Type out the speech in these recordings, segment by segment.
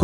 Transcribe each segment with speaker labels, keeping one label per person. Speaker 1: ค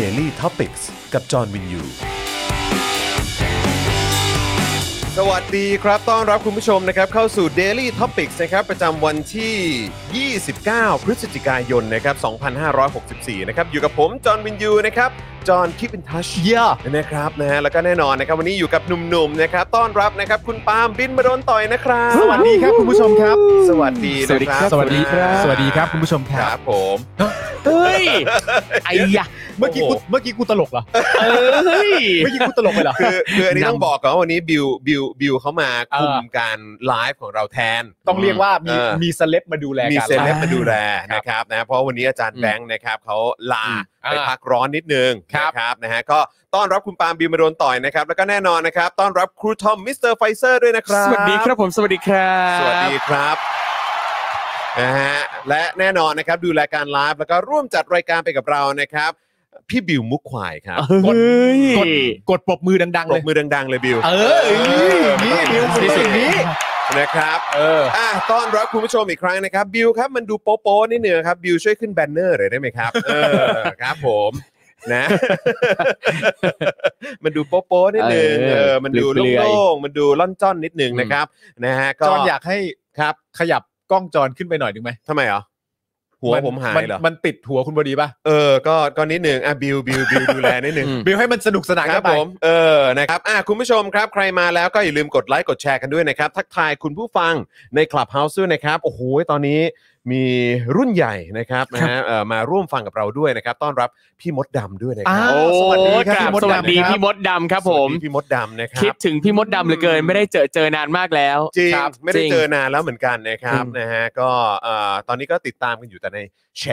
Speaker 2: Daily t o p i c กกับจอห์นวินยู
Speaker 1: สวัสดีครับ ต้อนรับคุณผู้ชมนะครับเข้าสู่ Daily Topics นะครับประจำวันที่ 29 พฤศจิกายนนะครับ 2564 นะครับอยู่กับผม จอห์นวินยูนะครับ จอห์นคิปอินทัช
Speaker 2: Yeah
Speaker 1: นะครับนะฮะแล้วก็แน่นอนนะครับวันนี้อยู่กับหนุ่มๆนะครับต้อนรับนะครับคุณปาล์มบินมาโดนต่อยนะครับ
Speaker 2: สวัสดีครับคุณผู้ชมครับ
Speaker 1: สวัสดีนะครับ
Speaker 3: สวัสดีครับ สวัสดีครับคุณผู้ชมค
Speaker 1: ค
Speaker 3: รั
Speaker 1: รั
Speaker 3: บบ
Speaker 1: ผม
Speaker 3: เฮ้ยไอ้ยะ
Speaker 2: เมื่อกี้กู
Speaker 1: โอ้โห
Speaker 2: เมื่อกี้กูตลกเหรอ
Speaker 3: เอ้ย
Speaker 2: เมื่อกี้กูตลกไปเหรอ
Speaker 1: คือคืออันนี้
Speaker 3: นำ
Speaker 1: ต้องบอกก่อนว่าวันนี้บิวบิวบิวเขามาคุม
Speaker 3: เออ
Speaker 1: การไลฟ์ของเราแทน
Speaker 2: ต้องเรียกว่ามี
Speaker 1: เออ
Speaker 2: มีเซเลบมาดูแล
Speaker 1: มี
Speaker 2: กัน
Speaker 1: เซเลบ
Speaker 2: อ่ะ
Speaker 1: มาดูแลนะครับนะเพราะวันนี้อาจารย์
Speaker 3: อืม
Speaker 1: แบงค์นะครับเขาลา
Speaker 3: อืม
Speaker 1: ไป
Speaker 3: อ่า
Speaker 1: พักร้อนนิดนึง
Speaker 3: ครับ
Speaker 1: นะครับนะฮะก็ต้อนรับคุณปาล์มบีมาโดนต่อยนะครับแล้วก็แน่นอนนะครับ ต้อนรับครูทอมมิสเตอร์ไฟเซอร์ด้วยนะครับ
Speaker 3: สวัสดีครับผมสวัสดีครับ
Speaker 1: สวัสดีครับนะฮะและแน่นอนนะครับดูแลการไลฟ์แล้วก็ร่วมจัดรายการไปกับเรานะครับ พี่บิวมุกควายครับ
Speaker 3: เฮ้ย
Speaker 2: กด กดปรบมือดังๆ
Speaker 1: ปร
Speaker 2: เลย
Speaker 1: บมือดัง ๆ เลยบิว
Speaker 2: เออนี่บิว
Speaker 3: ที่
Speaker 2: นี่
Speaker 3: สุด
Speaker 2: นี่
Speaker 1: นะครับ
Speaker 3: เออ
Speaker 1: อ่ะต้อนรับคุณผู้ชมอีกครั้งนะครับบิวครับมันดูโป๊ะๆนิดนึงครับบิวช่วยขึ้นแบนเนอร์หน่อยได้ไหมครับเออครับผมนะ มันดูโป๊ะๆนิดนึง
Speaker 3: เออ
Speaker 1: เออมันดู
Speaker 3: เปลือยๆ
Speaker 1: โล่งๆมันดูล่อนจ้อนนิดนึงนะครับนะฮะก็
Speaker 2: จอนอยากให้
Speaker 1: ครับ
Speaker 2: ขยับกล้องจอนขึ้นไปหน่อยหนึ่งไหม
Speaker 1: ทำไมเหรอหัวน ผมหาย
Speaker 2: น
Speaker 1: เหรอ
Speaker 2: มันติดหัวคุณพอดีป่ะ
Speaker 1: เออ ก็ก็นิดหนึ่งอ่ะบิวบิวบิวดูแลนิดหนึ่ง
Speaker 3: อืม
Speaker 2: บิวให้มันสนุกสนาน
Speaker 1: ค
Speaker 2: กั
Speaker 1: รั
Speaker 2: น
Speaker 1: บ
Speaker 2: ไป
Speaker 1: ผม เออ นะครับ อ่ะคุณผู้ชมครับ ใครมาแล้วก็อย่าลืมกดไลค์ กดแชร์กันด้วยนะครับ ทักทายคุณผู้ฟังใน Clubhouse ด้วยนะครับ โอ้โห ตอนนี้มีรุ่นใหญ่นะครับนะฮะเอ่อมาร่วมฟังกับเราด้วยนะครับ ต้อนรับพี่มดดำด้วยนะครั
Speaker 2: อ้า
Speaker 1: บ
Speaker 3: โอ้
Speaker 2: สวัสดี
Speaker 3: ย
Speaker 2: ครับ
Speaker 3: กราบ
Speaker 2: พี่มดดำ
Speaker 3: สวัสดี
Speaker 2: ครับ
Speaker 3: พี่มดดำครับผม
Speaker 1: สวัสดีพี่มดดำนะครั
Speaker 3: คิด
Speaker 1: บ
Speaker 3: ถึงพี่มดดำเหลือเกิน ไม่ได้เจอเจอนานมากแล้ว
Speaker 1: จริง
Speaker 3: ครับ
Speaker 1: ไม่ได้
Speaker 3: จริง
Speaker 1: เจอนานแล้วเหมือนกันนะครับ
Speaker 3: อืม
Speaker 1: นะฮะ ก็เอ่อตอนนี้ก็ติดตามกันอยู่แต่ในแฉ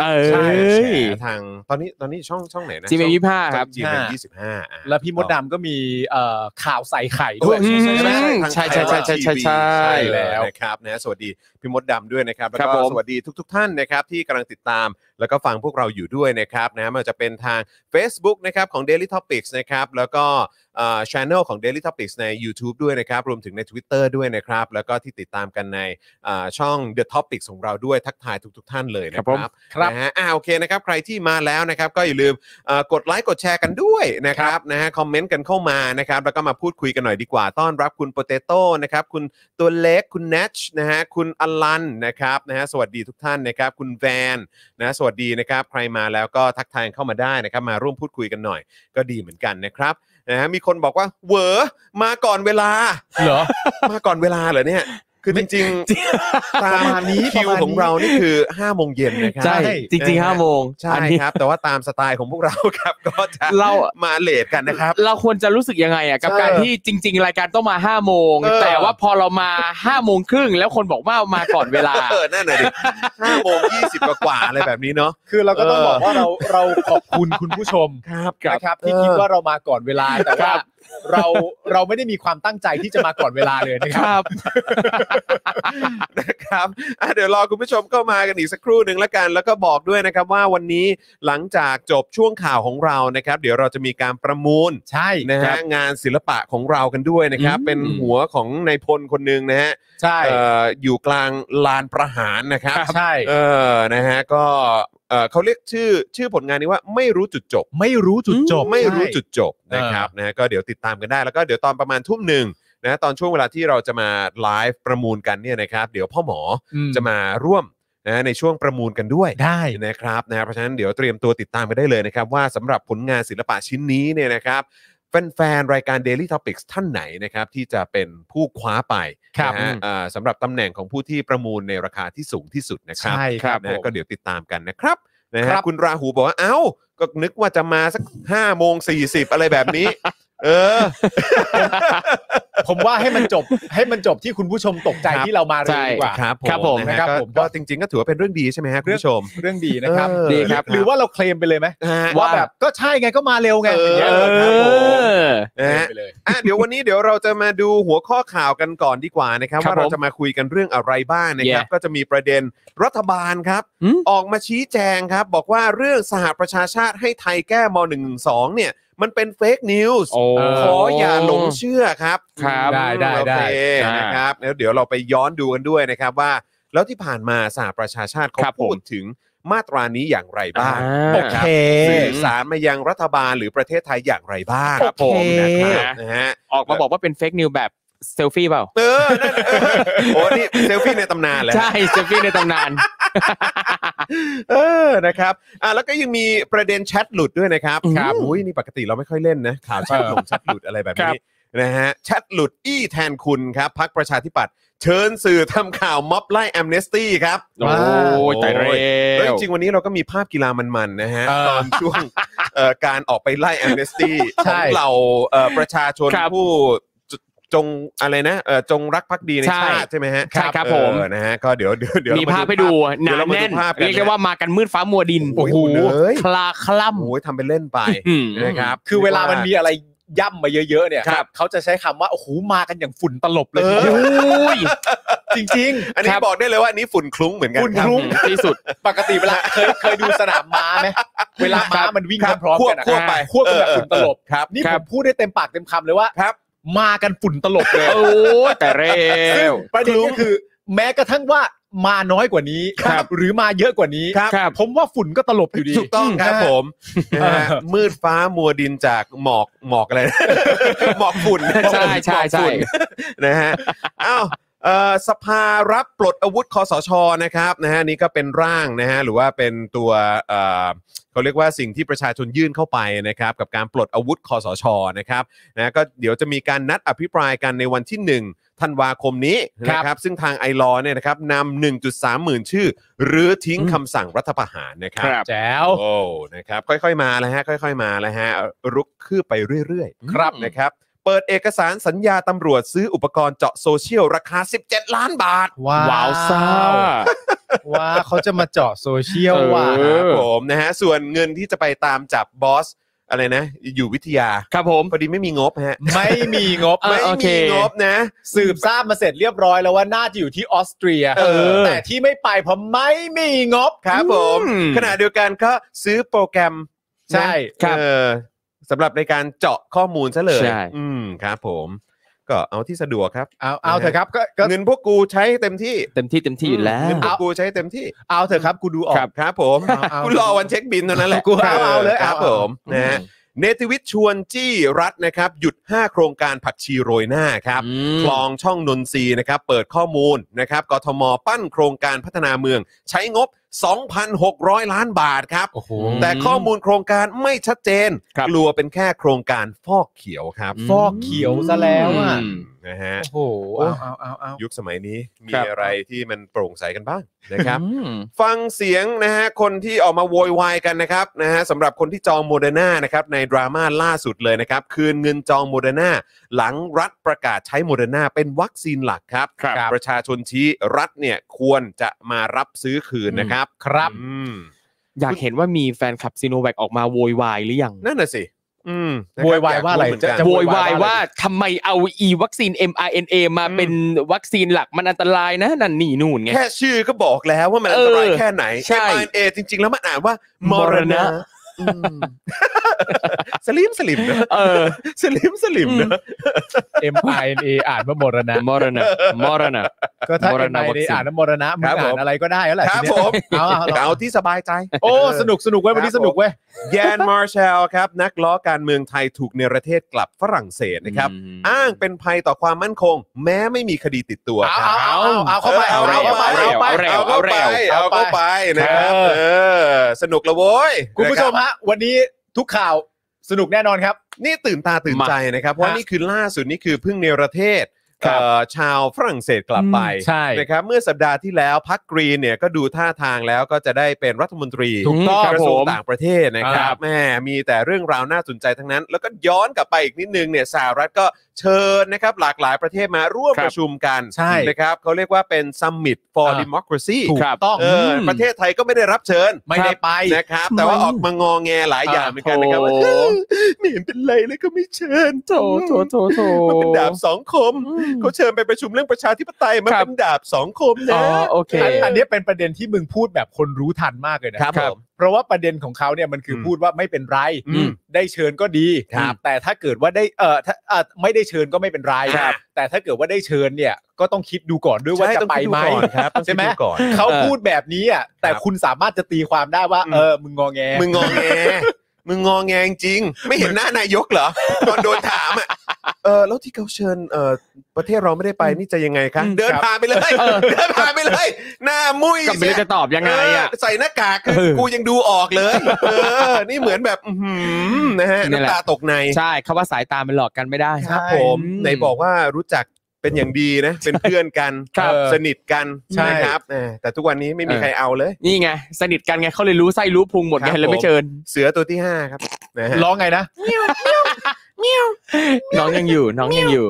Speaker 3: เอ
Speaker 1: ใช่
Speaker 3: ้
Speaker 1: แฉ
Speaker 3: ย
Speaker 1: ทาง ตอนนี้ ตอนนี้ช่อง ช่องไหนนะ
Speaker 3: จีเมยี่ห้าครับ
Speaker 1: จีเอ็มยี่สิบห้าอ่ะ
Speaker 2: แล้วพี่มดดำก็มีเอ่อข่าวใส่ไข่ด้วย
Speaker 3: อืม
Speaker 1: ใช่ไหม
Speaker 3: ใช่ใช่ใช่ใช่ใช่ใช่
Speaker 1: ใช่แล้วนะครับนะสวัสดีพี่มดดำด้วยนะครับแล้ว
Speaker 3: ครับ
Speaker 1: ก็
Speaker 3: ผม
Speaker 1: สวัสดีทุก ๆ ท่านนะครับที่กำลังติดตาม แล้วก็ฟังพวกเราอยู่ด้วยนะครับนะไมันจะเป็นทาง Facebook นะครับของ Daily Topics นะครับแล้วก็ช่องของ Daily Topics ใน YouTube ด้วยนะครับ รวมถึงใน Twitter ด้วยนะครับ แล้วก็ที่ติดตามกันในอ่าช่อง The Topics ของเราด้วยทักทายทุก ๆ ท่านเลยนะค
Speaker 3: ครับผ
Speaker 1: รั
Speaker 3: ม
Speaker 1: บ
Speaker 2: ครับ
Speaker 1: นะฮะอ่าโอเคนะครับ ใครที่มาแล้วนะครับ ก็อย่าลืมเอ่อกดไลค์กดแชร์กันด้วยนะครับนะฮะคอมเมนต์กันเข้ามานะครับ แล้วก็มาพูดคุยกันหน่อยดีกว่า ต้อนรับคุณโปเตโต้นะครับ คุณตัวเล็กคุณเนชนะฮะคุณอลันนะครับนะฮะสวัสดีทุกท่านนะครับ คุณแวนนะสวัสดีนะครับ ใครมาแล้วก็ทักทายเข้ามาได้นะครับ มาร่วมพูดคุยกันหน่อยก็ดีเหมือนกันนะครับนะฮะมีคนบอกว่าเหวอมาก่อนเวลา
Speaker 2: เหรอ
Speaker 1: มาก่อนเวลาเหรอเนี่ย คือจริงๆตาม
Speaker 2: ประมาณนี้
Speaker 1: คิ
Speaker 2: ป
Speaker 1: ว
Speaker 2: ระมาณนี้
Speaker 1: ของเรานี่คือ5โมงเย็นนะครั
Speaker 3: ใช่
Speaker 2: ใช่
Speaker 3: จริงๆห้าโมง
Speaker 1: ใช่
Speaker 3: อันนี้
Speaker 1: ครับ แต่ว่าตามสไตล์ของพวกเราครับ ก็จะ
Speaker 3: เรา
Speaker 1: มาเลทกันนะครับ
Speaker 3: เราควรจะรู้สึกยังไงอ่ะกับ
Speaker 1: ใช่
Speaker 3: การที่จริง ๆ รายการต้องมา5้าโมง
Speaker 1: เออ
Speaker 3: แต่ว่าพอเรามา5้าโมงครึ่งแล้วคนบอกว่ามาก่อนเวลา
Speaker 1: เออนั่นน่ะดิห้าโมงยี่สิบกว่าๆอะไรแบบนี้เนาะ
Speaker 2: คือเราก็ต้อง
Speaker 1: เออ
Speaker 2: บอกว่าเราเราขอบคุณคุณผู้ชม
Speaker 1: ครับ
Speaker 2: นะครับที่คิดว่าเรามาก่อนเวลาแต่ว่า
Speaker 4: เราเราไม่ได้มีความตั้งใจที่จะมาก่อนเวลาเลยนะ
Speaker 3: ค
Speaker 4: ครับ
Speaker 3: รับ
Speaker 1: นะครับ อ่ะเดี๋ยวรอคุณผู้ชมเข้ามากันอีกสักครู่หนึ่งละกัน แล้วก็บอกด้วยนะครับว่าวันนี้หลังจากจบช่วงข่าวของเรานะครับ เดี๋ยวเราจะมีการประมูล
Speaker 4: ใช่
Speaker 1: นะ
Speaker 4: ค
Speaker 1: ฮะ
Speaker 4: รับ
Speaker 1: งานศิลปะของเรากันด้วยนะครับ
Speaker 3: อืม
Speaker 1: เป็นหัวของนายพลคนหนึ่งนะฮะ
Speaker 4: ใช่
Speaker 1: เอ่ออยู่กลางลานประหารนะครับ
Speaker 4: ใช่
Speaker 1: เออนะฮะก็เอ่อเขาเรียกชื่อชื่อผลงานนี้ว่าไม่รู้จุดจบ
Speaker 4: ไม่รู้จุดจบ
Speaker 1: ไม่รู้
Speaker 4: ใช่
Speaker 1: จุดจบนะครับนะฮะก็เดี๋ยวติดตามกันได้แล้วก็เดี๋ยวตอนประมาณทุ่มหนึ่งนะตอนช่วงเวลาที่เราจะมาไลฟ์ประมูลกันเนี่ยนะครับเดี๋ยวพ่อหมออ
Speaker 4: ม
Speaker 1: จะมาร่วมนะในช่วงประมูลกันด้วย
Speaker 4: ได้
Speaker 1: นะครับนะเพราะฉะนั้นเดี๋ยวเตรียมตัวติดตามกันได้เลยนะครับว่าสำหรับผลงานศิลปะชิ้นนี้เนี่ยนะครับแฟนๆรายการ Daily Topics ท่านไหนนะครับที่จะเป็นผู้คว้าไป
Speaker 4: ครับ
Speaker 1: นะฮะอ่าสำหรับตำแหน่งของผู้ที่ประมูลในราคาที่สูงที่สุดนะครับ
Speaker 4: ใช่ครับ
Speaker 1: นะ
Speaker 4: ผม
Speaker 1: ก็เดี๋ยวติดตามกันนะครับนะ
Speaker 4: ค
Speaker 1: ฮะ
Speaker 4: รับ
Speaker 1: คุณราหูบอกว่าเอ้า ก็นึกว่าจะมาสัก5้าโมงสีอะไรแบบนี้ เออ
Speaker 4: ผมว่าให้มันจบ ให้มันจบที่คุณผู้ชมตกใจ
Speaker 1: ครับ
Speaker 4: ที่เรามาเร็วดีกว่า
Speaker 1: ครับผม
Speaker 3: ครับผม
Speaker 1: นะฮะ
Speaker 4: ครับ
Speaker 1: ก็
Speaker 4: ผม
Speaker 1: ก็จริง ๆ ก็ถือว่าเป็นเรื่องดีใช่ไหมฮะคุณ
Speaker 4: เรื่อง
Speaker 1: ผู้ชม
Speaker 4: เรื่องดีนะครับ
Speaker 1: เออ
Speaker 3: ดีครับ
Speaker 4: หรือว่าเราเคลมไปเลยไหม
Speaker 1: ฮะ
Speaker 4: ว่าแบบก็ใช่ไงก็มาเร็วไง
Speaker 1: เออ
Speaker 4: ย่างงี้ยค
Speaker 3: เอ
Speaker 4: รับผม
Speaker 3: อ
Speaker 1: นะฮะ
Speaker 4: เคลมไปเลย
Speaker 1: อ่ะเดี๋ยววันนี้เดี๋ยวเราจะมาดูหัวข้อข่าวกันก่อนดีกว่านะครับ
Speaker 3: ครับ
Speaker 1: ว่าเรา
Speaker 3: ผม
Speaker 1: จะมาคุยกันเรื่องอะไรบ้างนะครับ
Speaker 3: Yeah
Speaker 1: ก็จะมีประเด็นรัฐบาลครับ
Speaker 3: อืม
Speaker 1: ออกมาชี้แจงครับ บอกว่าเรื่องสหประชาชาติให้ไทยแก้ม .112 เนี่ย มันเป็นเฟกนิวส์
Speaker 3: โอ้
Speaker 1: ขออย่าหลงเชื่อครับ
Speaker 3: ครับ
Speaker 4: ได้ได้
Speaker 1: โอเค
Speaker 3: ได้
Speaker 1: นะครับแล้วเดี๋ยวเราไปย้อนดูกันด้วยนะครับว่า แล้วที่ผ่านมาสหประชาชาติเขา
Speaker 3: ครับผม
Speaker 1: พูดถึงมาตรานี้อย่างไรบ้าง
Speaker 3: อ่า
Speaker 1: นะรับ
Speaker 4: โอเค
Speaker 1: สื่อสารมายังรัฐบาลหรือประเทศไทยอย่างไรบ้าง
Speaker 3: ครับผม
Speaker 1: นะครับนะฮะ
Speaker 3: ออกมาบอกว่าเป็นเฟกนิวแบบเซลฟี่เปล่า
Speaker 1: เออนั่นเออโอ้นี่เซลฟี่ในตำนานแหล้ว
Speaker 3: ใช่เซลฟี่ในตำนาน
Speaker 1: เออ นะครับ อ่ะแล้วก็ยังมีประเด็นแชทหลุดด้วยนะครับ
Speaker 3: อืม
Speaker 1: ครับอุ้ยนี่ปกติเราไม่ค่อยเล่นนะ ข่าวแชทหลุดแชทหลุดอะไรแบบ
Speaker 3: ครับ
Speaker 1: นี้นะฮะ แชทหลุดอี้แทนคุณครับ พักประชาธิปัตย์เชิญสื่อทำข่าวม็อบไล่แอมเนสตี้ครับ
Speaker 3: โอ้ยตายแล้ว
Speaker 1: แล้วจริงๆวันนี้เราก็มีภาพกีฬามันๆนะฮะ
Speaker 4: เออ
Speaker 1: ตอนช่วง เอ่อการออกไปไล่แอมเนสตี้ขอ
Speaker 4: ใช่
Speaker 1: งเหล่าเอ่อประชาชน
Speaker 3: ครับ
Speaker 1: ผู้จจงอะไรนะเอ่อจงรักภักดีใน
Speaker 3: ใช่
Speaker 1: ชาติใช่ไหมฮะ
Speaker 3: ใช่ครับ
Speaker 1: เออ
Speaker 3: ผม
Speaker 1: นะฮะก็เดี๋ยวเดี๋ยวเดี๋ยวเร
Speaker 3: มีภาพให้
Speaker 1: ดู
Speaker 3: ดูห
Speaker 1: เดี๋ย
Speaker 3: นาว
Speaker 1: เรามาดู
Speaker 3: แน่น
Speaker 1: ภาพกัน
Speaker 3: เรียกได้ว่ามากันมืดฟ้ามัวดิน
Speaker 1: โอ้โหเอ้ย
Speaker 3: คลาคล่ำ
Speaker 1: โอ้ยทำเป็นเล่นไป
Speaker 3: อืม
Speaker 1: นะครับ
Speaker 4: คือเวลามันมีอะไรย่ำมาเยอะๆเนี่ย
Speaker 1: ครับ
Speaker 4: เขาจะใช้คำว่าโอ้โหมากันอย่างฝุ่นตลบเลย
Speaker 3: โอ้ ย
Speaker 4: จริง
Speaker 1: อันนี้บอกได้เลยว่าอันนี้ฝุ่นคลุ้งเหมือนกั
Speaker 4: ๆ
Speaker 1: น
Speaker 4: ฝุ่น
Speaker 1: ครับ
Speaker 4: คลุ้ง
Speaker 3: ที่สุด
Speaker 4: ปกติเวลา เคยเคยดูสนามม้าไหมเวลาม้ามันวิ่ง
Speaker 1: ครับ
Speaker 4: พร้อม
Speaker 1: คว
Speaker 4: ๆ
Speaker 1: บ
Speaker 4: กันอะ
Speaker 1: ควบไป
Speaker 4: ควบกันแบบ
Speaker 1: เออ
Speaker 4: ฝุ่นตลบ
Speaker 1: ครับ
Speaker 4: นี่
Speaker 3: ค
Speaker 4: ผ
Speaker 3: รั
Speaker 4: ม
Speaker 3: บ
Speaker 4: พูดได้เต็มปากเต็มคำเลยว่า
Speaker 1: ครับ
Speaker 4: มากันฝุ่นตลบเลย
Speaker 3: โอ้ยแต่เร็ว
Speaker 4: ประเด็นก็คือ แม้กระทั่งว่ามาน้อยกว่านี้
Speaker 1: ครับ
Speaker 4: หรือมาเยอะกว่านี้
Speaker 1: ครับ
Speaker 3: ครับ
Speaker 4: ผมว่าฝุ่นก็ตลบอยู่ดี
Speaker 1: ถูกต้องครับผมนะฮะมืดฟ้ามัวดินจากหมอกหมอกอะไรนะ หมอกฝุ่น
Speaker 3: ใช่ใช่
Speaker 1: หมอก
Speaker 3: ใช่
Speaker 1: ฝุ่นนะฮะอ้าวเอ่อสภารับปลดอาวุธคอสชนะครับนะฮะนี่ก็เป็นร่างนะฮะหรือว่าเป็นตัวเอ่อเขาเรียกว่าสิ่งที่ประชาชนยื่นเข้าไปนะครับ กับการปลดอาวุธคอสชนะครับนะก็เดี๋ยวจะมีการนัดอภิปรายกันในวันที่ 1 ธันวาคมนี้
Speaker 4: ครับ
Speaker 1: นะครับ ซึ่งทางไอรอเนี่ยนะครับนำ1.3 หมื่นชื่อ หรือทิ้งคำสั่งรัฐประหารนะครั
Speaker 4: แจ๋ว
Speaker 1: โอ้ นะครับ ค่อยๆ มาแล้วฮะ ค่อยๆ มาแล้วฮะ รุกคืบไปเรื่อยๆ ครับ นะครับ เปิดเอกสารสัญญาตำรวจซื้ออุปกรณ์เจาะโซเชียล ราคา 17 ล้านบาท
Speaker 4: ว้าว
Speaker 3: ว้าวซ่า
Speaker 4: ว้าวเขาจะมาเจาะโซเชียลว่ะ
Speaker 3: เออ
Speaker 1: ผมนะฮะ ส่วนเงินที่จะไปตามจับบอส อะไรนะ อยู่วิทยา
Speaker 3: ครับผม
Speaker 1: พอดีไม่มีงบฮะ
Speaker 4: ไม่มีงบ
Speaker 3: เอ
Speaker 1: ไม่
Speaker 3: อโอเค
Speaker 1: มีงบนะ
Speaker 4: สืบทราบมาเสร็จเรียบร้อยแล้วว่าน่าจะอยู่ที่ออสเตรีย
Speaker 1: เออ
Speaker 4: แต่ที่ไม่ไปเพราะไม่มีงบ
Speaker 1: ครับผม
Speaker 3: อืม
Speaker 1: ขณะเดียวกันก็ซื้อโปรแกรม
Speaker 4: ใช่
Speaker 1: นะครับ เออสำหรับในการเจาะข้อมูลซะเลย
Speaker 3: ใช่
Speaker 1: อืม ครับผม ก็เอาที่สะดวกครับ
Speaker 4: เอาเอาเถอะครับก็ก็
Speaker 1: เงินพวกกูใช้เต็มที่
Speaker 3: เต็มที่เต็มที่อยู่แล้ว
Speaker 1: เงินพวกกูใช้เต็มที่
Speaker 4: เอาเถอะครับกูดูออก
Speaker 3: ครับ
Speaker 1: ครับผม
Speaker 4: เอาเอา
Speaker 1: คุณรอวันเช็คบินเท่านั้นแหละ
Speaker 4: กูเอาเอาเลย
Speaker 1: ครับ
Speaker 4: เอาเอา
Speaker 1: ผมนะฮะเนติวิทย์ชวนจี้รัฐนะครับ หยุด 5 โครงการผักชีโรยหน้าครับ
Speaker 3: อืม
Speaker 1: คลองช่องนนทรีย์นะครับ เปิดข้อมูลนะครับกทมปั้นโครงการพัฒนาเมือง ใช้งบ 2,600 ล้านบาทครับ
Speaker 4: โอ้โห
Speaker 3: ม
Speaker 1: แต่ข้อมูลโครงการไม่ชัดเจน
Speaker 3: ครับ
Speaker 1: กลัวเป็นแค่โครงการฟอกเขียวครับ
Speaker 4: ฟอกเขียวซะแล้วอ่ะ
Speaker 3: ม
Speaker 1: นะฮะ
Speaker 4: โอ้โหเอาเอาเอาเอา
Speaker 1: ยุคสมัยนี้มี
Speaker 3: ครับ
Speaker 1: อะไรที่มันโปร่งใสกันบ้างนะครับ
Speaker 3: อืม
Speaker 1: ฟังเสียงนะฮะคนที่ออกมาโวยวายกันนะครับนะฮะสำหรับคนที่จองโมเดอร์นานะครับในดราม่าล่าสุดเลยนะครับ คืนเงินจองโมเดอร์นาหลังรัฐประกาศใช้โมเดอร์นาเป็นวัคซีนหลักครับ
Speaker 3: ครับ
Speaker 1: ประชาชนชี้รัฐเนี่ยควรจะมารับซื้อคืนนะครับ
Speaker 4: ครับ
Speaker 1: อืม
Speaker 3: อยากเห็นว่ามีแฟนคลับซีโนแวคออกมาโวยวายหรือยัง
Speaker 1: นั่นน่ะสิ อืม
Speaker 4: โวยวายว่าอะไร
Speaker 1: กเหมืนกัน
Speaker 4: จะ
Speaker 3: โวยวายว่าทำไมเอาอีวัคซีน mRNA มาเป็นวัคซีนหลักมันอันตรายนะนั่นนี่นู่นไง
Speaker 1: แค่ชื่อก็บอกแล้วว่ามันอันตราย
Speaker 3: เออ
Speaker 1: แค่ไหน
Speaker 3: ใช่
Speaker 1: mRNA จริง ๆ แล้วมันอ่านว่ามรณะอืม สลิมสลิมนะ
Speaker 3: เออ
Speaker 1: สลิมสลิมนะ
Speaker 4: M I N A อ่านว่ามรณะ
Speaker 3: มรณะมรณะ
Speaker 4: ก็ถ้า
Speaker 3: มร
Speaker 4: M
Speaker 3: ณะ
Speaker 4: I N A อ่านว่ามรณะมึ
Speaker 1: ค
Speaker 4: ง
Speaker 1: รับผม
Speaker 4: อ่านอะไรก็ได้แล้วแหละ
Speaker 1: ครับ
Speaker 4: ที
Speaker 1: ผม
Speaker 4: เนี้ยเอาเอาเอา
Speaker 1: เอาที่สบายใจ
Speaker 4: โอ้สนุกสนุกเว้ยวันนี้
Speaker 1: ครับ
Speaker 4: สนุกเว้ย
Speaker 1: แยนมาร์แชลครับ นักล้อการเมืองไทยถูกเนรเทศกลับฝรั่งเศสนะครับ อ้างเป็นภัยต่อความมั่นคง แม้ไม่มีคดีติดตัว
Speaker 4: เอา
Speaker 1: ครับ
Speaker 4: เอาเอาเอาเข้าไปเอา
Speaker 1: เอา
Speaker 4: เข้าไป
Speaker 1: เอา
Speaker 4: เอาไป
Speaker 3: เอา ร็ว
Speaker 1: เข้าไปเอา
Speaker 4: เอาไป
Speaker 1: เข้าไปนะครับ
Speaker 4: ครับ
Speaker 1: เออสนุกละโว้ย
Speaker 4: คุณผู้ชม
Speaker 1: นะรับ
Speaker 4: ฮะวันนี้ทุกข่าวสนุกแน่นอนครับ
Speaker 1: นี่ตื่นตาตื่นใจนะครับเพราะนี่คือล่าสุดนี่คือเพิ่งเนรเทศ
Speaker 4: ครับ
Speaker 1: เอ่อชาวฝรั่งเศสกลับไป
Speaker 4: ใช่
Speaker 1: นะครับเมื่อสัปดาห์ที่แล้วพักกรีนเนี่ยก็ดูท่าทางแล้วก็จะได้เป็นรัฐมนตรี
Speaker 3: ถูกต้อง
Speaker 1: กระทรวง
Speaker 3: ครับผม
Speaker 1: ต่างประเทศนะครั
Speaker 4: ครับ บ
Speaker 1: แม่มีแต่เรื่องราวน่าสนใจทั้งนั้น แล้วก็ย้อนกลับไปอีกนิดนึงเนี่ยสหรัฐก็เชิญนะครับหลากหลายประเทศมาร่วม
Speaker 3: ครับ
Speaker 1: ประชุมกัน
Speaker 4: ใช่
Speaker 1: นะครับเขาเรียกว่าเป็น Summit for
Speaker 4: อ่า
Speaker 1: Democracy
Speaker 4: ถูก
Speaker 3: ครับ
Speaker 4: ต้อง
Speaker 1: เออประเทศไทยก็ไม่ได้รับเชิญ
Speaker 4: ไม่ได้ไป
Speaker 1: นะครับ แต่ว่าออกมางอแงหลายอย่างเหมือนกันนะครับว่า
Speaker 3: โถ
Speaker 1: เออไม่เห็นเป็นไรเลยก็ไม่เชิญ
Speaker 3: โถโถโถโถ
Speaker 1: มันเป็นดาบสองคมเขาเชิญไปประชุมเรื่องประชาธิปไตยมัน
Speaker 3: ครับ
Speaker 1: เป็นดาบสองคม
Speaker 3: อ๋
Speaker 1: นะ
Speaker 3: อโอเค
Speaker 4: อันอันเนี้ยเป็นประเด็นที่มึงพูดแบบคนรู้ทันมากเลยนะครับ
Speaker 1: ผม
Speaker 4: เพราะว่าประเด็นของเขาเนี่ยมันคืออ
Speaker 1: ม
Speaker 4: พูดว่าไม่เป็นไร
Speaker 1: อืม
Speaker 4: ได้เชิญก็ดี
Speaker 1: ครับ
Speaker 4: แต่ถ้าเกิดว่าได้เอ่อถ้าเอ่อไม่ได้เชิญก็ไม่เป็นไร
Speaker 1: ครับ
Speaker 4: แต่ถ้าเกิดว่าได้เชิญเนี่ยก็ต้องคิดดูก่อนด้วยว่าจะ
Speaker 1: ต้อง
Speaker 4: ไป
Speaker 1: คิดดู
Speaker 4: ไหม
Speaker 1: ก่อนครับต้องคิด
Speaker 4: ใช่ไหม
Speaker 1: ดูก่อน
Speaker 4: เขาพูดแบบนี้อ่ะแต่
Speaker 1: ครับ
Speaker 4: คุณสามารถจะตีความได้ว่า
Speaker 1: อืม
Speaker 4: เออมึงงอแง
Speaker 1: มึงงอแง มึงงอแงจริงๆไม่เห็นหน้านายกเหรอตอนโดนถามอ่ะเออแล้วที่เขาเชิญเออประเทศเราไม่ได้ไปนี่จะยังไงคะ
Speaker 3: อืม
Speaker 1: เดินผ่านไปเลย
Speaker 3: เออ
Speaker 1: เดินผ่านไปเลย หน้ามุ้ย
Speaker 3: กลับไป
Speaker 1: เสีย
Speaker 3: จะตอบยังไงอ่ะ
Speaker 1: เออใส่หน้ากากคือ
Speaker 3: เออ
Speaker 1: กูยังดูออกเลย เออ นี่เหมือนแบบอื้อหือนะฮะ
Speaker 3: นี่แหละ
Speaker 1: น้ำตาตกใน
Speaker 3: ใช่คำว่าสายตามันหลอกกันไม่ได้
Speaker 1: ครับผม
Speaker 3: อืม
Speaker 1: ไหนบอกว่ารู้จักเป็นอย่างดีนะ เป็นเพื่อนกัน
Speaker 3: ครับ
Speaker 1: เออสนิทกัน
Speaker 3: ใช่
Speaker 1: นะครับเออแต่ทุกวันนี้ไม่มีใครเอาเลย
Speaker 3: นี่ไง สนิทกันไงเขาเลยรู้ไส้รู้พุงหมด
Speaker 1: ค
Speaker 3: ไง
Speaker 1: รับ
Speaker 3: เลย
Speaker 1: ผ
Speaker 3: ไม่
Speaker 1: ม
Speaker 3: เชิญ
Speaker 1: เสือตัวที่ห้าครับนะฮะ
Speaker 4: ร้องไงนะ
Speaker 3: น้องยังอยู่น้องยังอยู่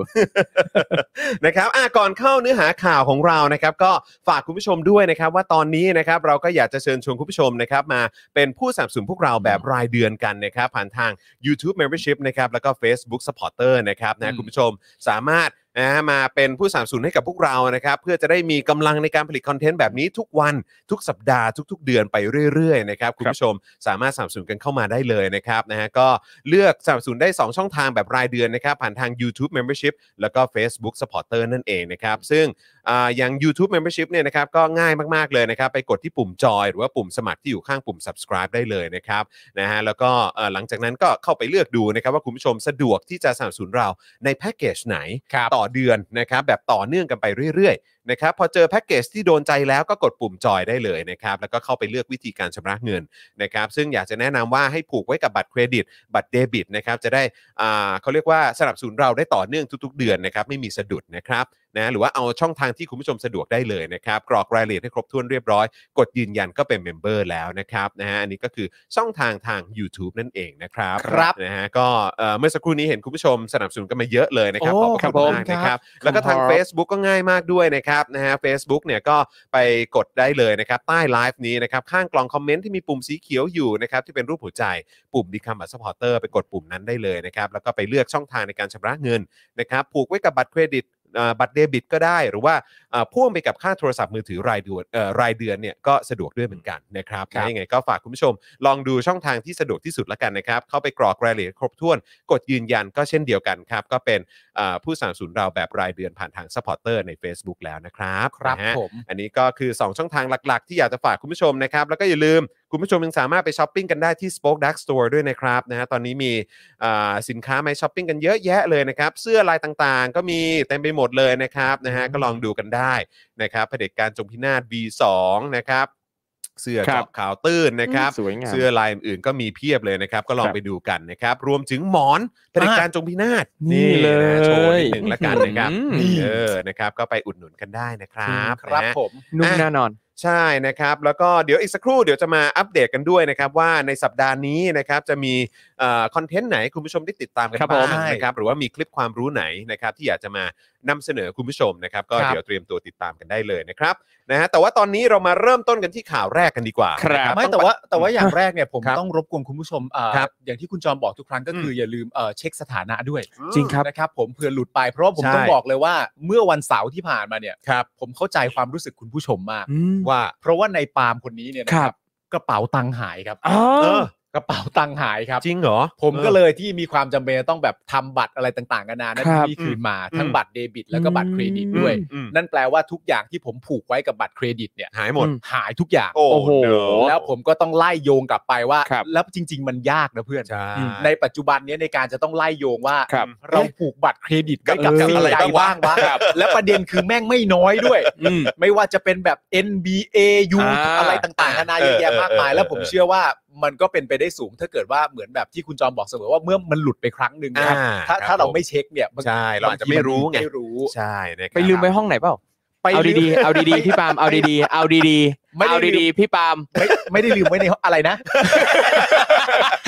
Speaker 1: นะครับอ่ะก่อนเข้าเนื้อหาข่าวของเรานะครับ ก็ฝากคุณผู้ชมด้วยนะครับ ว่าตอนนี้นะครับเราก็อยากจะเชิญชวนคุณผู้ชมนะครับ มาเป็นผู้สนับสนุนพวกเราแบบรายเดือนกันนะครับ ผ่านทาง YouTube Membership นะครับแล้วก็ Facebook Supporter นะครับนะคุณผู้ชมสามารถนะฮะมาเป็นผู้สนับสนุนให้กับพวกเรานะครับ เพื่อจะได้มีกำลังในการผลิตคอนเทนต์แบบนี้ทุกวันทุกสัปดาห์ทุก ๆ เดือนไปเรื่อยๆนะครับคุณผู้ชมสามารถสนับสนุนกันเข้ามาได้เลยนะครับนะฮะก็เลือกสนับสนุนได้ 2 ช่องทางแบบรายเดือนนะครับ ผ่านทาง YouTube Membership แล้วก็ Facebook Supporter นั่นเองนะครับ ซึ่ง อ่าอย่าง YouTube Membership เนี่ยนะครับก็ง่ายมากๆเลยนะครับ ไปกดที่ปุ่มจอยหรือว่าปุ่มสมัครที่อยู่ข้างปุ่ม subscribe ได้เลยนะครับนะฮะแล้วก็เอ่อหลังจากนั้นก็เข้าไปเลือกดูนะครับ ว่าคุณผู้ชมสะดวกที่จะสนับสนุนเราในแพ็กเกจไหน
Speaker 4: ครับ
Speaker 1: ต่อเดือนนะครับ แบบต่อเนื่องกันไปเรื่อยๆนะครับพอเจอแพ็กเกจที่โดนใจแล้วก็กดปุ่มจอยได้เลยนะครับแล้วก็เข้าไปเลือกวิธีการชำระเงินนะครับซึ่งอยากจะแนะนำว่าให้ผูกไว้กับบัตรเครดิต บัตรเดบิตนะครับจะได้ อ่าเขาเรียกว่าสนับสนุนเราได้ต่อเนื่องทุกๆ เดือนนะครับไม่มีสะดุดนะครับนะหรือว่าเอาช่องทางที่คุณผู้ชมสะดวกได้เลยนะครับ กรอกรายละเอียดให้ครบถ้วนเรียบร้อย กดยืนยันก็เป็นเมมเบอร์แล้วนะครับนะฮะอันนี้ก็คือช่องทางทาง YouTube นั่นเองนะครับ
Speaker 4: ครับ
Speaker 1: นะฮะก็เอ่อเมื่อสักครู่นี้เห็นคุณผู้ชมสนับสนุนกันมาเยอะเลยนะครับขอบพระ
Speaker 3: ครับ
Speaker 1: คุ
Speaker 3: ผ
Speaker 1: ณ
Speaker 3: ม
Speaker 1: มาก
Speaker 3: ครับ
Speaker 1: นะครับ แล้วก็ทาง Facebook ก็ง่ายมากด้วยนะครับนะฮะเฟซบุ๊กเนี่ยก็ไปกดได้เลยนะครับ ใต้ไลฟ์นี้นะครับ ข้างกล่องคอมเมนต์ที่มีปุ่มสีเขียวอยู่นะครับ ที่เป็นรูปหัวใจ ปุ่ม Become a supporter ไปกดปุ่มนั้นได้เลยนะครับ แล้วก็ไปเลือกช่องทางในการชำระเงินนะครับ ผูกไว้กับบัตรเครดิตเอ่อบัตรเดบิตก็ได้ หรือว่าเอ่อพ่วงไปกับค่าโทรศัพท์มือถือรายเดือนเอ่อรายเดือนเนี่ยก็สะดวกด้วยเหมือนกันนะครับ
Speaker 4: ครับ
Speaker 1: นะยังไงก็ฝากคุณผู้ชม ลองดูช่องทางที่สะดวกที่สุดละกันนะครับ เข้าไปกรอกรายละเอียดครบถ้วน กดยืนยันก็เช่นเดียวกันครับ ก็เป็น เอ่อผู้สนับสนุนเราแบบรายเดือนผ่านทางซัพพอร์เตอร์ใน Facebook แล้วนะครับ
Speaker 4: ครับ
Speaker 1: นะฮะ
Speaker 4: ผม
Speaker 1: อันนี้ก็คือ 2 ช่องทางหลักๆ ที่อยากจะฝากคุณผู้ชมนะครับ แล้วก็อย่าลืมคุณผู้ชมยังสามารถไปช้อปปิ้งกันได้ที่ Spoke Dark Store ด้วยนะครับนะฮะตอนนี้มีเอ่อสินค้ามาให้ช้อปปิ้งกันเยอะแยะเลยนะครับ เสื้อลายต่างๆ ก็มีเต็มไปหมดเลยนะครับนะฮะก็ลองดูกันได้นะครับเผด็จการจงพินาศ B2 นะครับเสื้อ
Speaker 3: ครับ
Speaker 1: เจาะข่าวตื้นนะครับ
Speaker 3: สวยงาม
Speaker 1: เสื้อลายอื่นก็มีเพียบเลยนะครับ ก็ลอง
Speaker 3: ครับ
Speaker 1: ไปดูกันนะครับ รวมถึงหมอนเผลิตการจงพินาศ
Speaker 3: นี่เลย
Speaker 1: นะโชว์นิดหนึ่งละกันนะครับ
Speaker 3: อืม
Speaker 1: เออนะครับ ก็ไปอุดหนุนกันได้นะครับ
Speaker 4: ครับ
Speaker 1: นะฮะ
Speaker 4: ผม
Speaker 3: นุ่มแน่นอน
Speaker 1: ใช่นะครับแล้วก็เดี๋ยวอีกสักครู่เดี๋ยวจะมาอัปเดตกันด้วยนะครับว่าในสัปดาห์นี้นะครับจะมีเอ่อคอนเทนต์ไหนคุณผู้ชมได้ติดตามกัน
Speaker 3: ครับ
Speaker 1: บ้า
Speaker 3: ผ
Speaker 1: ง
Speaker 3: ม
Speaker 1: นะครับหรือว่ามีคลิปความรู้ไหนนะครับที่อยากจะมานำเสนอคุณผู้ชมนะครับก็
Speaker 3: ครับ
Speaker 1: เดี๋ยวเตรียมตัวติดตามกันได้เลยนะครับนะฮะแต่ว่าตอนนี้เรามาเริ่มต้นกันที่ข่าวแรกกันดีกว่า
Speaker 3: ครับ
Speaker 1: นะ
Speaker 4: ไม่แต่ว่าแต่ว่าอย่างแรกเนี่ยผม
Speaker 1: ครับ
Speaker 4: ต้องรบกวนคุณผู้ชมเอ่อ
Speaker 1: ครับ
Speaker 4: อย่างที่คุณจอมบอกทุกครั้งก็คือออย่าลืมเอ่อเช็คสถานะด้วย
Speaker 3: จริงครับ
Speaker 4: นะครับผมเผื่อหลุดไปเพราะว่าผม
Speaker 1: ใช่
Speaker 4: ต้องบอกเลยว่าเมื่อวันเสาร์ที่ผ่านมาเนี่ย
Speaker 1: ครับ
Speaker 4: ผมเข้าใจความรู้สึกคุณผู้ชมมาก
Speaker 3: อืม
Speaker 1: ว่า
Speaker 4: เพราะว่าในปาล์มคนนี้เนี่ยนะค
Speaker 3: ครั
Speaker 4: รับ บกระเป๋าตังค์หายครับ
Speaker 3: อ๋อ
Speaker 1: เออ
Speaker 4: กระเป๋าตังค์หายครับ
Speaker 1: จริงเหรอ
Speaker 4: ผมก็เลยที่มีความจำเป็นต้องแบบทำบัตรอะไรต่างๆกันานานั้น
Speaker 3: ครับ
Speaker 4: ที่คืนมาทั้ง
Speaker 1: อืม
Speaker 4: บัตรเดบิต แล้วก็บัตรเครดิตด้วย
Speaker 1: อืม
Speaker 4: นั่นแปลว่าทุกอย่างที่ผมผูกไว้กับบัตรเครดิตเนี่ย
Speaker 1: หายหมด
Speaker 3: อืม
Speaker 4: หายทุกอย่าง
Speaker 1: โอ้
Speaker 3: โอ้โห
Speaker 1: เนอะ
Speaker 4: แล้วผมก็ต้องไล่โยงกลับไปว่า
Speaker 3: ครับ
Speaker 4: แล้วจริง ๆ มันยากนะเพื่อน
Speaker 1: ใช่
Speaker 4: ในปัจจุบันเนี้ยในการจะต้องไล่โยงว่า
Speaker 3: ครับ
Speaker 4: เราผูกบัตรเครดิตไว้กับ
Speaker 3: เออ
Speaker 4: สิ่ง
Speaker 1: อะไร
Speaker 4: ใด
Speaker 1: บ้างวะ
Speaker 4: บ้างวะและประเด็นคือแม่งไม่น้อยด้วย
Speaker 3: อืม
Speaker 4: ไม่ว่าจะเป็นแบบ NBA U
Speaker 3: อ่า
Speaker 4: อะไรต่างๆนานาเยอะแยะมากมา
Speaker 1: เออเออเอ
Speaker 4: ย
Speaker 1: อ
Speaker 4: แล้วผมเชื่อว่ามันก็เป็นไปได้สูง ถ้าเกิดว่าเหมือนแบบที่คุณจอมบอกเสมอว่าเมื่อมันหลุดไปครั้งหนึ่งเนะครับ
Speaker 1: อ่า
Speaker 4: ถ้า
Speaker 1: ครับ
Speaker 4: ถ้าเรา
Speaker 1: ผม
Speaker 4: ไม่เช็คเนี่ยมัน
Speaker 1: ใช่เราอาจจะไม่รู้ไง
Speaker 4: ไม่รู้
Speaker 1: ใช่นะค
Speaker 3: ไป
Speaker 1: รับ
Speaker 3: ลืมไว้ห้องไหนเปล่า
Speaker 4: ไป
Speaker 3: เอาดีๆ เอาดีๆ พี่ปาล์มเอาดีๆ เอาดีๆ
Speaker 4: ไม่
Speaker 3: เอา
Speaker 4: ได้ลื
Speaker 3: ดี
Speaker 4: ม
Speaker 3: ๆ พี่ปาล์ม
Speaker 4: ไม่ไม่ได้ลืมไว้ในห้องอะไรนะ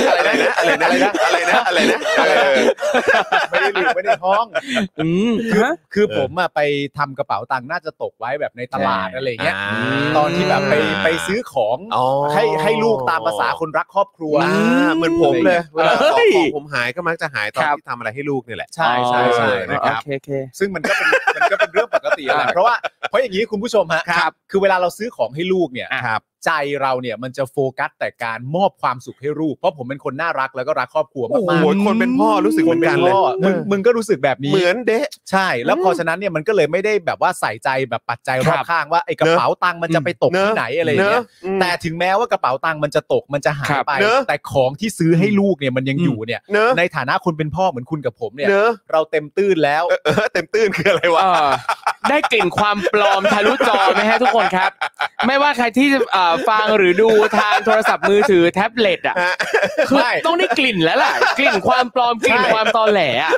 Speaker 4: อะไรนะอะไรนะอะไรนะ
Speaker 1: อะไรนะอะไรนะอะไรนะ
Speaker 4: ไม่ได้ลืมไว้ในห้อง
Speaker 3: อืม
Speaker 4: คือ
Speaker 1: เออ
Speaker 4: ผมอะไปทำกระเป๋าตังค์น่าจะตกไว้แบบในตลาด
Speaker 3: ใช่
Speaker 4: อะไรเงี้ย
Speaker 1: อ่า
Speaker 4: ตอนที่แบบไปไปซื้อของ
Speaker 1: อ๋อ
Speaker 4: ให้ให้ลูกตามภาษาคนรักครอบครัว
Speaker 1: อ่าเหมือนผมเลยเวลาของ
Speaker 3: เฮ้ย
Speaker 1: ของผมหายก็มักจะหายตอน
Speaker 3: ครับ
Speaker 1: ที่ทำอะไรให้ลูกนี่แหละ
Speaker 4: ใช่ใช่ใช่
Speaker 1: อ๋อ
Speaker 4: นะค
Speaker 3: โอ
Speaker 4: รับ
Speaker 3: เคโอเค
Speaker 4: ซึ่งมันก็เป็นมันก็เป็นเรื่องปกติแหละ
Speaker 3: อ่า
Speaker 4: เพราะว่าเพราะอย่างนี้คุณผู้ชมฮะ
Speaker 3: ครับ
Speaker 4: คือเวลาเราซื้อของให้ลูกเนี่ย
Speaker 3: อ่ะ
Speaker 1: ครับ
Speaker 4: ใจเราเนี่ยมันจะโฟกัสแต่การมอบความสุขให้ลูก เพราะผมเป็นคนน่ารักแล้วก็รักครอบครัว
Speaker 1: โอ้โห
Speaker 4: มากๆ
Speaker 1: คนเป็นพ่อรู้สึกเหมือนกันเลย
Speaker 4: พ่อมึง
Speaker 1: เออ
Speaker 4: มึงก็รู้สึกแบบนี้
Speaker 1: เหมือนเดะ
Speaker 4: ใช่ แล้วพอฉะนั้นเนี่ยมันก็เลยไม่ได้แบบว่าใส่ใจแบบปัจจัยรอบข้างว่าไอ้กระเป๋าตังค์มันจะไปตก
Speaker 1: เนอะ
Speaker 4: ที่ไหนอะไรอย่างเงี้ยแต่ถึงแม้ว่ากระเป๋าตังค์มันจะตกมันจะหาย
Speaker 3: ครับ
Speaker 4: ไป
Speaker 1: เนอะ
Speaker 4: แต่ของที่ซื้อให้ลูกเนี่ยมันยังอยู่เนี่ย
Speaker 1: เนอะ
Speaker 4: ในฐานะคนเป็นพ่อเหมือนคุณกับผมเนี่ย
Speaker 1: เนอะ
Speaker 4: เราเต็มตื้นแล้ว
Speaker 1: เออเต็มตื้นคืออะไรวะ
Speaker 3: เอ่อได้กลิ่นความปลอมทะลุจอไหมฮะทุกคน ครับ ไม่ว่าใครที่เอ่อฟังหรือดูทางโทรศัพท์มือถือแท็บเล็ตอ่ะ
Speaker 1: ฮะ
Speaker 3: คือ
Speaker 4: ใช่
Speaker 3: ต้องได้กลิ่นแล้วล่ะ กลิ่นความปลอมกลิ่นความตอแหลอะ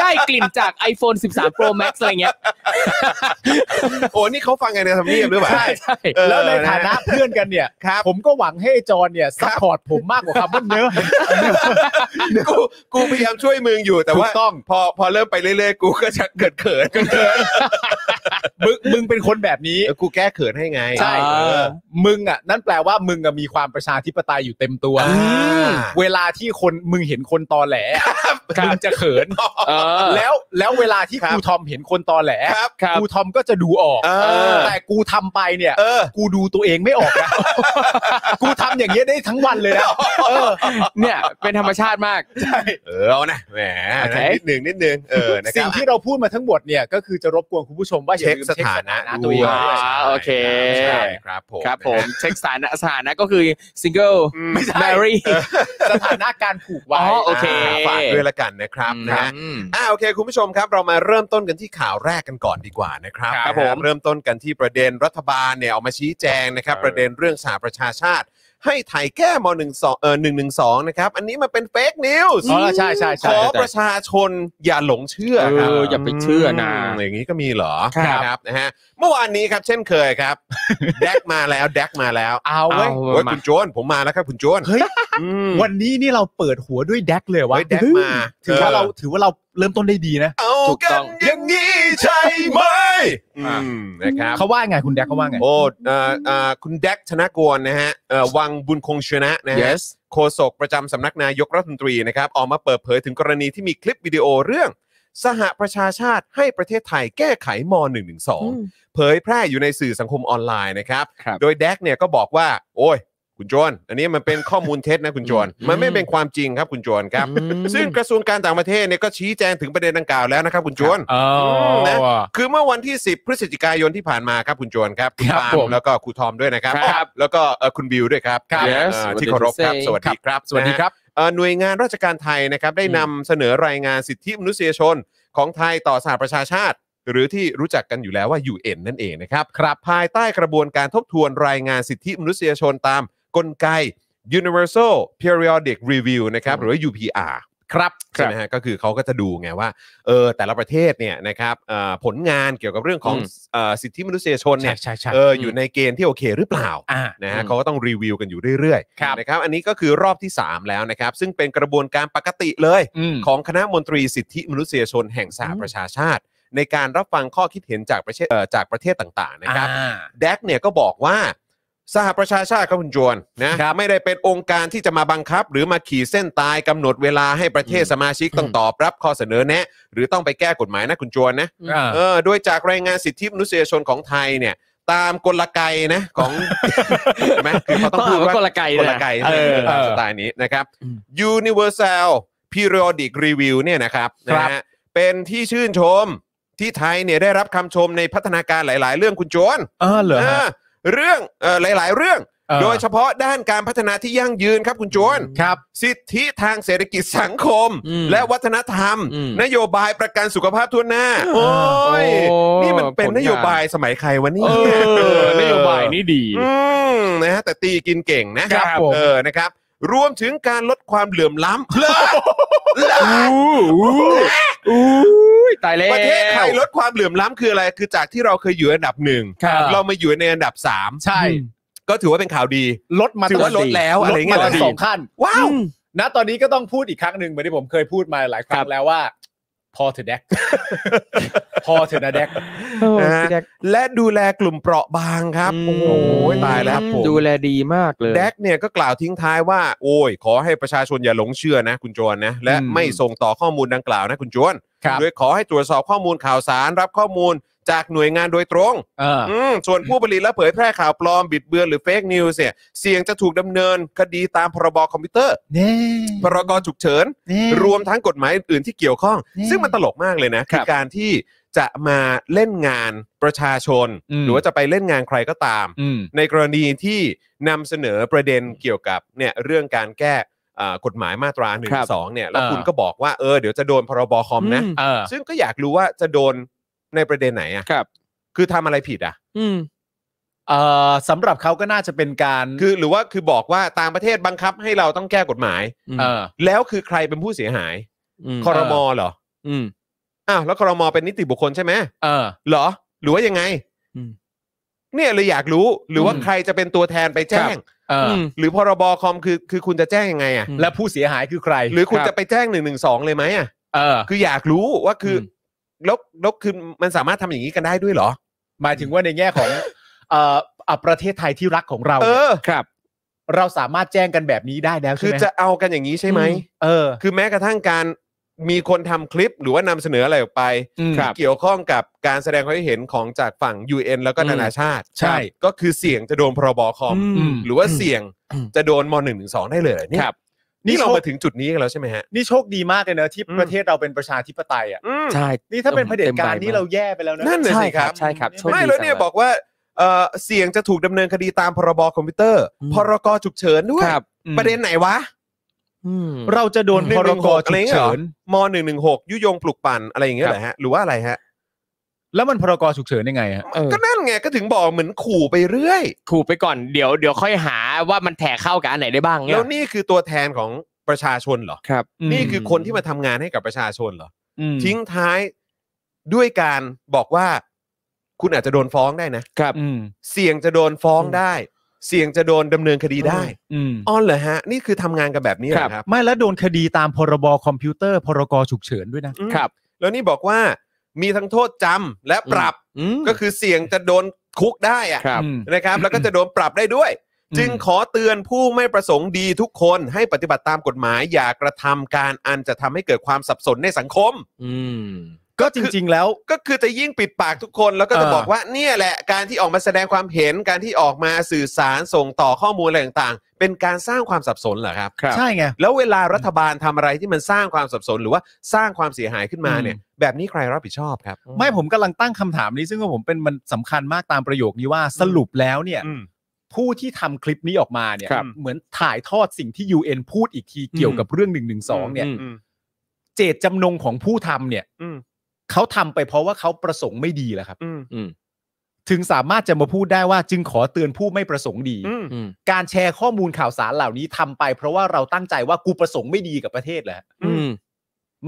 Speaker 3: ได้กลิ่นจาก iPhone 13 Pro Max อะไรเงี้ย
Speaker 1: โอ้นี่เขาฟังไงในทำเนียบหรือเปล่า
Speaker 4: ใช่
Speaker 3: ใช่
Speaker 1: เออ
Speaker 4: แล้วใน
Speaker 1: นะ
Speaker 4: ฐานะเพื่อนกันเนี่ย
Speaker 1: ครับ
Speaker 4: ผมก็หวังให้ไอ้จอนเนี่ยสปอร์ตผมมากกว่าคำว่าเนื้อ
Speaker 1: กูกูพยายามช่วยมึงอยู่แต่
Speaker 4: ถู
Speaker 1: ว่าก
Speaker 4: ต้อง
Speaker 1: พอพอเริ่มไปเรื่อยๆ กูก็จะเกิดเขิน
Speaker 4: มึงมึงเป็นคนแบบนี้
Speaker 1: เออกูแก้เขินให้ไง
Speaker 4: ใช่
Speaker 1: เออ
Speaker 4: มึงอ่ะนั่นแปลว่ามึงอะมีความประชาธิปไตยอยู่เต็มตัว
Speaker 1: อ่า
Speaker 4: เวลาที่คนมึงเห็นคนตอแหลมึงจะเขิน
Speaker 3: เออ
Speaker 4: แล้วแล้วเวลาที่
Speaker 1: ครับ
Speaker 4: ครูทอมเห็นคนตอแหล
Speaker 1: ครับ
Speaker 3: ครับ
Speaker 4: ทอมก็จะดูออก
Speaker 1: เออ
Speaker 4: แต่กูทำไปเนี่ย
Speaker 1: เออ
Speaker 4: กูดูตัวเองไม่ออกนะ กูทำอย่างเงี้ยได้ทั้งวันเลยนะเออ
Speaker 3: เนี่ยเป็นธรรมชาติมาก
Speaker 1: เออเอานะแหม
Speaker 3: โอเค
Speaker 1: นิดหนึ่งนิดหนึ่งเอ อนะค
Speaker 4: สิ่
Speaker 1: รั
Speaker 4: ง
Speaker 1: บ
Speaker 4: ที่เราพูดมาทั้งหมดเนี่ยก็คือจะรบกวนคุณผู้ชมว่าอย่า
Speaker 1: เช็ค
Speaker 4: ลืม
Speaker 1: ส
Speaker 4: เช็ค
Speaker 1: ถา
Speaker 4: ส
Speaker 1: นะ
Speaker 4: ถานะ
Speaker 1: ด้
Speaker 4: ตัว
Speaker 1: ว
Speaker 4: เอย งด้วย
Speaker 3: อ่าโอเค
Speaker 1: ใช่ครับผม
Speaker 3: ครับผมเช็คสถานะสถานะก็คือ single
Speaker 1: ไม่
Speaker 3: Mary
Speaker 4: สถานะการผูกไว้
Speaker 3: อ๋อโอเค
Speaker 1: ฝากด้วยละกันนะครับนะฮะ
Speaker 3: อืม
Speaker 1: อ่าโอเคคุณผู้ชมครับเรามาเริ่มต้นกันที่ข่าวแรกกันก่อนดีกว่านะครับ
Speaker 3: ครับ
Speaker 1: นะฮะ
Speaker 3: ผม
Speaker 1: เริ่มต้นกันที่ประเด็นรัฐบาลเนี่ยออกมาชี้แจงนะครับ ประเด็นเรื่องสหประชาชาติ ให้ไทยแก้ม12เอ่อ112นะครับอันนี้มันเป็นเฟกนิวส์
Speaker 4: อ๋อใช่ใช่ใช่
Speaker 1: ขอ
Speaker 4: ใช่
Speaker 1: ประชาชนอย่าหลงเชื่อครับ
Speaker 3: เอออย่าไปเชื่อนะ
Speaker 1: มอย่างนี้ก็มีเหรอ
Speaker 3: ครับ
Speaker 1: นะครับนะฮะเมื่อวานนี้ครับเช่นเคย ครับ แดกมาแล้วแดกมาแล้ว
Speaker 4: เอา
Speaker 3: เอา
Speaker 4: เว้ย
Speaker 1: โอ้ย
Speaker 3: มา
Speaker 1: คุณโจนผมมาแล้วครับคุณโจนเฮ้ย
Speaker 4: วันนี้นี่เราเปิดหัวด้วยแดกเลย
Speaker 1: ไว้
Speaker 4: วะ
Speaker 1: ยแดกมา
Speaker 4: ถือว่าเรา
Speaker 1: ออ
Speaker 4: ถือว่าเราเริ่มต้นได้ดีนะ
Speaker 1: เอา
Speaker 3: ถูก
Speaker 1: กั
Speaker 3: ต้
Speaker 1: น
Speaker 3: อง
Speaker 1: อย่างนี้ใช่ไหมอืมนะครับ
Speaker 4: เขาว่าไงคุณแดกเขาว่าไง
Speaker 1: โอ้เอ่อเอ่อคุณแดกธนกรนะฮะเอ่อวังบุญคงชนะนะฮะ
Speaker 3: yes
Speaker 1: โฆษกประจำสำนักนายกรัฐมนตรีนะครับ ออกมาเปิดเผยถึงกรณีที่มีคลิปวิดีโอเรื่อง สหประชาชาติให้ประเทศไทยแก้ไขม .112 เผยแพร่อยู่ในสื่อสังคมออนไลน์นะครับ
Speaker 3: ครับ
Speaker 1: โดยแดกเนี่ยก็บอกว่า โอ้ย คุณโจนอันนี้มันเป็นข้อมูลเท็จนะคุณโจน
Speaker 3: อืม
Speaker 1: มันไม่เป็นความจริงครับคุณโจนครับ ซึ่งกระทรวงการต่างประเทศเนี่ยก็ชี้แจงถึงประเด็นดังกล่าวแล้วนะครับคุณโจน นะ คือเมื่อวันที่ 10 พฤศจิกายนที่ผ่านมาครับ คุณโจวนครับคุณ
Speaker 4: ครับ
Speaker 1: ปาล์
Speaker 4: ผม ม
Speaker 1: แล้วก็ครูทอมด้วยนะครับ
Speaker 3: ครับ
Speaker 1: แล้วก็เอ่อคุณบิวด้วยครับ
Speaker 4: ครับ
Speaker 1: เอ่อ
Speaker 3: Yes
Speaker 1: ที่เคารพครับ
Speaker 3: what did you say
Speaker 1: สวัสดีครับ
Speaker 4: สวัสดี
Speaker 1: นะฮะ
Speaker 4: ครับ
Speaker 1: เอ่อหน่วยงานราชการไทยนะครับได้
Speaker 3: อืม
Speaker 1: นำเสนอรายงานสิทธิมนุษยชนของไทยต่อสหประชาชาติ หรือที่รู้จักกันอยู่แล้วว่า UN นั่นเองนะครับครับภายใต้กระบวนการทบทวนรายงานสิทธิมนุษยชนตามกลไก Universal Periodic Review นะครับหรือว่า UPR
Speaker 4: ครับ
Speaker 1: ใช่ไหมฮะก็คือเขาก็จะดูไงว่าเออแต่ละประเทศเนี่ยนะครับเอ่อผลงานเกี่ยวกับเรื่องของ
Speaker 3: อืม
Speaker 1: เอ่อสิทธิมนุษยชน
Speaker 4: ใช่
Speaker 1: เนี่ย
Speaker 4: ใช่ใช่
Speaker 1: เอออยู่ในเกณฑ์ที่โอเคหรือเปล่า
Speaker 4: อ่า
Speaker 1: นะฮะ
Speaker 3: อืม
Speaker 1: เขาก็ต้องรีวิวกันอยู่เรื่อย
Speaker 4: ครับ
Speaker 1: ๆนะครับอันนี้ก็คือรอบที่ 3 แล้วนะครับ ซึ่งเป็นกระบวนการปกติเลย
Speaker 3: อืม
Speaker 1: ของคณะมนตรีสิทธิมนุษยชนแห่งสหประชาชาติ ในการรับฟังข้อคิดเห็นจากประเทศเอ่อจากประเทศต่างๆนะครับ
Speaker 4: อ่า
Speaker 1: แดกเนี่ยก็บอกว่า สหประชาชาติครับคุณจวนนะครับ ไม่ได้เป็นองค์การที่จะมาบังคับ หรือมาขีดเส้นตายกำหนดเวลาให้ประเทศสมาชิกต้องตอบรับข้อเสนอแนะ หรือต้องไปแก้กฎหมายนะคุณจวนนะ
Speaker 4: อ่า
Speaker 1: เออโดยจากรายงานสิทธิมนุษยชนของไทยเนี่ย ตามกลไกนะของ ใช่ไหมคือเขา ต้องพูดว่า
Speaker 3: ต้องอ่านว่ากลไกนะ
Speaker 1: กลไก
Speaker 3: เออ
Speaker 1: ตามสไตล์นี้นะครับ
Speaker 3: อืม
Speaker 1: Universal Periodic Review เนี่ยนะครับ
Speaker 4: ครั
Speaker 1: นะ
Speaker 4: บ
Speaker 1: ฮะเป็นที่ชื่นชมที่ไทยเนี่ยได้รับคำชมในพัฒนาการหลาย ๆ เรื่องคุณโจน
Speaker 4: เออเหรอฮะ
Speaker 1: เออเรื่องเออหลาย ๆ เรื่อง
Speaker 4: ออ
Speaker 1: โดยเฉพาะด้านการพัฒนาที่ยั่งยืนครับคุณโจน
Speaker 4: ครับ
Speaker 1: สิทธิทางเศรษฐกิจสังคม
Speaker 3: อืม
Speaker 1: และวัฒนธรรม
Speaker 3: อืม
Speaker 1: นโยบายประกันสุขภาพทั่วหน้า โอ้ย
Speaker 3: โอ้
Speaker 1: นี่มันเป็น
Speaker 3: ผลงาน
Speaker 1: นโยบายสมัยใครวะเนี่ย
Speaker 3: เออนโยบายนี่ดี
Speaker 1: อืมนะฮะแต่ตีกินเก่งนะครับ
Speaker 3: ผม
Speaker 1: เออนะครับ รวมถึงการลดความเหลื่อมล้ำ
Speaker 3: อู้อู้อู้ยตายแล้ว
Speaker 1: ประเทศไทยลดความเหลื่อมล้ำคืออะไร คือจากที่เราเคยอยู่อันดับหนึ่ง
Speaker 3: ครับ
Speaker 1: เรามาอยู่ในอันดับสาม
Speaker 4: ใช่
Speaker 3: อืม
Speaker 1: ก็ถือว่าเป็นข่าวดี
Speaker 4: ลดมา
Speaker 1: ถือว่าลดแล้วอะไรเงี้ย
Speaker 4: ลดมา
Speaker 1: เหรอ
Speaker 4: สองขั้น
Speaker 1: ว้าว
Speaker 4: ณตอนนี้ก็ต้องพูดอีกครั้งหนึ่งเหมือนที่ผมเคยพูดมาหลายครั้
Speaker 3: ครั
Speaker 4: ง
Speaker 3: บ
Speaker 4: แล้วว่า พอเถอะแด ก พอเถอะนะแดก
Speaker 3: เออ
Speaker 1: นะฮะ
Speaker 3: พี่แดก
Speaker 1: และดูแลกลุ่มเปราะบางครับ
Speaker 3: อืม
Speaker 1: โอ้โหตายแล้วครับผม
Speaker 3: ดูแลดีมากเลย
Speaker 1: แดกเนี่ยก็กล่าวทิ้งท้ายว่า โอ้ย ขอให้ประชาชนอย่าหลงเชื่อนะคุณจวนนะ และ
Speaker 3: อืม
Speaker 1: ไม่ส่งต่อข้อมูลดังกล่าวนะคุณจวน
Speaker 4: ครับ
Speaker 1: โดยขอให้ตรวจสอบข้อมูลข่าวสารรับข้อมูลจากหน่วยงานโดยตรง
Speaker 4: เออ
Speaker 1: อืมส่วนผู้ผลิตและเผยแพร่ข่าวปลอมบิดเบือนหรือเฟกนิวส์เนี่ยเสี่ยงจะถูกดำเนินคดีตามพรบคอมพิวเตอร์
Speaker 4: เน่
Speaker 1: พรกฉุกเฉิน
Speaker 4: เน่
Speaker 1: รวมทั้งกฎหมายอื่นๆที่เกี่ยวข้อง
Speaker 4: อืม
Speaker 1: ซึ่งมันตลกมากเลยนะคือการที่จะมาเล่นงานประชาชน
Speaker 4: อื
Speaker 1: ห
Speaker 4: ม
Speaker 1: รือว่าจะไปเล่นงานใครก็ตาม
Speaker 4: อืม
Speaker 1: ในกรณีที่นำเสนอประเด็นเกี่ยวกับเนี่ยเรื่องการแก้อ่ากฎหมายมาตรา1นึ
Speaker 3: ครับ
Speaker 1: สองเนี่ยแล้ว
Speaker 4: เออ
Speaker 1: คุณก็บอกว่าเออเดี๋ยวจะโดนพรบคอมนะ
Speaker 3: อืม
Speaker 4: เออ
Speaker 1: ซึ่งก็อยากรู้ว่าจะโดนในประเด็นไหนอ่ะ
Speaker 3: ครับ
Speaker 1: คือทำอะไรผิดอ่ะ
Speaker 3: อืม
Speaker 4: เอ่อสำหรับเขาก็น่าจะเป็นการ
Speaker 1: คือหรือว่าคือบอกว่าต่างประเทศบังคับให้เราต้องแก้กฎหมาย
Speaker 4: เออ
Speaker 1: แล้วคือใครเป็นผู้เสียหาย คอรมอเหรอ
Speaker 3: อืม
Speaker 1: อ้าวแล้วคอรมอเป็นนิติบุคคลใช่ไหม
Speaker 4: เออ
Speaker 1: เหรอ หรือว่ายังไง
Speaker 3: อืม
Speaker 1: เนี่ยเลยอยากรู้หรือว่า
Speaker 3: อืม
Speaker 1: ใครจะเป็นตัวแทนไปแจ้ง
Speaker 4: เอออ
Speaker 3: ม
Speaker 1: หรือพรบคอมคือคือคุณจะแจ้งยังไงอ่ะ
Speaker 4: และผู้เสียหายคือใคร
Speaker 1: หรือคุณ
Speaker 3: ครับ
Speaker 1: จะไปแจ้งหนึ่งหนึ่งสองเลยไหมอ่ะ
Speaker 4: เออ
Speaker 1: คืออยากรู้ว่าคืออ
Speaker 3: ม
Speaker 1: แล้วแล้วคือมันสามารถทำอย่างนี้กันได้ด้วยเหรอ
Speaker 4: หมายถึงว่าในแง่ของ เอ่ออ่ะประเทศไทยที่รักของเรา
Speaker 1: เอ
Speaker 4: เนี่ย
Speaker 1: อ
Speaker 3: ครับ
Speaker 4: เราสามารถแจ้งกันแบบนี้ได้แล้ว
Speaker 1: คื
Speaker 4: ใช่
Speaker 1: อ
Speaker 4: ไหม
Speaker 1: จะเอากันอย่างนี้ใช่ไหม
Speaker 3: อืม
Speaker 4: เออ
Speaker 1: คือแม้กระทั่งการมีคนทำคลิปหรือว่านำเสนออะไรออกไป
Speaker 4: อืม
Speaker 1: ที่เกี่ยวข้องกับการแสดงความคิดเห็นของจากฝั่ง UN แล้วก็
Speaker 3: อืม
Speaker 1: นานาชาติค
Speaker 4: ใช่
Speaker 1: รับก็คือเสี่ยงจะโดนพรบคอม
Speaker 3: อืม
Speaker 1: หรือว่าเสี่ยง
Speaker 3: อืม
Speaker 1: จะโดนม .112 ได้เลยเหรอเนี่ย
Speaker 3: ครับ
Speaker 1: นี่เรามาถึงจุดนี้กันแล้วใช่ไหมฮะ
Speaker 4: นี่โชคดีมากเลยเนอะที่
Speaker 1: อืม
Speaker 4: ประเทศเราเป็นประชาธิปไตยอ่ะ
Speaker 1: อืม
Speaker 3: ใช่
Speaker 4: นี่ถ้าเป็นเผด็จการ
Speaker 3: เต็มใบมาก
Speaker 4: นี่เราแย่ไปแล้วนะ
Speaker 1: นั่นน่ะสิครับ
Speaker 3: ใช่ครับโชคดี
Speaker 1: ไม่แล้วเนี่ยบอกว่าเอ่อเสี่ยงจะถูกดำเนินคดีตามพรบคอมพิวเตอร์
Speaker 3: อืม
Speaker 1: พรกฉุกเฉินด้วย
Speaker 3: ครับ
Speaker 1: ประเด็นไหนวะ
Speaker 3: อืม
Speaker 4: เราจะโดนพรก
Speaker 1: 116อะ
Speaker 4: ฉุ
Speaker 1: ไร
Speaker 4: ก
Speaker 1: เงี้ยเห
Speaker 4: เฉิ
Speaker 1: รอ
Speaker 4: น
Speaker 1: มหนึ่งหนึ่งหกยุยงปลุกปั่นอะไรอย่างเงี้ย
Speaker 3: ครับ
Speaker 1: เหรอฮะ หรือว่าอะไรฮะ
Speaker 4: แล้วมันพรกฉุกเฉินยังไงฮะ
Speaker 3: เออ
Speaker 1: ก็นั่นไงก็ถึงบอกเหมือนขู่ไปเรื่อย
Speaker 3: ขู่ไปก่อนเดี๋ยวเดี๋ยวค่อยหาว่ามันแถเข้ากับอันไหนได้บ้างเนี่
Speaker 1: แล้
Speaker 3: ยว
Speaker 1: นี่คือตัวแทนของประชาชนเหรอ
Speaker 3: ครับ
Speaker 4: อืม
Speaker 1: นี่คือคนที่มาทำงานให้กับประชาชนเหรอ
Speaker 4: อืม
Speaker 1: ทิ้งท้ายด้วยการบอกว่า คุณอาจจะโดนฟ้องได้นะ
Speaker 3: ครับ
Speaker 4: อืม
Speaker 1: เสี่ยงจะโดนฟ้อง
Speaker 3: อืม
Speaker 1: ได้ เสี่ยงจะโดนดำเนินคดีได้
Speaker 4: อืม
Speaker 1: อ๋อเหรอฮะ นี่คือทำงานกันแบบนี้เหร
Speaker 3: ครั
Speaker 1: อบ ครับ
Speaker 4: ไม่แล้วโดนคดีตามพรบคอมพิวเตอร์ พรกฉุกเฉินด้วยนะ
Speaker 1: อืม
Speaker 3: ครับ
Speaker 1: แล้วนี่บอกว่ามีทั้งโทษจำและปรับ
Speaker 3: อืม
Speaker 1: ก็คือเสี่ยงจะโดนคุกได้อะ
Speaker 3: ครับ
Speaker 1: นะครับ แล้วก็จะโดนปรับได้ด้วย
Speaker 4: อืม
Speaker 1: จึงขอเตือนผู้ไม่ประสงค์ดีทุกคนให้ปฏิบัติตามกฎหมาย อย่ากระทำการอันจะทำให้เกิดความสับสนในสังคม
Speaker 3: อืม
Speaker 4: ก็จริง ๆ แล้ว
Speaker 1: ก็คือจะยิ่งปิดปากทุกคนแล้วก็จะ
Speaker 4: เออ
Speaker 1: บอกว่าเนี่ยแหละการที่ออกมาแสดงความเห็นการที่ออกมาสื่อสารส่งต่อข้อมูลอะไรต่างๆ เป็นการสร้างความสับสนเหรอครับ
Speaker 3: ครับ
Speaker 4: ใช่ไง
Speaker 1: แล้วเวลารัฐบาลทำอะไรที่มันสร้างความสับสนหรือว่าสร้างความเสียหายขึ้นมาเนี่ย แบบนี้ใครรับผิดชอบครับ
Speaker 4: ไม่ผมกำลังตั้งคำถามนี้ ซึ่งว่าผมเป็นมันสำคัญมากตามประโยคนี้ว่าสรุปแล้วเนี่ย
Speaker 1: อืม
Speaker 4: ผู้ที่ทำคลิปนี้ออกมาเนี่ย
Speaker 3: ครับ
Speaker 4: เหมือนถ่ายทอดสิ่งที่ UN พูดอีกทีเกี่ยวกับเรื่อง1นึเนี่ย
Speaker 3: อืม
Speaker 4: เจตจำนงของผู้ทำเนี่ย
Speaker 1: อืม
Speaker 4: เขาทำไปเพราะว่าเขาประสงค์ไม่ดีแหละครับ
Speaker 1: อืม
Speaker 3: อืม
Speaker 4: ถึงสามารถจะมาพูดได้ว่าจึงขอเตือนผู้ไม่ประสงค์ดี
Speaker 1: อืม
Speaker 3: อืม
Speaker 4: การแชร์ข้อมูลข่าวสารเหล่านี้ทำไป เพราะว่าเราตั้งใจว่ากูประสงค์ไม่ดีกับประเทศเหรอ
Speaker 3: อืม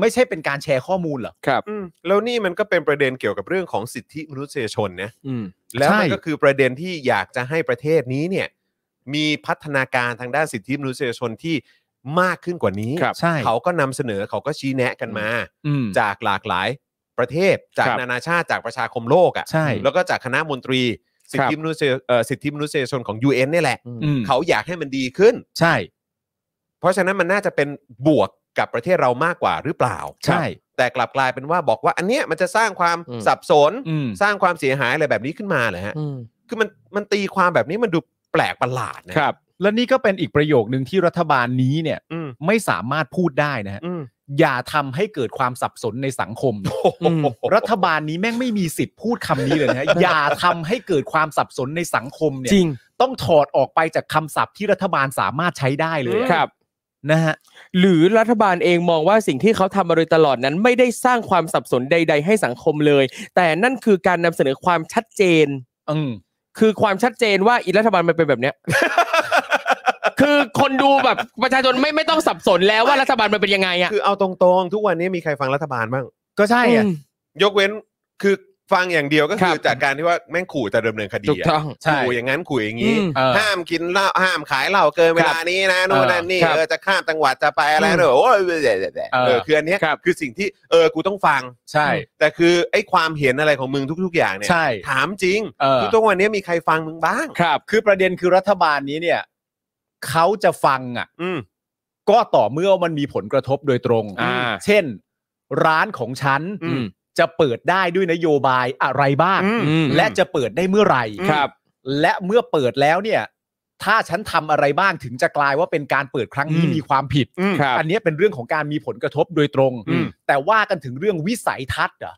Speaker 4: ไม่ใช่เป็นการแชร์ข้อมูลเหรอ
Speaker 3: ครับ
Speaker 1: อืมแล้วนี่มันก็เป็นประเด็นเกี่ยวกับเรื่องของสิทธิมนุษยชนนะ
Speaker 3: อืม
Speaker 1: แล้วมัน
Speaker 4: ใช่
Speaker 1: ก็คือประเด็นที่อยากจะให้ประเทศนี้เนี่ย มีพัฒนาการทางด้านสิทธิมนุษยชนที่มากขึ้นกว่านี้
Speaker 3: ครับ
Speaker 4: ใช่
Speaker 1: เขาก็นำเสนอเขาก็ชี้แนะกันมา
Speaker 4: อืม
Speaker 1: จากหลากหลายประเทศ จาก
Speaker 3: ครับ
Speaker 1: นานาชาติจากประชาคมโลก
Speaker 4: ใช่
Speaker 1: อะ่ะแล้วก็จากคณะมนตรี สิทธิมนุษยเอ่อสิทธิมนุษยชนของ UN เนี่ยแหละ
Speaker 4: อืม
Speaker 1: เขาอยากให้มันดีขึ้น
Speaker 4: ใช่
Speaker 1: เพราะฉะนั้นมันน่าจะเป็นบวกกับประเทศเรามากกว่าหรือเปล่า
Speaker 4: ใช่
Speaker 1: แต่กลับกลายเป็นว่าบอกว่าอันเนี้ยมันจะสร้างความ
Speaker 3: อืม
Speaker 1: สับสน
Speaker 4: อืม
Speaker 1: สร้างความเสียหายอะไรแบบนี้ขึ้นมาเหรอฮะ
Speaker 3: อืม
Speaker 1: คือมันมันตีความแบบนี้มันดูแปลกประหลาดนะครับ
Speaker 4: และนี่ก็เป็นอีกประโยคนึงที่รัฐบาลนี้เนี่ย
Speaker 1: อืม
Speaker 4: ไม่สามารถพูดได้นะฮะ
Speaker 1: อืม
Speaker 4: อย่าทำให้เกิดความสับสนในสังคม
Speaker 3: อืม
Speaker 4: รัฐบาลนี้แม่งไม่มีสิทธิ์พูดคำนี้เลย นะฮะ อย่าทำให้เกิดความสับสนในสังคมเนี่ย
Speaker 3: จริง
Speaker 4: ต้องถอดออกไปจากคำศัพท์ที่รัฐบาลสามารถใช้ได้เลยอะ
Speaker 3: ครับ
Speaker 4: นะฮะ
Speaker 3: หรือรัฐบาลเองมองว่าสิ่งที่เขาทำมาโดยตลอดนั้นไม่ได้สร้างความสับสนใด ๆ ให้สังคมเลย แต่นั่นคือการนำเสนอความชัดเจน
Speaker 4: อืม
Speaker 3: คือความชัดเจนว่าอีรัฐบาลมันเป็นแบบเนี้ย คือคนดูแบบประชาชนไม่ไม่ต้องสับสนแล้วว่ารัฐบาลมันเป็นยังไงอ่ะ
Speaker 1: คือเอาตรงๆ ทุกวันนี้มีใครฟังรัฐบาลบ้าง
Speaker 4: ก็ใช่อะ
Speaker 3: อืม
Speaker 1: ยกเว้นคือฟังอย่างเดียวก็
Speaker 3: ครั
Speaker 1: คือบ จากการที่ว่าแม่งขู่จะดำเนินคดี
Speaker 3: ถูก
Speaker 1: อะ
Speaker 3: ต้อง
Speaker 4: ใช่
Speaker 1: ขู่อย่างนั้นขู่อย่างนี้
Speaker 3: อืม
Speaker 4: เออ
Speaker 1: ห้ามกินเหล้าห้ามขายเหล้าเกินเวลานี้นะนู่นนั่นนี่
Speaker 3: ครับ
Speaker 1: เออจะข้ามจังหวัดจะไปอะไร
Speaker 3: อืม
Speaker 1: เนอะโอ้ยเออ
Speaker 4: เออ
Speaker 1: คืออันเนี้ย
Speaker 3: ครับ
Speaker 1: คือสิ่งที่เออกูต้องฟัง
Speaker 4: ใช่
Speaker 1: แต่คือไอ้ความเห็นอะไรของมึงทุก ๆ อย่างเนี่ย
Speaker 4: ใช่
Speaker 1: ถามจริง
Speaker 4: เออ
Speaker 1: คือทุกวันนี้มีใครฟังมึงบ้าง
Speaker 3: ครับ
Speaker 4: คือประเด็นคือรัฐบาลนี้เนี่ยเขาจะฟังอ่ะ
Speaker 1: อืม
Speaker 4: ก็ต่อเมื่อมันมีผลกระทบโดยตรง
Speaker 3: อ่า
Speaker 4: เช่น ร้านของฉัน
Speaker 1: อืม
Speaker 4: จะเปิดได้ด้วยนโยบายอะไรบ้าง
Speaker 1: อืม
Speaker 3: อืม
Speaker 4: และจะเปิดได้เมื่อไหร่
Speaker 3: ครับ
Speaker 4: และเมื่อเปิดแล้วเนี่ย ถ้าฉันทำอะไรบ้างถึงจะกลายว่าเป็นการเปิดครั้งนี้
Speaker 3: อืม
Speaker 4: มีความผิด
Speaker 1: อืม
Speaker 3: ครับ
Speaker 4: อันเนี้ยเป็นเรื่องของการมีผลกระทบโดยตรง
Speaker 3: อืม
Speaker 4: แต่ว่ากันถึงเรื่องวิสัยทัศน์เหรอ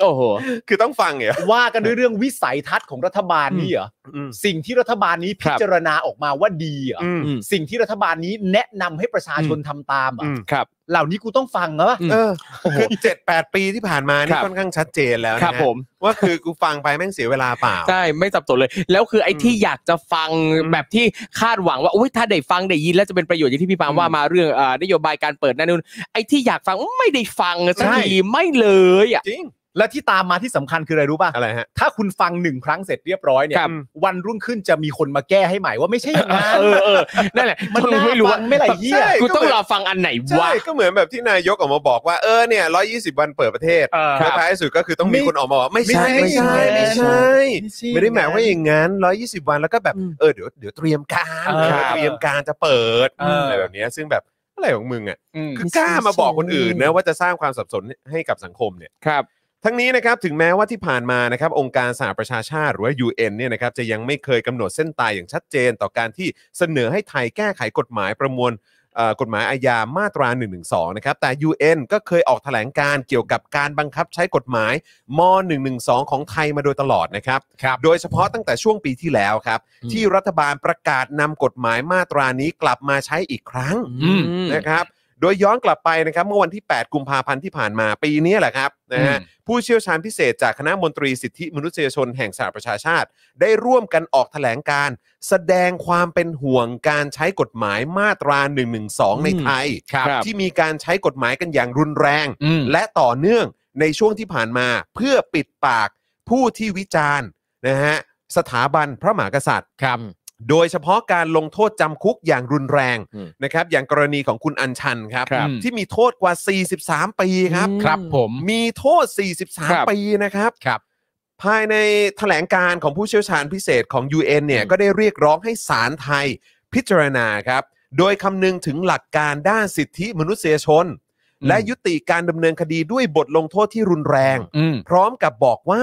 Speaker 3: โอ้โห
Speaker 1: คือต้องฟังเหรอ
Speaker 4: ว่ากันด้วยเรื่องวิสัยทัศน์ของรัฐบาลนี่เหรอ
Speaker 1: อืม
Speaker 4: สิ่งที่รัฐบาลนี้พิจารณาออกมาว่าดีเหรอ
Speaker 1: อืม
Speaker 3: อืม
Speaker 4: สิ่งที่รัฐบาลนี้แนะนำให้ประชาชนทำตามเหร
Speaker 1: อื
Speaker 4: อ่ะ
Speaker 1: ม
Speaker 3: ครับ
Speaker 4: เหล่านี้กูต้องฟังเหรอวะ
Speaker 3: อืม
Speaker 1: เออคือเจ็ดแปดปีที่ผ่านมานี่
Speaker 3: ครับ
Speaker 1: ค่อนข้างชัดเจนแล้ว
Speaker 3: ครับ
Speaker 1: นะฮะ
Speaker 3: ผม
Speaker 1: ว่าคือกูฟังไปแม่งเสียเวลาเปล่า
Speaker 3: ใช่ไม่สับสนเลย แล้วคือไอ้ที่อยากจะฟังแบบที่คาดหวังว่าอุ้ยถ้าได้ฟังได้ยินแล้วจะเป็นประโยชน์อย่างที่พี่ปาล์มว่ามาเรื่องเอ่อนโยบายการเปิดนั่นนู่นไอ้ที่อยากฟังไม่ได้ฟังสัก
Speaker 4: ใช่
Speaker 3: ทีไม่เลยอ่ะ
Speaker 1: จริง
Speaker 4: และที่ตามมาที่สำคัญคืออะไรรู้ป่ะ
Speaker 1: อะไรฮะ
Speaker 4: ถ้าคุณฟังหนึ่งครั้งเสร็จเรียบร้อยเนี่ย
Speaker 3: ครับ
Speaker 4: วันรุ่งขึ้นจะมีคนมาแก้ให้ใหม่ว่าไม่ใช่อย่างนั้น
Speaker 3: เออเออนั่นแหละ
Speaker 4: มัน
Speaker 3: จ
Speaker 4: น่า
Speaker 3: ไม่รู้
Speaker 4: ฟั
Speaker 3: ว่าง
Speaker 4: ไม่ไรเหี้ย
Speaker 1: ใช่
Speaker 3: กูต้องรอฟังอันไหน
Speaker 1: ใช่
Speaker 3: วะ
Speaker 1: ก็เหมือนแบบที่นายกออกมาบอกว่าเออเนี่ยร้อยี่สิบวันเปิดประเทศ
Speaker 3: ครับ
Speaker 1: ท้ายที่สุดก็คือต้องมี
Speaker 4: ไม่
Speaker 1: คนออกมาบอกว่าไม่ใช่
Speaker 4: ไม่
Speaker 1: ไม่
Speaker 4: ใช่
Speaker 1: ใช่
Speaker 4: ไม่
Speaker 1: ไม่
Speaker 4: ใช่
Speaker 1: ใช่
Speaker 4: ใช่
Speaker 1: ไม่ได้หมายว่าอย่างนั้นร้อยี่สิบวันแล้วก็แบบ
Speaker 3: อืม
Speaker 1: เออเดี๋ยวเดี๋ยวเตรียมการ
Speaker 3: เออครับ
Speaker 1: เตรียมการจะเปิด
Speaker 4: เอออ
Speaker 1: อะไรแบบเนี้ยซึ่งแบบอะไรของมึงอ่ะ
Speaker 4: อืม
Speaker 1: คือกล้ามาบอกคนอื่นนะว่าจะสร้างความสับสนให้กับสังคมเนี่ย
Speaker 3: ครับ
Speaker 1: ทั้งนี้นะครับถึงแม้ว่าที่ผ่านมานะครับองค์การสหประชาชาติหรือว่า UN เนี่ยนะครับจะยังไม่เคยกำหนดเส้นตายอย่างชัดเจน ต่อการที่เสนอให้ไทยแก้ไขกฎหมายประมวลเอ่อกฎหมายอาญามาตรา1นึนะครับแต่ UN ก็เคยออกแถลงการเกี่ยวกับการบังคับใช้กฎหมายม .112 ของไทยมาโดยตลอดนะครับ
Speaker 4: ครับ
Speaker 1: โดยเฉพาะตั้งแต่ช่วงปีที่แล้วครับ
Speaker 3: อืม
Speaker 1: ที่รัฐบาลประกาศนำกฎหมายมาตรานี้กลับมาใช้อีกครั้ง
Speaker 4: อืม
Speaker 1: นะครับ โดยย้อนกลับไปนะครับเมื่อวันที่ 8 กุมภาพันธ์ที่ผ่านมาปีนี้แหละครับนะฮะ
Speaker 4: อืม
Speaker 1: ผู้เชี่ยวชาญพิเศษจากคณะมนตรีสิทธิมนุษยชนแห่งสหประชาชาติ ได้ร่วมกันออกแถลงการณ์แสดงความเป็นห่วงการใช้กฎหมายมาตรา 112 ในไทย
Speaker 3: ครับ
Speaker 1: ที่มีการใช้กฎหมายกันอย่างรุนแรง
Speaker 4: อืม
Speaker 1: และต่อเนื่องในช่วงที่ผ่านมาเพื่อปิดปากผู้ที่วิจารณ์นะฮะสถาบันพระหมหากษัตริย์
Speaker 3: ครับ
Speaker 1: โดยเฉพาะการลงโทษจำคุกอย่างรุนแรง
Speaker 3: อืม
Speaker 1: นะครับอย่างกรณีของคุณอัญชันครับ
Speaker 3: ครับ
Speaker 1: ที่มีโทษกว่า 43 ปีครับ
Speaker 3: อืม
Speaker 4: ครับผม
Speaker 1: มีโทษ
Speaker 3: ครับ
Speaker 1: 43 ปีนะครับ
Speaker 4: ครับ
Speaker 1: ภายในแถลงการของผู้เชี่ยวชาญพิเศษของ UN เนี่ยก็ได้เรียกร้องให้ศาลไทยพิจารณาครับ โดยคำนึงถึงหลักการด้านสิทธิมนุษยชน
Speaker 4: อืม
Speaker 1: และยุติการดำเนินคดีด้วยบทลงโทษที่รุนแรง
Speaker 4: อืม
Speaker 1: พร้อมกับบอกว่า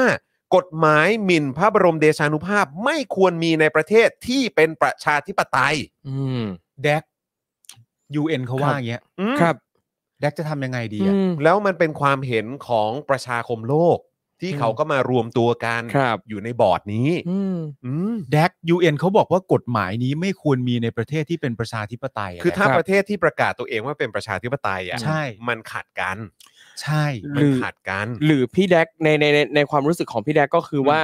Speaker 1: กฎหมายหมิ่นพระบรมเดชานุภาพไม่ควรมีในประเทศที่เป็นประชาธิปไตย
Speaker 3: อืม
Speaker 4: แดก UN เขาว่าอย่างเงี้ย
Speaker 3: ครับ
Speaker 4: แดกจะทำยังไงดี
Speaker 3: อื
Speaker 4: อะ
Speaker 3: ม
Speaker 1: แล้วมันเป็นความเห็นของประชาคมโลก ที่
Speaker 3: อืม
Speaker 1: เขาก็มารวมตัวกัน
Speaker 3: ครับ
Speaker 1: อยู่ในบอร์ดนี้
Speaker 3: อืม
Speaker 1: อืม
Speaker 4: แดก UN เขาบอกว่ากฎหมายนี้ไม่ควรมีในประเทศที่เป็นประชาธิปไตยะ
Speaker 1: คือถ้า
Speaker 3: ครับ
Speaker 1: ประเทศที่ประกาศตัวเองว่าเป็นประชาธิปไตยอ่ะ
Speaker 4: ใช่
Speaker 1: มันขัดกัน
Speaker 4: ใช่
Speaker 1: มั
Speaker 3: หรื
Speaker 1: น
Speaker 3: อ
Speaker 1: ขัดกัน
Speaker 3: หรือพี่แดกในในในในความรู้สึกของพี่แดกก็คือว่า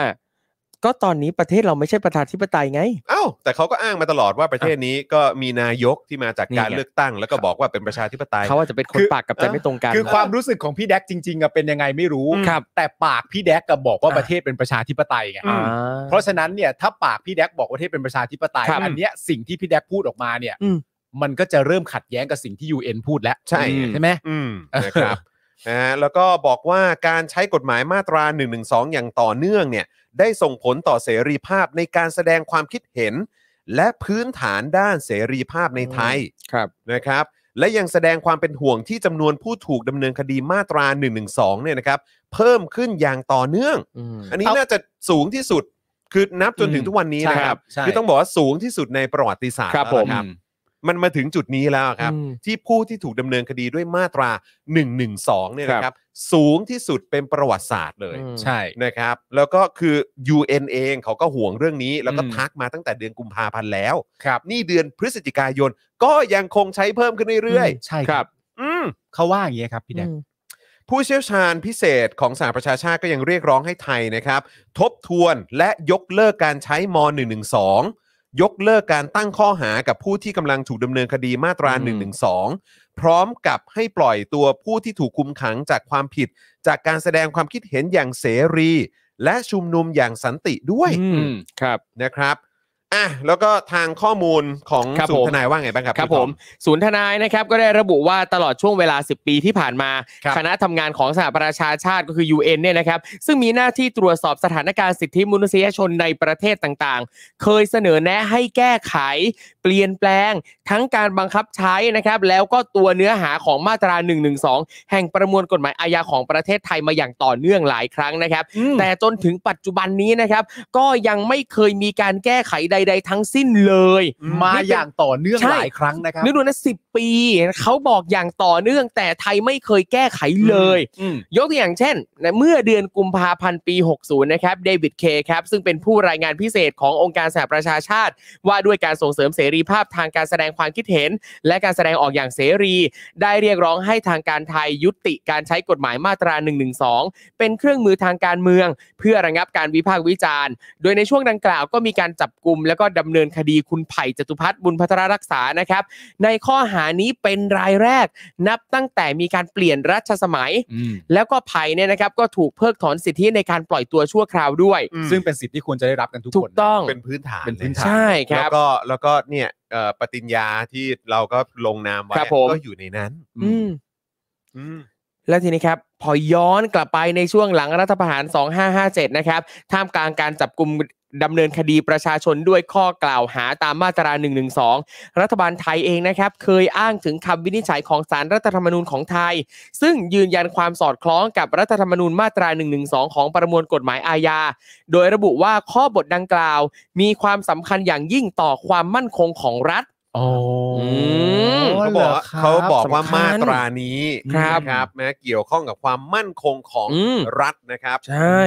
Speaker 3: ก็ตอนนี้ประเทศเราไม่ใช่ประชาธิปไตยไง
Speaker 1: เอ้าแต่เขาก็อ้างมาตลอดว่าประเทศนี้ก็มีนายกที่มาจาก
Speaker 3: นี่
Speaker 1: การ
Speaker 3: ไง
Speaker 1: เลือกตั้ง แล้วก็บอกว่าเป็นประชาธิปไตย
Speaker 3: เขาอาจจะเป็นคน
Speaker 4: คือ
Speaker 3: ปากกับใจไม่ตรงกัน
Speaker 4: คือความรู้สึกของพี่แดกจริงๆอะเป็นยังไงไม่รู้
Speaker 3: ครับ
Speaker 4: แต่ปากพี่แดกกับบอกว่าประเทศเป็นประชาธิปไตยไง
Speaker 3: อ่า
Speaker 4: เพราะฉะนั้นเนี่ยถ้าปากพี่แดกบอกประเทศเป็นประชาธิปไตย
Speaker 3: ครับ
Speaker 4: อันเนี้ยสิ่งที่พี่แดกพูดออกมาเนี่ย
Speaker 3: อืม
Speaker 4: มันก็จะเริ่มขัดแย้งกับสิ่งที่ UN พูดแล้ว
Speaker 1: ใช่
Speaker 4: ใช่ไหม
Speaker 1: อืมนะครับนะฮะแล้วก็บอกว่าการใช้กฎหมายมาตรา1นึอย่างต่อเนื่องเนี่ยได้ส่งผลต่อเสรีภาพในการแสดงความคิดเห็น และพื้นฐานด้านเสรีภาพในไทย
Speaker 3: ครับ
Speaker 1: นะครับ และยังแสดงความเป็นห่วงที่จำนวนผู้ถูกดำเนินคดีมาตรา1นึเนี่ยนะครับเพิ่มขึ้นอย่างต่อเนื่อง
Speaker 3: อืม
Speaker 1: อันนี้
Speaker 4: เอา
Speaker 1: น่าจะสูงที่สุดคือนับจนถึงทุกวันนี้นะค
Speaker 4: ใช่ค
Speaker 1: รั
Speaker 4: รั
Speaker 1: บบ
Speaker 4: ใช่
Speaker 1: คือต้องบอกว่าสูงที่สุดในประวัติศาสตร์
Speaker 3: ครับ
Speaker 1: แล้ว
Speaker 3: ผม
Speaker 1: นะ มันมาถึงจุดนี้แล้วครับ
Speaker 3: อืม
Speaker 1: ที่ผู้ที่ถูกดำเนินคดีด้วยมาตรา 112เนี่ยนะค
Speaker 3: ครั
Speaker 1: รับ
Speaker 3: บ
Speaker 1: สูงที่สุดเป็นประวัติศาสตร์เลย
Speaker 3: อืม
Speaker 4: ใช่
Speaker 1: นะครับ แล้วก็คือ UN เองเขาก็ห่วงเรื่องนี้ แล้วก็
Speaker 4: อืม
Speaker 1: ทักมาตั้งแต่เดือนกุมภาพันธ์แล้ว
Speaker 4: ครับ
Speaker 1: นี่เดือนพฤศจิกายน ก็ยังคงใช้เพิ่มขึ้นเรื่อย
Speaker 4: ใช่
Speaker 3: ครับ
Speaker 1: ๆอืม
Speaker 4: เขาว่าอย่างเงี้ยครับพี่แดก
Speaker 3: อืม
Speaker 1: ผู้เชี่ยวชาญพิเศษของสหประชาชาติก็ยังเรียกร้องให้ไทยนะครับ ทบทวนและยกเลิกการใช้ม .112 ยกเลิกการตั้งข้อหากับผู้ที่กำลังถูกดำเนินคดีมาตรา
Speaker 3: อืม
Speaker 1: 112 พร้อมกับให้ปล่อยตัวผู้ที่ถูกคุมขังจากความผิด จากการแสดงความคิดเห็นอย่างเสรี และชุมนุมอย่างสันติด้วย
Speaker 3: อืมครับ
Speaker 1: นะครับอ่ะแล้วก็ทางข้อมูลของ
Speaker 3: ครับ
Speaker 1: สุน
Speaker 3: ผม
Speaker 1: ทนายว่าไงบ้างครับ
Speaker 3: ครับ
Speaker 1: พี่
Speaker 3: ผ
Speaker 1: ทอ
Speaker 3: มศูนย์ทนายนะครับก็ได้ระบุว่าตลอดช่วงเวลา 10 ปีที่ผ่านมา
Speaker 1: ครับ
Speaker 3: คณะทำงานของสหประชาชาติก็คือ UN เนี่ยนะครับซึ่งมีหน้าที่ตรวจสอบสถานการณ์สิทธิมนุษยชนในประเทศต่างๆ เคยเสนอแนะให้แก้ไข เปลี่ยนแปลง ทั้งการบังคับใช้นะครับแล้วก็ตัวเนื้อหาของมาตรา 112 แห่งประมวลกฎหมายอาญาของประเทศไทยมาอย่างต่อเนื่องหลายครั้งนะครับ แต่จนถึงปัจจุบันนี้นะครับก็ยังไม่เคยมีการแก้ไขใด ๆ ทั้งสิ้นเลย
Speaker 4: มาอย่างต่อเนื่อง
Speaker 3: ใช่
Speaker 4: หลายครั้งนะครับ
Speaker 3: นึกดูนะสิปีเขาบอกอย่างต่อเนื่อง แต่ไทยไม่เคยแก้ไขเลย
Speaker 4: อืม
Speaker 3: ยกตัวอย่างเช่นนะเมื่อเดือนกุมภาพันธ์ปี 60 นะครับเดวิดเคครับ ซึ่งเป็นผู้รายงานพิเศษขององค์การสหประชาชาติ ว่าด้วยการส่งเสริมเสรีภาพทางการแสดงความคิดเห็น และการแสดงออกอย่างเสรี ได้เรียกร้องให้ทางการไทยยุติการใช้กฎหมายมาตรา 112 เป็นเครื่องมือทางการเมือง เพื่อระงับการวิพากษ์วิจารณ์ โดยในช่วงดังกล่าวก็มีการจับกลุ่มแล้วก็ดำเนินคดีคุณไผ่จตุพัฒน์บุญพัทรรักษานะครับ ในข้อหานี้เป็นรายแรก นับตั้งแต่มีการเปลี่ยนรัชสมัย แล้วก็ไผ่เนี่ยนะครับก็ถูกเพิกถอนสิทธิในการปล่อยตัวชั่วคราวด้วย
Speaker 1: อืม
Speaker 4: ซึ่งเป็นสิทธิ์ที่ควรจะได้รับกันทุก
Speaker 3: ถู
Speaker 4: ค
Speaker 3: ก
Speaker 4: น
Speaker 3: ต้อง
Speaker 1: เป็นพื้นฐาน
Speaker 4: เป็นพื้นฐาน
Speaker 3: ใช่ครั
Speaker 1: แล้
Speaker 3: บ
Speaker 1: วก็แล้วก็เนี่ยเอ่อปฏิญญาที่เราก็ลงนามไว้
Speaker 3: ครับผม
Speaker 1: ก็อยู่ในนั้น
Speaker 3: อืม แล้วทีนี้ครับ พอย้อนกลับไปในช่วงหลังรัฐประหาร 2557 นะครับ ท่ามกลางการจับกลุ่มดำเนินคดีประชาชนด้วยข้อกล่าวหาตามมาตรา 112 รัฐบาลไทยเองนะครับ เคยอ้างถึงคำวินิจฉัยของสารรัฐธรรมนูญของไทย ซึ่งยืนยันความสอดคล้องกับรัฐธรรมนูญมาตรา 112 ของประมวลกฎหมายอาญา โดยระบุว่าข้อบทดังกล่าว มีความสำคัญอย่างยิ่งต่อความมั่นคงของรัฐ
Speaker 4: โอ้
Speaker 3: อืม
Speaker 1: เขาบอกว่าเขาบอกว่า
Speaker 3: สำคัญ
Speaker 1: มาตรานี้
Speaker 3: ครับ
Speaker 1: นะครับนะเกี่ยวข้องกับความมั่นคงของ
Speaker 3: อืม
Speaker 1: รัฐนะครับ
Speaker 3: ใช่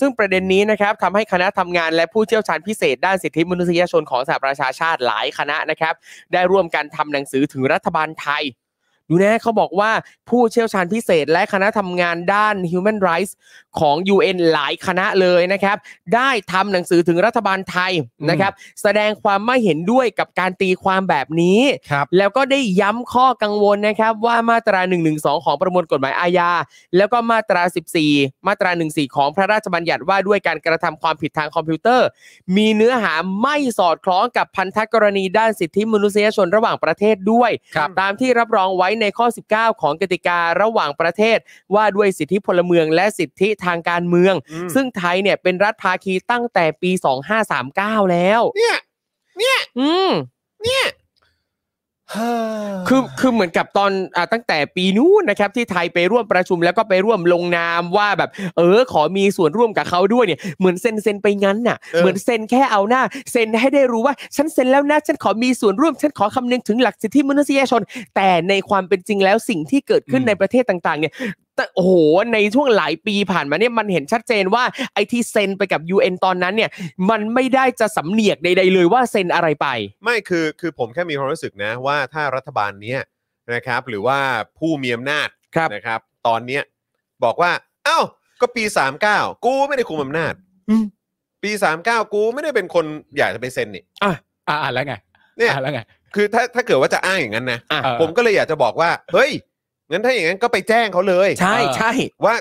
Speaker 3: ซึ่งประเด็นนี้นะครับทำให้คณะทำงานและผู้เชี่ยวชาญพิเศษด้านสิทธิมนุษยชนของสหประชาชาติหลายคณะนะครับ ได้ร่วมกันทำหนังสือถึงรัฐบาลไทย ดูนะเขาบอกว่าผู้เชี่ยวชาญพิเศษและคณะทำงานด้าน Human Rights ของ UN หลายคณะเลยนะครับ ได้ทำหนังสือถึงรัฐบาลไทยนะครับ แสดงความไม่เห็นด้วยกับการตีความแบบนี้
Speaker 4: ครับ
Speaker 3: แล้วก็ได้ย้ำข้อกังวลนะครับว่ามาตรา 1 1 2 ของประมวลกฎหมายอาญา แล้วก็มาตรา 14 มาตรา 14 ของพระราชบัญญัติว่าด้วยการกระทำความผิดทางคอมพิวเตอร์ มีเนื้อหาไม่สอดคล้องกับพันธกรณีด้านสิทธิมนุษยชนระหว่างประเทศด้วย
Speaker 4: ครับ
Speaker 3: ตามที่รับรองไว้ในข้อ 19 ของกติการะหว่างประเทศ ว่าด้วยสิทธิพลเมืองและสิทธิทางการเมือง
Speaker 1: อืม
Speaker 3: ซึ่งไทยเนี่ยเป็นรัฐภาคีตั้งแต่ปี 2539 แล้ว
Speaker 1: เนี่ย
Speaker 3: อืม คือคือเหมือนกับตอนอาตั้งแต่ปีนู้นนะครับที่ไทยไปร่วมประชุมแล้วก็ไปร่วมลงนามว่าแบบ เออ ขอมีส่วนร่วมกับเขาด้วยเนี่ยเหมือนเซ็นเซ็นไปงั้นน่ะ
Speaker 1: เออ
Speaker 3: เหมือนเซ็นแค่เอาหน้าเซ็นให้ได้รู้ว่าฉันเซ็นแล้วนะฉันขอมีส่วนร่วม ฉันขอคำนึงถึงหลักสิทธิมนุษยชน แต่ในความเป็นจริงแล้วสิ่งที่เกิดขึ้น
Speaker 4: อืม
Speaker 3: ในประเทศต่างๆเนี่ยแต่โอ้โหในช่วงหลายปีผ่านมาเนี่ยมันเห็นชัดเจนว่าไอ้ที่เซ็นไปกับ UN ตอนนั้นเนี่ย มันไม่ได้จะสำเนียกใดๆเลยว่าเซ็นอะไรไป
Speaker 1: ไม่คือคือผมแค่มีความรู้สึกนะว่าถ้ารัฐบาลเนี้ยนะครับ หรือว่าผู้มีอำนาจ
Speaker 3: ครับ
Speaker 1: นะครับ ตอนเนี้ยบอกว่า เอ้า ก็ปี 39 กูไม่ได้คุมอำนาจ
Speaker 3: อืม
Speaker 1: ปี 39 กูไม่ได้เป็นคนอยากจะไปเซ็นนี่
Speaker 4: อ่าแล้วไง
Speaker 1: เนี่ย
Speaker 4: อ่าแล้วไง
Speaker 1: คือถ้าถ้าเกิดว่าจะอ้างอย่างนั้นนะ
Speaker 3: อ่ะ
Speaker 4: เออ
Speaker 1: ผมก็เลยอยากจะบอกว่า เฮ้ย งั้นถ้าอย่างนั้นก็ไปแจ้งเขาเลย
Speaker 3: ใช่
Speaker 4: เออ
Speaker 3: ใช่
Speaker 1: ว่า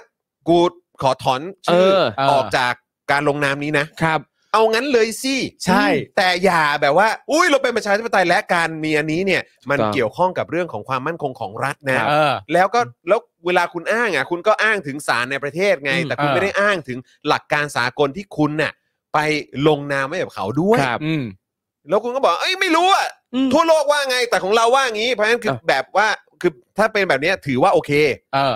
Speaker 1: กูขอถอนชื่
Speaker 3: เออ
Speaker 1: ออกจากการลงนามนี้นะ
Speaker 3: ครับ
Speaker 1: เอางั้นเลยสิ
Speaker 4: ใช่
Speaker 1: แต่อย่าแบบว่า อุ้ยเราเป็นประชาธิปไตยและการมีอันนี้เนี่ย มัน
Speaker 3: ถูกต้อง
Speaker 1: เกี่ยวข้องกับเรื่องของความมั่นคงของรัฐนะ
Speaker 4: เออ
Speaker 1: แล้วก็แล้วเวลาคุณอ้างอ่ะ คุณก็อ้างถึงศาลในประเทศไง
Speaker 4: อืม
Speaker 1: แต่คุณ
Speaker 4: เออ
Speaker 1: ไม่ได้อ้างถึงหลักการสากลที่คุณน่ะไปลงนามไว้กับเขาด้วย
Speaker 3: ครับ
Speaker 4: อืม
Speaker 1: แล้วคุณก็บอกเอ้ยไม่รู้อ่ะ
Speaker 3: อืม
Speaker 1: ทั่วโลกว่าไงแต่ของเราว่างี้ เพราะฉะนั้นคือ
Speaker 3: เออ
Speaker 1: แบบว่าคือถ้าเป็นแบบเนี้ยถือว่าโอเค
Speaker 4: เออ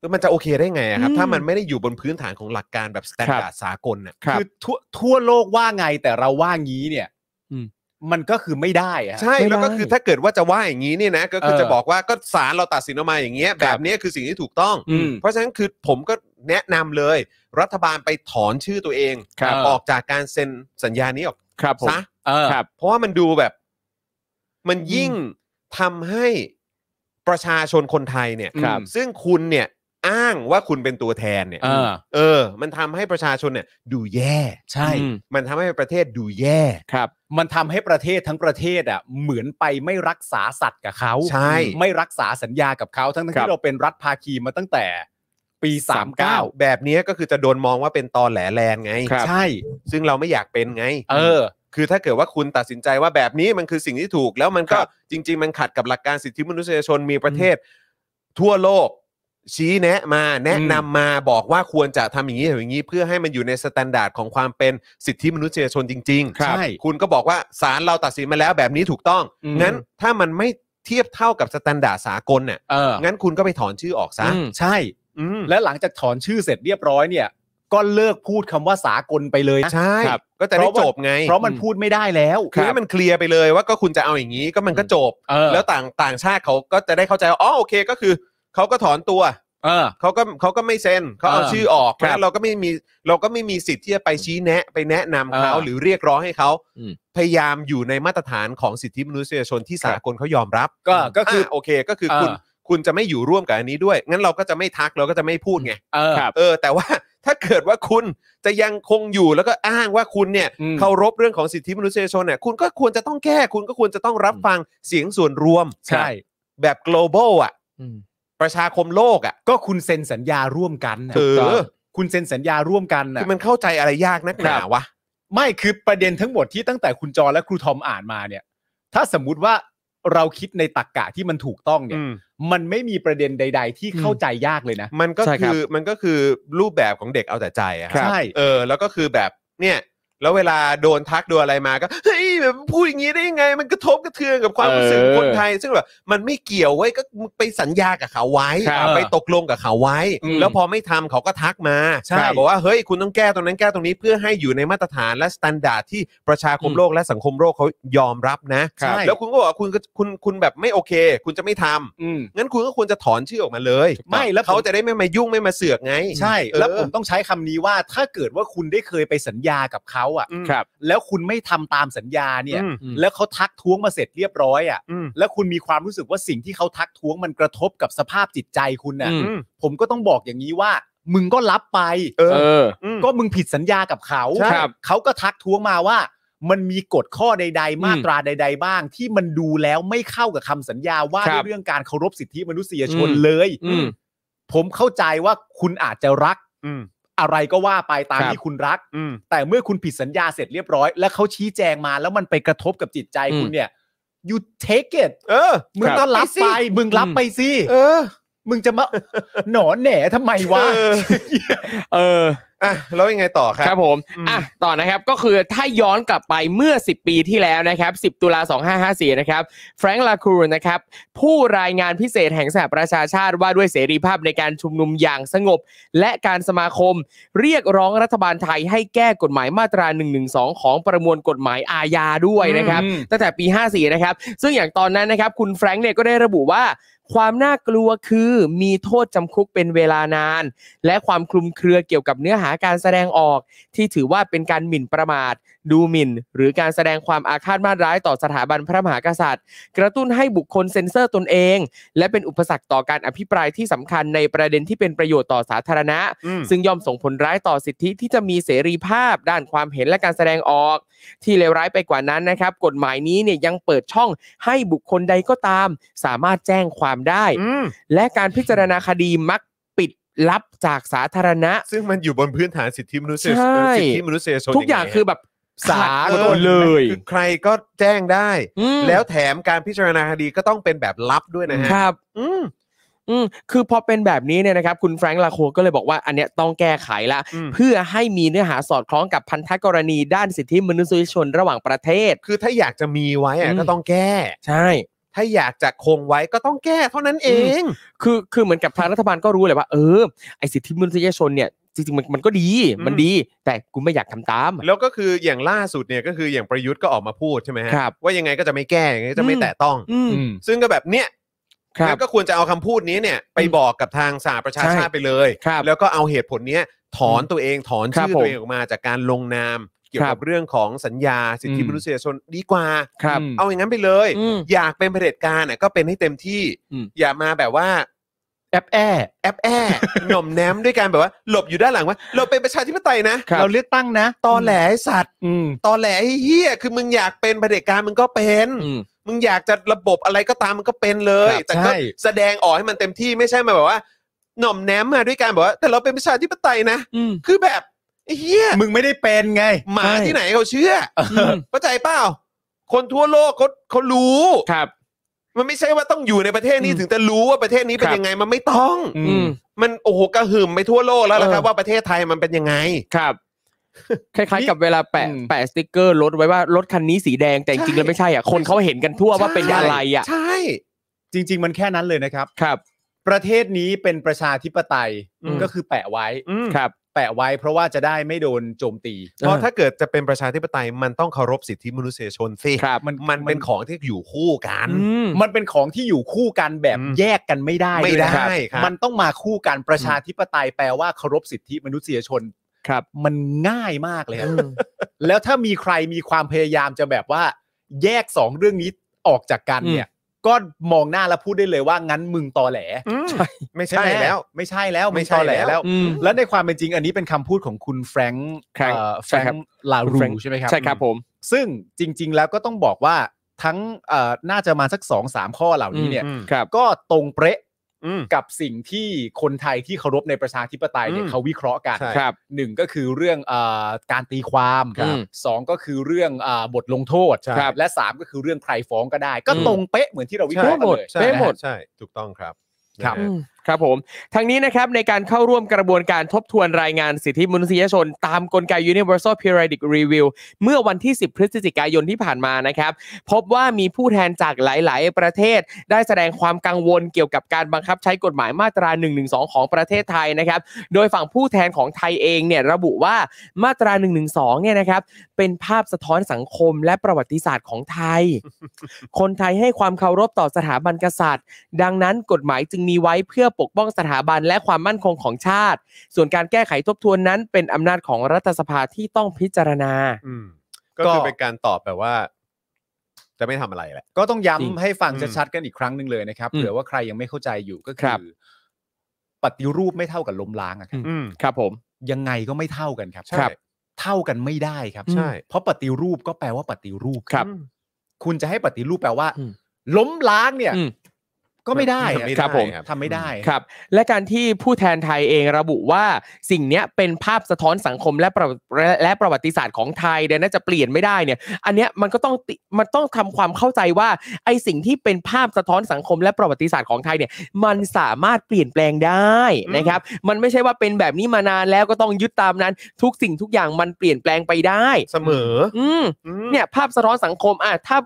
Speaker 1: แล้วมันจะโอเคได้ไงอะครับ
Speaker 3: อืม
Speaker 1: ถ้ามันไม่ได้อยู่บนพื้นฐานของหลักการแบบสแตนดาร์ดสากลน่ะ
Speaker 3: ครับ
Speaker 4: คือทั่วทั่วโลกว่าไงแต่เราว่างี้เนี่ย
Speaker 3: อืม
Speaker 4: มันก็คือไม่ได้อะ
Speaker 1: ใช่
Speaker 3: ไม่ได้
Speaker 1: แล้วก็คือถ้าเกิดว่าจะว่าอย่างนี้เนี่ยนะก็คือ
Speaker 4: เออ
Speaker 1: จะบอกว่าก็ศาลเราตัดสินออกมาอย่างเงี้ยแบบเนี้ยคือสิ่งที่ถูกต้อง
Speaker 4: อืม
Speaker 1: เพราะฉะนั้นคือผมก็แนะนำเลย รัฐบาลไปถอนชื่อตัวเอง
Speaker 4: ครับ
Speaker 1: ออกจากการเซ็นสัญญานี้ออก
Speaker 3: ครับผม
Speaker 1: ซะ
Speaker 4: เออ
Speaker 3: ครับ
Speaker 1: เพราะว่ามันดูแบบ มันยิ่งทำให้ประชาชนคนไทยเนี่ย
Speaker 4: ครับ
Speaker 1: ซึ่งคุณเนี่ย อ้างว่าคุณเป็นตัวแทนเนี่ย
Speaker 4: เออ
Speaker 1: เออ มันทำให้ประชาชนเนี่ย ดูแย่
Speaker 4: ใช่
Speaker 3: อืม
Speaker 1: มันทำให้ประเทศดูแย่
Speaker 3: ครับ
Speaker 4: มันทำให้ประเทศทั้งประเทศอ่ะเหมือนไปไม่รักษาสัตว์กับเขา
Speaker 1: ใช่
Speaker 4: ไม่รักษาสัญญากับเขาทั้งๆ
Speaker 3: ครับ
Speaker 4: ที่เราเป็นรัฐภาคีมาตั้งแต่ ปี 39
Speaker 1: แบบนี้ก็คือจะโดนมองว่าเป็นตอแหลแลนไง
Speaker 3: ครับ
Speaker 4: ใช่
Speaker 1: ซึ่งเราไม่อยากเป็นไง
Speaker 4: เออ
Speaker 1: คือถ้าเกิดว่าคุณตัดสินใจว่าแบบนี้มันคือสิ่งที่ถูก แล้วมันก็จริง ๆ มันขัดกับหลักการสิทธิมนุษยชนมีประเทศ ทั่วโลก ชี้แนะมาแนะนำมาบอกว่าควรจะทำอย่างนี้ทำอย่างนี้ เพื่อให้มันอยู่ในสแตนดาร์ดของความเป็นสิทธิมนุษยชนจริง
Speaker 4: ครับใช่
Speaker 1: คุณก็บอกว่าศาลเราตัดสินมาแล้วแบบนี้ถูกต้อง
Speaker 3: อืม
Speaker 1: งั้นถ้ามันไม่เทียบเท่ากับสแตนดาร์ดสากลเนี่ย
Speaker 4: เออ
Speaker 1: งั้นคุณก็ไปถอนชื่อออกซะ
Speaker 3: อืม
Speaker 4: ใช่
Speaker 1: อืม
Speaker 4: และหลังจากถอนชื่อเสร็จเรียบร้อยเนี่ย ก็เลิกพูดคำว่าสากลไปเลยนะ
Speaker 1: ใช่
Speaker 4: ครับ
Speaker 1: ก็จะได้จบไง
Speaker 4: เพราะมันพูดไม่ได้แล้ว
Speaker 1: คือให้มันเคลียร์ไปเลยว่าก็คุณจะเอาอย่างนี้ก็มันก็จบ
Speaker 4: เออ
Speaker 1: แล้วต่างต่างชาติเขาก็จะได้เข้าใจว่าอ๋อโอเคก็คือเขาก็ถอนตัว
Speaker 4: เออ
Speaker 1: เขาก็เขาก็ไม่เซ็นเขาเอา
Speaker 4: เออ
Speaker 1: ชื่อออกเพ
Speaker 4: ครับ
Speaker 1: ราะฉะนั้นเราก็ไม่มีเราก็ไม่มีสิทธิ์ที่จะไปชี้แนะไปแนะนำเขา
Speaker 4: เออ
Speaker 1: หรือเรียกร้องให้เขา
Speaker 3: อืม
Speaker 1: พยายามอยู่ในมาตรฐานของสิทธิมนุษยชนที่สากลเขายอมรับ
Speaker 4: ก็ก็คือ
Speaker 1: ะโอเค ก็คือ
Speaker 4: เออ
Speaker 1: คุณคุณจะไม่อยู่ร่วมกับอันนี้ด้วย งั้นเราก็จะไม่ทักเราก็จะไม่พูดไง
Speaker 4: เออ
Speaker 3: ครับ
Speaker 1: เออ แต่ว่า ถ้าเกิดว่าคุณจะยังคงอยู่แล้วก็อ้างว่าคุณเนี่ย
Speaker 4: อืม
Speaker 1: เคารพเรื่องของสิทธิมนุษยชนเนี่ยคุณก็ควรจะต้องแก้คุณก็ควรจะต้องรับฟังเสียงส่วนรวม
Speaker 4: ใช่
Speaker 1: แบบ global อ่ะ
Speaker 3: อืม
Speaker 1: ประชาคมโลกอ่ะ
Speaker 4: ก็คุณเซ็นสัญญาร่วมกันน่ะ
Speaker 1: เออ
Speaker 4: ถูกต้องคุณเซ็นสัญญาร่วมกันนะ
Speaker 1: คือมันเข้าใจอะไรยากนักหนาวะ
Speaker 4: ไม่คือประเด็นทั้งหมดที่ตั้งแต่คุณจอและครูทอมอ่านมาเนี่ย ถ้าสมมุติว่าเราคิดในตรกกะที่มันถูกต้องเนี่ย มันไม่มีประเด็นใด ๆ ที่เข้าใจยากเลยนะ
Speaker 1: มันก็
Speaker 3: ใช่ค
Speaker 1: คื
Speaker 3: รับ
Speaker 1: อมันก็คือรูปแบบของเด็กเอาแต่ใจอ่ะ
Speaker 4: ครับใช่
Speaker 1: เออ แล้วก็คือแบบเนี่ย แล้วเวลาโดนทักโดนอะไรมาก็เฮ้ยแบบพูดอย่างนี้ได้ยังไง มันกระทบกระเทือนกับความรู้สึกคนไทย ซึ่งแบบมันไม่เกี่ยวไว้ยก็ไปสัญญากับเขาไว้
Speaker 4: ครับ
Speaker 1: ไปตกลงกับเขาไว้
Speaker 4: อืม
Speaker 1: แล้วพอไม่ทำเขาก็ทักมา
Speaker 4: ใช่
Speaker 1: บอกว่าเฮ้ยคุณต้องแก้ตรงนั้นแก้ตรงนี้เพื่อให้อยู่ในมาตรฐานและสแตนดาร์ดที่ประชาคมโลกและสังคมโลกเขายอมรับนะ
Speaker 4: ใช่
Speaker 1: แล้วคุณก็บอกว่าคุณก็คุณคุณแบบไม่โอเค คุณจะไม่ทำ
Speaker 4: อืม
Speaker 1: งั้นคุณก็ควรจะถอนชื่อออกมาเลย
Speaker 4: ไม่แล้วผม
Speaker 1: เขาจะได้ไม่มายุ่งไม่มาเสือกไง
Speaker 4: ใช่ แล้วผม
Speaker 1: เออ
Speaker 4: ต้องใช้คำนี้ว่าถ้าเกิดว่าคุณได้เคยไปสัญญากับเขาอ่ะ
Speaker 1: อืม
Speaker 3: ครับ
Speaker 4: แล้วคุณไม่ทำตามสัญญาเนี่ย
Speaker 1: อืม
Speaker 3: อืม
Speaker 4: แล้วเขาทักท้วงมาเสร็จเรียบร้อยอ่ะ
Speaker 1: อืม
Speaker 4: แล้วคุณมีความรู้สึกว่าสิ่งที่เขาทักท้วงมันกระทบกับสภาพจิตใจคุณน่ะ
Speaker 3: อื
Speaker 1: อืม
Speaker 4: ผมก็ต้องบอกอย่างนี้ว่า มึงก็รับไป
Speaker 1: เอ
Speaker 3: เอ
Speaker 1: อ
Speaker 3: อ
Speaker 1: อืม
Speaker 4: ก็มึงผิดสัญญากับเขา
Speaker 1: ใช่
Speaker 4: เขาก็ทักท้วงมาว่า มันมีกฎข้อใด ๆ มาตราใด ๆ บ้าง ที่มันดูแล้วไม่เข้ากับคำสัญญาว่า
Speaker 3: ครับ
Speaker 4: ด้วยเรื่องการเคารพสิทธิมนุษยชน
Speaker 3: อืม
Speaker 4: เลย
Speaker 3: อืม
Speaker 4: ผมเข้าใจว่าคุณอาจจะรัก
Speaker 1: อืม
Speaker 4: อะไรก็ว่าไปตาม
Speaker 3: ครับ
Speaker 4: ที่คุณรัก
Speaker 1: อืม
Speaker 4: แต่เมื่อคุณผิดสัญญาเสร็จเรียบร้อย แล้วเขาชี้แจงมาแล้วมันไปกระทบกับจิตใจ
Speaker 3: อืม
Speaker 4: คุณเนี่ย you take it
Speaker 1: เออ
Speaker 4: มึงก็รับไป มึงรับไปสิ
Speaker 1: เออ
Speaker 4: มึงจะมา หนอนแหน่ทำไมวะ
Speaker 1: เออ
Speaker 3: เออ
Speaker 1: อ่ะแล้วยังไงต่อค
Speaker 3: ครั
Speaker 1: รับ
Speaker 3: บผม
Speaker 1: อืม
Speaker 3: อ่ะต่อนะครับ ก็คือถ้าย้อนกลับไปเมื่อ 10 ปีที่แล้วนะครับ 10 ตุลา 2554 นะครับแฟรงค์ลาคูนนะครับ ผู้รายงานพิเศษแห่งสหประชาชาติว่าด้วยเสรีภาพในการชุมนุมอย่างสงบ และการสมาคม เรียกร้องรัฐบาลไทยให้แก้กฎหมายมาตรา 112 ของประมวลกฎหมายอาญาด้วยนะครับ
Speaker 4: อืม
Speaker 3: ตั้งแต่ปี 54 นะครับ ซึ่งอย่างตอนนั้นนะครับ คุณแฟรงค์เนี่ยก็ได้ระบุว่า ความน่ากลัวคือมีโทษจำคุกเป็นเวลานาน และความคลุมเครือเกี่ยวกับเนื้อหาการแสดงออก ที่ถือว่าเป็นการหมิ่นประมาท ดูหมิ่น หรือการแสดงความอาฆาตมาตร้ายต่อสถาบันพระมหากษัตริย์ กระตุ้นให้บุคคลเซ็นเซอร์ตนเอง และเป็นอุปสรรคต่อการอภิปรายที่สำคัญในประเด็นที่เป็นประโยชน์ต่อสาธารณะ
Speaker 1: อืม
Speaker 3: ซึ่งย่อมส่งผลร้ายต่อสิทธิที่จะมีเสรีภาพด้านความเห็นและการแสดงออก ที่เลวร้ายไปกว่านั้นนะครับ กฎหมายนี้เนี่ยยังเปิดช่องให้บุคคลใดก็ตาม สามารถแจ้งความได้
Speaker 1: อืม
Speaker 3: และการพิจารณาคดีมักปิดลับจากสาธารณะ
Speaker 1: ซึ่งมันอยู่บนพื้นฐานสิทธิมนุษยชน
Speaker 3: ใช่
Speaker 1: สิทธิมนุษยชน
Speaker 3: ทุกอย่างคือแบบ
Speaker 4: สา
Speaker 1: เอ
Speaker 3: ขัด
Speaker 1: อ
Speaker 3: หมดเลย
Speaker 1: คือใครก็แจ้งได้
Speaker 3: อืม
Speaker 1: แล้วแถมการพิจารณาคดีก็ต้องเป็นแบบลับด้วยนะฮะ
Speaker 3: ครับ
Speaker 1: อืม
Speaker 3: อืมคือพอเป็นแบบนี้เนี่ยนะครับ คุณแฟรงค์ลาโคก็เลยบอกว่าอันเนี้ยต้องแก้ไขละ
Speaker 1: อืม
Speaker 3: เพื่อให้มีเนื้อหาสอดคล้องกับพันธกรณีด้านสิทธิมนุษยชนระหว่างประเทศ
Speaker 1: คือถ้าอยากจะมีไว้อะ
Speaker 3: อืม
Speaker 1: ก็ต้องแก้
Speaker 3: ใช่
Speaker 1: ถ้าอยากจะคงไว้ก็ต้องแก้เท่านั้นเอง
Speaker 3: คือคือเหมือนกับทางรัฐบาลก็รู้แหละว่าเออไอสิทธิมนุษยชนเนี่ยจริงๆมันมันก็ดี
Speaker 1: อืม
Speaker 3: มันดี แต่กูไม่อยากทำตาม
Speaker 1: แล้วก็คืออย่างล่าสุดเนี่ยก็คืออย่างประยุทธ์ก็ออกมาพูดใช่ไหมฮะ
Speaker 3: ครับ
Speaker 1: ว่ายังไงก็จะไม่แก้ยังไงก็จะไม่
Speaker 3: อืม
Speaker 1: แตะต้อง
Speaker 3: อืม
Speaker 4: อืม
Speaker 1: ซึ่งก็แบบเนี้ย
Speaker 3: ครั
Speaker 1: แล้
Speaker 3: บ
Speaker 1: วก็ควรจะเอาคำพูดนี้เนี่ยไป
Speaker 3: อืม
Speaker 1: บอกกับทางสหประชา
Speaker 3: ใช่
Speaker 1: ชาติไปเลย
Speaker 3: ครับ
Speaker 1: แล้วก็เอาเหตุผลเนี้ยถอนตัวเองถอน
Speaker 3: ครับ
Speaker 1: ชื่อตั
Speaker 3: ผ
Speaker 1: ว
Speaker 3: ม
Speaker 1: เองออกมาจากการลงนาม เกี่ยว
Speaker 3: ครั
Speaker 1: กับบ เรื่องของสัญญาสิทธิ
Speaker 4: อืม
Speaker 1: มนุษยชนดีกว่า
Speaker 3: ครับ
Speaker 4: อืม
Speaker 1: เอาอย่างนั้นไปเลย
Speaker 3: อืม
Speaker 1: อยากเป็นเผด็จการน่ะก็เป็นให้เต็มที่
Speaker 3: อืม
Speaker 1: อย่ามาแบบว่า
Speaker 3: แอบแอ
Speaker 1: แอบแอ หน่อมแนมด้วยการแบบว่า หลบอยู่ด้านหลังว่า เราเป็นประชาธิปไตยนะครับ เราเลือกตั้งนะ ตอแหลไอ้สัตว์
Speaker 4: อืม
Speaker 1: ตอแหลไอ้เฮียคือมึงอยากเป็นเผด็จการมึงก็เป็น
Speaker 3: อืม
Speaker 1: มึงอยากจะระบบอะไรก็ตามมึงก็เป็นเลย
Speaker 4: ครับ
Speaker 1: แต่ก็
Speaker 4: ใช่
Speaker 1: แสดงออกให้มันเต็มที่ไม่ใช่มาแบบว่า หน่อมแนมมาด้วยการแบบว่า แต่เราเป็นประชาธิปไตยนะ
Speaker 3: อืม
Speaker 1: คือแบบไอ้เฮีย
Speaker 4: มึงไม่ได้เป็นไง
Speaker 1: หมา
Speaker 3: ใช่
Speaker 1: ที่ไหนเขาเชื่อเข้าใจเปล่าคนทั่วโลกเขาเขารู้
Speaker 3: ครับ
Speaker 1: มันไม่ใช่ว่าต้องอยู่ในประเทศนี้
Speaker 3: อืม
Speaker 1: ถึงจะรู้ว่าประเทศนี้เป็
Speaker 3: คน รับ
Speaker 1: ยังไงมันไม่ต้อง
Speaker 4: อื
Speaker 3: อื
Speaker 4: ม
Speaker 3: ม
Speaker 1: มันโอ้โหกระหึ่มไปทั่วโลกแล้วล่ะครับ
Speaker 3: เออ
Speaker 1: ว่าประเทศไทยมันเป็นยังไง
Speaker 3: ครับ คล้ายๆกับเวลาแปะ
Speaker 4: อืม
Speaker 3: แปะสติกเกอร์รถไว้ว่ารถคันนี้สีแดงแต่จริงๆแล้วไม่ใช่อ่ะคนเขาเห็นกันทั่วว่าเป็นอะไรอ่ะ
Speaker 1: ใช่
Speaker 4: จริง ๆ มันแค่นั้นเลยนะครับ
Speaker 3: ครับ
Speaker 4: ประเทศนี้เป็นประชาธิปไตย
Speaker 1: อืม
Speaker 4: ก็คือแปะไว้
Speaker 3: ครับ
Speaker 4: แปะไว้เพราะว่าจะได้ไม่โดนโจมตี
Speaker 1: เพราะถ้าเกิดจะเป็นประชาธิปไตยมันต้องเคารพสิทธิมนุษยชนสิ
Speaker 3: ครับ
Speaker 4: มัน
Speaker 1: มันเป็นของที่อยู่คู่กัน
Speaker 3: อืม
Speaker 4: มันเป็นของที่อยู่คู่กันแบบ
Speaker 1: อืม
Speaker 4: แยกกันไม่ได้
Speaker 1: ไม่
Speaker 4: ด้วยนะ
Speaker 1: ได้ครับ
Speaker 4: มันต้องมาคู่กันประชาธิปไตยแปลว่าเคารพสิทธิมนุษยชน
Speaker 3: ครับ
Speaker 4: มันง่ายมากเลยครับแล้วถ้ามีใครมีความพยายามจะแบบว่า แยกสองเรื่องนี้ออกจากกันเนี่ย ก็มองหน้าแล้วพูดได้เลยว่างั้นมึงตอแหล
Speaker 1: ใช่ไม่ใช่แล้ว
Speaker 4: ไม่ใช่แล้ว
Speaker 1: ไม่
Speaker 4: ง
Speaker 1: ใช่
Speaker 4: ตอแหล
Speaker 1: แล้ว
Speaker 4: แล้ว
Speaker 3: อืม
Speaker 4: และในความเป็นจริงอันนี้เป็นคำพูดของคุณแฟรงค์
Speaker 3: แฟรงค์
Speaker 4: เอ่อแฟ
Speaker 3: ใช่
Speaker 4: ร
Speaker 3: ครั
Speaker 4: ง
Speaker 3: บ
Speaker 4: ค์ลา
Speaker 3: คุณ
Speaker 4: รู
Speaker 3: แฟรงค์
Speaker 4: ใช่ไหมครับ
Speaker 3: ใช่ครับผม
Speaker 4: ซึ่งจริง ๆ แล้วก็ต้องบอกว่าทั้งเอ่อน่าจะมาสักสองสามข้อเหล่านี้เนี่ย
Speaker 1: อืม
Speaker 3: ครับ
Speaker 4: ก็ตรงเป๊ะ
Speaker 1: อืม
Speaker 4: กับสิ่งที่คนไทยที่เคารพในประชาธิปไตยเนี่ย
Speaker 1: อืม
Speaker 4: เขาวิเคราะห์กัน
Speaker 1: ใช่
Speaker 3: ครับ
Speaker 4: หนึ่งก็คือเรื่องเออการตีความ
Speaker 3: ครับ
Speaker 4: สองก็คือเรื่องเออบทลงโทษ
Speaker 1: ใช่
Speaker 3: ครับ
Speaker 4: และสามก็คือเรื่องใครฟ้องก็ได้ ก็
Speaker 3: อืม
Speaker 4: ตรงเป๊ะเหมือนที่เราวิเคราะห์กันเลย
Speaker 1: ใช่
Speaker 3: เป๊ะหมด
Speaker 1: ใช่ถูกต้องครับ
Speaker 4: ครับ
Speaker 1: นะฮะ
Speaker 3: ครับผมทางนี้นะครับในการเข้าร่วมกระบวนการทบทวนรายงานสิทธิมนุษยชน ตามกลไก Universal Periodic Review เมื่อวันที่ 10 พฤศจิกายนที่ผ่านมานะครับ พบว่ามีผู้แทนจากหลาย ๆ ประเทศ ได้แสดงความกังวลเกี่ยวกับการบังคับใช้กฎหมายมาตรา 1 1 2 ของประเทศไทยนะครับ โดยฝั่งผู้แทนของไทยเองเนี่ยระบุว่ามาตรา 1 1 2 เนี่ยนะครับเป็นภาพสะท้อนสังคมและประวัติศาสตร์ของไทย คนไทยให้ความเคารพต่อสถาบันกษัตริย์ ดังนั้นกฎหมายจึงมีไว้เพื่อปกป้องสถาบันและความมั่นคงของชาติ ส่วนการแก้ไขทบทวนนั้นเป็นอำนาจของรัฐสภาที่ต้องพิจารณา
Speaker 1: อืมก็
Speaker 4: ก็
Speaker 1: คือเป็นการตอบแบบว่า จะไม่ทำอะไรแหละ
Speaker 4: ก็ต้อง
Speaker 3: จริง
Speaker 4: ย้ำให้ฟัง
Speaker 1: อืม
Speaker 4: ชัดๆกันอีกครั้งหนึ่งเลยนะครับ
Speaker 3: อืม
Speaker 4: เผื่อว่าใครยังไม่เข้าใจอยู่ก็
Speaker 3: ค
Speaker 4: คื
Speaker 3: รับ
Speaker 4: อปฏิรูปไม่เท่ากับล้มล้างอะครับ
Speaker 1: อืม
Speaker 3: ครับผม
Speaker 4: ยังไงก็ไม่เท่ากันครับ
Speaker 1: ใช่ครับ
Speaker 4: เท่ากันไม่ได้ครับ
Speaker 1: ใช่
Speaker 4: เพราะปฏิรูปก็แปลว่าปฏิรูป
Speaker 3: ครับ
Speaker 1: อืม
Speaker 4: คุณจะให้ปฏิรูปแปลว่า
Speaker 3: อืม
Speaker 4: ล้มล้างเนี่ย
Speaker 3: อืม
Speaker 4: ก็ไม่ได้
Speaker 1: ทำ
Speaker 4: อะ
Speaker 1: ไม่ได้
Speaker 3: ครับผม
Speaker 1: ครับ
Speaker 4: ทำไม่ได้
Speaker 3: ครับ และการที่ผู้แทนไทยเองระบุว่าสิ่งเนี้ยเป็นภาพสะท้อนสังคมและประและประวัติศาสตร์ของไทยเดี๋ยวน่าจะเปลี่ยนไม่ได้เนี่ย อันเนี้ยมันก็ต้องติมันต้องทำความเข้าใจว่าไอสิ่งที่เป็นภาพสะท้อนสังคมและประวัติศาสตร์ของไทยเนี่ย มันสามารถเปลี่ยนแปลงได้นะครับ มันไม่ใช่ว่าเป็นแบบนี้มานานแล้วก็ต้องยึดตามนั้น ทุกสิ่งทุกอย่างมันเปลี่ยนแปลงไปได้
Speaker 1: เสมอ
Speaker 3: อืม
Speaker 1: อืม
Speaker 3: เนี่ยภาพสะท้อนสังคมอ่ะถ้า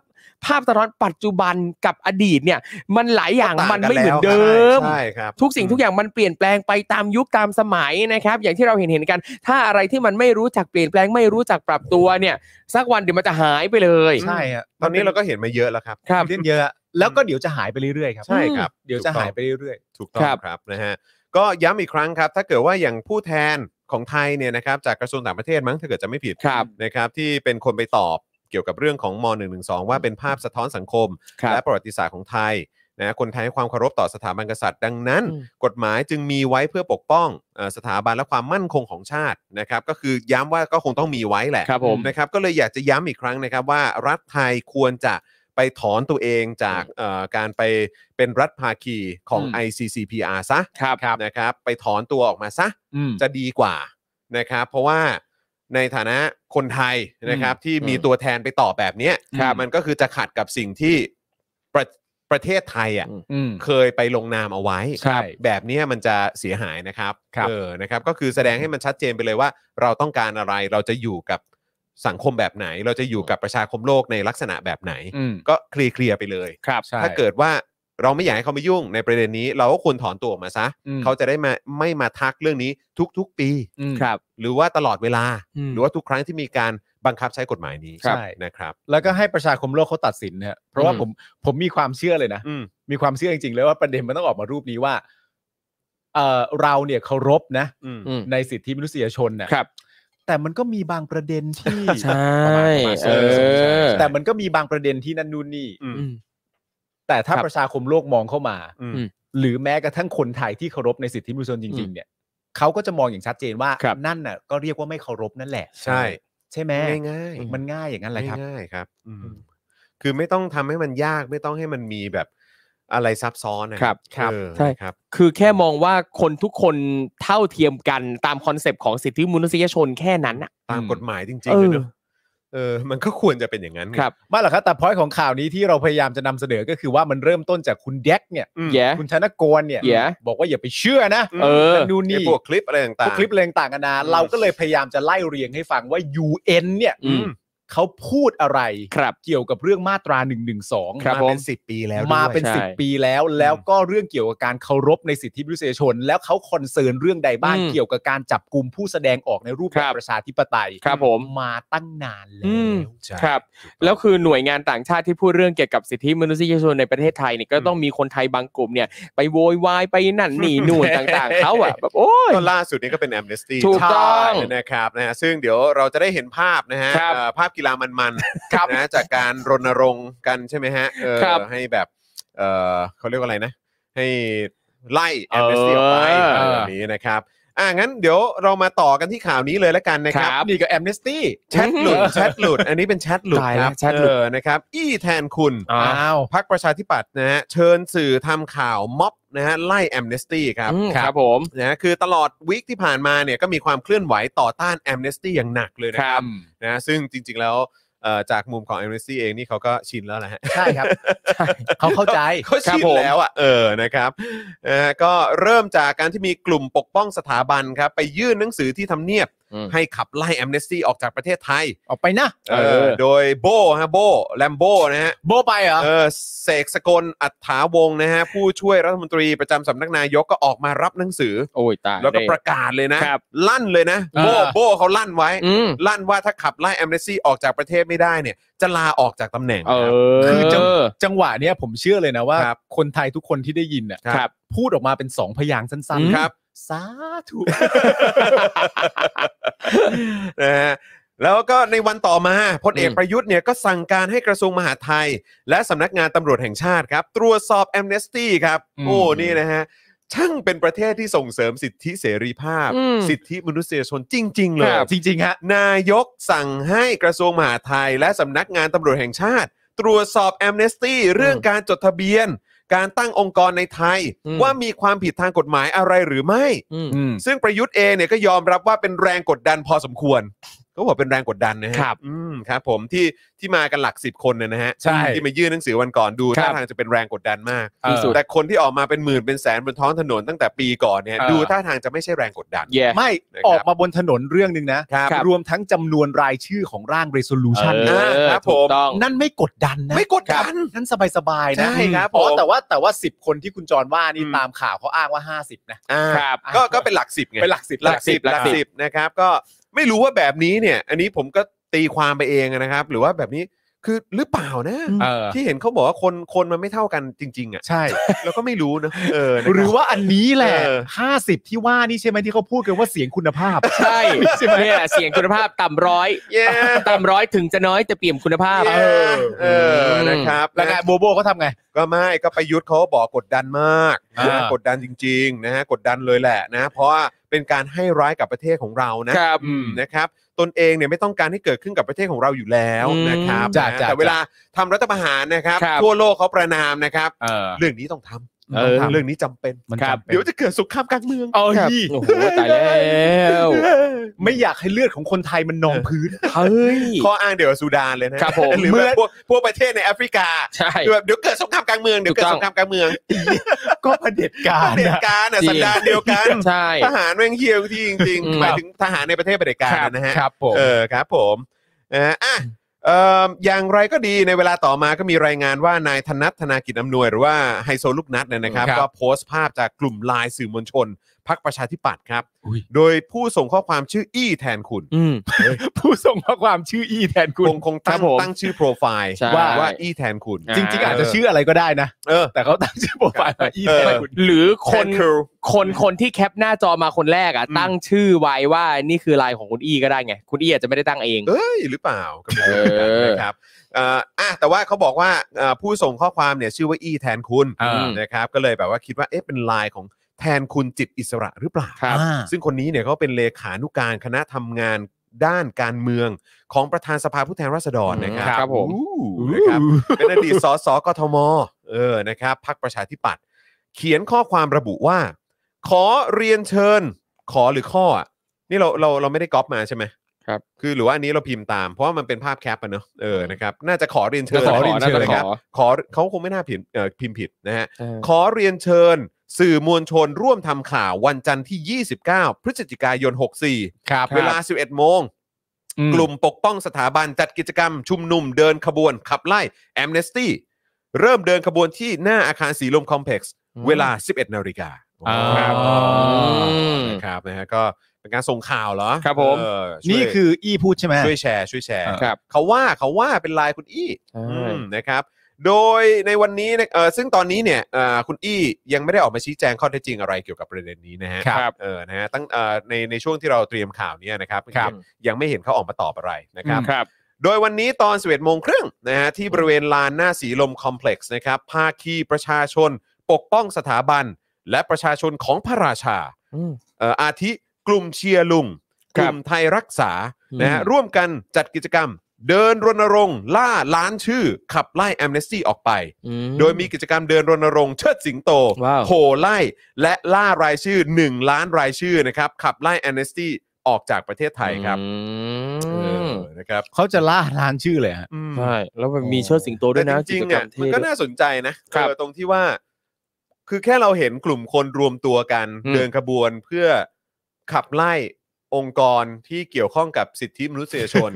Speaker 3: ภาพสะท้อนปัจจุบันกับอดีตเนี่ย มันหลายอย่าง
Speaker 1: ต่
Speaker 3: มันไม่เหมือน
Speaker 1: กั
Speaker 3: เดิ
Speaker 1: แล้ว
Speaker 3: ม
Speaker 1: ใช่ครับ
Speaker 3: ทุกสิ่งทุกอย่างมันเปลี่ยนแปลงไปตามยุคตามสมัยนะครับ อย่างที่เราเห็นเห็นๆกัน ถ้าอะไรที่มันไม่รู้จักเปลี่ยนแปลงไม่รู้จักปรับตัวเนี่ย สักวันเดี๋ยวมันจะหายไปเลย
Speaker 4: ใช่ฮะ
Speaker 1: ตอนนี้เราก็เห็นมาเยอะแล้วครับ
Speaker 3: ครับ
Speaker 4: เล่นเยอะ แล้วก็เดี๋ยวจะหายไปเรื่อยๆครับ
Speaker 1: ใช่ครับ
Speaker 4: เดี๋ยวจะหายไปเรื่อย
Speaker 1: ถูกต้อง
Speaker 3: ครับ
Speaker 1: ครับนะฮะก็ย้ำอีกครั้งครับ ถ้าเกิดว่าอย่างผู้แทน ของไทยเนี่ยนะครับจากกระทรวงต่างประเทศมั้งถ้าเกิดจะไม่ผิด
Speaker 3: ครับ
Speaker 1: นะครับที่เป็นคนไปตอบเกี่ยวกับเรื่องของม .112 ว่าเป็นภาพสะท้อนสังคม
Speaker 3: ครับ
Speaker 1: และประวัติศาสตร์ของไทยนะคนไทยให้ความเคารพต่อสถาบันกษัตริย์ดังนั้น
Speaker 3: อืม
Speaker 1: กฎหมายจึงมีไว้เพื่อปกป้องเอ่อสถาบันและความมั่นคงของชาตินะครับ ก็คือย้ำว่าก็คงต้องมีไว้แหละ
Speaker 3: ครับผม
Speaker 1: นะครับก็เลยอยากจะย้ำอีกครั้งนะครับว่ารัฐไทยควรจะไปถอนตัวเองจากเอ่อการไปเป็นรัฐภาคีของ
Speaker 3: อืม
Speaker 1: ICCPR ซะ
Speaker 3: ครับครับ
Speaker 1: นะครับไปถอนตัวออกมาซะ
Speaker 4: อืม
Speaker 1: จะดีกว่านะครับเพราะว่าในฐานะคนไทยนะครับที่มีตัวแทนไปต่อบแบบเนี้ย
Speaker 4: ครับ
Speaker 1: มันก็คือจะขัดกับสิ่งที่ประประเทศไทยอ่ะ
Speaker 4: อืม
Speaker 1: เคยไปลงนามเอาไว้
Speaker 4: ครับ
Speaker 1: แบบเนี้ยมันจะเสียหายนะครับ
Speaker 4: ครับ
Speaker 1: เออนะครับ ก็คือแสดงให้มันชัดเจนไปเลยว่า เราต้องการอะไรเราจะอยู่กับสังคมแบบไหน เราจะอยู่กับประชาคมโลกในลักษณะแบบไหน
Speaker 4: อืม
Speaker 1: ก็เคลียร์เคลียร์ไปเลย
Speaker 4: ครับใช่
Speaker 1: ถ้าเกิดว่าเราไม่อยากให้เขามายุ่งในประเด็นนี้ เราก็ควรถอนตัวออกมาซะ
Speaker 4: อืม
Speaker 1: เขาจะได้มาไม่มาทักเรื่องนี้ทุกๆปี
Speaker 4: อืม
Speaker 3: ครับ
Speaker 1: หรือว่าตลอดเวลา
Speaker 3: อืม
Speaker 1: หรือว่าทุกครั้งที่มีการบังคับใช้กฎหมายนี้
Speaker 4: ครับ
Speaker 1: นะครับ
Speaker 4: แล้วก็ให้ประชาคมโลกเขาตัดสินเนี่ยเพราะว่า
Speaker 3: อืม
Speaker 4: ผมผมมีความเชื่อเลยนะ
Speaker 1: อืม
Speaker 4: มีความเชื่อจริงๆเลยว่าประเด็นมันต้องออกมารูปนี้ว่าเออเราเนี่ยเคารพนะ
Speaker 1: อืม
Speaker 3: อืม
Speaker 4: ในสิทธิมนุษยชนนะครับ แต่มันก็มีบางประเด็นที่
Speaker 3: ใช่เออ
Speaker 4: แต่มันก็มีบางประเด็นที่นั่นนู่นนี่
Speaker 1: อืม
Speaker 3: อืม
Speaker 4: แต่ถ้า
Speaker 3: ครับ
Speaker 4: ประชาคมโลกมองเข้ามา
Speaker 1: อืม
Speaker 3: อืม
Speaker 4: หรือแม้กระทั่งคนไทยที่เคารพในสิทธิมนุษยชนจริง ๆ เนี่ยเขาก็จะมองอย่างชัดเจนว่า
Speaker 3: ครับ
Speaker 4: นั่นน่ะก็เรียกว่าไม่เคารพนั่นแหละ
Speaker 1: ใช่
Speaker 4: ใช่ไหม
Speaker 1: ง่ายๆ
Speaker 4: มันง่ายอย่างนั้นแหละครับ
Speaker 1: ง่ายๆครับอืมคือไม่ต้องทำให้มันยากไม่ต้องให้มันมีแบบอะไรซับซ้อนนะครับ
Speaker 3: ครับ
Speaker 1: เออ
Speaker 3: ใช่
Speaker 1: ครับ
Speaker 3: คือแค่มองว่าคนทุกคนเท่าเทียมกันตามคอนเซปต์ของสิทธิมนุษยชนแค่นั้นน่ะ
Speaker 1: ตามกฎหมายจริง
Speaker 3: เอ
Speaker 1: ๆ
Speaker 3: อ
Speaker 1: เลยเนอะเออ มันก็ควรจะเป็นอย่างนั้นไง
Speaker 3: ครับ
Speaker 4: ไม่หรอกครับแต่พอยของข่าวนี้ที่เราพยายามจะนำเสนอก็คือว่ามันเริ่มต้นจากคุณแดกเนี่ย
Speaker 1: อืม
Speaker 3: แย่
Speaker 4: คุณธนกรเนี่ย
Speaker 3: Yeah
Speaker 4: บอกว่าอย่าไปเชื่อนะ
Speaker 3: เออ
Speaker 4: นั่นนู่น
Speaker 1: ไอ้
Speaker 4: นี่
Speaker 1: พวกคลิปอะไรต่างๆ
Speaker 4: พวกคลิปอะไรต่างกันานา
Speaker 1: อืม
Speaker 4: เราก็เลยพยายามจะไล่เรียงให้ฟังว่า UN เนี่ย
Speaker 3: อืม
Speaker 4: เขาพูดอะไร
Speaker 3: ครับ
Speaker 4: เกี่ยวกับเรื่องมาตรา1นึ
Speaker 3: ครับ
Speaker 1: มา
Speaker 3: ผม
Speaker 1: เป็นสิบปีแล้วด้วย
Speaker 4: มาเป็น
Speaker 3: ใช่
Speaker 4: 10 ปีแล้ว แล้วก็เรื่องเกี่ยวกับการเคารพในสิทธิมนุษยชน แล้วเขาคอนเซิร์นเรื่องใดบ้าง
Speaker 3: อืม
Speaker 4: เกี่ยวกับการจับกลุ่มผู้แสดงออกในรูปแบ
Speaker 3: ครับ บ
Speaker 4: ประชาธิปไตย
Speaker 3: ครับผม
Speaker 4: มาตั้งนานแล้
Speaker 3: อืม
Speaker 4: ว
Speaker 3: ครับ แล้วคือหน่วยงานต่างชาติที่พูดเรื่องเกี่ยวกับสิทธิมนุษยชนในประเทศไทยเนี่ยก็ต้องมีคนไทยบางกลุ่มเนี่ย ไปโวยวายไปนั่นนี่ นู่นต่างๆเขาอะแบบโอ้ย
Speaker 1: ก็ล่าสุดนี้ก็เป็นแอมเนสตี้
Speaker 3: ถูกต้อง
Speaker 1: นะครับนะฮะซึ่งเดี๋ยวเราจะได้เห็นภาพนะฮะ
Speaker 3: ครับ
Speaker 1: เอ่อภาพกีฬามันๆนะจากการรณรงค์กันใช่ไหมฮะเออ
Speaker 3: ครับ
Speaker 1: ให้แบบเออเขาเรียกว่าอะไรนะ ให้ไล่แอมเนสตี้อ
Speaker 3: เอ
Speaker 1: อกไปอะ
Speaker 3: อ
Speaker 1: ไรแบบนี้นะครับอ่ะงั้นเดี๋ยวเรามาต่อกันที่ข่าวนี้เลยละกันนะครับ
Speaker 3: ครับ
Speaker 1: นี่ก็แอมเนสตี้แชทหลุดแชทหลุด อันนี้เป็นแชทหลุด
Speaker 3: ตาย
Speaker 1: ค
Speaker 3: แล้ว
Speaker 1: รับ
Speaker 3: แชทหลุด
Speaker 1: เออนะครับอี้แทนคุณ
Speaker 3: อ่า
Speaker 4: อ้าว
Speaker 1: พักประชาธิปัตย์นะฮะเชิญสื่อทำข่าวม็อบนะฮะไล่แอมเนสตี้ครับ
Speaker 3: อืมครับผม
Speaker 1: นะคือตลอดวีคที่ผ่านมาเนี่ยก็มีความเคลื่อนไหวต่อต้านแอมเนสตี้อย่างหนักเลย
Speaker 3: ค
Speaker 1: นะค
Speaker 3: รั
Speaker 1: รั
Speaker 3: บบ
Speaker 1: นะซึ่งจริงๆแล้วเอ่อจากมุมของแอมเนสตี้เองนี่เขาก็ชินแล้วนะฮะ
Speaker 4: ใช่ครับ เขาเข้าใจ
Speaker 1: เขาชิน
Speaker 4: ครับผม
Speaker 1: แล้วอ่ะเออนะครับนะฮะก็เริ่มจากการที่มีกลุ่มปกป้องสถาบันครับไปยื่นหนังสือที่ทำเนียบ
Speaker 3: อืม
Speaker 1: ให้ขับไล่แอมเนสตี้ออกจากประเทศไทย
Speaker 4: ออกไปนะ
Speaker 1: เอ
Speaker 3: เอ
Speaker 1: อ
Speaker 3: อ
Speaker 1: โดยโบฮะโบแลมโบนะฮะ
Speaker 4: โบไปเหรอ
Speaker 1: เออเสกสกลอัฏฐาวงศ์นะฮะผู้ช่วยรัฐมนตรีประจำสำนักนายกก็ออกมารับหนังสือ
Speaker 3: โอ้ยตาย
Speaker 1: แล้วก็ประ
Speaker 3: เย
Speaker 1: กาศเลยนะ
Speaker 3: ครับ
Speaker 1: ลั่นเลยนะ
Speaker 4: เออ
Speaker 1: โบโบเขาลั่นไว้
Speaker 3: อืม
Speaker 1: ลั่นว่าถ้าขับไล่แอมเนสซี่ออกจากประเทศไม่ได้เนี่ย จะลาออกจากตำแหน่งค
Speaker 3: เอ
Speaker 1: รับ
Speaker 3: อ
Speaker 4: คือจะ จังหวะเนี้ยผมเชื่อเลยนะว่า
Speaker 1: ครับ
Speaker 4: คนไทยทุกคนที่ได้ยินน่ะ
Speaker 1: ครับ
Speaker 4: พูดออกมาเป็นสองพยางค์สั้น
Speaker 3: อืม
Speaker 4: ๆ
Speaker 1: ครับ
Speaker 4: สาธุ
Speaker 1: นะฮะแล้วก็ในวันต่อมาพลเอก
Speaker 3: อืม
Speaker 1: ประยุทธ์เนี่ยก็สั่งการให้กระทรวงมหาดไทย และสำนักงานตำรวจแห่งชาติครับ ตรวจสอบแอมเนสตี้ครับ โอ้นี่นะฮะช่างเป็นประเทศที่ส่งเสริมสิทธิเสรีภาพ
Speaker 3: อืม
Speaker 1: สิทธิมนุษยชนจริง ๆ เลย
Speaker 3: ครับ
Speaker 4: จริงๆฮะ
Speaker 1: นายกสั่งให้กระทรวงมหาดไทย และสำนักงานตำรวจแห่งชาติ ตรวจสอบแอมเนสตี้เรื่องการจดทะเบียน การตั้งองค์กรในไทย
Speaker 3: อืม
Speaker 1: ว่ามีความผิดทางกฎหมายอะไรหรือไม่
Speaker 3: อืม
Speaker 4: อืม
Speaker 1: ซึ่งประยุทธ์เองเนี่ยก็ยอมรับว่าเป็นแรงกดดันพอสมควรก็บอกเป็นแรงกดดันนะฮะ
Speaker 3: ครับ
Speaker 1: อืมครับ ผมที่ที่มากันหลักสิบคนเนี่ยนะฮะ
Speaker 4: ใช่
Speaker 1: ที่มายื่นหนังสือวันก่อนดู
Speaker 3: ครับ
Speaker 1: ท่าทางจะเป็นแรงกดดันมาก
Speaker 4: ที่สุด
Speaker 1: แต่คนที่ออกมาเป็นหมื่นเป็นแสนบนท้องถนนตั้งแต่ปีก่อนเนี่ย
Speaker 4: เออ
Speaker 1: ดูท่าทางจะไม่ใช่แรงกดดัน
Speaker 3: แย่
Speaker 4: ไม่
Speaker 1: นะครับ
Speaker 4: ออกมาบนถนนเรื่องหนึ่งนะครับ รวมทั้งจำนวนรายชื่อของร่าง resolution
Speaker 3: เอ
Speaker 4: นะ
Speaker 3: อ
Speaker 1: ครับ
Speaker 3: ถู
Speaker 1: ผ
Speaker 3: ก
Speaker 1: ม
Speaker 3: ต้อง
Speaker 4: นั่นไม่กดดันนะ
Speaker 1: ไม่กดดัน
Speaker 4: นั่นสบายๆนะ
Speaker 1: ใช่ครับ
Speaker 4: อ๋อ
Speaker 1: ผม
Speaker 4: แต่ว่าแต่ว่า 10 คนที่คุณจรว่านี่
Speaker 1: อืม
Speaker 4: ตามข่าวเขาอ้างว่า 50 นะ
Speaker 1: อ่า
Speaker 3: ครับ
Speaker 1: ก็ก็เป็นหลักสิบไง
Speaker 4: เป็นหลักสิบ
Speaker 1: หลักสิบห
Speaker 3: หลั
Speaker 1: ลั
Speaker 3: ก
Speaker 1: ก
Speaker 3: สิบ
Speaker 1: สิบนะครับก็ไม่รู้ว่าแบบนี้เนี่ย อันนี้ผมก็ตีความไปเองนะครับ หรือว่าแบบนี้ คือหรือเปล่านะ
Speaker 4: เออ
Speaker 1: ที่เห็นเขาบอกว่าคนคนมันไม่เท่ากันจริง ๆ อ่ะ
Speaker 4: ใช่
Speaker 1: เราก็ไม่รู้นะเออนะคบ
Speaker 4: หรือว่าอันนี้แหละ
Speaker 1: เออ
Speaker 4: ห้าสิบที่ว่านี่ใช่ไหมที่เขาพูดกันว่าเสียงคุณภาพ
Speaker 3: ใช่เนี่ยแหละเสียงคุณภาพต่ำร้อย
Speaker 1: เย้
Speaker 3: ต่ำร้อยถึงจะน้อยแต่เปี่ยมคุณภาพ
Speaker 1: เย้เออนะครับ
Speaker 4: แล้วไง
Speaker 1: นะ
Speaker 4: โบโบเขาทำไง
Speaker 1: ก็ไม่ก็ประยุทธ์เขาบอกกดดันมาก
Speaker 4: อ่า
Speaker 1: นะกดดันจริง ๆ นะฮะกดดันเลยแหละนะ เพราะว่าเป็นการให้ร้ายกับประเทศของเรานะครับ อืมนะครับตนเองเนี่ยไม่ต้องการให้เกิดขึ้นกับประเทศของเราอยู่แล้ว
Speaker 3: อืม
Speaker 1: นะครับ
Speaker 4: จ้ะ
Speaker 1: นะ
Speaker 4: จ้ะ
Speaker 1: แต่เวลาทำรัฐประหารนะครับ
Speaker 3: ครับ
Speaker 1: ทั่วโลกเขาประนามนะครับ
Speaker 4: เออ
Speaker 1: เรื่องนี้ต้องทำ
Speaker 4: เออ
Speaker 1: ต้องทำเรื่องนี้จำเป็น
Speaker 4: มัน
Speaker 3: ครับ
Speaker 4: จำเป็น
Speaker 1: เดี๋ยวจะเกิดสงครามกลางเมือง
Speaker 4: เอา
Speaker 3: ครับ
Speaker 4: ฮี
Speaker 3: โอ้โหตายแล้ว
Speaker 4: ไม่อยากให้เลือดของคนไทยมันนองพื้น
Speaker 3: เฮ้ย
Speaker 1: ข้ออ้างเดี๋ยวกับซูดานเลยนะครับ
Speaker 3: ผม
Speaker 1: หรือแบบพวกพวกประเทศในแอฟริกา
Speaker 3: ใช่
Speaker 1: คือแบบเดี๋ยวเกิดสงครามกลางเมืองเดี๋ยวเกิด
Speaker 3: ถู
Speaker 1: ส
Speaker 3: กต้อง
Speaker 1: งครามกลางเมือง
Speaker 4: ก็เผด็จกา
Speaker 1: เผ
Speaker 4: ร
Speaker 1: ด็จ
Speaker 4: น่ะ
Speaker 1: การน่ะ
Speaker 3: จริง
Speaker 1: สันดานเดียวกัน
Speaker 3: ใช่
Speaker 1: ทหารแม่งเฮี้ยวที่จริง
Speaker 3: อืม
Speaker 1: ๆหมายถึงทหารในประเทศเผด็จการนะฮะ
Speaker 4: ครับผม
Speaker 1: เออครับผมนะฮะอ่ะเอิ่มอย่างไรก็ดีในเวลาต่อมาก็มีรายงานว่านายธนัทธนากิจอำนวยหรือว่าไฮโซลูกนัดเนี่ยนะครับ
Speaker 4: ครับ
Speaker 1: ก็โพสต์ภาพจากกลุ่มไลน์สื่อมวลชนพักประชาธิปัตย์ครับ
Speaker 3: อุ๊ย
Speaker 1: โดยผู้ส่งข้อความชื่ออี้แทนคุณ
Speaker 3: อืม
Speaker 4: ผู้ส่งข้อความชื่ออีแทนคุณ
Speaker 1: คงคงตั้
Speaker 3: ครั
Speaker 1: ง
Speaker 3: บผม
Speaker 1: ตั้งชื่อโปรไฟล์
Speaker 3: ใช่
Speaker 1: ว่าว่าอี้แทนคุณ
Speaker 4: จริงๆ อาจจะชื่ออะไรก็ได้นะ
Speaker 1: เออ
Speaker 4: แต่เขาตั้งชื่อโปรไฟล์มาอีแทนคุณ
Speaker 3: หรือค
Speaker 1: คน นคือ
Speaker 3: คนคนที่แคปหน้าจอมาคนแรกอ่ะ
Speaker 1: อืม
Speaker 3: ตั้งชื่อไว้ว่านี่คือไลน์ของคุณอี้ก็ได้ไง คุณอี้อาจจะไม่ได้ตั้งเอง
Speaker 1: เอ้ยหรือเปล่าก็ไม่รู้
Speaker 3: เออ
Speaker 1: นะครับเอ่ออ่ะแต่ว่าเขาบอกว่าเอ่อผู้ส่งข้อความเนี่ยชื่อว่าอี้แทนคุณ
Speaker 4: อ่า
Speaker 1: นะครับก็เลยแบบว่าคิดว่าเอ๊ะเป็นไลน์ของแทนคุณจิตอิสระหรือเปล่า
Speaker 3: ครับ
Speaker 4: อ่า
Speaker 1: ซึ่งคนนี้เนี่ยเขาเป็นเลขานุการคณะทำงานด้านการเมืองของประธานสภาผู้แทนราษฎรนะครั
Speaker 3: ครับ บผม
Speaker 1: อู้นะครับ เป็นอดีตสสกทม เออ นะครับ พักประชาธิปัตย์ เขียนข้อความระบุว่า ขอเรียนเชิญ ขอหรือข้ออะนี่เรา เรา เราไม่ได้ก๊อปมาใช่ไหม
Speaker 3: ครับ
Speaker 1: คือหรือว่าอันนี้เราพิมพ์ตาม เพราะว่ามันเป็นภาพแคปอะเนอะเออ นะครับ น่าจะขอเรียนเชิญ
Speaker 3: ขอ
Speaker 1: เรี
Speaker 3: เรี
Speaker 1: ย
Speaker 3: ย
Speaker 1: น
Speaker 3: น
Speaker 1: เชิ
Speaker 3: เชิ
Speaker 1: ญ
Speaker 3: ญ
Speaker 1: นะ
Speaker 3: ข
Speaker 1: ครับ
Speaker 3: อ
Speaker 1: ขอเขาคงไม่น่าพิมพ์เอ่อพิมพ์ผิดนะฮะ
Speaker 3: เออ
Speaker 1: ขอเรียนเชิญ สื่อมวลชนร่วมทำข่าววันจันทร์ที่ 29 พฤศจิกายน 64
Speaker 4: ครับ
Speaker 1: เวลา 11 โมง กลุ่มปกป้องสถาบันจัดกิจกรรม ชุมนุมเดินขบวน ขับไล่แอมเนสตี้เริ่มเดินขบวนที่หน้าอาคารสีลมคอมเพล็กซ์
Speaker 3: อืม
Speaker 1: เวลา 11 นาฬิกา
Speaker 4: อ่า
Speaker 1: ครับ
Speaker 3: อืม
Speaker 1: นะครับนะฮะก็เป็นการส่งข่าวเหรอ
Speaker 3: ครับผม
Speaker 1: เออช่วย
Speaker 4: นี่คืออีพูดใช่ไหม
Speaker 1: ช่วยแชร์ ช่วยแชร์
Speaker 3: ครับ
Speaker 1: เขาว่าเขาว่าเป็นลายคุณอี้อืมนะครับ โดยในวันนี้นะเออซึ่งตอนนี้เนี่ยเอ่อคุณอี้ยังไม่ได้ออกมาชี้แจงข้อเท็จจริงอะไรเกี่ยวกับประเด็นนี้นะฮะ
Speaker 4: ครับ
Speaker 1: เออนะฮะตั้งเอ่อในในช่วงที่เราเตรียมข่าวเนี้นะครับ
Speaker 3: ครับ
Speaker 1: ยังไม่เห็นเขาออกมาตอบอะไรนะครับ
Speaker 3: ครับ
Speaker 1: โดยวันนี้ตอน 11โมงครึ่งนะฮะที่บริเวณลานหน้าสีลมคอมเพล็กซ์นะครับภาคีประชาชน ปกป้องสถาบัน และประชาชนของพระราชาเอ่ออาทิกลุ่มเชียร์ลุง
Speaker 3: ค
Speaker 1: ก
Speaker 3: รับ
Speaker 1: ลุ่มไทยรักษา
Speaker 3: อืม
Speaker 1: นะฮะร่วมกันจัดกิจกรรม เดินรณรงค์ล่าล้านชื่อ ขับไล่แอมเนสตี้ออกไป
Speaker 3: อื
Speaker 1: โดยมีกิจกรรมเดินรณรงค์เชิดสิงโต
Speaker 3: ว้าว
Speaker 1: โห่ไล่และล่ารายชื่อ 1 ล้านรายชื่อนะครับขับไล่แอมเนสตี้ออกจากประเทศไทยครับ
Speaker 3: อื
Speaker 1: เอ
Speaker 3: ม
Speaker 1: อนะครับ
Speaker 4: เขาจะล่าล้านชื่อเลยฮะ
Speaker 1: อืม
Speaker 3: ใช่แล้วมันมีเชิดสิงโตด้วยนะ
Speaker 1: แต่จริง
Speaker 3: กิ
Speaker 1: ๆ
Speaker 3: จกร
Speaker 1: อ่ะ
Speaker 3: รม
Speaker 1: มัน
Speaker 3: เท่
Speaker 1: ก็
Speaker 3: ด้วย
Speaker 1: น่าสนใจนะครับ เออตรงที่ว่า คือแค่เราเห็นกลุ่มคนรวมตัวกัน
Speaker 3: อืม
Speaker 1: เดินขบวนเพื่อขับไล่องค์กรที่เกี่ยวข้องกับสิทธิมนุษยชน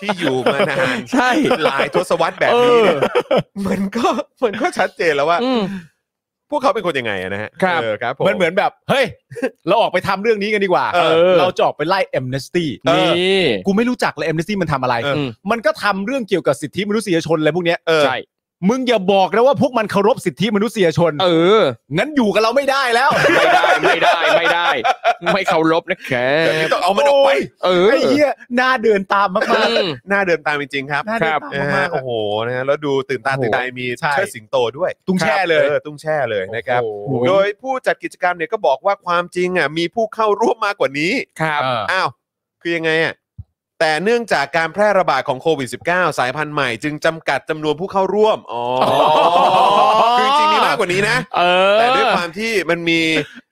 Speaker 1: ที่อยู่มานาน
Speaker 3: ใช่
Speaker 1: หลายทศวรรษแบบนี้เนี่ยมันก็มันก็ชัดเจนแล้วว่า
Speaker 3: อืม
Speaker 1: พวกเขาเป็นคนยังไงอะนะฮะ
Speaker 3: ครับ
Speaker 1: เออครับผม
Speaker 4: มันเหมือนแบบ เฮ้ย เราออกไปทำเรื่องนี้กันดีกว่า
Speaker 1: เออ
Speaker 4: เราจะออกไปไล่เอมเนสตี้
Speaker 1: เออ
Speaker 3: นี่
Speaker 4: กูไม่รู้จักเลยเอมเนสตี้มันทำอะไร
Speaker 1: เออ
Speaker 4: มันก็ทำเรื่องเกี่ยวกับสิทธิมนุษยชนอะไรพวกเนี้ย
Speaker 1: เออ
Speaker 3: ใช่
Speaker 4: มึงอย่าบอกนะว่าพวกมันเคารพสิทธิมนุษยชน
Speaker 3: เออ
Speaker 4: งั้นอยู่กับเราไม่ได้แล้ว
Speaker 3: ไม่ได้ไม่ได้ไม่ได้ ไม่เคารพนะแก
Speaker 1: แบบนี้ต้องเอามันออกไป
Speaker 3: เออ
Speaker 4: ไอ้เหี้ยหน้าเดินตามมาก
Speaker 3: อืม
Speaker 1: หน้าเดินตามจริงๆครับ
Speaker 4: ๆหน้าเดินตาม
Speaker 1: นะฮะ
Speaker 4: มากๆ
Speaker 1: โอ้โหนะฮะแล้วดูตื่นตาตื่นใจมี
Speaker 4: ใช่
Speaker 1: เชิดสิงโตด้วย
Speaker 4: ตุ้งแช่เลย
Speaker 1: ออตุ้งแช่เลยนะครับ
Speaker 4: โอ้โห
Speaker 1: โดยผู้จัดกิจกรรมเนี่ยก็บอกว่าความจริงอ่ะมีผู้เข้าร่วมมากกว่านี้
Speaker 3: ครับ
Speaker 4: เออ
Speaker 1: อ้าวคือยังไงอ่ะแต่เนื่องจากการแพร่ระบาดของโควิด -19 สายพันธุ์ใหม่จึงจำกัดจำนวนผู้เข้าร่วม อ๋อคือจริงๆมีมากกว่านี้นะ
Speaker 3: เออ
Speaker 1: แต่ด้วยความที่มันมี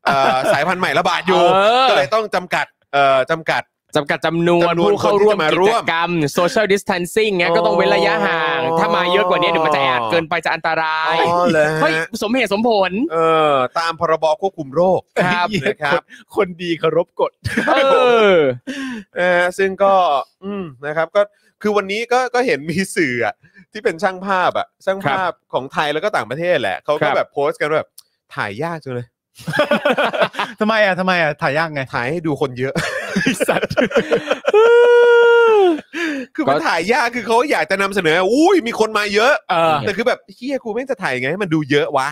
Speaker 1: เอ่อสายพันธุ์ใหม่ระบาดอยู่
Speaker 3: เออ
Speaker 1: ก็เลยต้องจำกัดเอ่อจำกัด
Speaker 3: จำกัดจำนวน
Speaker 1: จำนวน
Speaker 3: ผู้เข้าร่วม
Speaker 1: คนที่จะมาร่
Speaker 3: กิจ
Speaker 1: วม
Speaker 3: กรรม social distancing เงี้ย
Speaker 1: อ๋อ
Speaker 3: ก็ต้องเว้นระยะห่าง ถ้ามาเยอะกว่านี้เดี๋ยวมันจะแออัดเกินไปจะอันตราย
Speaker 1: อ๋อเหรอฮะ
Speaker 3: เฮ้ยสมเหตุสมผล
Speaker 1: เออตามพรบควบคุมโรค
Speaker 3: ครับ
Speaker 4: ไอ้เหี้ย
Speaker 1: นะครับ
Speaker 4: นคนดีเคารพกฎ
Speaker 3: เออ
Speaker 1: เออซึ่งก็อืมนะครับก็คือวันนี้ก็ก็เห็นมีสื่ออะที่เป็นช่างภาพอ่ะช่างภาพของไทยแล้วก็ต่างประเทศแหละเขา
Speaker 3: ค
Speaker 1: ก็
Speaker 3: รับ
Speaker 1: แบบโพสต์กันว่าแบบถ่ายยากจังเลย
Speaker 4: ทำไมอ่ะทำไมอ่ะถ่ายยากไง
Speaker 1: ถ่ายให้ดูคนเยอะ
Speaker 4: ไอ้สัตว์
Speaker 1: คือมันถ่ายยากคือเขาอยากจะนำเสนอ อุ้ยมีคนมาเยอะ
Speaker 4: เออ
Speaker 1: แต่คือแบบเฮียกูไม่งจะถ่ายยังไงให้มันดูเยอะวะ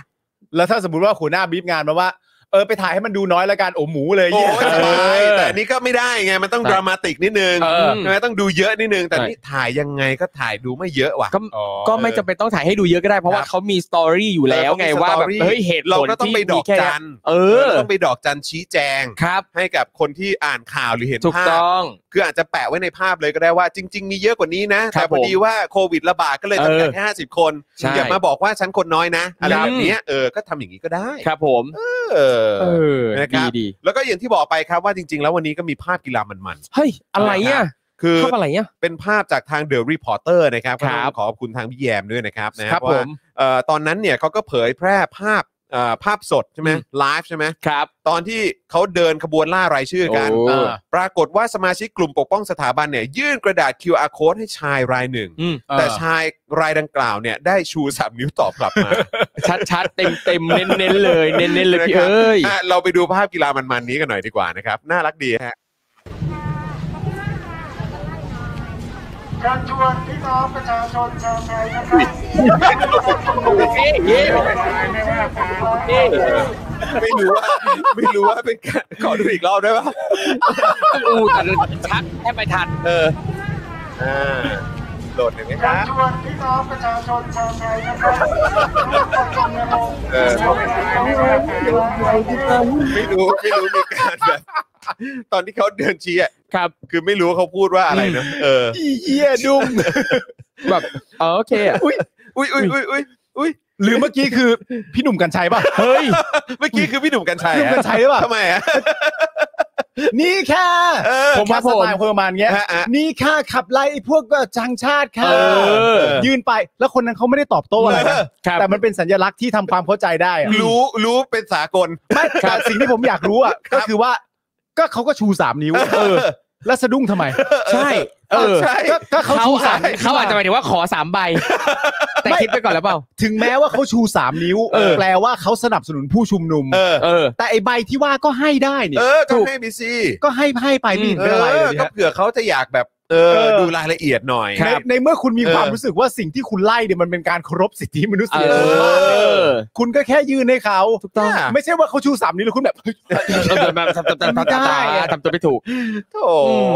Speaker 4: แล้วถ้าสมมติว่าหัวหน้าบีบงานมาว่า เออไปถ่ายให้มันดูน้อยละกันโอ้หมูเลย
Speaker 1: โอ้ยส
Speaker 4: เหี้
Speaker 1: บาย
Speaker 4: เออ
Speaker 1: แต่อันนี้ก็ไม่ได้ไงมันต้อง
Speaker 3: ใช่
Speaker 1: ดรามาติกนิดนึง
Speaker 4: เออ
Speaker 1: ใช่ไหมต้องดูเยอะนิดนึง แต่
Speaker 3: ใช่
Speaker 1: นี่ถ่ายยังไงก็ถ่ายดูไม่เยอะว่ะ
Speaker 3: ก็
Speaker 4: อ๋อ
Speaker 3: ก็ไม่จำเป็นต้องถ่ายให้ดูเยอะก็ได้เพราะว่าเขามีสตอรี่อยู่แล้วไง
Speaker 1: เออ
Speaker 3: ว่าแบบ
Speaker 1: มีสตอรี่
Speaker 3: เฮ้ยเหตุ
Speaker 1: เรา
Speaker 3: ผล
Speaker 1: ก็ต้อง
Speaker 3: ที่
Speaker 1: ไปด
Speaker 3: มี
Speaker 1: อก
Speaker 3: แค่
Speaker 1: จัน
Speaker 3: เออ
Speaker 1: ต้องไปดอกจันชี้แจง
Speaker 3: ครับ
Speaker 1: ให้กับคนที่อ่านข่าวหรือเห็น
Speaker 3: ถูก
Speaker 1: ภาพ
Speaker 3: ต้อง
Speaker 1: คืออาจจะแปะไว้ในภาพเลยก็ได้ว่าจริง ๆ มีเยอะกว่านี้นะ
Speaker 3: ครั
Speaker 1: แต่
Speaker 3: บ
Speaker 1: พอดีว่าโควิดระบาดก็เลย
Speaker 3: เออ
Speaker 1: จำกัดแค่ห้าสิบคน
Speaker 3: ใช่
Speaker 1: อย่ามาบอกว่าฉันคนน้อยนะ อะไร
Speaker 3: ครับ
Speaker 1: แบบเนี้ยเออก็ทำอย่างนี้ก็ได้
Speaker 3: ครับผม
Speaker 1: เออ
Speaker 3: เออ
Speaker 1: นะครั
Speaker 3: ดี
Speaker 1: บ
Speaker 3: ดี
Speaker 1: แล้วก็อย่างที่บอกไปครับว่าจริง ๆ แล้ววันนี้ก็มีภาพกีฬามัน
Speaker 3: เฮ้ยอะไรอ่ะ
Speaker 1: ๆคือ
Speaker 3: ชอบอะไรอ่ะ
Speaker 1: เป็นภาพจากทางเดอะรีพอร์เตอร์นะครับ
Speaker 3: ครับ
Speaker 1: ก็ต้องขอบคุณทางพี่แยมด้วยนะครับนะ
Speaker 3: ค
Speaker 1: ครั
Speaker 3: รับบ ผ
Speaker 1: ว่าม เอ่อตอนนั้นเนี่ยเขาก็เผยแพร่ภาพเอ่อภาพสดใช่ไหม
Speaker 3: อืม
Speaker 1: ไลฟ์ใช่ไหม
Speaker 3: ครับ
Speaker 1: ตอนที่เขาเดินขบวนล่ารายชื่อกัน
Speaker 3: โอ้
Speaker 4: เออ
Speaker 1: ปรากฏว่าสมาชิกกลุ่มปกป้องสถาบันเนี่ยยื่นกระดาษ QR code ให้ชายรายหนึ่ง
Speaker 3: อืม
Speaker 4: เออ
Speaker 1: แต่ชายรายดังกล่าวเนี่ยได้ชูสามนิ้วตอบกลับมา
Speaker 3: ชัดชัดเต็มเต็มเน้นเน้นๆเลยเน้นเน้นๆเลยพี่เอ้ย
Speaker 1: อ่ะเราไปดูภาพกีฬามันๆนี้กันหน่อยดีกว่านะครับ น่ารักดีฮะ
Speaker 5: เชิญชวนพี่น้องประชาชนชาวไทยนะครับ
Speaker 3: เย้
Speaker 5: ไม่ว่าการ
Speaker 3: นี่
Speaker 1: ไม่รู้ว่า ไม่รู้ว่าเป็นการขอดูอีกรอบได้ปะ
Speaker 3: อู้แต่ชัดแทบไม่ทัน
Speaker 1: เอออ่าโหลดหนึ่งไหมค
Speaker 5: เชิ
Speaker 1: รั
Speaker 5: ญ
Speaker 1: บ
Speaker 5: ชวนพี่น้องประชาชนชาวไทยนะครับร่วมกันรณรงค์
Speaker 1: เออ
Speaker 5: ไม่ว่าการ
Speaker 1: ไม่รู้ไม่รู้มีการแบบตอนที่เขาเดินชี้อ่ะ
Speaker 3: ครับ
Speaker 1: คือไม่รู้ว่าเขาพูดว่าอะไรนะเออ
Speaker 4: อีเหี้ยดุ้ง
Speaker 3: แบบเออโอเคอะ
Speaker 4: อุ้ย
Speaker 1: อุ้ยอุ้ยอุ้ยอุ้ยอุ้ย
Speaker 4: หรือเมื่อกี้คือพี่หนุ่มกัญชัยป่ะ
Speaker 3: เฮ้ย
Speaker 1: เมื่อกี้คือพี่หนุ่มกัญชัย
Speaker 4: พี่หนุ่มกัญชัยหรือเปล่า
Speaker 1: ทำไมอ่ะ
Speaker 4: นี่ค่ะ
Speaker 1: เออ
Speaker 4: ผมว่า
Speaker 3: ค
Speaker 4: ส
Speaker 3: รับผม
Speaker 4: ไตล์คนประมาณเงี้ย
Speaker 1: ฮะฮะ
Speaker 4: นี่ค่ะขับไล่ไอ้พวกจังชาติค่ะ
Speaker 1: เออ
Speaker 4: ยืนไปแล้วคนนั้นเขาไม่ได้ตอบโต้อะไรนะครับ แต่มันเป็นสัญลักษณ์ที่ทำความเข้าใจได้อะ
Speaker 1: รู้รู้เป็นสากล
Speaker 4: ไม่แต่สิ่งที่ผมอยากรู้อ่ะก็คือว่าก็เขาก็ชูสามนิ้วเออ แล้วสะดุ้งทำไม
Speaker 3: ใช่เออ
Speaker 1: ใช่
Speaker 4: ก็ก็เขา
Speaker 3: เขา
Speaker 4: ชูสา
Speaker 3: อาม จ
Speaker 4: นิ้ว
Speaker 3: เขาอาจจะหมายถึงว่าขอสามใบ แต่คิดไปก่อนแล้วเปล่า
Speaker 4: ถึงแม้ว่าเขาชูสามนิ้ว
Speaker 3: เออ
Speaker 4: แปลว่าเขาสนับสนุนผู้ชุมนุม
Speaker 1: เออ
Speaker 3: เออ
Speaker 4: แต่ไอใบที่ว่าก็ให้ได้นี่
Speaker 1: เออก็
Speaker 4: ถูก
Speaker 1: ให้บีซี
Speaker 4: ก็ให้ให้ไปไม่
Speaker 1: เอ
Speaker 4: เป็นไรเล
Speaker 1: อย ก็
Speaker 4: ฮะ
Speaker 1: เผื่อเขาจะอยากแบบเออ
Speaker 4: เออ
Speaker 1: ดูรายละเอียดหน่อย
Speaker 4: ในในเมื่อคุณมี
Speaker 1: เออ
Speaker 4: ความรู้สึกว่าสิ่งที่คุณไล่เนี่ยมันเป็นการเคารพสิทธิมนุษย
Speaker 3: เอ
Speaker 4: ชน
Speaker 3: อ
Speaker 4: คุณก็แค่ยื่นให้เขา
Speaker 3: ถูกต้อง
Speaker 4: ไม่ใช่ว่าเขาชูสามนิ้วแล้วคุณแบบ
Speaker 3: ทำตัวมาทำตัว
Speaker 4: ไม่ได้อะ
Speaker 3: ทำตัวไม่ถูก
Speaker 1: โธ่
Speaker 3: อืม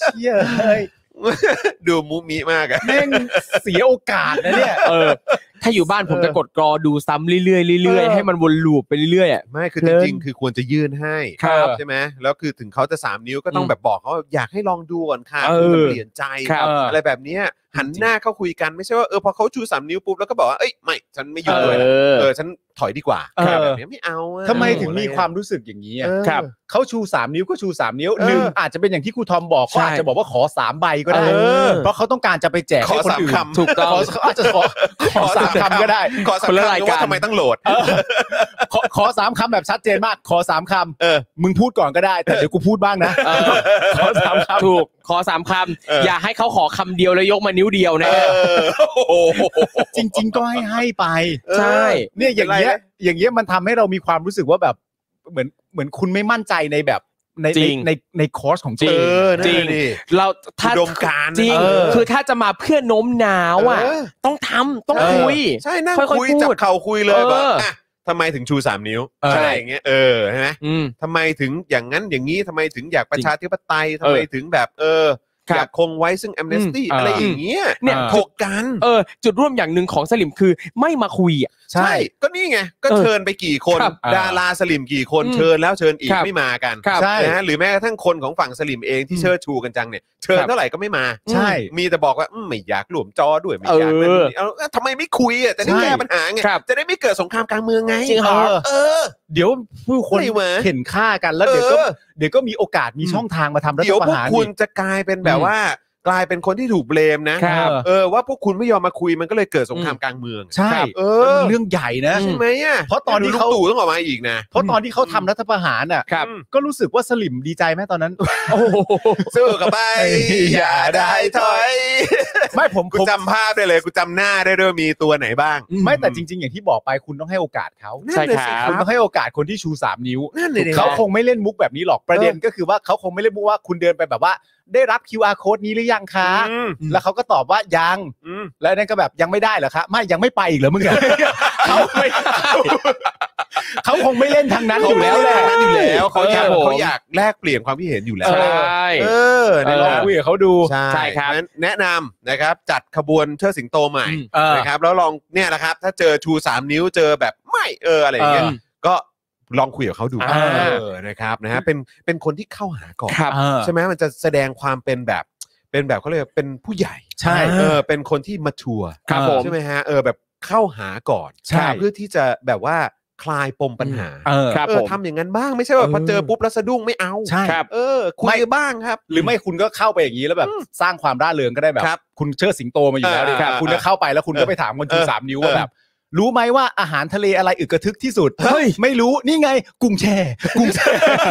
Speaker 4: เชี่ยเฮ้ย
Speaker 1: ดูมุมิมากอะ
Speaker 4: แม่งเสียโอกาสนะเนี่ย
Speaker 3: เออ ถ้าอยู่บ้านผมจะกดกรอดูซ้ำเรื่อยๆเรื่อย
Speaker 4: เอ
Speaker 3: ๆ
Speaker 4: อ
Speaker 3: ให้มันวนลูปไปเรื่อยๆอะ
Speaker 1: ไม่คือ
Speaker 3: เพลิ
Speaker 1: จ
Speaker 3: น
Speaker 1: ริงๆคือควรจะยื่นให้
Speaker 3: ครับ
Speaker 1: ใช่ไหมแล้วคือถึงเขาจะสามนิ้วก็ต้อ
Speaker 3: อื
Speaker 1: ง
Speaker 3: ม
Speaker 1: แบบบอกเขาว่าอยากให้ลองดูก่อนค่ะ
Speaker 3: เอ
Speaker 1: คือ
Speaker 3: อ
Speaker 1: จะเปลี่ยนใจ
Speaker 3: ครับ
Speaker 1: อะไรแบบเนี้ยหันหน้าเข้าคุยกันไม่ใช่ว่าเออพอเขาชูสามนิ้วปุ๊บแล้วก็บอกว่าเอ้ยไม่ฉันไม่อยู่ด้วย
Speaker 3: เอ
Speaker 1: นะ
Speaker 3: อ
Speaker 1: เออฉันถอยดีกว่า
Speaker 4: เออ
Speaker 1: แบบเนี้ยไม่เอาอะ
Speaker 4: ทำไมถึงมีความ
Speaker 1: เ
Speaker 4: รู้สึกอย่างนี้
Speaker 1: อ
Speaker 4: อะ
Speaker 1: อ
Speaker 3: ครับ
Speaker 4: เขาชู 3 นิ้วก็ชู 3 นิ้ว
Speaker 1: เออ
Speaker 4: หนึ่งอาจจะเป็นอย่างที่ครูทอมบอก
Speaker 3: ใช่
Speaker 4: เขาอาจจะบอกว่าขอ 3 ใบก็ได้
Speaker 3: เออ
Speaker 4: เพราะเขาต้องการจะไปแจก
Speaker 1: ขอ
Speaker 4: ให้คนอื่
Speaker 1: สาม
Speaker 4: น
Speaker 1: คำ
Speaker 3: ถูกต้อง
Speaker 4: ขออาจจะขอขอสามคำก็ได้
Speaker 1: ขอสาม
Speaker 3: คนละ
Speaker 1: คำ
Speaker 3: ราย
Speaker 1: นะ
Speaker 3: การ
Speaker 1: ว่าทำไมต้องโหลด
Speaker 4: ขอขอสามคำแบบชัดเจนมาก ขอสามคำ
Speaker 1: เออ
Speaker 4: มึงพูดก่อนก็ได้ แต่เดี๋ยวกูพูดบ้างนะ
Speaker 3: เออ
Speaker 4: ขอสามคำ
Speaker 3: ถูก ขอสามค
Speaker 1: เออ
Speaker 3: ำ
Speaker 1: อ
Speaker 3: อย่าให้เขาขอคำเดียวแล้วยกมานิ้วเดียวนะ
Speaker 1: เออโอ้โห
Speaker 4: จริง ๆ ก็ให้ให้ไป
Speaker 3: ใช่
Speaker 4: เนี่ยอย่างเงี้ยอย่างเงี้ยมันทำให้เรามีความรู้สึกว่าแบบเหมือนเหมือนคุณไม่มั่นใจในแบบใน
Speaker 3: จ
Speaker 4: ใน
Speaker 3: ริง
Speaker 4: ในในคอร์สของ
Speaker 3: จริ
Speaker 1: เอง อนั่น
Speaker 3: จริง
Speaker 1: น่ะดิ
Speaker 3: เราถ้า
Speaker 1: อุดมการณ์
Speaker 3: จริง
Speaker 1: เออ
Speaker 3: คือถ้าจะมาเพื่อโน้มน้าวอ่ะ
Speaker 1: เออ
Speaker 3: ต้องทำต้องคุย
Speaker 1: ใช่นั่ง
Speaker 3: ค่อยๆ
Speaker 1: คุย
Speaker 3: พูด
Speaker 1: จับเข่าคุยเลย
Speaker 3: เออ
Speaker 1: บอกอ่ะทำไมถึงชูสามนิ้ว
Speaker 3: เอออ
Speaker 1: อะไรอย่างเงี้ยเออใช่ไหม
Speaker 3: อืม
Speaker 1: ทำไมถึงอย่างนั้นอย่างนี้ทำไมถึงอยากประชาธิปไตยทำไมถึงแบบเออ
Speaker 3: ครับ
Speaker 1: อยากคงไว้ซึ่งแอมเนสตี้อะไรอย่างเงี้ย
Speaker 3: เนี่ย
Speaker 1: ถกกัน
Speaker 3: เออ จุดร่วมอย่างหนึ่งของสลิมคือไม่มาคุยอ่ะ
Speaker 1: ใช่ ก็นี่ไง ก็
Speaker 3: เออ
Speaker 1: เชิญไปกี่คน
Speaker 3: ครับ
Speaker 1: ดาราสลิมกี่คน
Speaker 3: อืม
Speaker 1: เชิญแล้วเชิญอีก
Speaker 3: ครับ
Speaker 1: ไม่มากัน
Speaker 3: ครับ
Speaker 4: ใช่
Speaker 1: นะฮะหรือแม้กระทั่งคนของฝั่งสลิมเองที่
Speaker 3: อืม
Speaker 1: เชิดชูกันจังเนี่ยเชิญ
Speaker 3: ครับ
Speaker 1: เท่าไหร่ก็ไม่มา
Speaker 4: ใช่
Speaker 1: มีแต่บอกว่าอืมไม่อยากหลวมจอด้วยไม่อยาก
Speaker 3: เออ
Speaker 1: นั่นนี่เอาเอาทำไมไม่คุยอ่ะจะได้
Speaker 4: ใช่
Speaker 1: แก้ปัญหาไง
Speaker 3: ครับ
Speaker 1: จะได้ไม่เกิดสงครามกลางเมืองไง
Speaker 3: จริงเหรอ
Speaker 1: เออ
Speaker 4: เดี๋ยวผู้คน
Speaker 1: ไม่เว้ย
Speaker 4: เห็นค่ากันแล้วเดี๋ยวก็ เดี๋ยวก็มีโอกาสมีช่องทางมาทำรัฐ
Speaker 1: เดี๋ยว
Speaker 4: ประ
Speaker 1: พวก
Speaker 4: หาร
Speaker 1: คุณ
Speaker 4: อีก
Speaker 1: จะกลายเป็นแบบว่า กลายเป็นคนที่ถูกเบลมนะครับ เออว่าพวกคุณไม่ยอมมาคุยมันก็เลยเกิดสงครามกลางเมือง
Speaker 4: ใช่
Speaker 1: ครับเออ
Speaker 4: มันเรื่องใหญ่นะ
Speaker 1: ใช่ไหมอ่ะ
Speaker 4: เพราะตอนที่เขา
Speaker 1: ดูลุงตู่ต้องออกมาอีกนะ
Speaker 4: เพราะตอนที่เขาทำรัฐประหารอ่ะ
Speaker 3: ครับ
Speaker 1: อืม
Speaker 4: ก็รู้สึกว่าสลิมดีใจไหมตอนนั้น
Speaker 3: โอ้โห
Speaker 1: สู้กับไป อย่าได้ถอย
Speaker 4: ไม่ผม
Speaker 1: กู
Speaker 4: ผม
Speaker 1: จำภาพได้เลยกูจำหน้าได้ด้วยมีตัวไหนบ้าง
Speaker 4: ไม่แต่จริง ๆ อย่างที่บอกไปคุณต้องให้โอกาสเขา
Speaker 3: ใช่ครับ
Speaker 4: คุณต้องให้โอกาสคนที่ชูสามนิ้ว
Speaker 1: นั่นเลย
Speaker 4: เขาคงไม่เล่นมุกแบบนี้หรอกประเด็นก็คือว่าเขาคงไม่เล่นมุกว่าคุณเดินไปแบบว่า ได้รับ QR code นี้หรือยังคะ
Speaker 1: อืม
Speaker 4: แล้วเขาก็ตอบว่ายัง
Speaker 1: อืม
Speaker 4: แล้วนั่นก็แบบยังไม่ได้เหรอคะไม่ยังไม่ไปอีกเหรอมึงอะ เขาไม่เขาคงไม่เล่นทางนั้น
Speaker 1: เขา
Speaker 4: อยู่
Speaker 1: ไม่
Speaker 4: แล้ว
Speaker 1: ได้
Speaker 4: แหละ
Speaker 1: นั่นอยู่แล้วเขาอยาก
Speaker 3: เออ
Speaker 1: เขาอยากแลกเปลี่ยนความคิดเห็นอยู่แล้ว
Speaker 3: ใช่
Speaker 1: เออ
Speaker 4: เออล
Speaker 1: นะ
Speaker 4: อง
Speaker 1: ครับ
Speaker 4: คุยกับเขาดู
Speaker 3: ใช่ครับ
Speaker 1: งั้นแนะนำนะครับจัดขบวนเชิดสิงโตใหม่
Speaker 4: อืมเออ
Speaker 1: นะครับแล้วลองเนี่ยนะครับ ถ้าเจอชู 3 นิ้วเจอแบบไม่เอออะไรอย่างเงี้ย
Speaker 4: เออ
Speaker 1: ก็ลองคุยกับเขาดู
Speaker 4: อ่า
Speaker 1: เออนะครับนะฮะเป็นเป็นคนที่เข้าหาก่อน
Speaker 3: ครับ
Speaker 4: เออ
Speaker 1: ใช่ไหมมันจะแสดงความเป็นแบบเป็นแบบเขาเรียกว่าเป็นผู้ใหญ่
Speaker 4: ใช่
Speaker 1: เออเป็นคนที่มาชัว
Speaker 3: ครับผม
Speaker 1: ใช่ไหมฮะเออแบบเข้าหาก่อน
Speaker 4: ใช่
Speaker 1: เพื่อที่จะแบบว่าคลายปมปัญหา
Speaker 4: เออ
Speaker 3: ครับ
Speaker 1: เอ
Speaker 3: ผ
Speaker 1: อ
Speaker 3: ม
Speaker 1: ทำอย่างนั้นบ้างไม่ใช่ว่าพอเจอปุ๊บแล้วสะดุ้งไม่เอา
Speaker 4: ใช่
Speaker 3: ครับ
Speaker 1: เออคุยกันบ้างครับ
Speaker 4: หรือไม่คุณก็เข้าไปอย่างนี้แล้วแบบ
Speaker 1: อืม
Speaker 4: สร้างความร่าเริงก็ได้แบบ
Speaker 1: ครับ
Speaker 4: คุณเชิดสิงโตมาอยู่แล้ว
Speaker 1: เออ
Speaker 4: ดิ
Speaker 1: ครับ
Speaker 4: คุณก็เข้าไปแล้วคุณก็ไปถามคนชู
Speaker 1: เออ
Speaker 4: สามนิ้ว
Speaker 1: เอ
Speaker 4: ว่า
Speaker 1: อ
Speaker 4: แบบ รู้ไหมว่าอาหารทะเลอะไรอึกกระทึกที่สุด
Speaker 1: เฮ้ย
Speaker 4: ไม่รู้นี่ไงกุ้งแช่กุ้งแช่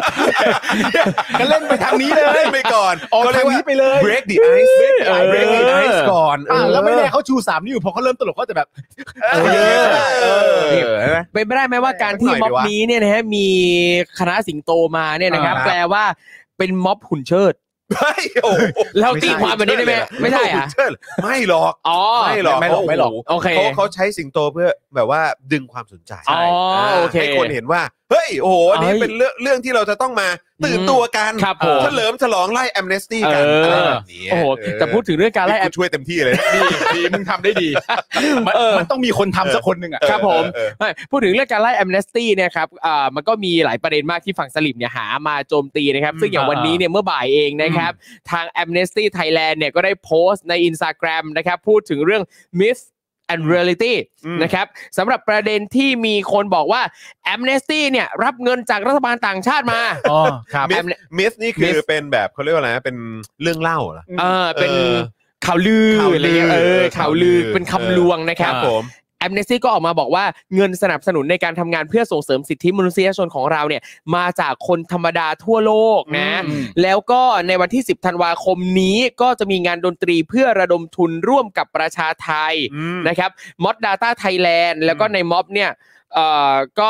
Speaker 4: ก็เล่นไปทางนี้เลย
Speaker 1: เล่นไปก่อน
Speaker 4: ออก
Speaker 1: ก็เรียก
Speaker 4: ทาง
Speaker 1: ว่า
Speaker 4: นี้ไปเลย
Speaker 1: break the ice break the ice break the ice ก่อน
Speaker 4: อ่ะแล้วไม่แน่เขาชูสามนิ้วพอเขาเริ่มตลกเขาจะแบบ
Speaker 1: เออเออเออ
Speaker 3: เป็นไปได้ไหมว่าการ
Speaker 1: ห
Speaker 3: ที่
Speaker 1: น่อยดี
Speaker 3: ม็อบ
Speaker 1: วะ
Speaker 3: นี้เนี่ยนะฮะมีคณะสิงโตมาเนี่ยนะครับ
Speaker 4: อ่า
Speaker 3: แปลว่าเป็นม็อบหุ่นเชิด
Speaker 1: เฮ้ยโอ้โห
Speaker 3: เราตีความแบบนี้ได้ไหมไม่ใช่อ่ะ
Speaker 1: เชิญเลยไม่หรอก
Speaker 3: อ๋อ
Speaker 1: ไม่หรอก
Speaker 4: ไม่หรอกไม่หรอก
Speaker 3: โอเค
Speaker 1: เขาเขาใช้สิงโตเพื่อแบบว่าดึงความสนใจ
Speaker 3: อ๋อโอเค
Speaker 1: ให้คนเห็นว่า เฮ้ยโอ้โหอันนี้
Speaker 3: เฮ้ย
Speaker 1: เป็นเรื่องเรื่องที่เราจะต้องมาตื่น
Speaker 3: อืม
Speaker 1: ตัวกัน
Speaker 3: ครับผม
Speaker 1: เฉลิมฉลองไล่แอมเนสตี้กัน
Speaker 3: เอออ
Speaker 1: ะไรแบบนี้
Speaker 3: โอ้โห
Speaker 1: เ
Speaker 3: แต่พูดถึงเรื่องการไล่แอ
Speaker 1: นี่
Speaker 3: บ
Speaker 1: กูช่วยเต็มที่เลยนะ
Speaker 4: ดีดีมึงทำได้ดีมัน
Speaker 3: เออ
Speaker 4: มันต้องมีคนทำสักคนหนึ่งอ่ะ
Speaker 3: ครับผม
Speaker 1: เออ
Speaker 3: ไม่พูดถึงเรื่องการไล่แอมเนสตี้เนี่ยครับอ่ามันก็มีหลายประเด็นมากที่ฝั่งสลิมเนี่ยหามาโจมตีนะครับ ซึ่งอย่าง
Speaker 4: อ่า
Speaker 3: วันนี้เนี่ยเมื่อบ่ายเองนะครับ ทางแอมเนสตี้ไทยแลนด์เนี่ยก็ได้โพสต์ใน Instagram นะครับ พูดถึงเรื่อง Myth and Reality
Speaker 1: อืม
Speaker 3: นะครับสำหรับประเด็นที่มีคนบอกว่าแอมเนสตี้เนี่ยรับเงินจากรัฐบาลต่างชาติมา
Speaker 4: ๋อครับ
Speaker 1: มิสมิสนี่คือ
Speaker 3: Myth
Speaker 1: เป็นแบบเขาเรียกว่าอะไรนะเป็นเรื่องเล่าเหรอ
Speaker 3: เออเป็น
Speaker 1: เออ
Speaker 3: ข่าวลือ
Speaker 1: ข่าวลืออ
Speaker 3: อะไรเงี้ยเออข่าวลือ
Speaker 1: ข่าวลือ
Speaker 3: เป็นคำลวงนะครับ
Speaker 4: เออ
Speaker 1: ผม
Speaker 3: แอมเนสตี้ก็ออกมาบอกว่าเงินสนับสนุนในการทำงานเพื่อส่งเสริมสิทธิมนุษยชนของเราเนี่ยมาจากคนธรรมดาทั่วโลกนะ
Speaker 4: อืม
Speaker 3: แล้วก็ในวันที่ 10 ธันวาคมนี้ก็จะมีงานดนตรีเพื่อระดมทุนร่วมกับประชาไทย
Speaker 1: อืม
Speaker 3: นะครับม็อบดาต้าไทยแลนด์แล้วก็ในม็อบเนี่ยเอ่อก็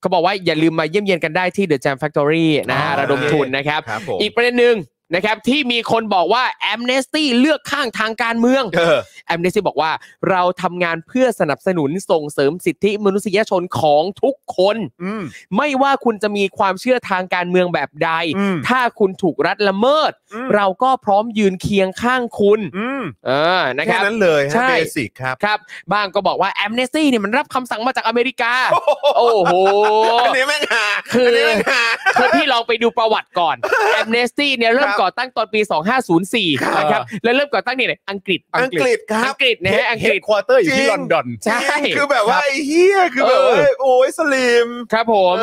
Speaker 3: เขาบอกว่าอย่าลืมมาเยี่ยมเยียนกันได้ที่ The Jam Factory นะฮะ
Speaker 1: อ่า
Speaker 3: ระดมทุนนะครับ
Speaker 1: ครับผม
Speaker 3: อีกประเด็นหนึ่งนะครับที่มีคนบอกว่าแอมเนสตี้เลือกข้างทางการเมือง
Speaker 1: เออ
Speaker 3: แอมเนสตี้บอกว่าเราทำงานเพื่อสนับสนุนส่งเสริมสิทธิมนุษยชนของทุกคน
Speaker 1: อืม
Speaker 3: ไม่ว่าคุณจะมีความเชื่อทางการเมืองแบบใด
Speaker 1: อืม
Speaker 3: ถ้าคุณถูกรัฐละเมิด
Speaker 1: อืม
Speaker 3: เราก็พร้อมยืนเคียงข้างคุณ
Speaker 1: อืม
Speaker 3: เออนะค
Speaker 1: แค่
Speaker 3: รับ
Speaker 1: นั้นเลยฮะ
Speaker 3: ใช่
Speaker 1: เบสิกครับ
Speaker 3: ครับบางก็บอกว่าแอมเนสตี้เนี่ยมันรับคำสั่งมาจากอเมริ กา โอ้โห
Speaker 1: อันนี้แม่งหา
Speaker 3: คือ
Speaker 1: นนี้แม่งหา
Speaker 3: คือพี่ลองไปดูประวัติก่อนแอมเนสตี้เนี่ยเริ่ม
Speaker 1: ครับ
Speaker 3: ก่อตั้งตอนปี 2504นะครับแล้วเริ่มก่อตั้งที่ไหนอังกฤษ
Speaker 1: อังกฤษครับ
Speaker 3: อังกฤษนะฮะอังกฤษ
Speaker 4: ควอเตอร์อ
Speaker 1: จ
Speaker 4: ยู่
Speaker 1: ริ
Speaker 4: ที่
Speaker 1: ง
Speaker 4: ลอนดอน
Speaker 3: ใช่
Speaker 1: คือแบบว่าไอ้เฮียคือแบบว่า
Speaker 3: เออ
Speaker 1: โอ้ยสลิม
Speaker 3: ครับผม
Speaker 1: เอ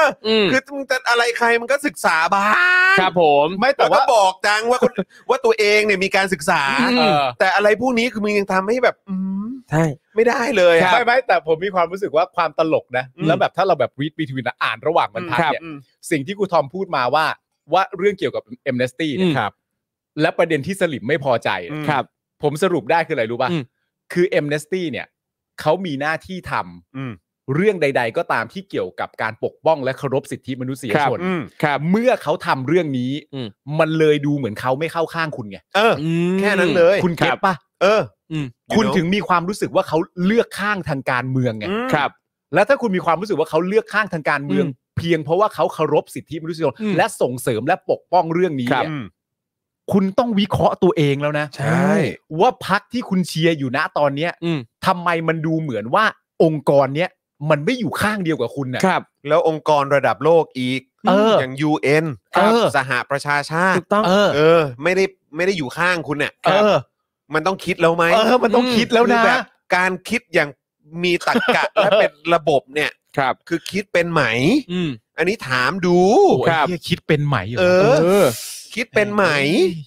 Speaker 1: อ
Speaker 3: อื
Speaker 1: อ
Speaker 3: ม
Speaker 1: คือมึงจะอะไรใครมันก็ศึกษาบ้าง
Speaker 3: ครับผม
Speaker 4: ไม่แต่
Speaker 1: แต่ว่า
Speaker 4: ว่า
Speaker 1: บอกจังว่าคน ว่าตัวเองเนี่ยมีการศึกษา
Speaker 3: อืม
Speaker 4: เออ
Speaker 1: แต่อะไรพวกนี้คือมึงยังทำให้แบบ อืม
Speaker 3: ใช่
Speaker 1: ไม่ได้เลยอะ
Speaker 4: ไม่ไม่แต่ผมมีความรู้สึกว่าความตลกนะ
Speaker 1: อืม
Speaker 4: แล้วแบบถ้าเราแบบวีดบีทวินอ่านระหว่างบรรทัด
Speaker 3: ครับ
Speaker 4: เนี่ยสิ่งที่ครูทอมพูดมาว่าว่าเรื่องเกี่ยวกับเอ็มเนสตี้
Speaker 3: อืม
Speaker 4: ครับ และประเด็นที่สลิมไม่พอใจอะ
Speaker 1: อืม
Speaker 3: ครับ
Speaker 4: ผมสรุปได้คืออะไรรู้ป่ะ
Speaker 3: อืม
Speaker 4: คือเอ็มเนสตี้เนี่ยเขามีหน้าที่ทำ
Speaker 1: อืม
Speaker 4: เรื่องใด ๆ ก็ตามที่เกี่ยวกับการปกป้องและเคารพสิทธิมนุษยชน
Speaker 1: อืม
Speaker 3: ครับ
Speaker 4: เมื่อเขาทำเรื่องนี้
Speaker 3: อืม
Speaker 4: มันเลยดูเหมือนเขาไม่เข้าข้างคุณไง
Speaker 1: เออ แค่นั้นเลย
Speaker 4: คุณเก็ตปะ
Speaker 1: เออ
Speaker 4: คุณถึงมีความรู้สึกว่าเขาเลือกข้างทางการเมืองไง
Speaker 1: อืม
Speaker 3: ครับ
Speaker 4: แล้วถ้าคุณมีความรู้สึกว่าเขาเลือกข้างทางการเมือง
Speaker 3: อืม
Speaker 4: เพียงเพราะว่าเขาเคารพสิทธิมนุษยชน
Speaker 3: อืม
Speaker 4: และส่งเสริมและปกป้องเรื่องนี้
Speaker 3: ครับ
Speaker 4: เนี่ยคุณต้องวิเคราะห์ตัวเองแล้วนะ
Speaker 1: ใช่
Speaker 4: ว่าพักที่คุณเชียร์อยู่ณตอนเนี้ย
Speaker 3: อืม
Speaker 4: ทำไมมันดูเหมือนว่าองค์กรเนี้ยมันไม่อยู่ข้างเดียวกับคุณน่ะ
Speaker 3: ครับ
Speaker 1: แล้วองค์กรระดับโลกอีก
Speaker 4: เอออย่าง
Speaker 1: UN
Speaker 4: ครับ
Speaker 1: สหประชาชาติ
Speaker 3: ถูกต้อง
Speaker 4: เออ
Speaker 1: เออ ไม่ได้ไม่ได้อยู่ข้างคุณเนี่ย
Speaker 4: เออ
Speaker 1: มันต้องคิดแล้วไหม
Speaker 4: เออ มันต้องคิดแล้ว
Speaker 1: คือ
Speaker 4: นะ
Speaker 1: แบบการคิดอย่างมีตรรกะ และเป็นระบบเนี่ย
Speaker 3: ครับ
Speaker 1: คือคิดเป็นไหม
Speaker 3: อืม
Speaker 1: อันนี้ถามดู
Speaker 4: โอ้ย
Speaker 3: ครับ
Speaker 4: เหี้ยคิดเป็นไหมหร
Speaker 1: เออ คิดเป็นไหม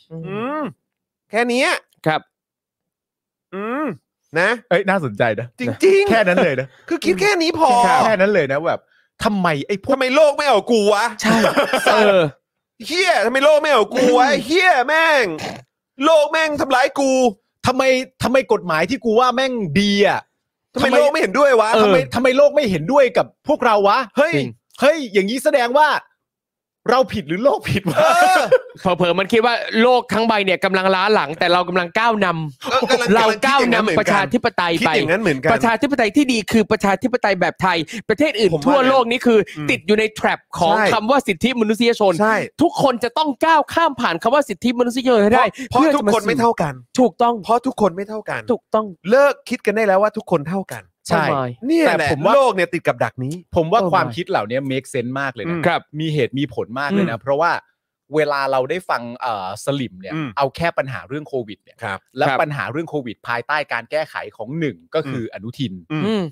Speaker 4: เอ้ย
Speaker 1: อืม แค่เนี้ย
Speaker 3: ครับ
Speaker 1: อืมนะ
Speaker 4: เอ้ยน่าสนใจนะ
Speaker 1: จริง
Speaker 4: แค่นั้นเลยนะ
Speaker 1: ๆ คือคิดแค่นี้พอ
Speaker 4: แค่นั้นเลยนะแบบทำไมไอ้พวก
Speaker 1: ทำไมโลกไม่เอากูวะ
Speaker 3: ใช่เออ
Speaker 1: เฮียทำไมโลกไม่เอากูวะเฮียแม่ง โลกแม่งทำร้ายกู
Speaker 4: ทำไมทำไมกฎหมายที่กูว่าแม่งดีอ่ะ
Speaker 1: ทำไมโลกไม่เห็นด้วยวะ
Speaker 4: เออ
Speaker 1: ทำ
Speaker 4: ทำ
Speaker 1: ไม
Speaker 4: ไมทำไมโลกไม่เห็นด้วยกับพวกเราวะเฮ้ย
Speaker 3: จริง
Speaker 4: เฮ้ย อย่างนี้แสดงว่า เราผิดหรือโลกผิดวะ
Speaker 3: เผลอๆมันคิดว่าโลกทั้งใบเนี่ยกำลังล้าหลังแต่เรากำลังก้าว
Speaker 1: เอ
Speaker 3: น
Speaker 1: อ
Speaker 3: ำ
Speaker 1: กำลัง
Speaker 3: เราก้าว
Speaker 1: กำลังคิดอย่างนั้นเหมือนกัน
Speaker 3: นำประชาธิปไตย
Speaker 1: คิด
Speaker 3: ไป
Speaker 1: อย่างนั้นเหมือนกัน
Speaker 3: ประชาธิปไตยที่ดีคือประชาธิปไตยแบบไทย ประเทศอื่น
Speaker 1: ผมว่า
Speaker 3: ทั่วโลกนี่คืออ
Speaker 1: ม
Speaker 3: ติดอยู่ในแทรปของ
Speaker 1: ใช่
Speaker 3: คำว่าสิทธิมนุษยชน
Speaker 1: ใช่
Speaker 3: ทุกคนจะต้องก้าวข้ามผ่านคำว่าสิทธิมนุษยชนให้ได้
Speaker 1: เพราะ
Speaker 3: พื่อ
Speaker 1: ทุกคนไม่เท่ากัน
Speaker 3: ถูกต้อง
Speaker 1: เพราะทุกคนไม่เท่ากัน
Speaker 3: ถูกต้อง
Speaker 1: เลิกคิดกันได้แล้วว่าทุกคนเท่ากัน
Speaker 4: ใช่
Speaker 3: มากมาย
Speaker 1: เนี่ย
Speaker 4: แต่
Speaker 1: แหละ
Speaker 4: ผมว่า
Speaker 1: โลกเนี่ยติดกับดักนี้
Speaker 4: ผมว่า
Speaker 3: เออ
Speaker 4: ความ
Speaker 3: ไม่
Speaker 4: คิดเหล่านี้ make sense มากเลย
Speaker 1: อื
Speaker 4: นะ
Speaker 1: ม
Speaker 3: ครับ
Speaker 4: มีเหตุมีผลมากเลยนะ เพราะว่าเวลาเราได้ฟังเอ่อสลิมเนี่ย
Speaker 1: อืม
Speaker 4: เอาแค่ปัญหาเรื่องโควิดเนี่ย
Speaker 1: ครับ
Speaker 4: และ
Speaker 3: ครับ
Speaker 4: ปัญหาเรื่องโควิด ภายใต้การแก้ไขของหนึ่งก็คือออนุทิน
Speaker 1: อืม
Speaker 3: อืม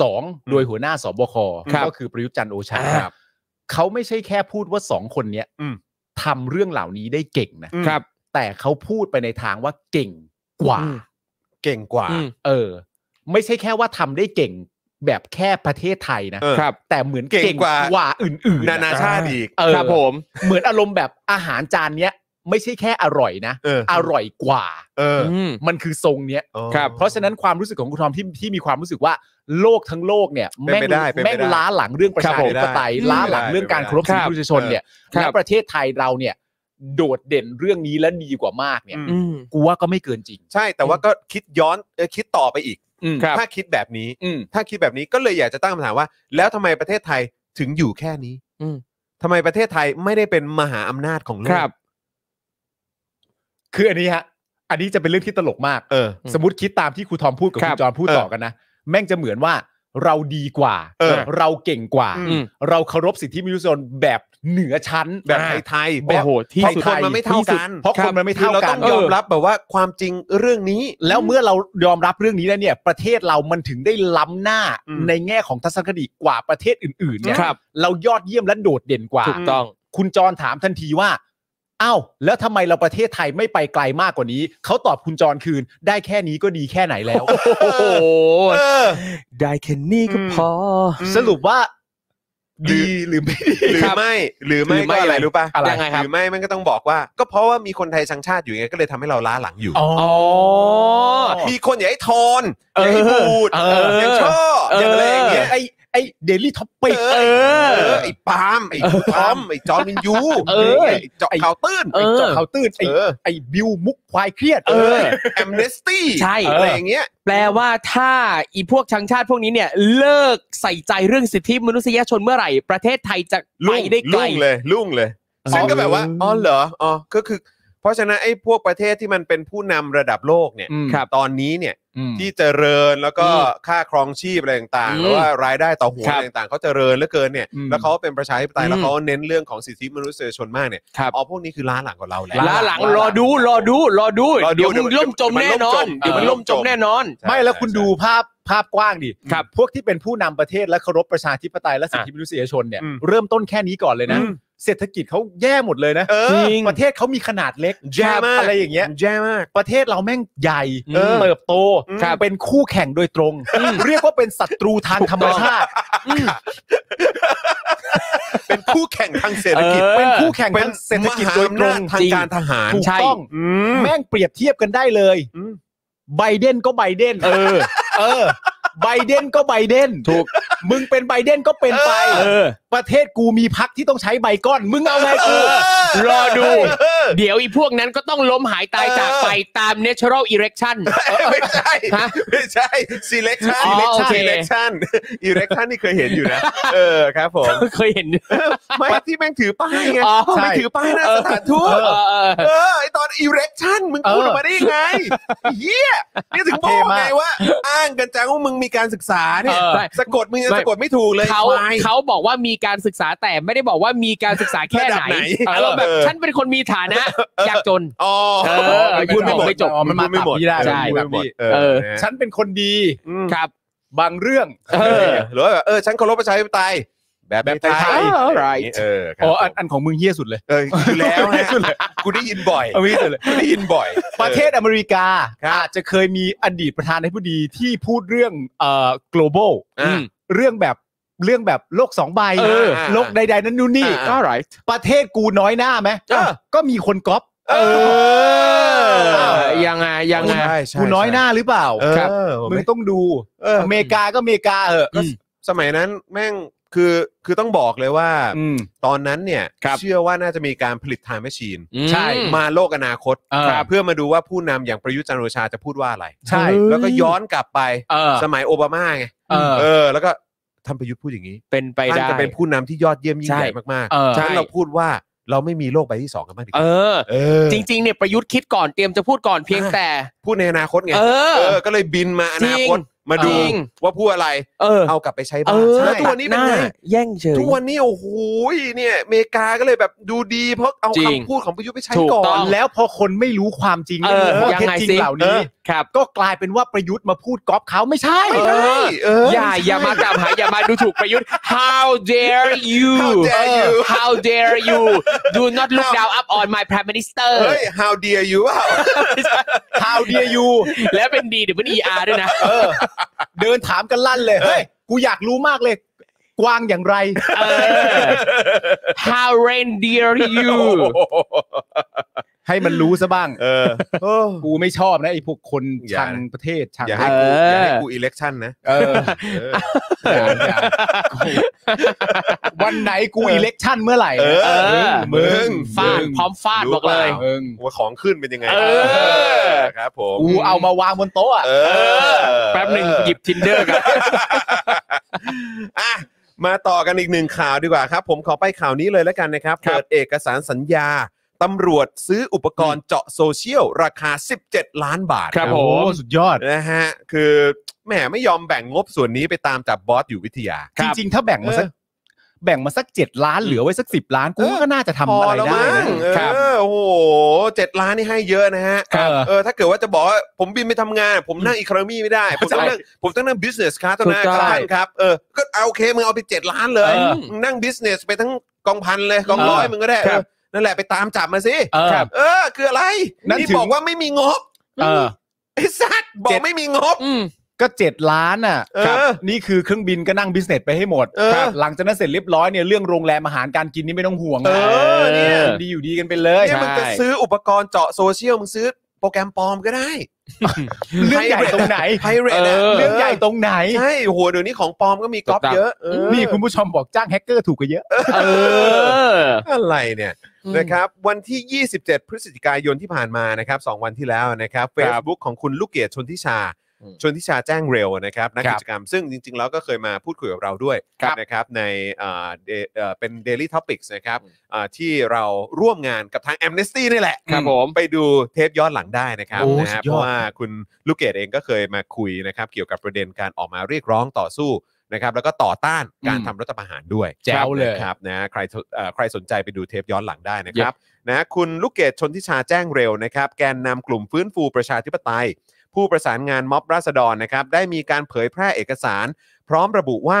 Speaker 4: สองโดยหัวหน้าสบค
Speaker 3: ครับ
Speaker 4: ก็คือประยุทธ์จันทร์โอชา
Speaker 3: อ่า
Speaker 4: ครับเขาไม่ใช่แค่พูดว่าสองคนเนี้ย
Speaker 1: อืม
Speaker 4: ทำเรื่องเหล่านี้ได้เก่งนะครับ แต่เขาพูดไปในทางว่าเก่งกว่า
Speaker 3: อืม
Speaker 1: เก่งกว่า
Speaker 3: อืม
Speaker 4: เออ ไม่ใช่แค่ว่าทำได้เก่งแบบแค่ประเทศไทยนะ
Speaker 1: เออ
Speaker 3: ครับ
Speaker 4: แต่เหมือน
Speaker 1: เก่งกว่า
Speaker 4: อื่นๆ
Speaker 1: นานาชาติอีก
Speaker 4: เออ
Speaker 3: ครับผม
Speaker 4: เหมือนอารมณ์แบบอาหารจานเนี้ย ไม่ใช่แค่อร่อยนะ
Speaker 1: เออ
Speaker 4: ร่อยกว่า
Speaker 1: เออ
Speaker 3: อืม
Speaker 4: มันคือทรงเนี้ย
Speaker 1: อ๋อ
Speaker 3: ครับ
Speaker 4: เพราะฉะนั้นความรู้สึกของคุณทอมที่ที่มีความรู้สึกว่าโลกทั้งโลกเนี่ย
Speaker 1: เป็น
Speaker 4: แม่ง
Speaker 1: ไปได้เป็นไปได้
Speaker 4: แม่งล้าหลังเรื่องประชาธิปไตย
Speaker 1: ครับผม
Speaker 4: ล้าหลังเรื่องการเคารพสิทธิมนุษยชนเนี่ย
Speaker 3: ครับ
Speaker 4: และประเทศไทยเราเนี่ย โดดเด่นเรื่องนี้และดีกว่ามากเนี่ย
Speaker 1: อืม
Speaker 3: อืม
Speaker 4: กูว่าก็ไม่เกินจริง
Speaker 1: ใช่แต่ว่าก็คิดย้อนเออคิดต่อไปอีก
Speaker 3: ครับ
Speaker 1: ถ้าคิดแบบนี้
Speaker 4: อืม
Speaker 1: ถ้าคิดแบบนี้ก็เลยอยากจะตั้งคำถามว่า แล้วทำไมประเทศไทยถึงอยู่แค่นี้
Speaker 3: อืม
Speaker 1: ทำไมประเทศไทยไม่ได้เป็นมหาอำนาจของโล
Speaker 3: ค
Speaker 1: ก
Speaker 3: รับ
Speaker 4: คืออันนี้ฮะ อันนี้จะเป็นเรื่องที่ตลกมาก
Speaker 1: เออ
Speaker 3: อืม
Speaker 4: สมมติคิดตามที่ครูทอมพูดกับ
Speaker 3: ครั
Speaker 4: คุ
Speaker 3: บ
Speaker 4: ณจอนพูด
Speaker 1: เออ
Speaker 4: ต่อกันนะ แม่งจะเหมือนว่าเราดีกว่า
Speaker 1: เออ
Speaker 4: เราเก่งกว่า
Speaker 3: อืม
Speaker 4: เราเคารพสิทธิมนุษยชนแบบเหนือชั้น
Speaker 1: แบบไทยๆ
Speaker 4: แบ
Speaker 1: แบบ บ
Speaker 3: โอ้โหที่
Speaker 1: เพราะ
Speaker 3: สุด
Speaker 1: คนมันไม่เท่ากัน
Speaker 4: เพราะคนมันไม่
Speaker 1: คือ
Speaker 4: เท่า
Speaker 1: เรา
Speaker 4: กั
Speaker 1: ต้อนงยอมรับแบบว่าความจริงเรื่องนี้
Speaker 4: แล้วเมื่อเรายอมรับเรื่องนี้แล้วเนี่ย ประเทศเรามันถึงได้ล้ำหน้า
Speaker 1: อืม
Speaker 4: ในแง่ของทัศนคติกว่าประเทศอื่น ๆ เนี่ย
Speaker 3: ครับ
Speaker 4: เรายอดเยี่ยมและโดดเด่นกว่า
Speaker 3: ถูกต้อง
Speaker 4: คุณจรถามทันทีว่า อ้าว แล้วทำไมเราประเทศไทยไม่ไปไกลมากกว่านี้ เขาตอบคุณจรคืน ได้แค่นี้ก็ดีแค่ไหนแล้ว
Speaker 3: โอ้โห
Speaker 1: เออ
Speaker 3: ได้แค่นี้ก็พอ
Speaker 1: อืม
Speaker 4: สรุปว่า
Speaker 1: หรือหรือไม่หรือไม่หรือไม่
Speaker 4: หรือไม่
Speaker 1: ก็อะไร
Speaker 4: อะไร
Speaker 1: รู้ป่ะ
Speaker 4: อะไร
Speaker 3: ยังไงครับ
Speaker 1: หรือไม่มันก็ต้องบอกว่า ก็เพราะว่ามีคนไทยชังชาติอยู่ไงก็เลยทำให้เราล้าหลังอยู่
Speaker 4: อ๋อ
Speaker 1: มีคนอย่าให้ทอน
Speaker 3: เออ
Speaker 1: อา
Speaker 3: อย่
Speaker 1: ให้บูด
Speaker 3: เออ
Speaker 1: อ
Speaker 3: อ
Speaker 1: ย่าชอบ
Speaker 3: เอ
Speaker 1: อ
Speaker 3: ออ
Speaker 1: ย่างอะไรอย่างเงี้ย
Speaker 4: ไอไอเดลี่ท็อปปิก
Speaker 1: เออ
Speaker 4: เออ
Speaker 1: ไอ้ปาล์มไอ้ทอมไอ้จอร์นวินยู
Speaker 4: เออ
Speaker 1: ไอ้เจาะข่าวตื้น
Speaker 3: เออ
Speaker 4: เจาะเขาตื้นไอ
Speaker 1: เออ
Speaker 4: ไอบิวมุกควายเครียด
Speaker 3: เออ
Speaker 1: แอมเนสตี้
Speaker 3: ใช่
Speaker 1: อะไรอย่างเงี้ย
Speaker 3: แปลว่าถ้าอีพวกชังชาติพวกนี้เนี่ย เลิกใส่ใจเรื่องสิทธิมนุษยชนเมื่อไหร่ ประเทศไทยจะไป
Speaker 1: ลุ่ง
Speaker 3: ได้ไกล
Speaker 1: ลุ่งเลยลุ่งเลย
Speaker 3: อ๋อ
Speaker 1: ซึ่งก็แบบว่าอ๋อเหรออ๋อก็คือ เพราะฉะนั้นไอ้พวกประเทศที่มันเป็นผู้นำระดับโลกเนี่ย
Speaker 4: อืม
Speaker 3: ครับ
Speaker 1: ตอนนี้เนี่ย
Speaker 4: อืม
Speaker 1: ที่เจริญแล้วก็
Speaker 3: อืม
Speaker 1: ค่าครองชีพอะไรต่างๆ
Speaker 3: อืม
Speaker 1: หรือว่ารายได้ต่อหัว
Speaker 3: ครับ
Speaker 1: อะไรต่างๆเขาเจริญเหลือเกินเนี่ย
Speaker 4: อืม
Speaker 1: แล้วเขาเป็นประชาธิปไตย
Speaker 3: อืม
Speaker 1: แล้วเขาเน้นเรื่องของสิทธิมนุษยชนมากเนี่ย
Speaker 3: ครับ
Speaker 1: อ๋อพวกนี้คือล้าหลังกว่าเราแหละ
Speaker 3: ล้าหลังรอดูรอดูรอดู
Speaker 1: รอดู
Speaker 3: เดี๋ยว
Speaker 1: เดี๋ยว
Speaker 3: มึงล่มจม
Speaker 1: มัน
Speaker 3: แน่
Speaker 1: ล่มจ
Speaker 3: นอน
Speaker 1: ม
Speaker 3: เดี๋ยวมัน
Speaker 1: เออ
Speaker 3: ล่มจมแน่นอน
Speaker 1: ใช่
Speaker 4: ไม่แล้วคุณ
Speaker 1: ใช่
Speaker 4: ดูภาพภาพกว้างดิ
Speaker 3: ครับ
Speaker 4: พวกที่เป็นผู้นำประเทศและเคารพประชาธิปไตยและสิทธิมนุษยชนเนี่ย
Speaker 1: อืม
Speaker 4: เริ่มต้นแค่นี้ก่อนเลยนะ
Speaker 1: อืม
Speaker 4: เศรษฐกิจเขาแย่หมดเลยนะ
Speaker 1: เออ
Speaker 3: จริง
Speaker 4: ประเทศเขามีขนาดเล็ก
Speaker 1: แย่มาก
Speaker 4: อะไรอย่างเงี้ย
Speaker 1: แย่มาก
Speaker 4: ประเทศเราแม่งใหญ่
Speaker 3: เออ
Speaker 4: เติบโต
Speaker 3: ครับ
Speaker 4: เป็นคู่แข่งโดยตรง เรียกว่าเป็นศัตรูทางธรรมชาติ
Speaker 1: เป็นคู่แข่งทางเศรษฐกิจ
Speaker 3: เออ
Speaker 4: เป็นคู่แข่ง
Speaker 1: เป็
Speaker 4: ทาน งเศรษฐกิ
Speaker 1: ม
Speaker 4: จ
Speaker 1: หา
Speaker 4: โดยต
Speaker 1: อำ
Speaker 4: ร
Speaker 1: นาง จทางการทหาร
Speaker 4: ถูก
Speaker 3: ใช่
Speaker 4: ต้อง
Speaker 1: อืม
Speaker 4: แม่งเปรียบเทียบกันได้เลย
Speaker 1: อืม
Speaker 4: ไบเดนก็ไบเดนเออ เออ ไบเดนก็ไบเดนถูก มึงเป็นไบเดนก็เป็นไป
Speaker 3: เออ
Speaker 4: ประเทศกูมีพักที่ต้องใช้ใบก้อน มึงเอาไง
Speaker 1: เอ
Speaker 4: กู
Speaker 1: อ
Speaker 3: รอดู
Speaker 1: เออ
Speaker 3: เดี๋ยวอีพวกนั้นก็ต้องล้มหายตายจากไปตาม natural erection
Speaker 1: ไม่ใช่
Speaker 3: ฮะ
Speaker 1: ไม่ใช่ selection
Speaker 3: อ๋อโอ
Speaker 1: selection
Speaker 3: เค
Speaker 1: selection erection นี่เคยเห็นอยู่นะ เออครับผม
Speaker 3: เคยเห็น
Speaker 1: ไม่ที่แม่งถือป้ายไง
Speaker 3: อ๋อ
Speaker 1: แม่งถือป้ายหน้าสถานทูต
Speaker 3: เออเออ
Speaker 1: เออไอตอน erection มึงพูดออกมาได้ยังไงเยี่ยนี่ถึงบ
Speaker 4: เท่
Speaker 1: อก
Speaker 4: มา
Speaker 1: ไง
Speaker 4: ก
Speaker 1: ว่า อ้างกันจังว่ามึงมีการศึกษาเนี่ย
Speaker 3: เออ
Speaker 1: สะกดมึงยังสะกดไม่ถูกเลย
Speaker 3: เขา
Speaker 1: ควาย
Speaker 3: เขาบอกว่ามีการศึกษาแต่ไม่ได้บอกว่ามีการศึกษาแค่
Speaker 1: ระดั
Speaker 3: ไหน
Speaker 1: บไหน
Speaker 3: อารมณ์แบบ
Speaker 1: เออ
Speaker 3: ฉันเป็นคนมีฐานะ ยากจน
Speaker 1: อ๋อ
Speaker 3: เออ
Speaker 1: พูดไม่หมด
Speaker 3: ไม่จบ
Speaker 4: อ๋อมัน
Speaker 1: พู
Speaker 4: มา
Speaker 1: ดไม่หมด
Speaker 4: ตับนี่ได้
Speaker 1: เออ
Speaker 3: ใช่
Speaker 1: พูดไม่หมด
Speaker 4: เออ
Speaker 1: เออ
Speaker 4: ฉันเป็นคนดี
Speaker 1: อืม
Speaker 3: ครับ
Speaker 4: บางเรื่อง
Speaker 3: เอ
Speaker 1: เออหรือว่าแบบเออฉันเคารพประชาธิปไตยแบบ
Speaker 4: แบบ
Speaker 1: ไท
Speaker 4: ไท
Speaker 1: ย
Speaker 4: ย
Speaker 1: ๆ
Speaker 3: alright
Speaker 1: เออครับ
Speaker 4: อ๋อ
Speaker 1: ผ
Speaker 4: อัน
Speaker 1: ม
Speaker 4: อันของมึงเฮี้ยสุดเลย
Speaker 1: เออคือแล้วฮะ กูได้ยินบ่อย
Speaker 4: เอาไม่สุดเลย
Speaker 1: กูได้ยินบ่อย
Speaker 4: ประเทศอเมริกาอาจจะเคยมีอดีตประธานาธิบดีที่พูดเรื่องเอ่อ global
Speaker 1: อ่า
Speaker 4: เรื่องแบบเรื่องแบบโลกสองใบ
Speaker 1: เออ
Speaker 4: โลกใดๆนั้นนู่นนี่
Speaker 1: อ่า
Speaker 3: alright
Speaker 4: ประเทศกูน้อยหน้าไหม
Speaker 1: เออ
Speaker 4: ก็มีคนก๊อป
Speaker 1: เออ
Speaker 3: เออยังไงยังไง
Speaker 1: ใช่ใช่
Speaker 4: กูน้อยหน้าหรือเปล่า
Speaker 1: เออ
Speaker 3: ครับ
Speaker 1: ผม
Speaker 4: มึง
Speaker 1: ไม่
Speaker 4: ต้องดู
Speaker 1: เออ
Speaker 4: อเมริกาก็อเมริกาเหอะ
Speaker 1: ก็สมัยนั้นแม่งคือคือต้องบอกเลยว่า
Speaker 4: อืม
Speaker 1: ตอนนั้นเนี่ย
Speaker 4: ครับ
Speaker 1: เชื่อว่าน่าจะมีการผลิตไทม์แมชชีน
Speaker 4: ใช่
Speaker 1: มาโลกอนาคต
Speaker 4: เออ
Speaker 1: เพื่อมาดูว่าผู้นำอย่างประยุทธ์จันทร์โอชาจะพูดว่าอะไร
Speaker 4: ใช่
Speaker 1: แล้วก็ย้อนกลับไป
Speaker 4: เออ
Speaker 1: สมัยโอบามาไง
Speaker 4: เออ
Speaker 1: เออ แล้วก็ท่านประยุทธ์พูดอย่างนี้
Speaker 3: เป็นไป
Speaker 1: ท่าน
Speaker 3: ได้
Speaker 1: จะเป็นผู้นำที่ยอดเยี่ยมยิ่ง
Speaker 3: ใช่
Speaker 1: ใหญ่มาก
Speaker 4: เออ
Speaker 1: ๆฉะนั้นเราพูดว่าเราไม่มีโลกใบที่สองกันบ้างดีก
Speaker 3: เอ
Speaker 1: ว่า
Speaker 3: อ
Speaker 1: เออ
Speaker 3: จริงๆเนี่ยประยุทธ์คิดก่อนเตรียมจะพูดก่อนเพียงแต่
Speaker 1: พูดในอนาคตไง
Speaker 3: เออ
Speaker 1: เออ ก็เลยบินมาอนาคต
Speaker 3: จริง
Speaker 1: มาดู
Speaker 3: จริง
Speaker 1: ว่าพูดอะไร
Speaker 3: เออ
Speaker 1: เอากลับไปใช้
Speaker 3: เอ
Speaker 1: บ้าง
Speaker 3: อ
Speaker 1: แล้วทุกวันนี้เป็นไง
Speaker 3: หาแย่งเฉย
Speaker 1: ทุกวันนี้โอ้โหเนี่ยอเมริกาก็เลยแบบดูดีเพราะเอา
Speaker 3: จริง
Speaker 1: คำพูดของประยุทธ์ไปใช้
Speaker 3: ถูก
Speaker 1: ก่อ
Speaker 3: ต้
Speaker 1: น
Speaker 3: อง
Speaker 4: แล้วพอคนไม่รู้ความจริง
Speaker 3: เออ
Speaker 4: ไม่รู้ข้อ
Speaker 3: ยัง
Speaker 4: เท็จ
Speaker 3: ไง
Speaker 4: จริง
Speaker 3: สิ
Speaker 4: เหล่านี้
Speaker 3: ครับ
Speaker 4: ก็กลายเป็นว่าประยุทธ์มาพูดก๊อปเขาไม่ใช่
Speaker 1: ไม่ได้เออ
Speaker 3: อย่าอย่ามากล่าวหาอย่ามาดูถูกประยุทธ์ How dare you
Speaker 1: How dare you
Speaker 3: How dare you Do not look down up on my prime minister
Speaker 1: เฮ้ย how dare you อ่ะ
Speaker 4: How dare you
Speaker 3: และเป็น D W E R ด้วยนะ
Speaker 4: เออ เดินถามกันลั่นเลย เฮ้ย กูอยากรู้มากเลย กวางอย่างไร
Speaker 3: เออ How reindeer you
Speaker 4: ให้มันรู้ซะบ้าง
Speaker 1: เออโอ้
Speaker 4: กูไม่ชอบนะไอ้พวกคน
Speaker 1: อย่า
Speaker 4: ชัง
Speaker 1: นะ
Speaker 4: ประเทศชัง
Speaker 1: อย่าให้
Speaker 4: เอ
Speaker 1: กู
Speaker 4: อ
Speaker 1: อย่าให้กู election นะ
Speaker 4: เออ
Speaker 1: เออ
Speaker 4: อย่าอย่ากู วันไหนกู
Speaker 1: เออ
Speaker 4: อิเล็กชันเมื่อไหร่
Speaker 1: เออ
Speaker 3: เออ
Speaker 1: มึง
Speaker 3: ฟาดพร้อมฟาดบอกเลย
Speaker 4: มึง
Speaker 1: ว่าของขึ้นเป็นยังไง
Speaker 3: เออ
Speaker 1: ครับผม
Speaker 4: กูเอามาวางบนโต๊ะอะ
Speaker 1: เอ
Speaker 3: เอ
Speaker 1: อ
Speaker 3: อ แป๊บหนึ่งหยิบ tinder กัน
Speaker 1: อ่ะมาต่อกันอีกหนึ่งข่าวดีกว่าครับ ผมขอไปข่าวนี้เลยแล้วกันนะครับ
Speaker 3: ครับ
Speaker 1: เปิดเอกสารสัญญาตำรวจซื้ออุปกรณ์เจาะโซเชียลราคา 17 ล้านบาท
Speaker 3: ครับผม
Speaker 4: โอ้โหสุดยอด
Speaker 1: นะฮะ คือแหมไม่ยอมแบ่งงบส่วนนี้ไปตามจับบอสอยู่วิทยา
Speaker 4: จริงๆ ถ้าแบ่งมาสัก แบ่งมาสักเจ็ดล้านเหลือไว้สักสิบล้านกูว่าก็น่าจะทำ
Speaker 1: พอ
Speaker 4: อะไร
Speaker 1: แล้ว
Speaker 4: ได้
Speaker 1: มั้
Speaker 4: นะ
Speaker 1: งเออโอ้โหเจ็ดล้านนี่ให้เยอะนะฮะ
Speaker 4: ครับ
Speaker 1: เออถ้าเกิดว่าจะบอกว่าผมบินไปทำงาน ผมนั่งอีคโนมีไม่ได้ ผมต้องนั่งผมต้องนั่งบิสเนสคลาสเท่านั้น
Speaker 3: ถูกต้อง
Speaker 1: ท่านครับเออก็เอาโอเคมึงเอาไป 7 ล้านเลย
Speaker 4: เออ
Speaker 1: มึงนั่งบิสเนสไปทั้งกองพันเลยกองร้อย
Speaker 4: เออ
Speaker 1: มึงก็ได้
Speaker 4: ครับ
Speaker 1: เออนั่นแหละไปตามจับมาสิ
Speaker 4: เออครับ
Speaker 1: เออคืออะไร
Speaker 4: นั่น
Speaker 1: นี่
Speaker 4: ถึง
Speaker 1: บอกว่าไม่มีงบ
Speaker 4: เออ
Speaker 1: ไอ้สัตว์บอ
Speaker 4: เจ็
Speaker 1: ก
Speaker 4: ด
Speaker 1: ไม่มีงบ
Speaker 4: ก็เจ็ดล้านอ่ะ
Speaker 1: เออ
Speaker 4: ครับนี่คือเครื่องบินก็นั่งบิสเนสไปให้หมด
Speaker 1: เออ
Speaker 4: ครับหลังจากนั้นเสร็จเรียบร้อยเนี่ยเรื่องโรงแรมอาหารการกินนี่ไม่ต้องห่วง
Speaker 1: เออเนี่ย
Speaker 4: ดีอยู่ดีกันไปเลย
Speaker 1: เนี่ยมึงจะซื้ออุปกรณ์เจาะโซเชียลมึงซื้อโปรแกรมปลอมก็ได้
Speaker 4: เรื่องใหญ่ตรงไหน
Speaker 1: ไพเรต
Speaker 3: เออ
Speaker 4: เรื่องใหญ่ตรงไหน
Speaker 1: ใช่โอ้โหเดี๋ยวนี้ของปลอมก็มีก๊อปเยอะเออ
Speaker 4: นี่คุณผู้ชมบอกจ้างแฮกเกอร์ถูกกว่าเยอะ
Speaker 3: เออ
Speaker 1: อะไรเนี่ย นะครับวันที่ 27 พฤศจิกายนที่ผ่านมานะครับสองวันที่แล้วนะครับ Facebook ของคุณลูกเกียรติชนทิชา
Speaker 3: อืม
Speaker 1: ชนทิชาแจ้งเร็วนะครับนัก
Speaker 4: ครั
Speaker 1: กิ
Speaker 4: บ
Speaker 1: จกรรมซึ่งจริง ๆ แล้วก็เคยมาพูดคุยกับเราด้วย
Speaker 3: ครับ
Speaker 1: นะครับในเอ่อ Da- เอ่อเป็น Daily Topics นะครับ
Speaker 3: อืม
Speaker 1: เอ่อที่เราร่วมงานกับทาง Amnesty นี่แหละ
Speaker 3: ครับผม
Speaker 1: ไปดูเทปย้อนหลังได้นะครับ
Speaker 4: โอ้
Speaker 1: นะฮะ
Speaker 4: สุดยอด
Speaker 1: เพราะว่าคุณลูกเกียรติเองก็เคยมาคุยนะครับเกี่ยวกับประเด็นการออกมาเรียกร้องต่อสู้นะครับแล้วก็ต่อต้านการทำรัฐประหารด้วย
Speaker 4: แจ๋วเลย
Speaker 1: ครับนะใครเอ่อใครสนใจไปดูเทปย้อนหลังได้นะครับนะคุณลูกเกดชนทิชาแจ้งเร็วนะครับ แกนนำกลุ่มฟื้นฟูประชาธิปไตย ผู้ประสานงานม็อบราษฎรนะครับ ได้มีการเผยแพร่เอกสาร พร้อมระบุว่า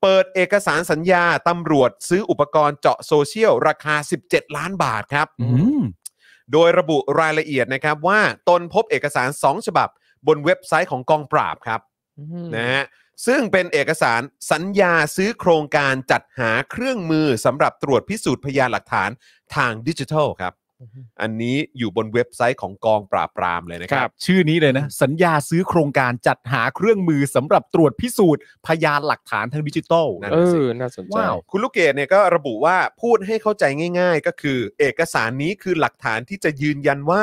Speaker 1: เปิดเอกสารสัญญาตำรวจซื้ออุปกรณ์เจาะโซเชียล ราคา 17 ล้านบาทครับ โดยระบุรายละเอียดนะครับว่าตนพบเอกสาร 2 ฉบับบนเว็บไซต์ของกองปราบครับ นะฮะซึ่งเป็นเอกสารสัญญาซื้อโครงการจัดหาเครื่องมือสำหรับตรวจพิสูจน์พยานหลักฐานทางดิจิทัลครับ อันนี้อยู่บนเว็บไซต์ของกองปราบปรามเลยนะค
Speaker 4: ค
Speaker 1: รั
Speaker 4: รับ บ ชื่อนี้เลยนะ สัญญาซื้อโครงการจัดหาเครื่องมือสำหรับตรวจพิสูจน์พยานหลักฐานทางดิจิตอล
Speaker 1: นั่น
Speaker 3: เออ น่าสนใจ
Speaker 4: ว้าว
Speaker 1: คุณลูกเกดเนี่ยก็ระบุว่าพูดให้เข้าใจง่าย ๆ ก็คือ เอกสารนี้คือหลักฐานที่จะยืนยันว่า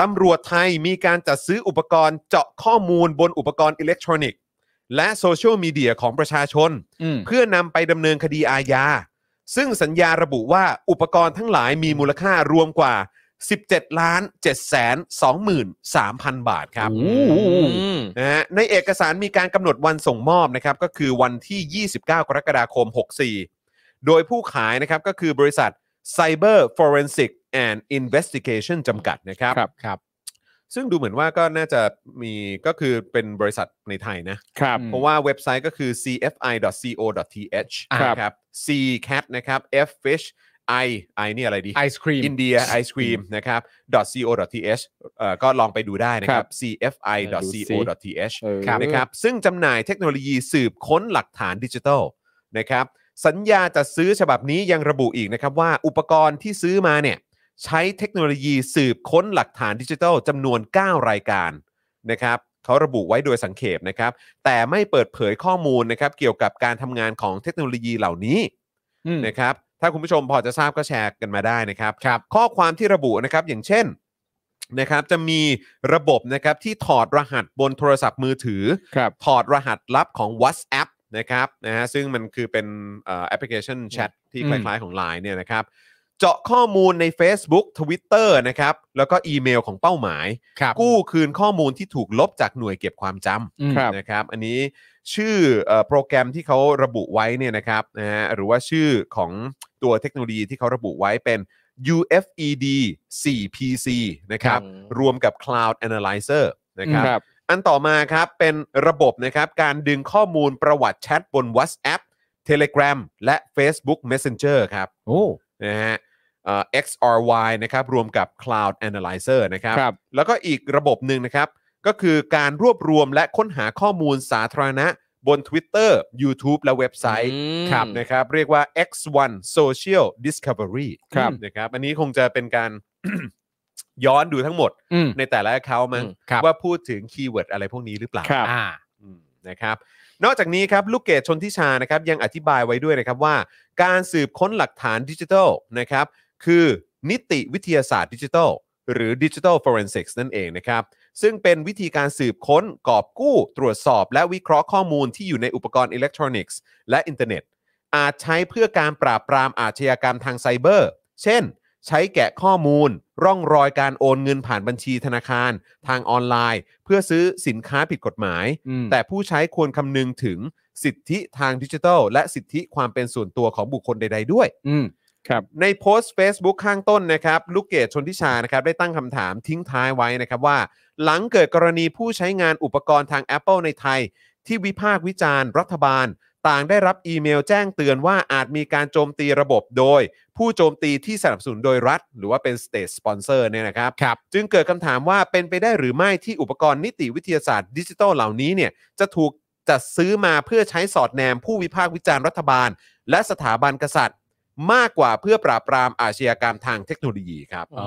Speaker 1: ตำรวจไทยมีการจัดซื้ออุปกรณ์เจาะข้อมูลบนอุปกรณ์อิเล็กทรอนิกส์ และโซเชียลมีเดียของประชาชน
Speaker 4: อืม
Speaker 1: เพื่อนำไปดำเนินคดีอาญา ซึ่งสัญญาระบุว่าอุปกรณ์ทั้งหลายมีมูลค่ารวมกว่า 17 ล้าน7 2 3 0 0 0 บาทครับ
Speaker 4: โอ้
Speaker 1: นะฮะในเอกสารมีการกำหนดวันส่งมอบนะครับ ก็คือวันที่ 29 กรกฎาคม 64 โดยผู้ขายนะครับ ก็คือบริษัท Cyber Forensic and Investigation จำกัดนะครับ
Speaker 4: ครับครับ
Speaker 1: ซึ่งดูเหมือนว่าก็น่าจะมีก็คือเป็นบริษัทในไทยนะ
Speaker 3: ครับ
Speaker 1: เพราะว่าเว็บไซต์ก็คือ cfi.co.th
Speaker 4: ครับ
Speaker 1: นะครับ ccap นะครับ ffish i i นี่อะไรดี
Speaker 4: ไอศครีม
Speaker 1: อินเดียไอศครีมนะครับ .co.th เอ่อก็ลองไปดูได้นะครับ cfi.co.th
Speaker 6: เออ
Speaker 4: ครับ
Speaker 1: นะครับซึ่งจำหน่ายเทคโนโลยีสืบค้นหลักฐานดิจิทัลนะครับสัญญาจะซื้อฉบับนี้ยังระบุอีกนะครับว่าอุปกรณ์ที่ซื้อมาเนี่ยใช้เทคโนโลยีสืบค้นหลักฐานดิจิทัลจำนวน 9 รายการนะครับเขาระบุไว้โดยสังเขปนะครับ แต่ไม่เปิดเผยข้อมูลนะครับเกี่ยวกับการทำงานของเทคโนโลยีเหล่านี้
Speaker 4: อืม
Speaker 1: นะครับถ้าคุณผู้ชมพอจะทราบก็แชร์กันมาได้นะครับรบข้อความที่ระบุนะครับอย่างเช่นนะครับจะมีระบบนะครับที่ถอดรหัสบนโทรศัพท์มือถือ
Speaker 6: ครับ
Speaker 1: ถอดรหัสลับของ WhatsApp นะครับนะฮะซึ่งมันคือเป็นเอ่อแอปพลิเคชันแชทที่
Speaker 4: อื
Speaker 1: ค
Speaker 4: ม
Speaker 1: ล้ายๆของ Line เนี่ยนะครับเจาะข้อมูลใน Facebook Twitter นะครับแล้วก็อีเมลของเป้าหมาย
Speaker 4: ครับ
Speaker 1: กู้คืนข้อมูลที่ถูกลบจากหน่วยเก็บความจำ
Speaker 4: อืม
Speaker 6: ครับ
Speaker 1: นะครับอันนี้ชื่อเอ่อโปรแกรมที่เขาระบุไว้เนี่ยนะครับนะฮะหรือว่าชื่อของตัวเทคโนโลยีที่เขาระบุไว้เป็น UFED 4PC นะครับ
Speaker 3: ครับ
Speaker 1: รวมกับ Cloud Analyzer นะครับ
Speaker 6: ครับ
Speaker 1: อันต่อมาครับเป็นระบบนะครับการดึงข้อมูลประวัติแชทบน WhatsApp Telegram และ Facebook Messenger ครับ
Speaker 4: โอ้
Speaker 1: นะฮะเอ่อ XRY นะครับรวมกับ Cloud Analyzer นะครับ
Speaker 6: ครับ
Speaker 1: แล้วก็อีกระบบหนึ่งนะครับ ก็คือการรวบรวมและค้นหาข้อมูลสาธารณะบน Twitter YouTube และเว็บไซต์
Speaker 3: อืม
Speaker 1: ครับนะครับ เรียกว่า X1 Social Discovery
Speaker 6: ครับ
Speaker 1: นะครับ อันนี้คงจะเป็นการ ย้อนดูทั้งหมด
Speaker 4: อืม
Speaker 1: ในแต่ละ account มั้ง
Speaker 3: อืม
Speaker 4: ครับ
Speaker 1: ว่าพูดถึงคีย์เวิร์ดอะไรพวกนี้หรือเปล่า
Speaker 6: ครับ
Speaker 4: อ่า
Speaker 1: อืมนะครับนอกจากนี้ครับลูกเกดชนทิชานะครับยังอธิบายไว้ด้วยนะครับว่า การสืบค้นหลักฐานดิจิทัลนะครับคือนิติวิทยาศาสตร์ดิจิทัลหรือดิจิทัลฟอเรนซิกนั่นเองนะครับซึ่งเป็นวิธีการสืบค้นกอบกู้ตรวจสอบและวิเคราะห์ข้อมูลที่อยู่ในอุปกรณ์อิเล็กทรอนิกส์และอินเทอร์เน็ต อาจใช้เพื่อการปราบปรามอาชญากรรมทางไซเบอร์ เช่น ใช้แกะข้อมูล ร่องรอยการโอนเงินผ่านบัญชีธนาคาร ทางออนไลน์ เพื่อซื้อสินค้าผิดกฎหมาย
Speaker 4: อืม
Speaker 1: แต่ผู้ใช้ควรคำนึงถึงสิทธิทางดิจิทัล และสิทธิความเป็นส่วนตัวของบุคคลใด ๆ ด้วย
Speaker 4: อืม
Speaker 1: ในโพสต์ Facebook ข้างต้นนะครับ ลูกเกดชนทิชานะครับได้ตั้งคำถามทิ้งท้ายไว้นะครับว่า หลังเกิดกรณีผู้ใช้งานอุปกรณ์ทาง Apple ในไทย ที่วิพากษ์วิจารณ์รัฐบาล ต่างได้รับอีเมลแจ้งเตือนว่าอาจมีการโจมตีระบบโดย ผู้โจมตีที่สนับสนุนโดยรัฐ หรือว่าเป็น State Sponsor เนี่ยนะครับ
Speaker 4: ครับ
Speaker 1: จึงเกิดคำถามว่าเป็นไปได้หรือไม่ที่อุปกรณ์นิติวิทยาศาสตร์ดิจิทัลเหล่านี้เนี่ยจะถูกจัดซื้อมาเพื่อใช้สอดแนมผู้วิพากษ์วิจารณ์รัฐบาล และสถาบันกษัตริย์ มากกว่าเพื่อปราบปรามอาชญากรรมทางเทคโนโลยีครับ
Speaker 4: อ๋อ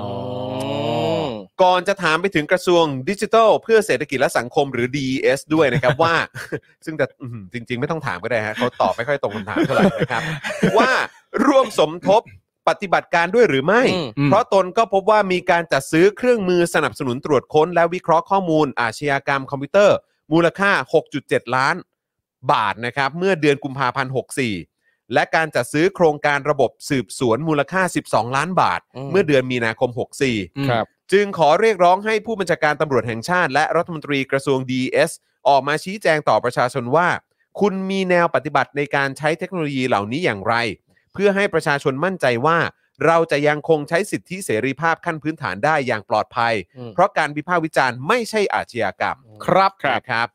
Speaker 1: ก่อนจะถามไปถึงกระทรวงดิจิทัล เพื่อเศรษฐกิจและสังคมหรือ DES ด้วยนะครับ ว่า ซึ่งแต่อืมจริง ๆ ไม่ต้องถามก็ได้ฮะเขาตอบไม่ค่อยตรงคำถามเท่าไหร่ นะครับ ว่าร่วมสมทบปฏิบัติการด้วยหรือไม่
Speaker 3: อืม
Speaker 4: อืม
Speaker 1: เพราะตนก็พบว่ามีการจัดซื้อเครื่องมือสนับสนุนตรวจค้น และวิเคราะห์ข้อมูลอาชญากรรมคอมพิวเตอร์ มูลค่า 6.7 ล้านบาทนะครับ เมื่อเดือนกุมภาพันธ์ 64 และการจัดซื้อโครงการระบบสืบสวนมูลค่า 12 ล้านบาท
Speaker 3: อืม
Speaker 1: เมื่อเดือนมีนาคม 64
Speaker 6: ครับ
Speaker 1: จึงขอเรียกร้องให้ผู้บัญชาการตำรวจแห่งชาติ และรัฐมนตรีกระทรวง DS ออกมาชี้แจงต่อประชาชนว่า คุณมีแนวปฏิบัติในการใช้เทคโนโลยีเหล่านี้อย่างไร เพื่อให้ประชาชนมั่นใจว่า เราจะยังคงใช้สิทธิเสรีภาพขั้นพื้นฐานได้อย่างปลอดภัย
Speaker 3: อืม
Speaker 1: เพราะการวิพากษ์วิจารณ์ไม่ใช่อาชญากรรม
Speaker 4: ครับ
Speaker 1: นะครับ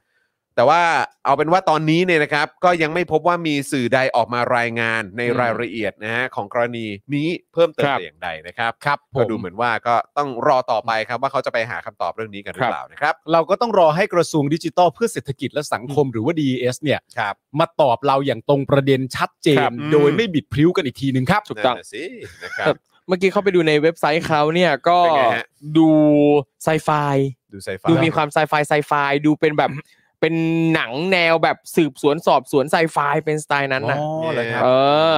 Speaker 1: แต่ว่าเอาเป็นว่าตอนนี้เนี่ยนะครับ ก็ยังไม่พบว่ามีสื่อใดออกมารายงานในรายละเอียดนะฮะของกรณีนี้เพิ่มเติม
Speaker 6: ครับ
Speaker 1: แต่อย่างใดนะครับ
Speaker 4: ครับผม
Speaker 1: ก็ดูเหมือนว่าก็ต้องรอต่อไปครับว่าเขาจะไปหาคำตอบเรื่องนี้กันหรือเปล่านะครับ
Speaker 4: เราก็ต้องรอให้กระทรวงดิจิทัลเพื่อเศรษฐกิจและสังคมหรือว่า DES เนี่ย
Speaker 1: ครับ
Speaker 4: มาตอบเราอย่างตรงประเด็นชัดเจน
Speaker 6: ครับ
Speaker 4: โดย
Speaker 1: อืม
Speaker 4: ไม่บิดพริ้วกันอีกทีหนึ่งครับ
Speaker 6: ถูกต้อง
Speaker 1: นั่นน่ะสินะครับ
Speaker 3: เมื่อกี้เข้าไปดูในเว็บไซต์เขาเนี่ยก็
Speaker 1: เป็นไงฮะ
Speaker 3: ดูไซไฟ
Speaker 1: ดูไซไฟ
Speaker 3: ดูมีความไซไฟไซไฟดูเป็นแบบ เป็นหนังแนวแบบสืบสวนสอบสวนไซไฟเป็นสไตล์นั้นนะ
Speaker 4: อ๋อเหรอครับ
Speaker 3: เออ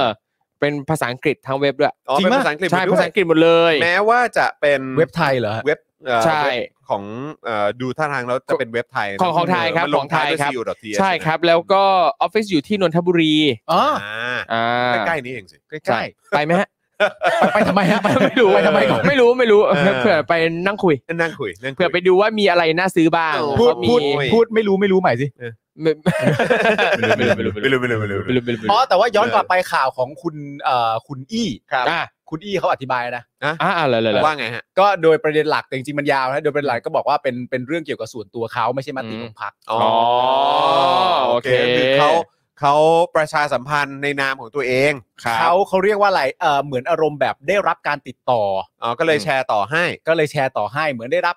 Speaker 3: เป็นภาษาอังกฤษทั้งเว็บด้วย
Speaker 1: อ๋อ
Speaker 4: จริง
Speaker 1: เป็น
Speaker 4: ปะ
Speaker 1: ภาษาอังกฤษ
Speaker 3: ใช่
Speaker 1: หมดด้วย
Speaker 3: ภาษาอังกฤษหมดเลย
Speaker 1: แม้ว่าจะเป็น
Speaker 4: เว็บไทยเหรอฮะ
Speaker 1: เว็บเอ่อ
Speaker 3: ใช่
Speaker 1: เว็บของเอ่อดูท่าทางแล้วจะเป็นเว็บไทยนะ
Speaker 3: ของของไทยครับ
Speaker 1: มันล
Speaker 3: ของ งไทย
Speaker 1: ด้วย
Speaker 3: ครับ
Speaker 1: co.th
Speaker 3: ใช่ครับ แล้วก็ออฟฟิศอยู่ที่นนทบุรี
Speaker 4: อ๋อ
Speaker 1: อ่า
Speaker 3: อ่า
Speaker 1: ใกล้ๆนี้เองสิ
Speaker 4: ใกล้
Speaker 3: ไปไหม ฮะ
Speaker 4: ๆไปทำไมฮะ ไป
Speaker 3: ไม่รู้
Speaker 4: ไปทำไมก่อน
Speaker 3: ไม่รู้ไม่รู้
Speaker 1: เออ
Speaker 3: เผื่อไปนั่งคุย
Speaker 1: นั่งคุยนั่งคุย
Speaker 3: เผื่อไปดูว่ามีอะไรน่าซื้อบ้าง
Speaker 1: เออ
Speaker 4: พูด
Speaker 3: ว่ามี
Speaker 4: พูดพูดไม่รู้ไม่รู้ใหม่สิ
Speaker 3: ไม่
Speaker 1: ไม่รู้ไม่รู้ไม่รู้ไม่รู้ไม่รู้
Speaker 4: อ๋อ แต่ว่าย้อนกลับไปข่าวของคุณเอ่อคุณอี้
Speaker 1: ครับ
Speaker 4: อ่ะคุณอี้เขาอธิบายนะ
Speaker 3: อ่าอะไรอะไร
Speaker 1: ว่าไงฮะ
Speaker 4: ก็โดยประเด็นหลักแต่จริงๆมันยาวนะโดยประเด็นหลักก็บอกว่าเป็นเป็นเรื่องเกี่ยวกับส่วนตัวเขาไม่ใช่มติ
Speaker 3: อืม
Speaker 4: ของพรรค
Speaker 1: อ๋อ
Speaker 3: โอเค
Speaker 1: คือเขา เขาประชาสัมพันธ์ในนามของตัวเอง
Speaker 4: เขาเขาเรียกว่าอะไรเออเหมือนอารมณ์แบบได้รับการติดต่อ
Speaker 1: อ๋อก็เลยแชร์ต่อให้
Speaker 4: ก็เลยแชร์ต่อให้เหมือนได้รับ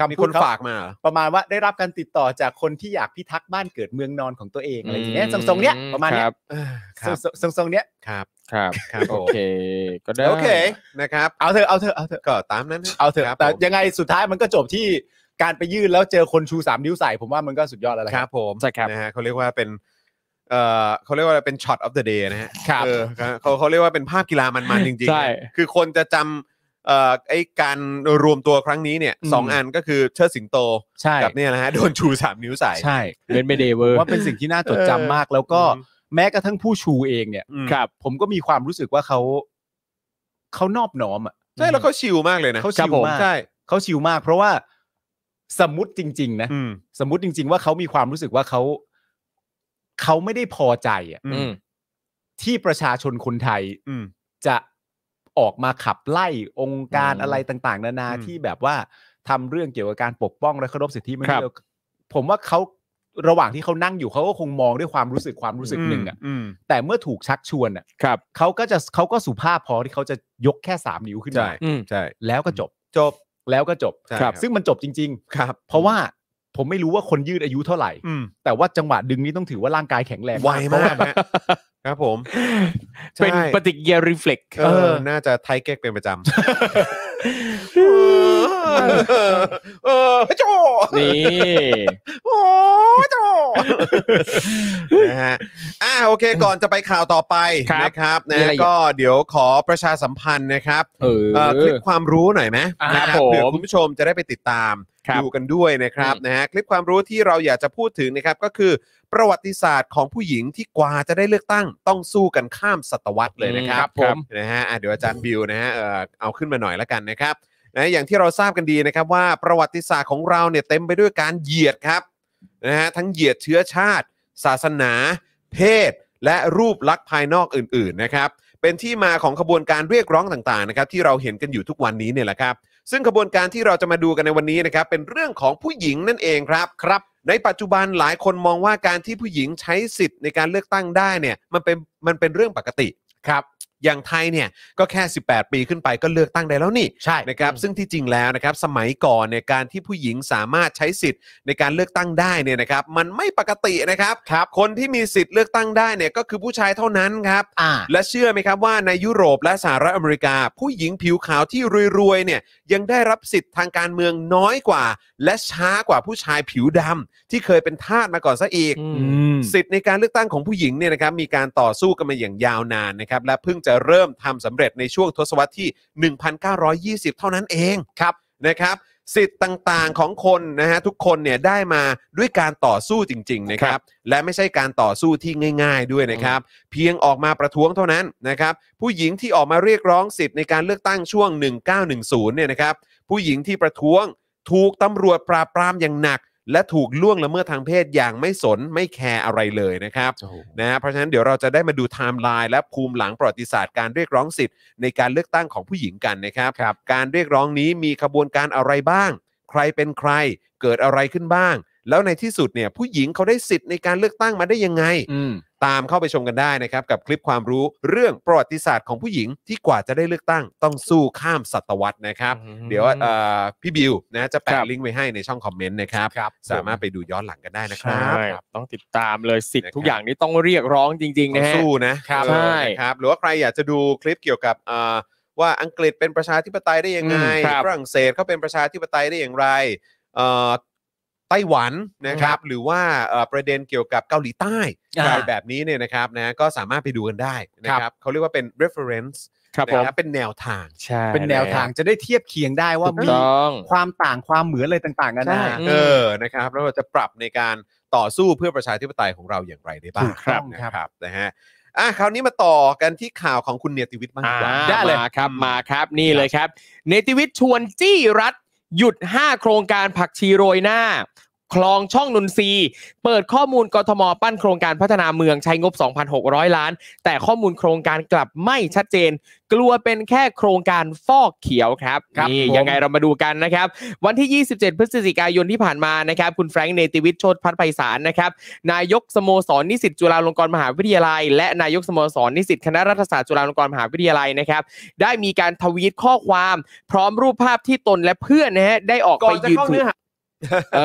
Speaker 4: คำ
Speaker 1: มี
Speaker 4: พู
Speaker 1: ค
Speaker 4: ด
Speaker 1: น
Speaker 4: เข
Speaker 1: ฝากมาเหรอ
Speaker 4: ประมาณว่าได้รับการติดต่อจากคนที่อยากพิทักษ์บ้านเกิดเมืองนอนของตัวเองอะไรอย่างเงี้ย
Speaker 3: อื
Speaker 4: ท
Speaker 3: ม
Speaker 4: รงๆเนี้ยประมาณเนี้
Speaker 3: ค
Speaker 4: ย
Speaker 3: บ
Speaker 1: ครับ
Speaker 4: ทรงๆทรงๆเนี้ย
Speaker 1: ครับ
Speaker 3: ครับ
Speaker 1: ครับผม
Speaker 3: โอเค ก็ได้
Speaker 1: โอเคนะครับ
Speaker 4: เอาเถอะเอาเถอะเอาเถอะ
Speaker 1: ก็ตามนั้น
Speaker 4: เอาเถอะ
Speaker 1: ครับ
Speaker 4: แต่
Speaker 1: ผม
Speaker 4: ยังไงสุดท้ายมันก็จบที่การไปยื่นแล้วเจอคนชูสามนิ้วใส่ผมว่ามันก็สุดยอดแล้วล่ะ
Speaker 1: ครับผม
Speaker 3: ใช่ครับ
Speaker 1: นะฮะเขาเรียกว่าเป็นเอ่อเขาเรียกว่าอะไรเป็นช็อตออฟเดอะเดย์นะฮะ
Speaker 4: ครับ
Speaker 1: เออเขาเขาเรียกว่าเป็นภาพกีฬามันๆจริงๆ
Speaker 3: ใช่
Speaker 1: นะคือคนจะจำเอ่อไอการรวมตัวครั้งนี้เนี่ย
Speaker 4: อืม
Speaker 1: สองอันก็คือเชิดสิงโต
Speaker 4: ใช่
Speaker 1: กับเนี่ยนะฮะโดนชู 3 นิ้วใส่
Speaker 4: ใช่
Speaker 3: เป็นไม่เดเวอร์
Speaker 4: ว่าเป็นสิ่งที่น่าจดจำมากแล้วก็
Speaker 1: อืม
Speaker 4: แม้กระทั่งผู้ชูเองเนี่ย
Speaker 1: อืม
Speaker 4: ครับ ผมก็มีความรู้สึกว่าเขาเขานอบน้อมอ่ะ
Speaker 1: ใช่แล้วเขาชิลมากเลยนะ
Speaker 4: เขาชิลมาก
Speaker 1: ใช่
Speaker 4: เขาชิลมาก เพราะว่าสมมติจริง ๆ นะ
Speaker 1: อืม
Speaker 4: สมมติจริง ๆ ว่าเขามีความรู้สึกว่าเขาเขาไม่ได้พอใจอ่ะ
Speaker 1: อืม
Speaker 4: ที่ประชาชนคนไทย
Speaker 1: อืม
Speaker 4: จะออกมาขับไล่องค์การ
Speaker 3: อืม
Speaker 4: อะไรต่าง ๆ นานา
Speaker 1: อืม
Speaker 4: ที่แบบว่าทำเรื่องเกี่ยวกับการปกป้องและเคารพสิทธิมนุษ
Speaker 3: ครับ
Speaker 4: ยชนผมว่าเขาระหว่างที่เขานั่งอยู่เขาก็คงมองด้วยความรู้สึกความรู้สึกหนึ่งอ่ะ
Speaker 1: ม
Speaker 4: แต่เมื่อถูกชักชวนอ่ะ
Speaker 3: ครับ
Speaker 4: เขาก็จะเขาก็สุภาพพอที่เขาจะยกแค่สามนิ้วขึ้น
Speaker 1: ใช่
Speaker 4: มา
Speaker 3: อืม
Speaker 1: ใช่
Speaker 4: แล้วก็จบ
Speaker 1: จบ
Speaker 4: แล้วก็จบ
Speaker 1: ใช่
Speaker 3: ครับ
Speaker 4: ซึ่งมันจบจริง
Speaker 1: ครับ
Speaker 4: ๆ เพราะว่าผมไม่รู้ว่าคนยืดอายุเท่าไหร่
Speaker 1: อืม
Speaker 4: แต่ว่าจังหวะดึงนี้ต้องถือว่าร่างกายแข็งแรง
Speaker 1: ไว
Speaker 4: เพระ
Speaker 1: มาก
Speaker 4: ว่
Speaker 1: ฮะครับผม ใช่
Speaker 3: เป็นปฏิกิริยารีเฟล็ก
Speaker 1: เออ น่าจะไทยเก๊กเป็นประจำ เออโจ
Speaker 3: นี่
Speaker 1: โอ้โจนะฮะอ่าโอเค ก่อนจะไปข่าวต่อไป
Speaker 3: ครับ
Speaker 1: นะครับ
Speaker 3: มี
Speaker 1: นะ
Speaker 3: อะไรอีก
Speaker 1: ก็เดี๋ยวขอประชาสัมพันธ์นะครับ
Speaker 3: เออ
Speaker 1: เอ่อคลิปความรู้หน่อยไหม
Speaker 3: ครับ
Speaker 1: นะ
Speaker 3: ผม
Speaker 1: เผื่อคุณผู้ชมจะได้ไปติดตาม
Speaker 3: ครับ
Speaker 1: ดูกันด้วยนะครับนะฮะคลิปความรู้ที่เราอยากจะพูดถึงนะครับก็คือประวัติศาสตร์ของผู้หญิงที่กว่าจะได้เลือกตั้งต้องสู้กันข้ามศตวรรษเลยนะครั
Speaker 3: ครับ บผม
Speaker 1: นะฮะอ่ะเดี๋ยวอาจารย์บิวนะฮะเอ่อเอาขึ้นมาหน่อยละกันนะครับ นะอย่างที่เราทราบกันดีนะครับว่าประวัติศาสตร์ของเราเนี่ยเต็มไปด้วยการเหยียดครับนะฮะทั้งเหยียดเชื้อชาติ ศาสนา เพศ และรูปลักษณ์ภายนอกอื่นๆนะครับเป็นที่มาของขบวนการเรียกร้องต่างๆนะครับที่เราเห็นกันอยู่ทุกวันนี้เนี่ยแหละครับ ซึ่งขบวนการที่เราจะมาดูกันในวันนี้นะครับเป็นเรื่องของผู้หญิงนั่นเองครับครับ ในปัจจุบันหลายคนมองว่าการที่ผู้หญิงใช้สิทธิ์ในการเลือกตั้งได้เนี่ยมันเป็นมันเป็นเรื่องปกติครับ อย่างไทยเนี่ยก็แค่ 18 ปีขึ้นไปก็เลือกตั้งได้แล้วนี่
Speaker 4: ใช่
Speaker 1: นะครับซึ่งที่จริงแล้วนะครับสมัยก่อนเนี่ยการที่ผู้หญิงสามารถใช้สิทธิ์ในการเลือกตั้งได้เนี่ยนะครับมันไม่ปกตินะครับครับ คนที่มีสิทธิ์เลือกตั้งได้เนี่ยก็คือผู้ชายเท่านั้นครับ
Speaker 4: อ่า
Speaker 1: และเชื่อไหมครับว่าในยุโรปและสหรัฐอเมริกา ผู้หญิงผิวขาวที่รวยๆเนี่ยยังได้รับสิทธิ์ทางการเมืองน้อยกว่า และช้ากว่าผู้ชายผิวดำที่เคยเป็นทาสมาก่อนซะอีก
Speaker 3: อื
Speaker 1: สิทธิ์ในการเลือกตั้งของผู้หญิงเนี่ยนะครับมีการต่อสู้กันมาอย่างยาวนานนะครับและเพิ่งจะเริ่มทำสำเร็จในช่วงทศวรรษที่ 1920 เท่านั้นเองครับนะครับ สิทธิ์ต่างๆของคนนะฮะทุกคนเนี่ยได้มาด้วยการต่อสู้จริงๆนะครับและไม่ใช่การต่อสู้ที่ง่าย ๆ ด้วยนะครับ เพียงออกมาประท้วงเท่านั้นนะครับผู้หญิงที่ออกมาเรียกร้องสิทธิ์ในการเลือกตั้งช่วง 1910 เนี่ยนะครับผู้หญิงที่ประท้วง ถูกตำรวจปราบปรามอย่างหนัก และถูกล่วงละเมิดทางเพศอย่างไม่สนไม่แคร์อะไรเลยนะครับนะฮะเพราะฉะนั้นเดี๋ยวเราจะได้มาดูไทม์ไลน์และภูมิหลังประวัติศาสตร์การเรียกร้องสิทธิ์ในการเลือกตั้งของผู้หญิงกันนะครับ
Speaker 4: ครับ
Speaker 1: การเรียกร้องนี้มีขบวนการอะไรบ้าง ใครเป็นใครเกิดอะไรขึ้นบ้าง แล้วในที่สุดเนี่ยผู้หญิงเขาได้สิทธิ์ในการเลือกตั้งมาได้ยังไง
Speaker 4: อืม
Speaker 1: ตามเข้าไปชมกันได้นะครับกับคลิปความรู้เรื่องประวัติศาสตร์ของผู้หญิงที่กว่าจะได้เลือกตั้งต้องสู้ข้ามศตวรรษนะครับ
Speaker 3: อืม
Speaker 1: เดี๋ยวเอ่อพี่บิวนะจะ
Speaker 3: ครั
Speaker 1: แปะ
Speaker 3: บ
Speaker 1: ลิงก์ไว้ให้ในช่องคอมเมนต์นะครับ
Speaker 4: ครับ
Speaker 1: สามารถไปดูย้อนหลังกันได้นะค
Speaker 3: ใช่
Speaker 1: รับ
Speaker 3: ครับต้องติดตามเลยสิทธิ์ทุกอย่างนี้ต้องเรียกร้องจริง ๆ
Speaker 1: ต้อ
Speaker 3: นะ
Speaker 1: ง
Speaker 3: ฮะ
Speaker 1: สู้นะครับ เออ
Speaker 3: ใช่
Speaker 1: นะครับหรือว่าใครอยากจะดูคลิปเกี่ยวกับเอ่อว่าอังกฤษเป็นประชาธิปไตยได้ยังไง
Speaker 3: อืมครับ
Speaker 1: ฝรั่งเศสเขาเป็นประชาธิปไตยได้อย่างไรเอ่อไต้หวันนะครับหรือว่าเอ่อประเด็นเกี่ยวกับเกาหลีใต้
Speaker 4: อ่า
Speaker 1: อะไรแบบนี้เนี่ยนะครับนะก็สามารถไปดูกันได้นะค
Speaker 3: ครั
Speaker 1: รับบ เขาเรียกว่าเป็น reference
Speaker 3: ครับ
Speaker 1: นะ
Speaker 3: ผม
Speaker 1: ครับเป็นแนวทาง
Speaker 3: ใช่
Speaker 4: เป็นแนวทางจะได้เทียบเคียงได้ว่า
Speaker 3: ถูก
Speaker 4: มี
Speaker 3: ต้อง
Speaker 4: ความต่างความเหมือนอะไรต่างๆกันา
Speaker 1: ใช่
Speaker 4: นา
Speaker 1: เออ นะครับ แล้วเราจะปรับในการต่อสู้เพื่อประชาธิปไตยของเราอย่างไรได้บ้าง
Speaker 4: ถูกต้อง
Speaker 1: นะครับ ครับ นะฮะ อ่ะ คราวนี้มาต่อกันที่ข่าวของคุณเนติวิทย์บ้างดีกว่า
Speaker 3: อ่า
Speaker 4: ได้เลย
Speaker 3: มาครับมาครับนี่เลยครับ เนติวิทย์ชวนจี้รัฐ หยุด 5 โครงการผักชีโรยหน้า คลองช่องนนทรีย์เปิดข้อมูลกทมปั้นโครงการพัฒนาเมืองใช้งบ 2,600 ล้าน แต่ข้อมูลโครงการกลับไม่ชัดเจน กลัวเป็นแค่โครงการฟอกเขียวครับ
Speaker 4: ครับ
Speaker 3: นี่
Speaker 4: ผม
Speaker 3: ยังไงเรามาดูกันนะครับ วันที่ 27 พฤศจิกายนที่ผ่านมานะครับ คุณแฟรงค์เนติวิทย์โชติพัฒน์ไพศาลนะครับ นายกสโมสรนิสิตจุฬาลงกรณ์มหาวิทยาลัย และนายกสโมสรนิสิตคณะรัฐศาสตร์จุฬาลงกรณ์มหาวิทยาลัยนะครับ ได้มีการทวีตข้อความ พร้อมรูปภาพที่ตนและเพื่อนนะฮะได้ออก
Speaker 4: ก่อ
Speaker 3: ไป
Speaker 4: นจะ
Speaker 3: ยืน
Speaker 4: เข้า
Speaker 3: ถู
Speaker 4: เนื้
Speaker 3: ก
Speaker 4: อหา
Speaker 3: เอ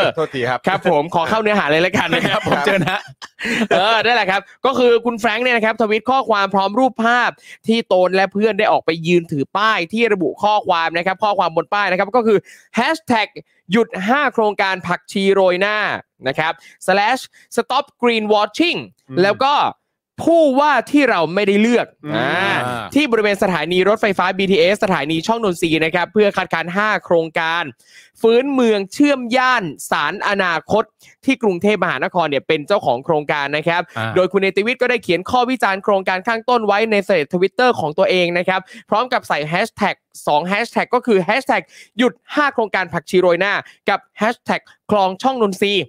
Speaker 3: อ
Speaker 1: โทษทีครับ
Speaker 3: ครับผมขอเข้าเนื้อหาเลยละกันนะครับผ
Speaker 1: ค
Speaker 3: ม
Speaker 1: รับ
Speaker 3: เจอนะเออได้แหละครับ ก็คือคุณแฟรงค์เนี่ยนะครับทวิตข้อความพร้อมรูปภาพที่โตนและเพื่อนได้ออกไปยืนถือป้ายที่ระบุข้อความนะครับ ข้อความบนป้ายนะครับก็คือ hashtag หยุด 5 โครงการผักชีโรยหน้านะครับ slash stop green watching
Speaker 1: อืม
Speaker 3: แล้วก็ผู้ว่าที่เราไม่ได้เลือก
Speaker 1: อืม
Speaker 3: อ่า ที่บริเวณสถานีรถไฟฟ้า BTS สถานีช่องนนทรีย์นะครับ เพื่อคัดค้าน5 โครงการ ฟื้นเมืองเชื่อมย่านสารอนาคต ที่กรุงเทพมหานครเนี่ยเป็นเจ้าของโครงการนะครับ
Speaker 4: อ่า
Speaker 3: โดยคุณเนติวิทย์ก็ได้เขียนข้อวิจารณ์โครงการข้างต้นไว้ในเศษทวิตเตอร์ของตัวเองนะครับ พร้อมกับใส่แฮชแท็ก2แฮชแท็กก็คือแฮชแท็กหยุด 5 โครงการผักชีโรยหน้า กับแฮชแท็กคลองช่องนนทรีย์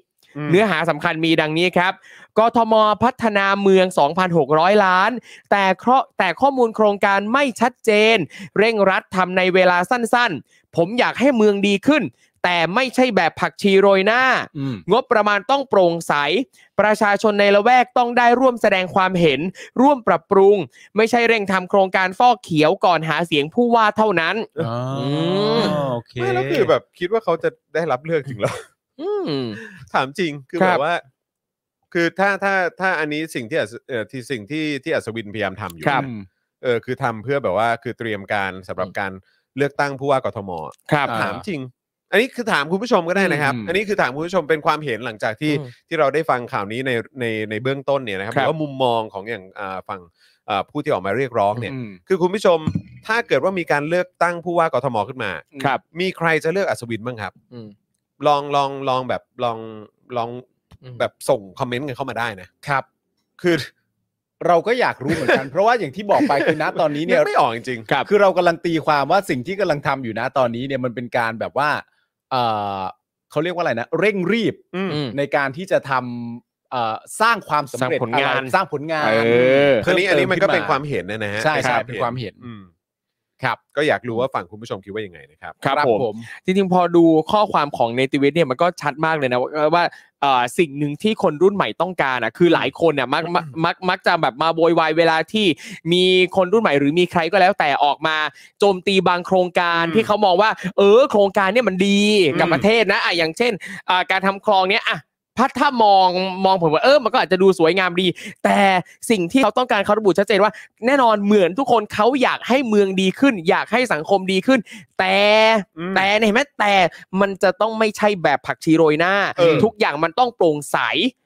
Speaker 3: เนื้อหาสำคัญมีดังนี้ครับ กทมพัฒนาเมือง 2,600 ล้าน แต่เคราะห์แต่ข้อมูลโครงการไม่ชัดเจน เร่งรัดทำในเวลาสั้นๆ ผมอยากให้เมืองดีขึ้น แต่ไม่ใช่แบบผักชีโรยหน้า
Speaker 4: อืม
Speaker 3: งบประมาณต้องโปร่งใส ประชาชนในละแวกต้องได้ร่วมแสดงความเห็น ร่วมปรับปรุง ไม่ใช่เร่งทำโครงการฟอกเขียวก่อนหาเสียงผู้ว่าเท่านั้น
Speaker 4: อ๋อ
Speaker 3: ม
Speaker 4: โอเค
Speaker 1: ไม่แล้วคือแบบคิดว่าเขาจะได้รับเลือกจริงเหรอ
Speaker 3: อืม
Speaker 1: ถามจริงคือ
Speaker 3: ค
Speaker 1: แบ
Speaker 3: รับบ
Speaker 1: ว่า คือถ้าถ้าถ้าอันนี้สิ่งที่อัศเอ่อที่สิ่งที่ที่อัศวินพยายามทำอยู่
Speaker 3: ครับ
Speaker 1: เออคือทำเพื่อแบบว่าคือเตรียมการสำหรับการเลือกตั้งผู้ว่ากทม
Speaker 3: ครับ
Speaker 4: อ่า
Speaker 1: ถามจริง อันนี้คือถามคุณผู้ชมก็ได้นะครับ
Speaker 4: อืม
Speaker 1: อันนี้คือถามคุณผู้ชมเป็นความเห็นหลังจากที่
Speaker 3: อืม
Speaker 1: ที่เราได้ฟังข่าวนี้ในในในเบื้องต้นเนี่ยนะครับ
Speaker 3: ค
Speaker 1: ห
Speaker 3: รับ
Speaker 1: รือว่ามุมมองของอย่างอ่าฝั่งอ่าผู้ที่ออกมาเรียกร้องเนี่ย
Speaker 4: อืม
Speaker 1: คือคุณผู้ชมถ้าเกิดว่ามีการเลือกตั้งผู้ว่ากทมขึ้นมา
Speaker 3: ครับ
Speaker 1: มีใครจะเลือกอัศวินบ้างครับ
Speaker 3: อืม
Speaker 1: ลองลองลองแบบลองลอง
Speaker 3: อืม
Speaker 1: แบบส่งคอมเมนต์กันเข้ามาได้นะครับ คือ
Speaker 4: เราก็อยากรู้เหมือน กัน เพราะว่าอย่างที่บอกไปคือณตอนนี้
Speaker 1: เนี่
Speaker 4: เนี่ย ย
Speaker 1: ไม่ออกจริงๆ
Speaker 4: คือเรากำลังตีความว่าสิ่งที่กำลังทำอยู่นะตอนนี้เนี่ยมันเป็นการแบบว่าเอ่อเขาเรียกว่าอะไรนะ เร่งรีบ
Speaker 1: อืม
Speaker 3: อืม
Speaker 4: ในการที่จะทำเอ่อสร้างความสำเร็จ
Speaker 3: สร้างผลงาน
Speaker 4: อะไรสร้างผลงาน
Speaker 3: เออ
Speaker 1: คืออันนี้อันนี้มันก็
Speaker 4: เพิ่มเติม
Speaker 1: เป็นความเห็นนะนะฮะ
Speaker 4: ใช่ใช่
Speaker 1: ห็
Speaker 4: เป็นความเห็น
Speaker 1: อืม
Speaker 4: ครับ
Speaker 1: ก็อยากรู้ว่าฝั่งคุณผู้ชมคิดว่ายังไงนะครับ
Speaker 3: ครับผม จริงๆพอดูข้อความของเนติวิทย์เนี่ยมันก็ชัดมากเลยนะว่าว่าเอ่อสิ่งหนึ่งที่คนรุ่นใหม่ต้องการอ่ะคือหลายคนเนี่ยมักมักมักมักจะแบบมาโวยวายเวลาที่มีคนรุ่นใหม่หรือมีใครก็แล้วแต่ออกมาโจมตีบางโครงการ
Speaker 1: อืม
Speaker 3: ที่เขามองว่า เออ โครงการเนี่ยมันดีกับ
Speaker 1: อืม
Speaker 3: ประเทศนะอ่ะอย่างเช่นอ่าการทำคลองเนี่ยอ่ะพัดถ้ามองมองผมว่าเออมันก็อาจจะดูสวยงามดี แต่สิ่งที่เขาต้องการเขาระบุชัดเจนว่า แน่นอนเหมือนทุกคนเขาอยากให้เมืองดีขึ้น อยากให้สังคมดีขึ้น แต่
Speaker 1: อืม
Speaker 3: แต่เนี่ยเห็นไหมแต่มันจะต้องไม่ใช่แบบผักชีโรยหน้า
Speaker 1: เออ
Speaker 3: ทุกอย่างมันต้องโปร่งใส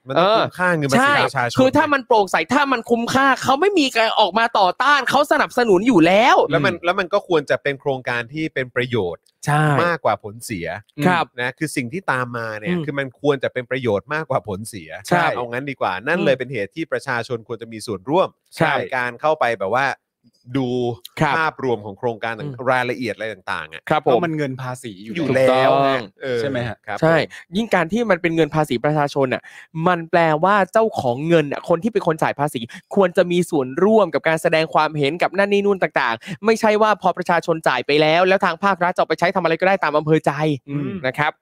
Speaker 1: มันต้อง
Speaker 3: เออ
Speaker 1: คุ้มค่าเงินภาษี
Speaker 3: ใช่
Speaker 1: ประชาชน
Speaker 3: คือถ้ามันโปร่งใสถ้ามันคุ้มค่าเขาไม่มีการออกมาต่อต้านเขาสนับสนุนอยู่แล้ว
Speaker 1: แล้วมันแล้วมันก็ควรจะเป็นโครงการที่เป็นประโยชน์
Speaker 3: ใช่
Speaker 1: มากกว่าผลเสีย
Speaker 3: ครับ
Speaker 1: นะคือสิ่งที่ตามมาเนี่ย
Speaker 3: อืม
Speaker 1: คือมันควรจะเป็นประโยชน์มากกว่าผลเสีย
Speaker 3: ใช่
Speaker 1: เอางั้นดีกว่า นั่น
Speaker 3: อืม
Speaker 1: เลยเป็นเหตุที่ประชาชนควรจะมีส่วนร่วม
Speaker 3: ใช่
Speaker 1: การเข้าไปแบบว่า ดู
Speaker 3: ครับ
Speaker 1: ภาพรวมของโครงการต่าง
Speaker 3: อืม
Speaker 1: รายละเอียดอะไรต่างๆอ่ะ
Speaker 3: ครับ
Speaker 4: เพ
Speaker 3: ผม
Speaker 4: ราะมันเงินภาษีอยู่
Speaker 1: อยู่
Speaker 3: ถูก
Speaker 1: แล้ว
Speaker 3: ต้อง
Speaker 1: เออ
Speaker 4: ใช่ไหมฮะ
Speaker 1: ครับ
Speaker 3: ใช่ ยิ่งการที่มันเป็นเงินภาษีประชาชนอ่ะมันแปลว่าเจ้าของเงินน่ะคนที่เป็นคนจ่ายภาษี ควรจะมีส่วนร่วมกับการแสดงความเห็นกับนั่นนี่นู่นต่างๆ ไม่ใช่ว่าพอประชาชนจ่ายไปแล้ว แล้วทางภาครัฐจะเอาไปใช้ทำอะไรก็ได้ตามอำเภอใจ
Speaker 1: อืม
Speaker 3: นะครับ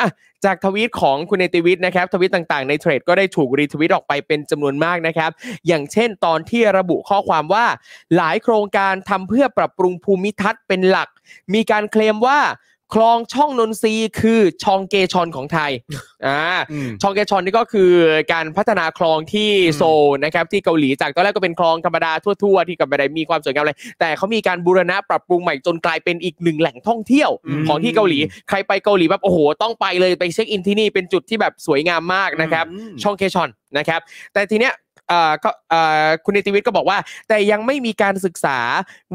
Speaker 3: อ่ะจากทวีตของคุณเนติวิทย์นะครับทวีตต่างๆในเทรดก็ได้ถูกรีทวีตออกไปเป็นจำนวนมากนะครับ อย่างเช่นตอนที่ระบุข้อความว่า หลายโครงการทำเพื่อปรับปรุงภูมิทัศน์เป็นหลัก มีการเคลมว่า คลองช่องนนทรีย์คือชองเกชอนของ ไทยอ่า
Speaker 4: อืม
Speaker 3: ชองแกชอนนี่ก็คือการพัฒนาคลองที่โซลนะครับที่เกาหลีจากตอนแรกก็เป็นคลองธรรมดาทั่วๆ ที่กับไม่ได้มีความสวยงามอะไรแต่เขามีการบูรณะปรับปรุงใหม่จนกลายเป็นอีกหนึ่งแหล่งท่องเที่ยว
Speaker 1: อืม
Speaker 3: ของที่เกาหลี ใครไปเกาหลีแบบโอ้โหต้องไปเลยไปเช็คอินที่นี่เป็นจุดที่แบบสวยงามมากนะครับ ช่องเคชอนนะครับ แต่ทีเนี้ยเอ่อก็เอ่อคุณเนติวิทย์ก็บอกว่า แต่ยังไม่มีการศึกษา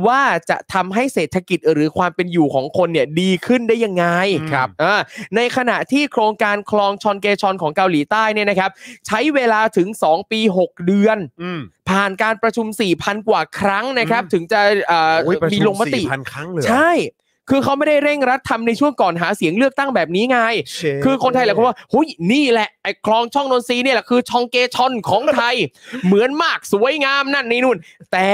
Speaker 3: ว่าจะทำให้เศรษฐกิจหรือความเป็นอยู่ของคนเนี่ยดีขึ้นได้ยังไง
Speaker 1: ครับ
Speaker 3: เออในขณะที่โครงการคลองชอนเกชอนของเกาหลีใต้เนี่ยนะครับ ใช้เวลาถึง 2 ปี 6 เดือน
Speaker 1: อืม
Speaker 3: ผ่านการประชุม 4,000 กว่าครั้งนะครับ
Speaker 1: อืม
Speaker 3: ถึงจะเอ่อ
Speaker 1: โอ้ยประ
Speaker 3: มี
Speaker 1: ชุ
Speaker 3: ลงมติ
Speaker 1: 4,000 ครั้งเลยเหรอ
Speaker 3: ใช่ คือเขาไม่ได้เร่งรัดทำในช่วงก่อนหาเสียงเลือกตั้งแบบนี้ไง คือคนไทยหลายคนว่าหุยนี่แหละไอ้คลองช่องนนทรีเนี่ยแหละคือชองเกชอนของไทย เหมือนมากสวยงามนั่นนี่นู่น แต่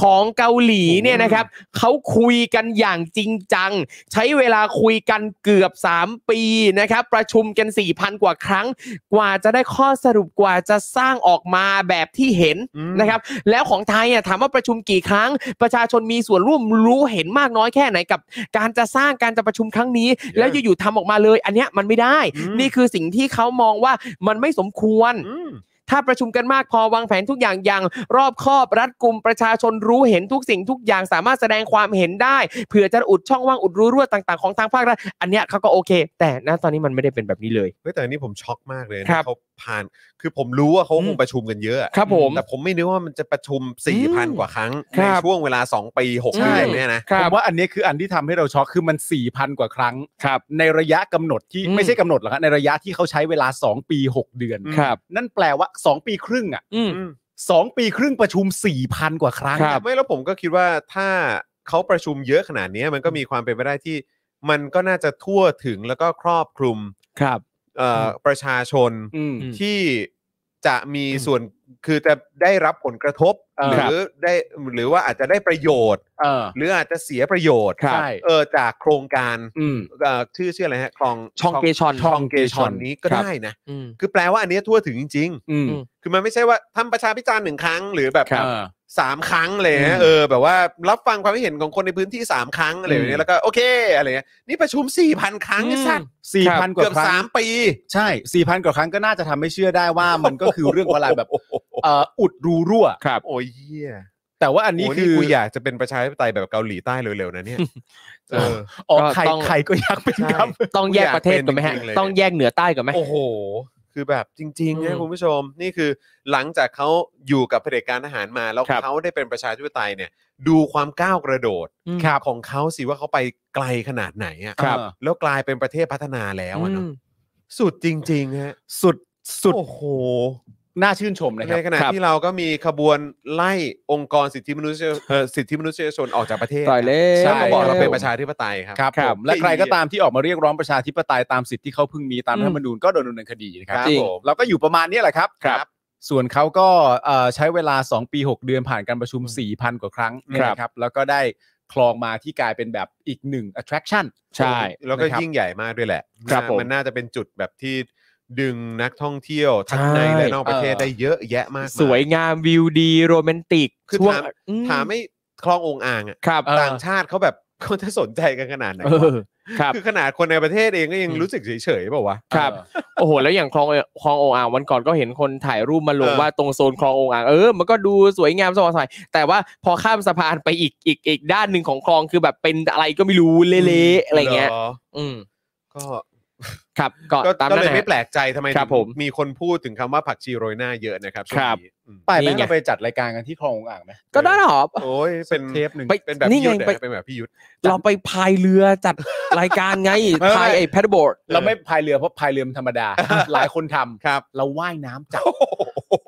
Speaker 3: ของเกาหลีเนี่ยนะครับเขาคุยกันอย่างจริงจัง ใช้เวลาคุยกันเกือบ 3 ปีนะครับ ประชุมกัน 4,000 กว่าครั้ง กว่าจะได้ข้อสรุปกว่าจะสร้างออกมาแบบที่เห็นนะครับ แล้วของไทยอ่ะถามว่าประชุมกี่ครั้ง ประชาชนมีส่วนร่วมรู้เห็นมากน้อยแค่ไหนกับ การจะสร้างการจะประชุมครั้งนี้ แล้วอยู่ๆทำออกมาเลย อันเนี้ยมันไม่ได้ นี่คือสิ่งที่เขามองว่ามันไม่สมควร ถ้าประชุมกันมากพอวางแผนทุกอย่างอย่างรอบคอบรัดกุมประชาชนรู้เห็นทุกสิ่งทุกอย่างสามารถแสดงความเห็นได้เผื่อจะอุดช่องว่างอุดรูรั่วต่างๆของทางภาครัฐอันเนี้ยเขาก็โอเค แต่ณตอนนี้มันไม่ได้เป็นแบบนี้เลย
Speaker 1: เฮ้ยแต่อันนี้ผมช็อกมากเลยนะครับ เขาผ่าน คือผมรู้ว่าเขาคงประชุมกันเยอะอะ
Speaker 3: ครับผม
Speaker 1: แต่ผมไม่นึกว่ามันจะประชุม 4,000 กว่าครั้ง
Speaker 3: ครั
Speaker 1: ใน
Speaker 3: บ
Speaker 1: ช่วงเวลา 2 ปี 6
Speaker 3: ใช่
Speaker 1: เดือนเนี่ยนะ
Speaker 3: ค
Speaker 4: ผ
Speaker 3: รับ
Speaker 4: มว่าอันนี้คืออันที่ทำให้เราช็อกคือมันสี่พันกว่าครั้ง
Speaker 3: ครับ
Speaker 4: ในระยะกำหนดที่
Speaker 3: อืม
Speaker 4: ไม่ใช่กำหนดหรอกฮะในระยะที่เขาใช้เวลา 2 ปี 6 เดือน
Speaker 3: ครับ
Speaker 4: นั่นแปลว่า 2 ปีครึ่งอ่ะ
Speaker 3: อืม
Speaker 4: สองปีครึ่งประชุม 4,000 กว่าครั้ง
Speaker 3: ครับ
Speaker 1: ไม่แล้วผมก็คิดว่าถ้าเขาประชุมเยอะขนาดเนี้ยมันก็มีความเป็นไปได้ที่ มันก็น่าจะทั่วถึงแล้วก็ครอบคลุม
Speaker 3: ครับ
Speaker 1: เอ่อประชาชน
Speaker 4: อืม
Speaker 3: ม
Speaker 1: ที่จะมีส่วนคือจะได้รับผลกระทบ
Speaker 4: เอ
Speaker 1: ห
Speaker 4: อ
Speaker 1: รือได้หรือว่าอาจจะได้ประโยชน์
Speaker 4: เออ
Speaker 1: หรืออาจจะเสียประโยชน์
Speaker 3: ครับ
Speaker 4: ใช่
Speaker 1: เออจากโครงการ
Speaker 4: อืม
Speaker 1: เอ่อชื่อชื่ออะไรฮะคลอง
Speaker 3: ชองเกชอน
Speaker 1: ชองเกชอนนี้ก็
Speaker 3: ครับ
Speaker 1: ได้นะ
Speaker 3: อืม
Speaker 1: คือแปลว่าอันเนี้ยทั่วถึงจริง
Speaker 4: อืม
Speaker 1: ๆ คือมันไม่ใช่ว่าทำประชาพิจารณ์หนึ่งครั้งหรือแบบ
Speaker 4: เออ
Speaker 1: สามครั้งเลย
Speaker 4: อืม
Speaker 1: นะเออแบบว่ารับฟังความคิดเห็นของคนในพื้นที่สามครั้งอะไรแบบ
Speaker 4: อื
Speaker 1: นี้
Speaker 4: ม
Speaker 1: แล้วก็โอเคอะไรเงี้ยนี่ประชุมสี่พันครั้งไอ้สัตว์
Speaker 4: สี่พันก
Speaker 1: เกือ
Speaker 4: ว่า
Speaker 1: บ
Speaker 4: ครั้
Speaker 1: สาง มปี
Speaker 4: ใช่สี่พันกว่าครั้งก็น่าจะทำให้เชื่อได้ว่ามันก็คือเรื่องอะไร แบบเอ่ออุดรูรั่ว
Speaker 1: โอ้ยเยี่ย
Speaker 4: แต่ว่าอันนี้
Speaker 1: โอ้ย
Speaker 4: คื
Speaker 1: นี่
Speaker 4: อ
Speaker 1: กูอยากจะเป็นประชาธิปไตยแบบเกาหลีใต้เร็วๆนะเนี่ยเออ
Speaker 4: ออก
Speaker 3: ก็
Speaker 4: ใคร
Speaker 3: ต้อง
Speaker 4: ใครก็อยากเป็น
Speaker 1: ใช่
Speaker 4: ครับ
Speaker 3: ต้องแยกประเทศก่อนไหม
Speaker 1: อยา
Speaker 3: ฮะ
Speaker 1: กเป็นจริงๆเลย
Speaker 3: ต้องแยกเหนือใต้ก่อนไหม
Speaker 1: โอ้โห คือแบบจริงๆ
Speaker 3: อื
Speaker 1: นะ
Speaker 3: ม
Speaker 1: คุณผู้ชม นี่คือหลังจากเขาอยู่กับเผด็จการทหารมา แล้ว
Speaker 3: ครับ
Speaker 1: เขาได้เป็นประชาธิปไตยเนี่ย ดูความก้าวกระโดด
Speaker 3: อืม
Speaker 1: ของเขาสิว่าเขาไปไกลขนาดไหนอ่ะ
Speaker 4: ครับ
Speaker 1: แล้วกลายเป็นประเทศพัฒนาแล้วอะเนาะ
Speaker 3: อืม
Speaker 1: สุดจริงๆฮะ
Speaker 4: สุดสุด
Speaker 1: โอ้โห
Speaker 4: น่าชื่นชมนะครั
Speaker 1: ใน
Speaker 4: บ
Speaker 1: ขณะ
Speaker 4: ครับ
Speaker 1: ที่เราก็มีขบวนไล่องค์กรสิทธิมนุษยเอ่อสิทธิมนุษยชนออกจากประเทศ
Speaker 3: ต่อยเลย
Speaker 1: ใช่ก็บอกเราเป็น
Speaker 3: แล้ว
Speaker 1: ประชาธิปไตยครับ
Speaker 4: ครับ
Speaker 3: ค
Speaker 4: ผ
Speaker 3: รับ
Speaker 4: มและใครก็ตามที่ออกมาเรียกร้องประชาธิปไตยตามสิทธิ์ที่เขาเพิ่งมีตามรัฐธรรมนูญก็โดนดำเนินคดีนะครั
Speaker 3: จริง
Speaker 4: ผมเราก็อยู่ประมาณนี้แหละครับ
Speaker 1: ครับ
Speaker 4: ส่วนเขาก็เอ่อใช้เวลา 2 ปี 6 เดือนผ่านการประชุม 4,000 กว่าครั้ง
Speaker 3: ครับ
Speaker 4: นะครับ แล้วก็ได้คลองมาที่กลายเป็นแบบอีกหนึ่ง attraction
Speaker 3: ใช่
Speaker 1: แล้วก็
Speaker 4: นะครับ
Speaker 1: ยิ่งใหญ่มากด้วยแหละ
Speaker 3: ครับ
Speaker 1: นะ
Speaker 3: ผม
Speaker 1: มันน่าจะเป็นจุดแบบที่ดึงนักท่องเที่ยวทั้ง
Speaker 3: ใช่
Speaker 1: ในและนอกประเทศ
Speaker 4: เออ
Speaker 1: ได้เยอะแยะมากมา
Speaker 3: สวยงามวิวดีโรแมนติก
Speaker 1: คือ
Speaker 3: ช่วง
Speaker 1: ถาม
Speaker 3: อื
Speaker 1: ถามไม่คลององอ่างอะ
Speaker 3: ครับ
Speaker 1: ต่างชาติเขาแบบเขาจะสนใจกันขนาดไหน
Speaker 3: เอ
Speaker 1: วะ
Speaker 3: อครับ
Speaker 1: คือขนาดคนในประเทศเองก็ยัง
Speaker 3: อืม
Speaker 1: รู้สึกเฉยๆเปล่าวะ
Speaker 3: ครับ โอ้โห แล้วอย่างคลองเอ่อคลองโองอ่างวันก่อนก็เห็นคนถ่ายรูปมาลง
Speaker 1: เออ
Speaker 3: ว่าตรงโซนคลองโองอ่างเออมันก็ดูสวยงามสว่างสวยแต่ว่าพอข้ามสะพานไปอีกอีกอีกด้านหนึ่งของคลองคือแบบเป็นอะไรก็ไม่รู้เละๆอะไรเงี้ย
Speaker 1: ห
Speaker 3: อืม
Speaker 1: ก็
Speaker 3: ครับก็
Speaker 1: ก็
Speaker 3: ตาม
Speaker 1: ก็
Speaker 3: นั้
Speaker 1: เล
Speaker 3: น
Speaker 1: ยไม่
Speaker 3: นะ
Speaker 1: แปลกใจทำไม
Speaker 3: ครับ
Speaker 1: ถึง
Speaker 3: ผม
Speaker 1: มีคนพูดถึงคำว่าผักชีโรยหน้าเยอะนะครับช่วง
Speaker 3: ครับ
Speaker 1: นี้อืม
Speaker 4: ไปไห
Speaker 3: นี่
Speaker 4: ม
Speaker 3: ไง
Speaker 4: เราไปจัดรายการกันที่คลององอ่างไหม
Speaker 3: ก็ได้หรอ
Speaker 1: โอ้ยเป็น
Speaker 4: เทปหนึ่ง
Speaker 3: ไป
Speaker 1: เป็นแบบ
Speaker 3: นี่
Speaker 1: พี่ยุ
Speaker 3: ไง
Speaker 1: ทธ์
Speaker 3: ไป
Speaker 1: เนี่ยเป็นแบบพี่ยุทธ
Speaker 3: เราไปพายเรือจัดรายการไง
Speaker 4: ไม่ไม่
Speaker 3: พายไอ้แพดบอร์ด
Speaker 4: เราไม่พายเรือเพราะพายเรือมันธรรมดา หลายคนทำ
Speaker 1: ครับ
Speaker 4: เราว่ายน้ำจับ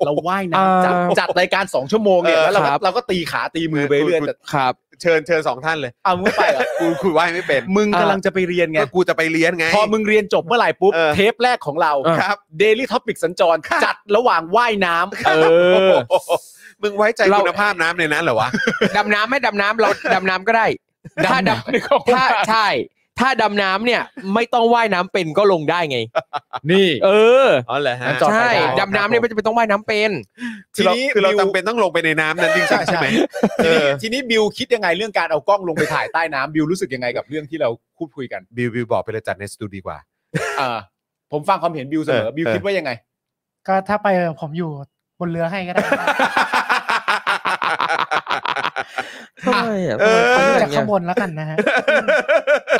Speaker 4: เราว่ายน้ำจับ
Speaker 3: อ่า
Speaker 4: จัดรายการ 2 ชั่วโมงเนี่ย
Speaker 1: เออ
Speaker 4: แล้วเรา
Speaker 3: ครั
Speaker 4: ก็
Speaker 3: บ
Speaker 4: เราก็ตีขาตีมือไปเรื่อย
Speaker 1: คุณ
Speaker 4: แต่
Speaker 3: ครับ
Speaker 1: เชิญเชิญสองท่านเลย
Speaker 4: เอามึงไม่ไปเหรอ
Speaker 1: กูกูไหว้ไม่เป็น
Speaker 4: มึงกำลังจะไปเรียนไง
Speaker 1: ก็กูจะไปเรียนไง
Speaker 4: พอมึงเรียนจบเมื่อไหร่ปุ๊บ
Speaker 1: เออ
Speaker 4: เทปแรกของเรา
Speaker 3: เออ
Speaker 4: ครับ Daily Topic สัญจรจัดระหว่างว่ายน้ำเอ
Speaker 1: เอ
Speaker 4: อ
Speaker 1: อมึงไว้ใจ
Speaker 3: เรา
Speaker 1: คุณภาพน้ำในนั้นเหรอวะ
Speaker 3: ดำน้ำไม่ดำน้ำเราดำน้ำก็ได้ถ้าดำถ้าใช่ ถ้าดำน้ำเนี่ยไม่ต้องว่ายน้ำเป็นก็ลงได้ไง
Speaker 4: นี่
Speaker 3: เออ
Speaker 1: อ๋อเหรอฮะ
Speaker 4: จอด
Speaker 3: ใช่
Speaker 4: ไปได้
Speaker 3: ดำน้ำเนี่ยไม่จำเป็นต้องว่ายน้ำเป็น
Speaker 1: ที
Speaker 4: ที
Speaker 1: นี้
Speaker 4: นี้
Speaker 1: คือเรา
Speaker 4: บิว
Speaker 1: จำเป็นต้องลงไปในน้ำนั้นจริง
Speaker 4: ใช่
Speaker 1: ๆ
Speaker 4: ใช่
Speaker 1: ใช่ไหมเออ
Speaker 4: ทีนี้บิวคิดยังไงเรื่องการเอากล้องลงไปถ่ายใต้น้ำบิวรู้สึกยังไงกับเรื่องที่เราพูดคุยกัน
Speaker 1: บิวบิวบอกไปเลยจัดในสตูดีกว่า
Speaker 4: เออผมฟังความเห็นบิวเสม
Speaker 1: เอ
Speaker 4: อ
Speaker 1: อ
Speaker 4: บิวคิดว่ายังไง
Speaker 6: ก็ถ้าไปผมอยู่บนเรือให้ ก็ได้
Speaker 3: ทำไมอ่ะ
Speaker 1: เออ
Speaker 6: ผมอยู่จากข้างบนแล้วกันนะฮะ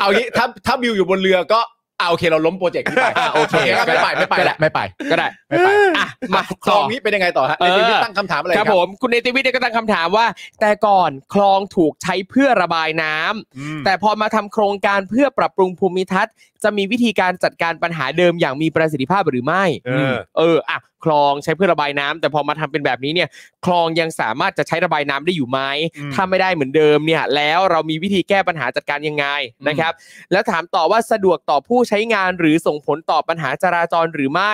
Speaker 4: เอางี้ถ้าถ้าบิวอยู่บนเรือก็เอาโอเคเราล้มโปรเจกต์นี้ไป
Speaker 3: อ่ะโอเค
Speaker 4: ก็ไม่ไปไม่ไปละไม่ไป
Speaker 3: ก็ได้
Speaker 4: ไม่ไป
Speaker 3: อ่ะมา
Speaker 4: คล
Speaker 3: ต่
Speaker 4: อ
Speaker 3: อง
Speaker 4: นี้เป็นยังไง ต่อฮะในชีวิตตั้งคำถามอะไร
Speaker 3: ค
Speaker 4: ค
Speaker 3: รั
Speaker 4: รั
Speaker 3: บบ ผม คุณเนติวิทย์เนี่ยก็ตั้งคำถามว่า แต่ก่อนคลองถูกใช้เพื่อระบายน้ำ แต่พอมาทำโครงการเพื่อปรับปรุงภูมิทัศน์ จะมีวิธีการจัดการปัญหาเดิมอย่างมีประสิทธิภาพหรือไม่
Speaker 1: เออ
Speaker 3: เอออ่ะ คลองใช้เพื่อระบายน้ำแต่พอมาทำเป็นแบบนี้เนี่ยคลองยังสามารถจะใช้ระบายน้ำได้อยู่ไหม
Speaker 4: อืม
Speaker 3: ถ้าไม่ได้เหมือนเดิมเนี่ยแล้วเรามีวิธีแก้ปัญหาจัดการยังไงนะครับ แล้วถามต่อว่าสะดวกต่อผู้ใช้งานหรือส่งผลต่อปัญหาจราจรหรือไม่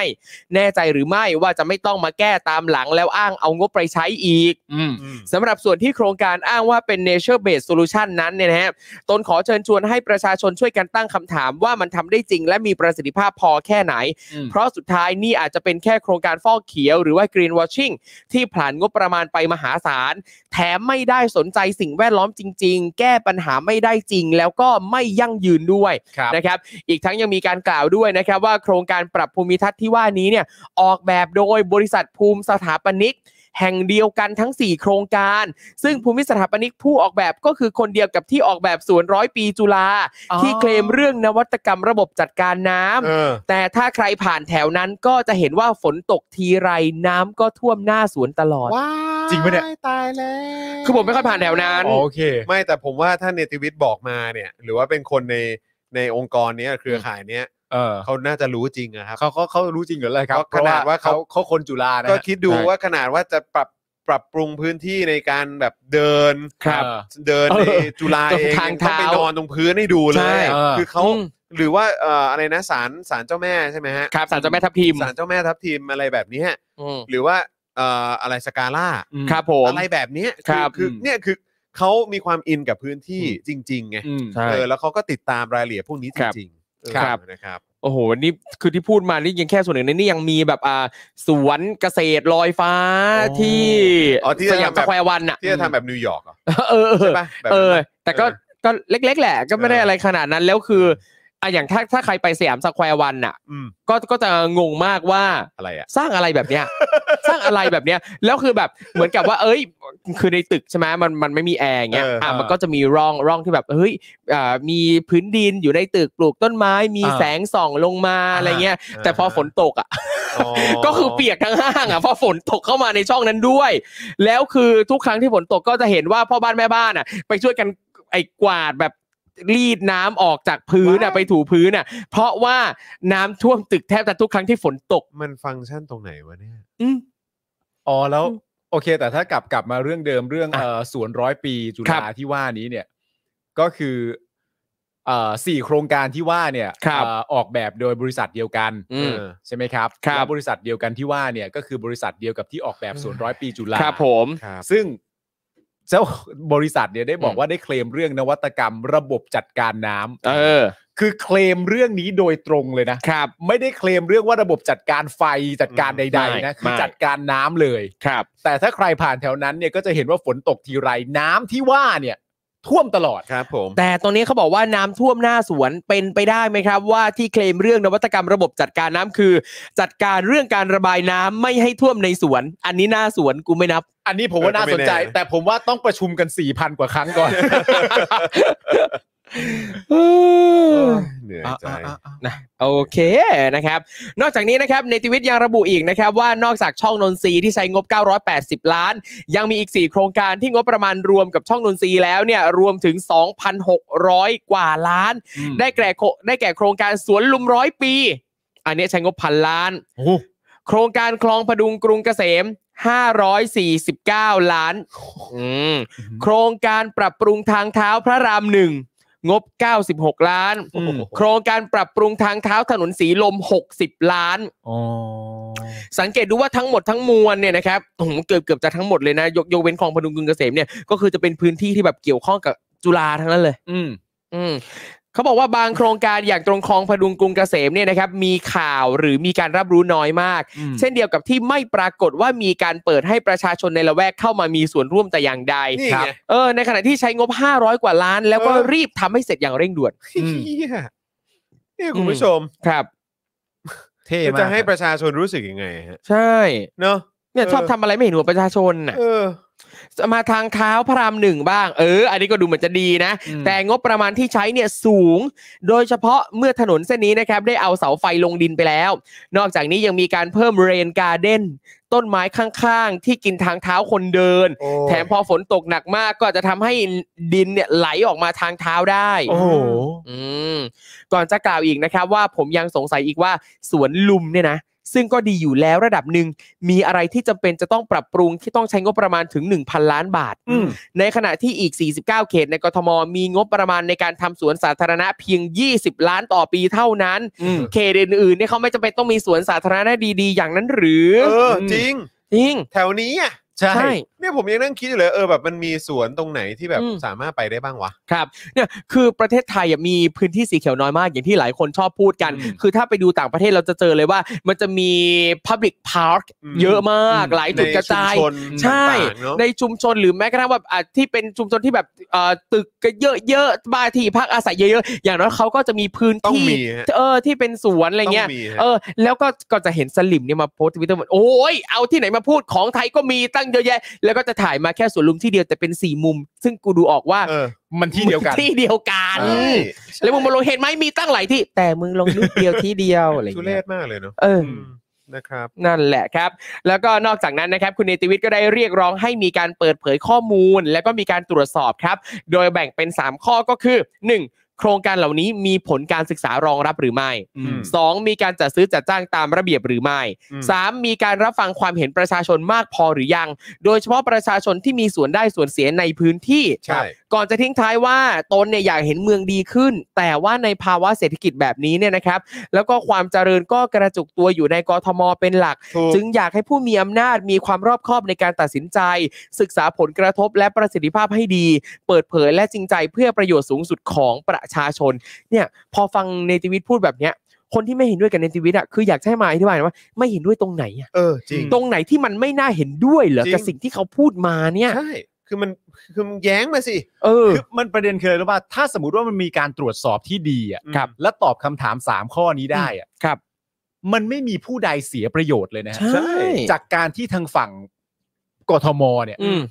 Speaker 3: แน่ใจหรือไม่ว่าจะไม่ต้องมาแก้ตามหลังแล้วอ้างเอางบไปใช้อีก
Speaker 4: อืม
Speaker 3: สำหรับส่วนที่โครงการอ้างว่าเป็น nature based solution นั้นเนี่ยนะฮะตนขอเชิญชวนให้ประชาชนช่วยกันตั้งคำถามว่ามันทำได้จริง และมีประสิทธิภาพพอแค่ไหน
Speaker 4: อืม
Speaker 3: เพราะสุดท้ายนี่อาจจะเป็นแค่โครงการฟอกเขียวหรือว่า green washing ที่ผลานงบประมาณไปมหาศาล แถมไม่ได้สนใจสิ่งแวดล้อมจริง ๆ แก้ปัญหาไม่ได้จริง แล้วก็ไม่ยั่งยืนด้วย
Speaker 4: ครับ
Speaker 3: นะครับ อีกทั้งยังมีการกล่าวด้วยนะครับว่าโครงการปรับภูมิทัศน์ที่ว่านี้เนี่ยออกแบบโดยบริษัทภูมิสถาปนิก แห่งเดียวกันทั้ง 4 โครงการ ซึ่งภูมิสถาปนิกผู้ออกแบบก็คือคนเดียวกับที่ออกแบบสวนร้อยปีจุฬา
Speaker 4: อ๋อ
Speaker 3: ที่เคลมเรื่องนวัตกรรมระบบจัดการน้ำ
Speaker 1: เออ
Speaker 3: แต่ถ้าใครผ่านแถวนั้นก็จะเห็นว่าฝนตกทีไรน้ำก็ท่วมหน้าสวนตลอด
Speaker 1: ว้า
Speaker 4: จริงปะเนี่ย
Speaker 1: ตายแล้ว
Speaker 3: คือผมไม่ค่อยผ่านแถวนั้น
Speaker 4: โอเค
Speaker 1: ไม่แต่ผมว่าถ้าเนติวิทย์บอกมาเนี่ย หรือว่าเป็นคนในในองค์กรเนี้ยเครือข่ายเนี้ย
Speaker 4: เออ
Speaker 1: เขาน่าจะรู้จริงอะครับ
Speaker 4: เขาเขาเขารู้จริงเหรืออะไรครับ
Speaker 1: ก็ขนาดว่าเขา
Speaker 4: พระเขาคนจุฬานะฮะ
Speaker 1: ก็คิดดู
Speaker 4: ใช่
Speaker 1: ว่าขนาดว่าจะปรับปรับปรุงพื้นที่ในการแบบเดิน
Speaker 4: เออ
Speaker 1: เดิน
Speaker 3: เอ
Speaker 1: ใน
Speaker 3: อ
Speaker 1: จุฬา
Speaker 3: ตร
Speaker 1: เอง ง
Speaker 3: ทาง
Speaker 1: ยังต้องไป
Speaker 3: เท้านน
Speaker 1: อนตรงพื้นให้ดูเล
Speaker 3: ใช่
Speaker 1: ยอะ
Speaker 4: เออ
Speaker 1: คือเขา
Speaker 3: อืม
Speaker 1: หรือว่าเอ่ออะไรนะศาลศาลเจ้าแม่ใช่ไหมฮะ
Speaker 3: ครับสารเจ้าแม่ทับทิม
Speaker 1: ศาลเจ้าแม่ทับทิมอะไรแบบเนี้ย
Speaker 3: อืม
Speaker 1: หรือว่าเอ่ออะไรสกาล่า
Speaker 4: อืม
Speaker 3: ครับผม
Speaker 1: อะไรแบบเนี้ย
Speaker 3: ครับ
Speaker 1: คือ
Speaker 4: อืม
Speaker 1: เนี่ยคือเขามีความอินกับพื้นที่จริงๆไง
Speaker 4: อืม
Speaker 3: ใช่
Speaker 1: เออแล้วเขาก็ติดตามรายละเอียดพวกนี้จ
Speaker 3: ครับ
Speaker 1: ริงๆเออ
Speaker 3: ครับ
Speaker 1: นะครับ
Speaker 3: โอ้โห นี่คือที่พูดมานี่ยังแค่ส่วนหนึ่งนะนี่ยังมีแบบอ่าสวนเกษตรลอยฟ้า
Speaker 4: อ๋อ
Speaker 3: ที่
Speaker 1: อ๋อที่จะ
Speaker 3: สยาม
Speaker 1: ทำ
Speaker 3: ส
Speaker 1: แบบ
Speaker 3: แควร์วันอ่ะ
Speaker 1: ที่จะทำแบบนิวยอร์กเหรอ
Speaker 3: เออ
Speaker 1: ใช่ปะแบบ
Speaker 3: เอ
Speaker 1: นั้น
Speaker 3: อ
Speaker 1: ปะ
Speaker 3: แต่ก็
Speaker 1: เออ
Speaker 3: ก็เล็ก ๆ แหละ ก็ไม่ได้
Speaker 1: เอออ
Speaker 3: อะไรขนาดนั้นแล้วคืออ่ะอย่างถ้าถ้าใครไปสยามสแควร์วันอ่ะ
Speaker 1: อืม
Speaker 3: ก็ก็จะงงมากว่า
Speaker 1: อะไรอ่ะ
Speaker 3: สร้างอะไรแบบเนี้ย สร้างอะไรแบบเนี้ยแล้วคือแบบเหมือนกับว่า เอ้ย คือในตึกใช่ไหมมันมันไม่มีแอร์อย่างเงี้ย
Speaker 1: เออ
Speaker 3: อ่ะ
Speaker 1: เออ
Speaker 3: มันก็จะมีร่องร่องที่แบบเฮ้ยอ่ามีพื้นดินอยู่ในตึกปลูกต้นไม้ มี
Speaker 4: อ่า
Speaker 3: แสงส่องลงมาอะไรเงี้ย แต่พอฝนตกอ่ะ
Speaker 1: อ๋อ
Speaker 3: ก็คือเปียกทั้งห้างอ่ะเพราะฝนตกเข้ามาในช่องนั้นด้วย แล้วคือทุกครั้งที่ฝนตกก็จะเห็นว่าพ่อบ้านแม่บ้านอ่ะ ไปช่วยกันไอ้กวาดแบบรีดน้ำออกจากพื้นอ่ะ
Speaker 1: Why?
Speaker 3: ไปถูพื้นอ่ะ เพราะว่าน้ำท่วมตึกแทบจะทุกครั้งที่ฝนตก
Speaker 1: มันฟังก์ชันตรงไหนวะเนี่ย
Speaker 3: อืม
Speaker 4: อ๋อแล้วโอเค แต่ถ้ากลับกลับมาเรื่องเดิมเรื่อง
Speaker 3: อ่ะ
Speaker 4: เอ่อสวนร้อยปีจุ
Speaker 3: ครั
Speaker 4: ฬา
Speaker 3: บ
Speaker 4: ที่ว่านี้เนี่ย ก็คือเอ่อสี่โครงการที่ว่าเนี่ย
Speaker 3: ครับ
Speaker 4: เอ่อออกแบบโดยบริษัทเดียวกัน
Speaker 3: อืม
Speaker 4: เออใช่ไหมครับ
Speaker 3: ครับ
Speaker 4: แล้วบริษัทเดียวกันที่ว่าเนี่ย ก็คือบริษัทเดียวกับที่ออกแบบสวนร้อยปีจุฬา
Speaker 3: ครับผม
Speaker 1: ครับ
Speaker 4: ซึ่งเจ้าบริษัทเนี่ยได้บอก
Speaker 3: อืม
Speaker 4: ว่าได้เคลมเรื่องนวัตกรรม ระบบจัดการน้ำ
Speaker 3: เออ
Speaker 4: คือเคลมเรื่องนี้โดยตรงเลยนะ
Speaker 3: ครับ
Speaker 4: ไม่ได้เคลมเรื่องว่าระบบจัดการไฟจัดการ
Speaker 1: อืม
Speaker 4: ใด
Speaker 3: ไม่
Speaker 4: ๆ นะคือ
Speaker 3: ไม่
Speaker 4: จัดการน้ำเลย
Speaker 3: ครับ
Speaker 4: แต่ถ้าใครผ่านแถวนั้นเนี่ยก็จะเห็นว่าฝนตกทีไรน้ำที่ว่าเนี่ย ท่วมตลอด
Speaker 1: ครับผม
Speaker 3: แต่ตอนนี้เขาบอกว่าน้ำท่วมหน้าสวนเป็นไปได้ไหมครับ ว่าที่เคลมเรื่องนวัตกรรมระบบจัดการน้ำคือ จัดการเรื่องการระบายน้ำไม่ให้ท่วมในสวน อันนี้หน้าสวนกูไม่นับ
Speaker 4: อันนี้ผมว่า
Speaker 1: เออ
Speaker 4: น่า
Speaker 1: ก็ไม่
Speaker 4: สนใจ
Speaker 1: แน่นะ
Speaker 4: แต่ผมว่าต้องประชุมกัน4ี่พันกว่าครั้ง ก่อน
Speaker 1: เหนื่อยใจ
Speaker 3: นะโอเคนะครับ นอกจากนี้นะครับในทวิตยังระบุอีกนะครับว่านอกจากช่องนนทรีย์ที่ใช้งบ 980 ล้าน ยังมีอีก 4 โครงการที่งบประมาณรวมกับช่องนนทรีย์แล้วเนี่ยรวมถึง 2,600 กว่าล้าน
Speaker 4: อืม
Speaker 3: ได้แก่โคได้แก่โครงการสวนลุมร้อยปี อันเนี้ยใช้งบพันล้าน โครงการคลองพดุงกรุงเกษม 549 ล้านอืมโครงการปรับปรุงทางเท้าพระรามหนึ่งงบ 96 ล้าน
Speaker 4: อืม
Speaker 3: โครงการปรับปรุงทางเท้าถนนสีลม 60 ล้าน
Speaker 4: อ๋อ
Speaker 3: สังเกตดูว่าทั้งหมดทั้งมวลเนี่ยนะครับโอ้โหเกือบเกือบจะทั้งหมดเลยนะ ยกยกเว้นคลองพดุงกรุงเกษมเนี่ยก็คือจะเป็นพื้นที่ที่แบบเกี่ยวข้องกับจุฬาทั้งนั้นเลย
Speaker 4: อืม
Speaker 3: อืมเขาบอกว่าบางโครงการอย่างตรงคลองพดุงกรุงเกษมเนี่ยนะครับมีข่าวหรือมีการรับรู้น้อยมาก
Speaker 4: อืม
Speaker 3: เช่นเดียวกับที่ไม่ปรากฏว่ามีการเปิดให้ประชาชนในละแวกเข้ามามีส่วนร่วมแต่อย่างใด
Speaker 1: นี่ไง
Speaker 3: ครับเออในขณะที่ใช้งบ 500 กว่าล้าน แล้วก็รีบทำให้เสร็จอย่างเร่งด่วน
Speaker 1: เฮียเนี่ยคุณ
Speaker 3: อืม
Speaker 1: ผู้ชม
Speaker 3: ครับ
Speaker 4: เท่
Speaker 1: จะ
Speaker 4: มาก
Speaker 1: จะให้ประชาชนรู้สึกยังไงฮะ
Speaker 3: ใช่
Speaker 1: เนาะ
Speaker 3: เนี่ย
Speaker 1: เออ
Speaker 3: ชอบทำอะไรไม่เห็นหัวประชาชนน่ะ
Speaker 1: เออ
Speaker 3: มาทางเท้าพระรามหนึ่งบ้างเออ อันนี้ก็ดูเหมือนจะดีนะ
Speaker 4: อืม
Speaker 3: แต่งบประมาณที่ใช้เนี่ยสูง โดยเฉพาะเมื่อถนนเส้นนี้นะครับได้เอาเสาไฟลงดินไปแล้ว นอกจากนี้ยังมีการเพิ่มเรนการ์เด้นต้นไม้ข้างๆ ที่กินทางเท้าคนเดิน แถมพอฝนตกหนักมากก็จะทำให้ดินเนี่ยไหลออกมาทางเท้าได้
Speaker 4: โอ้โห
Speaker 3: อืมก่อนจะกล่าวอีกนะครับว่าผมยังสงสัยอีกว่าสวนลุมเนี่ยนะ ซึ่งก็ดีอยู่แล้วระดับหนึ่งมีอะไรที่จำเป็นจะต้องปรับปรุงที่ต้องใช้งบประมาณถึง 1,000 ล้านบาท
Speaker 4: อืม
Speaker 3: ในขณะที่อีก 49 เขตในกทม มีงบประมาณในการทำสวนสาธารณะเพียง 20 ล้านต่อปีเท่านั้น
Speaker 4: อืม
Speaker 3: เขตอื่นๆเนี่ยเขาไม่จำเป็นต้องมีสวนสาธารณะดีๆ อย่างนั้นหรือ
Speaker 1: เออ
Speaker 4: อืม
Speaker 1: จริง
Speaker 3: จริง
Speaker 1: แถวนี้อ่ะ
Speaker 4: ใช่
Speaker 3: ใช่
Speaker 1: เนี่ยผมยังนั่งคิดอยู่เลยเออแบบมันมีสวนตรงไหนที่แบบ
Speaker 3: อืม
Speaker 1: สามารถไปได้บ้างวะ
Speaker 3: ครับเนี่ยคือประเทศไทยอ่ะมีพื้นที่สีเขียวน้อยมากอย่างที่หลายคนชอบพูดกัน
Speaker 4: อืม
Speaker 3: คือถ้าไปดูต่างประเทศเราจะเจอเลยว่า มันจะมี Public Park
Speaker 1: อืม
Speaker 3: เยอะมาก
Speaker 4: อืม
Speaker 3: หลายจุดกระจาย
Speaker 1: ในชุมชน
Speaker 3: ใช่
Speaker 1: ต่างๆเนอะ
Speaker 3: ในชุมชนหรือแม้กระทั่งแบบอ่ะที่เป็นชุมชนที่แบบเอ่อตึกก็เยอะๆบ้านที่พักอาศัยเยอะๆอย่างน้อยเขาก็จะมีพื้น
Speaker 1: ต้อง
Speaker 3: ที่
Speaker 1: มีฮะ
Speaker 3: เออที่เป็นสวนอะไรเงี้ย
Speaker 1: ต้มีฮะ
Speaker 3: เออแล้วก็ก็จะเห็นสลิมเนี่ยมาโพสต์ทวิตเตอร์โอ้ยเอาที่ไหนมาพูดของไทยก็มีตั้งเยอะแยะ แล้วก็จะถ่ายมาแค่สวนลุมที่เดียวแต่เป็นสี่มุม ซึ่งกูดูออกว่า
Speaker 1: เออ
Speaker 4: มันที่เดียวกัน
Speaker 3: ที่เดียวกัน
Speaker 1: ใช่
Speaker 3: แล้วมึงมาลงเห็นไหมมีตั้งหลายที่ แต่มึงลงรูปเดียวที่เดียวอะไร
Speaker 1: ทุเร
Speaker 3: เงี้ย
Speaker 1: ศมากเลยเนาะ
Speaker 3: เออ
Speaker 1: อืมนะครับ
Speaker 3: นั่นแหละครับ แล้วก็นอกจากนั้นนะครับคุณเนติวิทย์ก็ได้เรียกร้องให้มีการเปิดเผยข้อมูล และก็มีการตรวจสอบครับ โดยแบ่งเป็น 3 ข้อก็คือ 1. โครงการเหล่านี้มีผลการศึกษารองรับหรือไม่
Speaker 4: อืม
Speaker 3: 2. มีการจัดซื้อจัดจ้างตามระเบียบหรือไม่
Speaker 1: อืม
Speaker 3: 3. มีการรับฟังความเห็นประชาชนมากพอหรือยัง โดยเฉพาะประชาชนที่มีส่วนได้ส่วนเสียในพื้นที่
Speaker 1: ใช่
Speaker 3: ก่อนจะทิ้งท้ายว่าตนเนี่ยอยากเห็นเมืองดีขึ้น แต่ว่าในภาวะเศรษฐกิจแบบนี้เนี่ยนะครับ แล้วก็ความเจริญก็กระจุกตัวอยู่ในกทมเป็นหลัก
Speaker 1: ถูก
Speaker 3: จึงอยากให้ผู้มีอำนาจมีความรอบคอบในการตัดสินใจ ศึกษาผลกระทบและประสิทธิภาพให้ดี เปิดเผยและจริงใจเพื่อประโยชน์สูงสุดของประชาชน เนี่ยพอฟังเนติวิทย์พูดแบบเนี้ย คนที่ไม่เห็นด้วยกับเนติวิทย์อ่ะคืออยากจะให้มาอธิบายหน่อยว่าไม่เห็นด้วยตรงไหนอ่ะ
Speaker 1: เออจริง
Speaker 3: ตรงไหนที่มันไม่น่าเห็นด้วยเหรอ
Speaker 1: จริง
Speaker 3: กับสิ่งที่เขาพูดมาเนี่ย
Speaker 1: ใช่คือมันคือมันแย้งมาสิ
Speaker 3: เออ
Speaker 4: คือมันประเด็นคืออะไรรู้ป่ะถ้าสมมติว่ามันมีการตรวจสอบที่ดีอ่ะ
Speaker 3: ครับ
Speaker 4: และตอบคำถาม 3 ข้อนี้ได้อ่ะ
Speaker 3: ครับ
Speaker 4: มันไม่มีผู้ใดเสียประโยชน์เลยนะฮะ
Speaker 3: ใช่
Speaker 4: จากการที่ทางฝั่งกทมเนี่ย
Speaker 3: อืม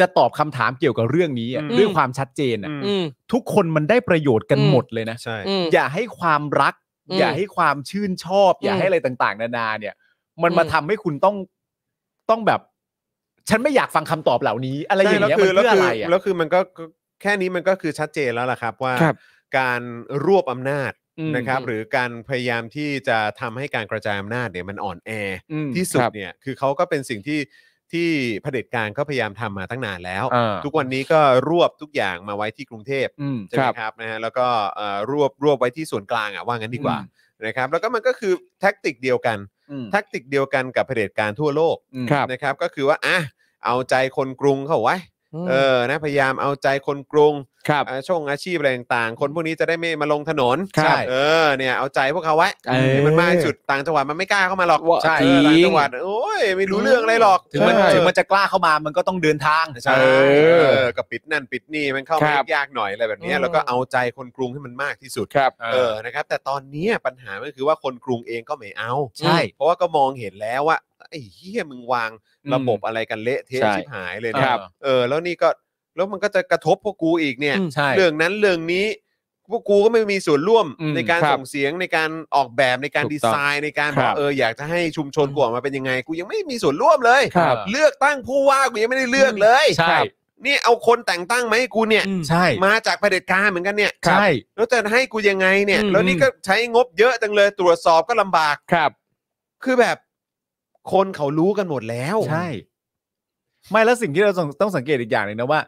Speaker 4: จะตอบคำถามเกี่ยวกับเรื่องนี้อะ
Speaker 1: อืม
Speaker 4: ด้วยความชัดเจนอะ
Speaker 1: อืม
Speaker 3: อืม
Speaker 4: ทุกคนมันได้ประโยชน์กัน
Speaker 3: อืม
Speaker 4: หมดเลยนะ
Speaker 1: ใช่
Speaker 3: อืม
Speaker 4: อย่าให้ความรัก
Speaker 3: อืม
Speaker 4: อย่าให้ความชื่นชอบ อย่าให้อะไรต่างๆ นานาเนี่ย มันมา
Speaker 3: อืม
Speaker 4: ทำให้คุณต้องต้องแบบ ฉันไม่อยากฟังคำตอบเหล่านี้ อะไรอย่างเงี้ยมัน
Speaker 1: แล้ว
Speaker 4: เพื่อ
Speaker 1: คื
Speaker 4: อะไรอ่ะ
Speaker 1: แล้วคือมันก็ก็แค่นี้มันก็คือชัดเจนแล้วล่ะครับว่า
Speaker 3: ครับ
Speaker 1: การรวบอำนาจ
Speaker 4: อืม
Speaker 1: นะครับ หรือการพยายามที่จะทำให้การกระจายอำนาจเนี่ยมันอ่อนแอ
Speaker 4: อืม
Speaker 1: ที่สุด
Speaker 3: ครับ
Speaker 1: เนี่ยคือเขาก็เป็นสิ่งที่ที่เผด็จการก็พยายามทำมาตั้งนานแล้ว
Speaker 4: อ่า
Speaker 1: ทุกวันนี้ก็รวบทุกอย่างมาไว้ที่กรุงเทพ
Speaker 4: อืม
Speaker 1: ใช่ไหม
Speaker 3: ครับ
Speaker 1: ครับนะฮะแล้วก็เอ่อรวบรวบไว้ที่ส่วนกลางอ่ะว่างั้นดีกว่า
Speaker 4: อืม
Speaker 1: นะครับ แล้วก็มันก็คือแท็กติกเดียวกัน
Speaker 4: อืม
Speaker 1: แท็กติกเดียวกันกับเผด็จการทั่วโลก
Speaker 4: อืม
Speaker 3: ครับ
Speaker 1: นะครับก็คือว่าอ่ะเอาใจคนกรุงเข้าไว้ เออนะพยายามเอาใจคนกรุง
Speaker 3: ครับ
Speaker 1: อ่าช่องอาชีพอะไรต่างๆ คนพวกนี้จะได้ไม่มาลงถนน
Speaker 4: ครั
Speaker 1: ใช่
Speaker 4: บ
Speaker 1: เออเนี่ยเอาใจพวกเขาไว้
Speaker 3: เออ
Speaker 1: มันมาจุดต่างจังหวัดมันไม่กล้าเข้ามาหรอก
Speaker 3: ว่า
Speaker 1: ใช่
Speaker 3: จริ
Speaker 1: เอง อต่างจังหวัดโอ้ยไม่รู้เรื่องอะไรหรอก
Speaker 4: ถึงมัน
Speaker 1: เออ
Speaker 4: ถึงมันจะกล้าเข้ามามันก็ต้องเดินทาง
Speaker 1: ใช่
Speaker 3: เออ
Speaker 1: เออก็ปิดนั่นปิดนี่มันเข้า
Speaker 3: ค
Speaker 1: มา
Speaker 3: รับ
Speaker 1: ยากหน่อยอะไรแบบเนี้ย
Speaker 3: อืม
Speaker 1: แล้วก็เอาใจคนกรุงให้มันมากที่สุด
Speaker 3: ครับ
Speaker 1: เออ นะครับ แต่ตอนนี้ปัญหาก็คือว่าคนกรุงเองก็ไม่เอา
Speaker 4: ใช่
Speaker 1: เพราะว่าก็มองเห็นแล้วว่าไอ้เฮียมึงวางระบบอะไรกันเละเทะ
Speaker 4: ใช่
Speaker 1: ชิบหายเลยนะครับ เออ แล้วนี่ก็แล้วมันก็จะกระทบพวกกูอีกเนี่ย
Speaker 3: อืม
Speaker 4: ใช่
Speaker 1: เรื่องนั้นเรื่องนี้ พวกกูก็ไม่มีส่วนร่วม
Speaker 4: อืม
Speaker 1: ในการ
Speaker 3: ครับ
Speaker 1: ส่งเสียงในการออกแบบในการ
Speaker 3: ถูกต้อง
Speaker 1: ดีไซน์ในการ
Speaker 3: ครั
Speaker 1: อ
Speaker 3: บ
Speaker 1: บ กเอออยากจะให้ชุมชนกูออกมาเป็นยังไงกูยังไม่มีส่วนร่วมเลย
Speaker 3: ครับ
Speaker 1: เลือกตั้งผู้ว่ากูยังไม่ได้เลือกเลย
Speaker 4: ใช่
Speaker 1: นี่เอาคนแต่งตั้งมาให้กูเนี่ย
Speaker 3: อืม
Speaker 4: ใช่
Speaker 1: มาจากเผด็จการเหมือนกันเนี่ย
Speaker 4: ใช่
Speaker 1: แล้วจะให้กูยังไงเนี่ย
Speaker 3: อืม
Speaker 1: แล้วนี่ก็ใช้งบเยอะจังเลยตรวจสอบก็ลำบาก
Speaker 3: ครับ
Speaker 1: คือแบบ คนเขารู้กันหมดแล้ว
Speaker 4: ใช่ ไม่แล้วสิ่งที่เราต้องต้องสังเกตอีกอย่างหนึ่งนะว่า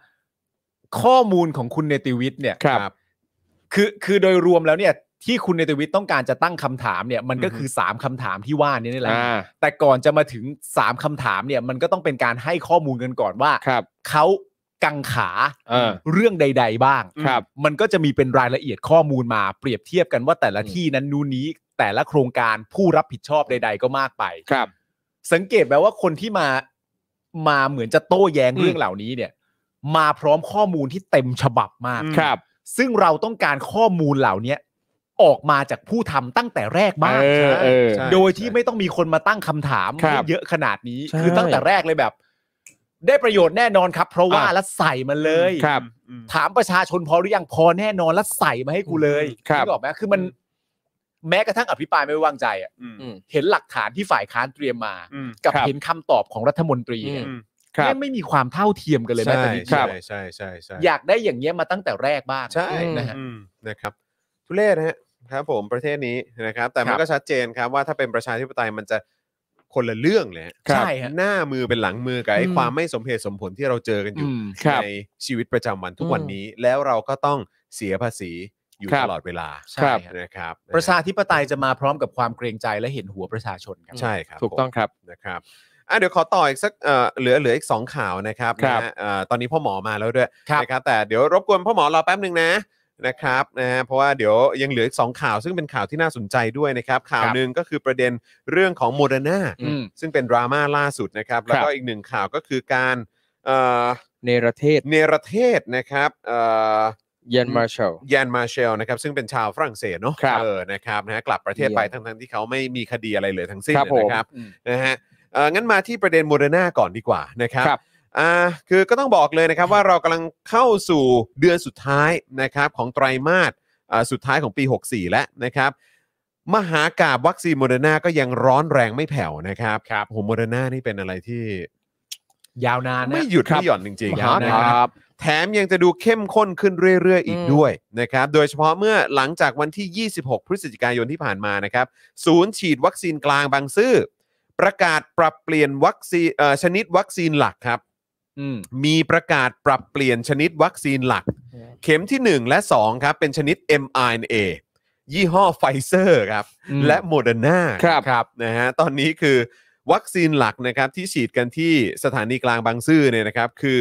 Speaker 4: ข้อมูลของคุณเนติวิทย์เนี่ย
Speaker 3: ครับ
Speaker 4: คือคือโดยรวมแล้วเนี่ย ที่คุณเนติวิทย์ต้องการจะตั้งคำถามเนี่ย มันก็คือสามคำถามที่ว่านี่นี่แหละ
Speaker 3: อ่า
Speaker 4: แต่ก่อนจะมาถึงสามคำถามเนี่ย มันก็ต้องเป็นการให้ข้อมูลกันก่อนว่า
Speaker 3: ครับ
Speaker 4: เขากังขา
Speaker 3: เออ
Speaker 4: เรื่องใด ๆ บ้าง
Speaker 3: ครับ
Speaker 4: มันก็จะมีเป็นรายละเอียดข้อมูลมาเปรียบเทียบกันว่าแต่ละที่นั้นนู้นนี้ แต่ละโครงการผู้รับผิดชอบใด ๆ ก็มากไป
Speaker 3: ครับ
Speaker 4: สังเกตแบบว่าคนที่มามาเหมือนจะโต้แย้ง
Speaker 3: อืม
Speaker 4: เรื่องเหล่านี้เนี่ย มาพร้อมข้อมูลที่เต็มฉบับมาก
Speaker 3: ครับ
Speaker 4: ซึ่งเราต้องการข้อมูลเหล่านี้ออกมาจากผู้ทำตั้งแต่แรกมาก
Speaker 3: เออเออ
Speaker 1: ใช่
Speaker 4: โดยที่ไม่ต้องมีคนมาตั้งคำถาม
Speaker 3: ครับ
Speaker 4: ให้เยอะขนาดนี้
Speaker 3: ใช่
Speaker 4: คือตั้งแต่แรกเลยแบบ ได้ประโยชน์แน่นอนครับ เพราะว่า
Speaker 3: อ่ะ
Speaker 4: แล้วใส่มาเลย
Speaker 3: ครับ
Speaker 1: อืม
Speaker 4: ถามประชาชนพอหรือยังพอแน่นอนแล้วใส่มาให้กูเลย
Speaker 3: ครับ
Speaker 4: นึกออกไหมคือมัน แม้กระทั่งอภิปรายไม่ไว้วางใจอะ
Speaker 1: อืม
Speaker 3: อืม
Speaker 4: เห็นหลักฐานที่ฝ่ายค้านเตรียมมา
Speaker 1: อืม
Speaker 4: กับ
Speaker 3: ครับ
Speaker 4: เห็นคำตอบของรัฐมนตรีเนี่ย
Speaker 1: อืม
Speaker 3: ครับ
Speaker 4: แม่งไม่มีความเท่าเทียมกันเลย
Speaker 1: ใช่
Speaker 4: แม้แต่นิดเดี
Speaker 1: ใช่
Speaker 4: ยว
Speaker 1: ใช่ใช่ใช่
Speaker 4: อยากได้อย่างเงี้ยมาตั้งแต่แรกบ้าง
Speaker 1: ใช่
Speaker 4: นะฮะ
Speaker 1: อืมนะครับ ทุเรศฮะครับ ผมประเทศนี้นะครับ แต่มัน
Speaker 4: ครับ
Speaker 1: ก็ชัดเจนครับว่าถ้าเป็นประชาธิปไตยมันจะ คนละเรื่องเลยฮะ
Speaker 4: ครับใช่ฮะ
Speaker 1: หน้ามือเป็นหลังมือกับไอ้
Speaker 4: อืม
Speaker 1: ความไม่สมเหตุสมผลที่เราเจอกันอยู่
Speaker 4: อืม
Speaker 3: ครับ
Speaker 1: ในชีวิตประจำวันทุกวันนี้ แล้วเราก็ต้องเสียภาษีอยู่
Speaker 3: ครับ
Speaker 1: ตลอดเวลา
Speaker 4: ใช่ครับ
Speaker 1: นะครับ
Speaker 4: ประชาธิปไตยจะมาพร้อมกับความเกรงใจและเห็นหัวประชาชนครับ
Speaker 1: ใช่ครับ
Speaker 3: ถูกต้องครับ
Speaker 1: ผมนะครับอ่ะเดี๋ยวขอต่ออีกสักเอ่อเหลือเหลืออีก 2 ข่าวนะครับ
Speaker 3: ครับ
Speaker 1: นะฮะเอ่อตอนนี้พ่อหมอมาแล้วด้วย
Speaker 4: ครับ
Speaker 1: นะครับแต่เดี๋ยวรบกวนพ่อหมอรอแป๊บหนึ่งนะนะครับนะฮะเพราะว่าเดี๋ยวยังเหลืออีกสองข่าวซึ่งเป็นข่าวที่น่าสนใจด้วยนะครับ ข่าว
Speaker 3: ครับ
Speaker 1: หนึ่งก็คือประเด็นเรื่องของโมเดอร์นา
Speaker 4: อืม
Speaker 1: ซึ่งเป็นดราม่าล่าสุดนะครับ แล้วก็
Speaker 3: ครับ
Speaker 1: อีกหนึ่งข่าวก็คือการเอ่อ
Speaker 3: ในประเทศ
Speaker 1: เนรเทศนะครับเอ่อ
Speaker 3: เยนมาร์ชัล
Speaker 1: ยานมาเชลนะครับซึ่งเป็นชาวฝรั่งเศสเนาะ
Speaker 3: ครับ
Speaker 1: เออนะครับนะฮะกลับประเทศไป
Speaker 3: เยี่ยม
Speaker 1: ทั้งๆที่เขาไม่มีคดีอะไรเลยทั้งสิ้น
Speaker 3: ครับผม
Speaker 1: นะครับนะฮะเอ่องั้นมาที่ประเด็นโมเดอร์นาก่อนดีกว่านะครับ
Speaker 3: ครับ
Speaker 1: อ่าคือก็ต้องบอกเลยนะครับว่าเรากำลังเข้าสู่เดือนสุดท้ายนะครับของไตรมาสอ่าสุดท้ายของปี 64 แล้วนะครับ มหากาบวัคซีนโมเดอร์นาก็ยังร้อนแรงไม่แผ่วนะครับครับโหโมเดอร์นานี่เป็นอะไรที่
Speaker 4: ยาวนานนะ
Speaker 1: ไม่หยุด
Speaker 3: ครับ
Speaker 1: ไม่หย่อนจริง
Speaker 4: มหา
Speaker 1: ๆนะครับ
Speaker 3: ครับ
Speaker 1: แถมยังจะดูเข้มข้นขึ้นเรื่อย ๆ อีก
Speaker 3: อืม
Speaker 1: ด้วยนะครับ โดยเฉพาะเมื่อหลังจากวันที่ 26 พฤศจิกายนที่ผ่านมานะครับ ศูนย์ฉีดวัคซีนกลางบางซื่อ ประกาศปรับเปลี่ยนวัคซีนเอ่อชนิดวัคซีนหลักครับ
Speaker 4: อืม
Speaker 1: มีประกาศปรับเปลี่ยนชนิดวัคซีนหลัก เข็มที่ 1 และ 2 ครับ เป็นชนิด mRNA ยี่ห้อไฟเซอร์ครับ
Speaker 4: อืม
Speaker 1: และโมเดอร์นา
Speaker 3: ครับ
Speaker 1: นะฮะตอนนี้คือวัคซีนหลักนะครับที่ฉีดกันที่สถานีกลางบางซื่อเนี่ยนะครับ คือ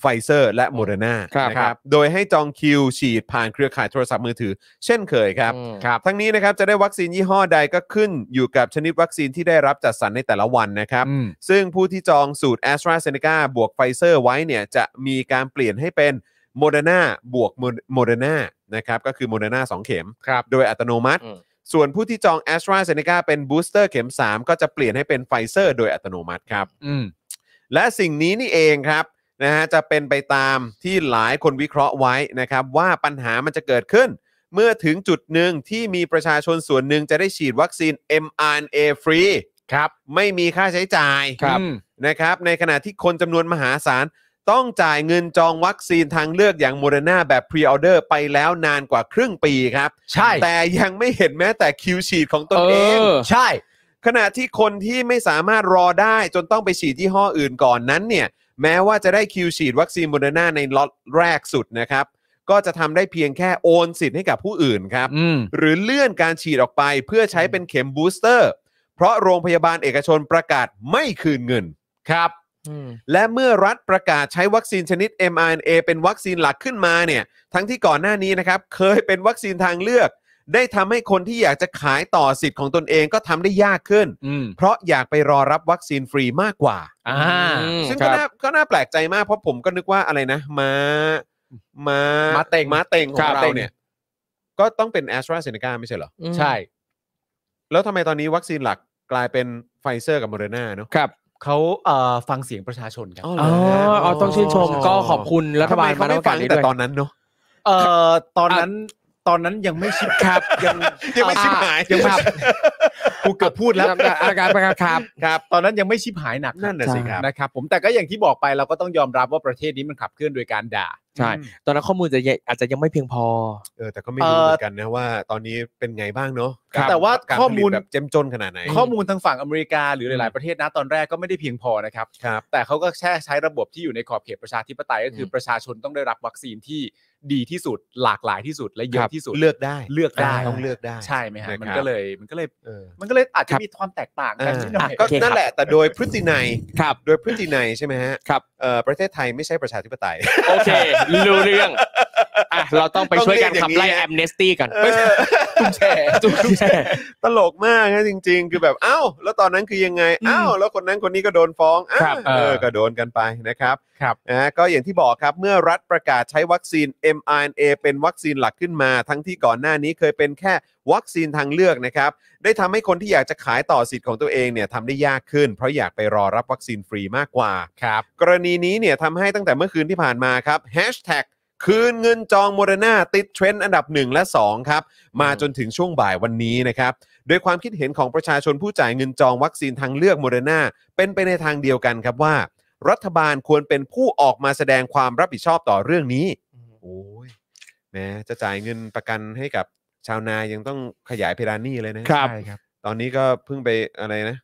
Speaker 1: ไฟเซอร์และโมเดอร์นา
Speaker 3: ครับ
Speaker 1: นะ
Speaker 3: ค
Speaker 1: ค
Speaker 3: รั
Speaker 1: รับ บ โดยให้จองคิวฉีดผ่านเครือข่ายโทรศัพท์มือถือ เช่นเคยครับ
Speaker 3: อืม
Speaker 1: ทั้งนี้นะครับจะได้วัคซีนยี่ห้อใดก็ขึ้นอยู่กับชนิดวัคซีนที่ได้รับจัดสรรในแต่ละวันนะครับ
Speaker 4: อืม
Speaker 1: ซึ่งผู้ที่จองสูตร a s t r a z เซ e c a บวกไฟเซอร์ไว้เนี่ยจะมีการเปลี่ยนให้เป็นโมเดอร์นาบวกโมเดอร์นานะครับก็คือโมเดอร์นา2เข็ม
Speaker 4: ครับ
Speaker 1: โดยอัตโนมัติ
Speaker 3: อืม
Speaker 1: ส่วนผู้ที่จอง a s t r a z เซ e c a เป็นบูสเตอร์เข็ม 3 ก็จะเปลี่ยนให้เป็นไฟเซอร์โดยอัตโนมัติครับ
Speaker 4: อืม
Speaker 1: และสิ่งนี้นี่เองครับนะฮะจะเป็นไปตามที่หลายคนวิเคราะห์ไว้นะครับ ว่าปัญหามันจะเกิดขึ้น เมื่อถึงจุดหนึ่งที่มีประชาชนส่วนหนึ่งจะได้ฉีดวัคซีน mRNA ฟรี
Speaker 4: ครับ
Speaker 1: ไม่มีค่าใช้จ่าย
Speaker 3: ครับ
Speaker 4: อืม
Speaker 1: นะครับในขณะที่คนจำนวนมหาศาล ต้องจ่ายเงินจองวัคซีนทางเลือกอย่างโมเดอร์นาแบบพรีออเดอร์ไปแล้วนานกว่าครึ่งปีครับ
Speaker 4: ใช่
Speaker 1: แต่ยังไม่เห็นแม้แต่คิวฉีดของตนเอง
Speaker 3: เออ
Speaker 4: ใช่
Speaker 1: ขณะที่คนที่ไม่สามารถรอได้จนต้องไปฉีดยี่ห้ออื่นก่อนนั้นเนี่ย แม้ว่าจะได้คิวฉีดวัคซีนโมเดอร์นาในล็อตแรกสุดนะครับ ก็จะทำได้เพียงแค่โอนสิทธิ์ให้กับผู้อื่นครับ
Speaker 4: อืม
Speaker 1: หรือเลื่อนการฉีดออกไปเพื่อใช้เป็นเข็มบูสเตอร์ เพราะโรงพยาบาลเอกชนประกาศไม่คืนเงินครับ
Speaker 3: อืม
Speaker 1: และเมื่อรัฐประกาศใช้วัคซีนชนิด mRNA เป็นวัคซีนหลักขึ้นมาเนี่ย ทั้งที่ก่อนหน้านี้นะครับ เคยเป็นวัคซีนทางเลือก ได้ทำให้คนที่อยากจะขายต่อสิทธิ์ของตนเองก็ทำได้ยากขึ้น
Speaker 4: อืม
Speaker 1: เพราะอยากไปรอรับวัคซีนฟรีมากกว่า
Speaker 4: อ่า
Speaker 3: ม
Speaker 1: ซึ่ง
Speaker 3: ค
Speaker 1: ก็
Speaker 3: รับ
Speaker 1: น่าก็น่าแปลกใจมากเพราะผมก็นึกว่าอะไรนะมามา
Speaker 4: ม้าเต็ง
Speaker 1: ม้าเต็งขอ
Speaker 4: ครั
Speaker 1: ง
Speaker 4: บ
Speaker 1: เราเนี่ย ก็ต้องเป็นแอสตราเซเนกาไม่ใช่เหรอ
Speaker 4: ใช่
Speaker 1: แล้วทำไมตอนนี้วัคซีนหลักกลายเป็นไฟเซอร์กับโมเดอร์นาเนาะ
Speaker 3: ครับ
Speaker 4: เขาเอ่อฟังเสียงประชาชนครับ
Speaker 1: อ๋อ
Speaker 3: อ๋ออ๋อต้องชื่นชมก็ขอบคุณรัฐ
Speaker 1: ทำ
Speaker 3: บา
Speaker 1: ไม
Speaker 3: ล
Speaker 1: เขา
Speaker 3: มาใน
Speaker 1: ไม่
Speaker 3: โอ
Speaker 1: ฟั
Speaker 3: กาส
Speaker 1: ง
Speaker 3: นี้
Speaker 1: แต่
Speaker 3: ด้วย
Speaker 1: ตอนนั้นเนาะ
Speaker 4: เอ่อตอนนั้นตอนนั้นยังไม่ชิบครับยัง
Speaker 1: ยังไม่ชิบหาย
Speaker 4: ยังไม่ชิบกูเกือบพูดแล้ว
Speaker 3: อาการประกาศครับ
Speaker 1: ครับ
Speaker 4: ตอนนั้นยังไม่ชิบหายหนัก
Speaker 1: นั่นน่ะสิครับ
Speaker 4: นะครับ ผมแต่ก็อย่างที่บอกไปเราก็ต้องยอมรับว่าประเทศนี้มันขับเคลื่อนโดยการด่า
Speaker 3: ใช่ ตอนนั้นข้อมูลจะยังอาจจะยังไม่เพียงพอ
Speaker 1: เออแต่ก็ไม่รู้
Speaker 4: เอ่
Speaker 1: เห
Speaker 4: อ
Speaker 1: มือนกันนะว่าตอนนี้เป็นไงบ้างเนาะ
Speaker 4: ครั
Speaker 1: ก
Speaker 4: บ
Speaker 1: ร
Speaker 4: แต่ว่า
Speaker 1: การ
Speaker 4: ข้อ
Speaker 1: ผ
Speaker 4: มู
Speaker 1: ลิต
Speaker 4: ล
Speaker 1: แบบเจ้มจนขนาดไหน
Speaker 4: ข้อมูลทางฝั่งอเมริกาหรือหลายๆประเทศนะตอนแรกก็ไม่ได้เพียงพอนะครับ
Speaker 1: ครับ
Speaker 4: แต่เขาก็แค่ใช้ระบบที่อยู่ในขอบเขตประชาธิปไตยก็คืออประชาชนต้องได้รับวัคซีนที่ดีที่สุด หลากหลายที่สุดและเย
Speaker 1: ครั
Speaker 4: อะ
Speaker 1: บ
Speaker 4: ที่สุด
Speaker 1: เลือกได้
Speaker 4: เลือกได้
Speaker 1: ต้องเลือกได้
Speaker 4: ใช่ไหมฮะ
Speaker 1: นะครับ
Speaker 4: มันก็เลยมันก็เลย
Speaker 1: เออ
Speaker 4: มันก็เลยอาจ
Speaker 3: ค
Speaker 4: จะ
Speaker 3: รับ
Speaker 4: มีความแตกต่าง
Speaker 1: เอ
Speaker 4: กัน
Speaker 1: อ
Speaker 4: นิดหน่อย
Speaker 1: ก็
Speaker 3: โเคครับ
Speaker 1: นั่นแหละแต่โดยพฤตินัย
Speaker 3: ครับ
Speaker 1: โดยพฤตินัยใช่ไหมฮะ
Speaker 3: ครับ
Speaker 1: เอ่อประเทศไทยไม่ใช่ประชาธิปไตย
Speaker 3: โอเค รู้เรื่อง อ่ะ เราต้องไปช่วยกัน
Speaker 1: ต้องเรียกอย่าง
Speaker 3: ขับไล่
Speaker 1: นี้
Speaker 3: แอมเนสตี้กัน
Speaker 1: เออ
Speaker 4: ตุ้มแชร์
Speaker 3: จุ๊บแช่
Speaker 1: ตลกมากนะจริง ๆ คือแบบอ้าวแล้วตอนนั้นคือยังไงอ้าวแล้วคนนั้นคนนี้ก็โดนฟ้องอ้าวเออก็โดนกันไปนะครับ
Speaker 4: ครับ
Speaker 1: นะก็อย่างที่บอกครับ เมื่อรัฐประกาศใช้วัคซีน mRNA เป็นวัคซีนหลักขึ้นมา ทั้งที่ก่อนหน้านี้เคยเป็นแค่วัคซีนทางเลือกนะครับ ได้ทำให้คนที่อยากจะขายต่อสิทธิ์ของตัวเองเนี่ยทำได้ยากขึ้น เพราะอยากไปรอรับวัคซีนฟรีมากกว่า
Speaker 4: ครับ
Speaker 1: กรณีนี้เนี่ยทำให้ตั้งแต่เมื่อคืนที่ผ่านมาครับแฮชแท็กคืนเงินจองโมเดอร์นาติดเทรนด์อันดับ 1 และ 2 ครับ มาจนถึงช่วงบ่ายวันนี้นะครับโดยความคิดเห็นของประชาชนผู้จ่ายเงินจองวัคซีนทางเลือกโมเดอร์นาเป็นไปในทางเดียวกันครับว่า รัฐบาลควรเป็นผู้ออกมาแสดงความรับผิดชอบต่อเรื่องนี้ โอ้ยแหมจะจ่ายเงินประกันให้กับชาวนายังต้องขยายเพดานหนี้เลยนะ
Speaker 3: ครับ
Speaker 1: ตอนนี้ก็เพิ่งไปอะไรนะ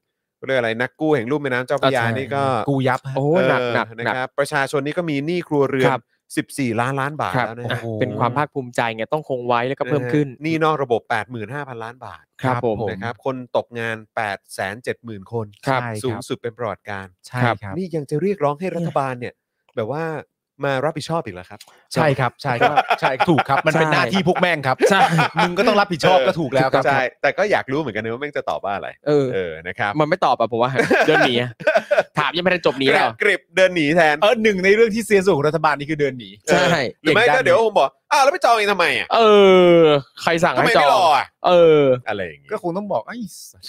Speaker 1: เรื่องอะไรนักกู้แห่งลุ่มแม่น้ำเจ้าพระยา
Speaker 4: อ่าใช่
Speaker 1: นี่ก็
Speaker 4: กูยับ
Speaker 3: โอ้ยหนัก
Speaker 1: เออ
Speaker 3: หนักหนัก
Speaker 1: นะครับประชาชนนี่ก็มีหนี้ครัวเรือน
Speaker 3: ครับ
Speaker 1: 14 ล้านล้านบาท
Speaker 3: ครับ
Speaker 1: แล้วนะ
Speaker 3: อ่ะ
Speaker 1: ฮะ
Speaker 3: เป็นความภาคภูมิใจไงต้องคงไว้แล้วก็เพิ่มขึ้น
Speaker 1: หนี้นอกระบบ 85,000 ล้านบาท
Speaker 3: ครับผม
Speaker 1: นะครับคนตกงาน 870,000 คน
Speaker 3: ครับ
Speaker 1: สูงสุดเป็นประวัติการณ์
Speaker 4: ใช่ครับ
Speaker 1: นี่ยังจะเรียกร้องให้รัฐบาลเนี่ย แบบว่ามารับผิดชอบอีกเหรอครับ
Speaker 4: ใช่ครับ ใช่ครับ ใช่ถูกครับ มันเป็น
Speaker 3: ใช่
Speaker 4: หน้าที่พวกแม่งครับใช่มึงก็ต้องรับผิดชอบก็ถูกแล้วครับ
Speaker 1: ใช่แต่ก็อยากรู้เหมือนกันนะว่าแม่งจะตอบว่าอะไร
Speaker 3: เออ
Speaker 1: เออนะครับ
Speaker 3: มันไม่ตอบอ่ะผมว่า เดินหนีอะถามยังไม่ได้จบหนีแล้ว
Speaker 1: กริบเดินหนีแทน
Speaker 4: เออหนึ่งในเรื่องที่เสียสุดของรัฐบาลนี่คือเดินหนี
Speaker 3: ใช่
Speaker 1: หรือไม่
Speaker 4: เก่งด้าน
Speaker 1: ก็
Speaker 4: นี้
Speaker 1: เดี๋ยวผมบอกอ้าวแล้วไปจองเองทำไมอ่ะ
Speaker 3: เออ ใครสั่ง
Speaker 1: ทำไม
Speaker 3: ให้จอ
Speaker 1: ไม่
Speaker 3: ง
Speaker 1: รออ่ะ
Speaker 3: เออ
Speaker 1: อะไรอย่างงี้
Speaker 4: ก็คงต้องบอกไอ้สัส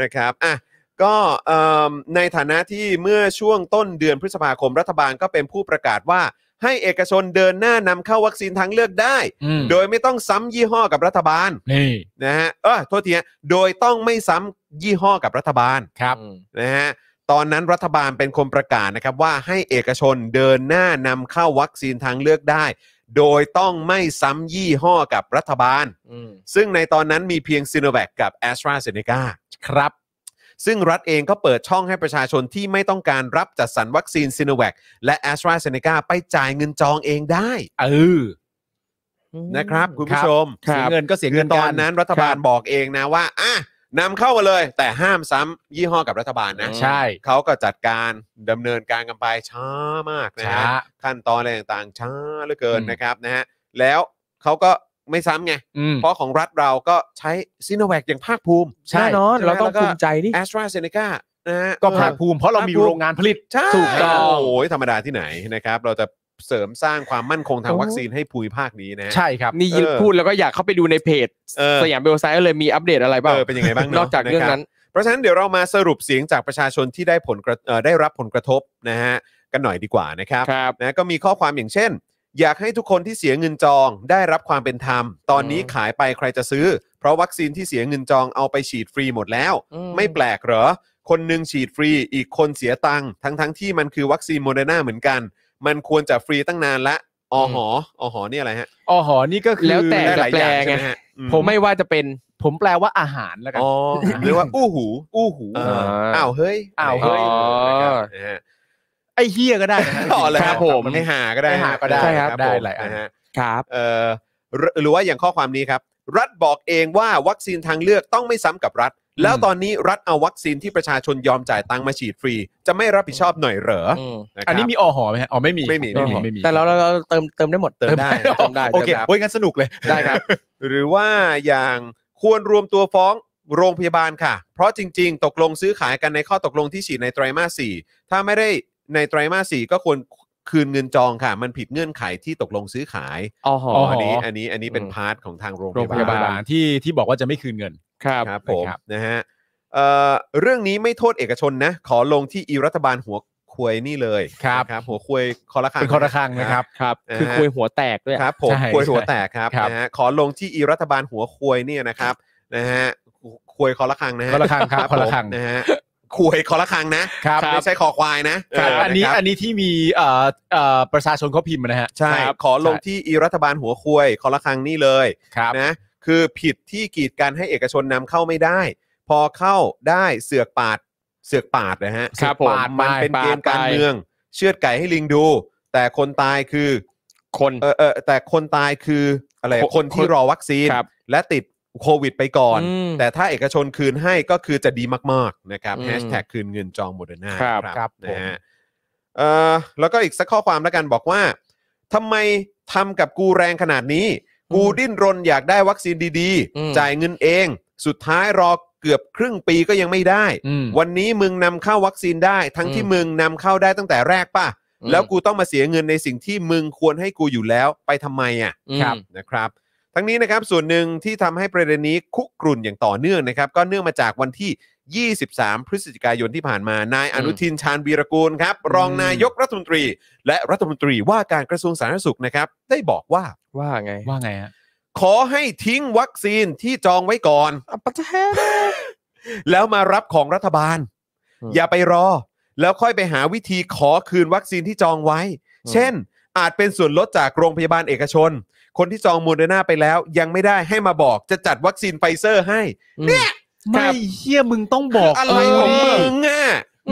Speaker 1: นะครับอ่ะก็เอิ่มในฐานะที่เมื่อช่วงต้นเดือนพฤษภาคมรัฐบาลก็เป็นผู้ประกาศว่า ให้เอกชนเดินหน้านำเข้าวัคซีนทางเลือกได้ โดยไม่ต้องซ้ำยี่ห้อกับรัฐบาล
Speaker 4: นี่
Speaker 1: นะฮะเออโทษทีฮะโดยต้องไม่ซ้ำยี่ห้อกับรัฐบาล
Speaker 4: ครับ
Speaker 1: นะฮะตอนนั้นรัฐบาลเป็นคนประกาศนะครับว่าให้เอกชนเดินหน้านำเข้าวัคซีนทางเลือกได้ โดยต้องไม่ซ้ำยี่ห้อกับรัฐบาล
Speaker 3: อืม
Speaker 1: ซึ่งในตอนนั้นมีเพียงซีโนแวคกับ a s t r a z เซ e c a
Speaker 4: ครับ
Speaker 1: ซึ่งรัฐเองก็เปิดช่องให้ประชาชนที่ไม่ต้องการรับจัดสรรวัคซีนซีโนแวคและ a s t r a z เซ e c a ไปจ่ายเงินจองเองได้
Speaker 4: เออ
Speaker 1: นะครับ คุณผู้ชม
Speaker 3: ครั
Speaker 4: เสี
Speaker 3: บ
Speaker 4: ยเงินก็เสียเงิน
Speaker 1: ตอนนั้นรัฐบาลบอกเองนะว่าอ่ะนำเข้ามาเลย แต่ห้ามซ้ำยี่ห้อกับรัฐบาลนะ
Speaker 4: ใช่
Speaker 1: เขาก็จัดการดำเนินการกันไปช้ามากนะ
Speaker 4: ช้า
Speaker 1: ฮะขั้นตอนอะไรต่างๆ ช้าเหลือเกิน
Speaker 4: อืม
Speaker 1: นะครับนะฮะแล้วเขาก็ไม่ซ้ำไง
Speaker 4: อืม
Speaker 1: เพราะของรัฐเราก็ใช้ซิโนแวคอย่างภาคภูมิ
Speaker 4: ใช่
Speaker 3: แน่นอนเราต้องภูมิใจดิ
Speaker 1: แอสตราเซเนกานะฮะ
Speaker 4: ก็ภาค
Speaker 1: เออ
Speaker 4: ภูมิเพราะเรามี
Speaker 1: ภาคภูมิ
Speaker 4: โรงงานผลิต
Speaker 1: ใช่
Speaker 3: ถูกต้อง
Speaker 1: โอ้ยธรรมดาที่ไหนนะครับ เราจะเสริมสร้างความมั่นคงทางวัคซีนให้ภูมิภาคนี้นะฮะ
Speaker 4: ใช่ครับ
Speaker 3: นี่ยิน
Speaker 1: เออ
Speaker 3: พูดแล้วก็อยากเข้าไปดูในเพจ
Speaker 1: เออ
Speaker 3: สยามเบลไซด์เลยมีอัปเดตอะไรบ้าง
Speaker 1: เออเป็นยังไงบ้างเะ
Speaker 3: นอกจากเรื่อง
Speaker 1: ะคบ
Speaker 3: นั้น
Speaker 1: เพราะฉะนั้นเดี๋ยวเรามาสรุปเสียงจากประชาชนที่ได้ผลกระเอ่อได้รับผลกระทบนะฮะกันหน่อยดีกว่านะครับ
Speaker 3: ครับ
Speaker 1: นะก็มีข้อความอย่างเช่น อยากให้ทุกคนที่เสียเงินจองได้รับความเป็นธรรม ตอนนี้
Speaker 3: อืม
Speaker 1: ขายไปใครจะซื้อ เพราะวัคซีนที่เสียเงินจองเอาไปฉีดฟรีหมดแล้ว ไม่แปลกเหรอ คนหนึ่งฉีดฟรีอีกคนเสียตังค์ทั้งทั้งๆที่มันคือวัคซีนโมเดอร์นาเหมือนกัน มันควรจะฟรีตั้งนานละอหออหอนี่อะไรฮะ
Speaker 4: อหอนี่ก็คือ
Speaker 3: แล้วแต่
Speaker 1: ได้หลายอย่าง
Speaker 3: จะแปลไง
Speaker 1: ใช่ไหมฮะอื
Speaker 3: ผมไม่ว่าจะเป็น
Speaker 4: ผมแปลว่าอาหารแล้วกัน
Speaker 1: อ๋อหรือว่าอู้หู
Speaker 4: อู้หู
Speaker 1: เอออ้าวเฮ้ย
Speaker 4: อ้าวเฮ้ย
Speaker 1: นะครับนะฮะ
Speaker 4: ไอ้เฮียก็ได้นะฮะ
Speaker 1: ต่อเลย
Speaker 3: ครับผม
Speaker 1: ให้หาก็ได้
Speaker 4: ให้หาก็ได้
Speaker 1: ใช่
Speaker 4: ครับได้
Speaker 1: ผม
Speaker 4: หลายอัน
Speaker 1: นะฮะ
Speaker 3: ครับ
Speaker 1: เอ่อหรือหรือว่าอย่างข้อความนี้ครับ รัฐบอกเองว่าวัคซีนทางเลือกต้องไม่ซ้ำกับรัฐ แล้วตอนนี้รัฐเอาวัคซีนที่ประชาชนยอมจ่ายตังค์มาฉีดฟรี จะไม่รับผิดชอบหน่อยเหรอนะครับ
Speaker 4: อันนี้มีอหอไหมฮะอ๋อไม่มี
Speaker 1: ไม่มีไม่มี
Speaker 4: ไม่มี
Speaker 3: แต่เราเราเราเติมเติมได้หมด
Speaker 1: เติมได้
Speaker 3: เติมได้
Speaker 4: โอเค
Speaker 3: ติมได้
Speaker 4: โอ้ยงั้นสนุกเลย
Speaker 3: ได้ครับ
Speaker 1: หรือว่าอย่างควรรวมตัวฟ้องโรงพยาบาลค่ะ เพราะจริง ๆ ตกลงซื้อขายกันในข้อตกลงที่ฉีดในไตรมาสสี่ถ้าไม่ได้ในไตรมาสสี่ก็ควรคืนเงินจองค่ะ มันผิดเงื่อนไขที่ตกลงซื้อขาย
Speaker 3: อ๋อหอ
Speaker 1: อันนี้
Speaker 4: อ๋ออั
Speaker 1: อันนี้อันนี้เป็น
Speaker 3: อืม
Speaker 1: พาร์ทของทางโรง
Speaker 4: โรงพยาย
Speaker 1: พา
Speaker 4: บา
Speaker 1: บาล
Speaker 4: ลที่ที่บอกว่าจะไม่คืนเงิน
Speaker 3: ครับ
Speaker 1: ครับผม
Speaker 4: นะครับ
Speaker 1: นะฮะเอ่อเรื่องนี้ไม่โทษเอกชนนะ ขอลงที่อีรัฐบาลหัวควยนี่เลยนะครับหัวควยคอระคัง
Speaker 4: เป็นคอระคังนะครับ
Speaker 3: ครับ
Speaker 1: เออ
Speaker 3: คือคุยหัวแตกด้วย
Speaker 1: ครับผม
Speaker 4: ใช่
Speaker 1: ควยหัวแตกครับ
Speaker 4: ครับ
Speaker 1: นะฮะขอลงที่อีรัฐบาลหัวควยเนี่ยนะครับนะฮะควยคอระคังนะฮะ
Speaker 4: คอระคังครับคอระคัง
Speaker 1: ผมนะฮะควยคอระคังนะครับ ไม่ใช่คอควายนะ
Speaker 4: ครับ
Speaker 1: เ
Speaker 4: อันนี้
Speaker 1: ะครับ
Speaker 4: อันนี้ที่มีเอ่อเอ่อประชาชนเขาพิมพ์มานะฮะ
Speaker 1: ใช่ ขอลงที่อีรัฐบาลหัวควยขอละครังนี่เลย
Speaker 4: ครับ
Speaker 1: นะ คือผิดที่กีดกันให้เอกชนนำเข้าไม่ได้ พอเข้าได้เสือกปาดเสือกปาดนะฮะ
Speaker 3: ครับ
Speaker 1: เสือกปาด
Speaker 3: ผม
Speaker 1: มันเป็น
Speaker 3: ปาด
Speaker 1: เกมการ
Speaker 3: ไป
Speaker 1: เมือง เชือดไก่ให้ลิงดู แต่คนตายคือ
Speaker 3: คน
Speaker 1: เออเออแต่คนตายคืออะไร
Speaker 3: คน
Speaker 1: คนที่รอวัคซีน
Speaker 3: ครับ
Speaker 1: และติดโควิดไปก่อน
Speaker 3: อืม
Speaker 1: แต่ถ้าเอกชนคืนให้ก็คือจะดีมากๆนะครับ
Speaker 3: อืม
Speaker 1: แฮชแท็กคืนเงินจองโมเดอร์นา
Speaker 3: ครับ
Speaker 4: ครับผม
Speaker 1: นะฮะเอ่อแล้วก็อีกสักข้อความแล้วกันบอกว่า ทำไมทำกับกูแรงขนาดนี้ กูดิ้นรนอยากได้วัคซีนดี
Speaker 3: อืม
Speaker 1: จ่ายเงินเอง สุดท้ายรอเกือบครึ่งปีก็ยังไม่ได้
Speaker 4: อืม
Speaker 1: วันนี้มึงนำเข้าวัคซีนได้ ทั้งที่มึงนำเข้าได้ตั้งแต่แรกป่ะ แล้วกูต้องมาเสียเงินในสิ่งที่มึงควรให้กูอยู่แล้วไปทำไมอ่ะ
Speaker 3: อืม
Speaker 1: นะครับ ทั้งนี้นะครับส่วนหนึ่งที่ทำให้ประเด็นนี้คุกรุ่นอย่างต่อเนื่องนะครับ ก็เนื่องมาจากวันที่ 23 พฤศจิกายนที่ผ่านมานายอนุทินชาญวีรกูลครับ รองนายกรัฐมนตรี และรัฐมนตรีว่าการกระทรวงสาธารณสุขนะครับ ได้บอกว่า
Speaker 3: ว่าไง
Speaker 4: ว่าไงฮะ
Speaker 1: ขอให้ทิ้งวัคซีนที่จองไว้ก่อน
Speaker 3: อัปเทศ
Speaker 1: แล้วมารับของรัฐบาล
Speaker 3: อืม
Speaker 1: อย่าไปรอ แล้วค่อยไปหาวิธีขอคืนวัคซีนที่จองไว้
Speaker 3: อืม
Speaker 1: เช่น อาจเป็นส่วนลดจากโรงพยาบาลเอกชน คนที่จองโมเดอร์นาไปแล้วยังไม่ได้ให้มาบอกจะจัดวัคซีนไฟเซอร์ให้ เนี่ย
Speaker 4: ไม่เฮียมึงต้องบอก
Speaker 1: อะไรของมึงอ่ะ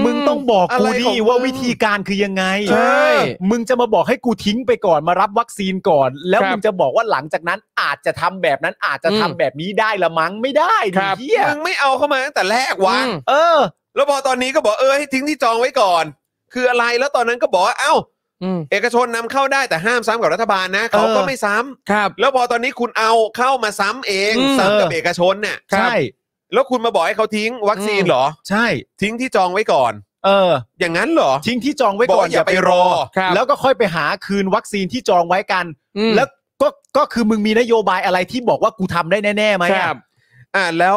Speaker 4: มึงต้องบอกกู
Speaker 1: อะไรข
Speaker 4: ดิ
Speaker 1: องมึง
Speaker 4: ว่าวิธีการคือยังไง
Speaker 3: ใช่
Speaker 4: มึงจะมาบอกให้กูทิ้งไปก่อนมารับวัคซีนก่อน แล้ว
Speaker 3: ครับ
Speaker 4: มึงจะบอกว่าหลังจากนั้นอาจจะทำแบบนั้นอาจจะทำ
Speaker 3: อืม
Speaker 4: แบบนี้ได้ละมั้งไม่ได้ดิ
Speaker 3: ครับ
Speaker 4: เฮีย
Speaker 1: มึงไม่เอาเข้ามาตั้งแต่แรกวะ
Speaker 3: อืม
Speaker 4: เออ
Speaker 1: แล้วพอตอนนี้ก็บอกเออให้ทิ้งที่จองไว้ก่อน คืออะไรแล้วตอนนั้นก็บอกว่าเอ้า
Speaker 3: อืม
Speaker 1: เอกชนนำเข้าได้แต่ห้ามซ้ำกับรัฐบาลนะเขาก็
Speaker 4: เออ
Speaker 1: ไม่ซ้ำ
Speaker 3: ครับ
Speaker 1: แล้วพอตอนนี้คุณเอาเข้ามาซ้ำเอง
Speaker 3: อืม
Speaker 1: ซ้ำกับเอกชนเนี่ย
Speaker 4: ใช่
Speaker 1: แล้วคุณมาบอกให้เขาทิ้งวัคซีนเหรอ
Speaker 4: ใช่
Speaker 1: ทิ้งที่จองไว้ก่อน
Speaker 4: เออ
Speaker 1: อย่างนั้นเหรอ
Speaker 4: ทิ้งที่จองไว้
Speaker 1: บอก
Speaker 4: ก่อน
Speaker 1: ว่า
Speaker 4: อย่าไป
Speaker 1: อย่าไปร
Speaker 4: รอ
Speaker 1: อ
Speaker 3: ครับ
Speaker 4: แล้วก็ค่อยไปหาคืนวัคซีนที่จองไว้กัน
Speaker 3: อืม
Speaker 4: แล้วก็ก็คือมึงมีนโยบายอะไรที่บอกว่ากูทำได้แน่ๆไหม
Speaker 3: ค
Speaker 4: อะ
Speaker 3: รับ
Speaker 1: อ่าแล้ว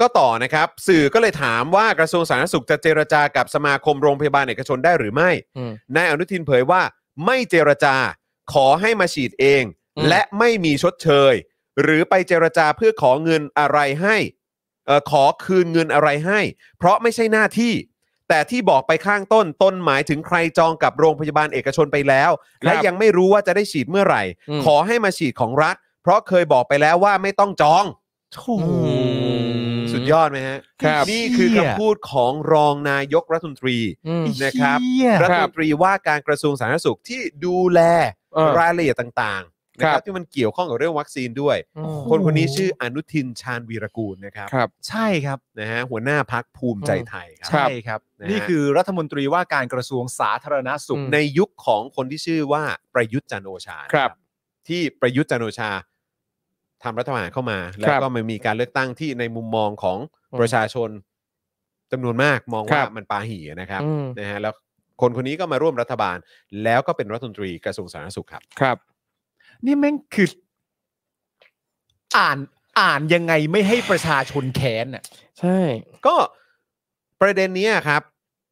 Speaker 1: ก็ต่อนะครับ สื่อก็เลยถามว่ากระทรวงสาธารณสุขจะเจรจากับสมาคมโรงพยาบาลเอกชนได้หรือไม่
Speaker 3: อืม
Speaker 1: นายอนุทินเผยว่า ไม่เจรจาขอให้มาฉีดเอง
Speaker 3: อืม
Speaker 1: และไม่มีชดเชย หรือไปเจรจาเพื่อขอเงินอะไรให้เอ่อขอคืนเงินอะไรให้ เพราะไม่ใช่หน้าที่ แต่ที่บอกไปข้างต้นต้นหมายถึงใครจองกับโรงพยาบาลเอกชนไปแล้ว และยังไม่รู้ว่าจะได้ฉีดเมื่อไหร่
Speaker 3: อืม
Speaker 1: ขอให้มาฉีดของรัฐ เพราะเคยบอกไปแล้วว่าไม่ต้องจอง สุดยอดไหมฮะ
Speaker 3: ครับ
Speaker 1: นี่คือ
Speaker 4: เชี่ย
Speaker 1: คำพูดของรองนายกรัฐมนตรี
Speaker 3: อืม
Speaker 1: นะครับ
Speaker 4: เหี้ย
Speaker 1: รัฐมนตรีว่าการกระทรวงสาธารณสุขที่ดูแล
Speaker 3: เออ
Speaker 1: รายละเอียดต่างๆนะค
Speaker 3: ครั
Speaker 1: รับบ ที่มันเกี่ยวข้องกับเรื่องวัคซีนด้วย
Speaker 3: อืม
Speaker 1: คนคนนี้ชื่ออนุทินชาญวีรกูลนะครับ
Speaker 3: ครับ
Speaker 4: ใช่ครับ
Speaker 1: นะฮะหัวหน้าพักภูมิใจไทยค
Speaker 3: ครั
Speaker 1: รับ บ
Speaker 4: ใช่ครับ
Speaker 1: นะฮะ
Speaker 4: นี่คือรัฐมนตรีว่าการกระทรวงสาธารณสุข
Speaker 3: อืม
Speaker 1: ในยุคของคนที่ชื่อว่าประยุทธ์จันทร์โอชา
Speaker 3: ครับ
Speaker 1: ที่ประยุทธ์จันทร์โอชาทำรัฐประหารเข้ามา แล้วก็มันมีการเลือกตั้งที่ในมุมมองของ
Speaker 3: อืม
Speaker 1: ประชาชนจำนวนมากมอง
Speaker 3: ครั
Speaker 1: ว่า
Speaker 3: บ
Speaker 1: มันปาหี่นะครับ
Speaker 3: อืม
Speaker 1: นะฮะแล้วคนคนนี้ก็มาร่วมรัฐบาล แล้วก็เป็นรัฐมนตรีกระทรวงสาธารณสุขครับ
Speaker 3: ครับ
Speaker 4: นี่แม่งคือ อ่านอ่านยังไงไม่ให้ประชาชนแค้นอ่ะ
Speaker 3: ใช่
Speaker 1: ก็ประเด็นเนี้ยครับ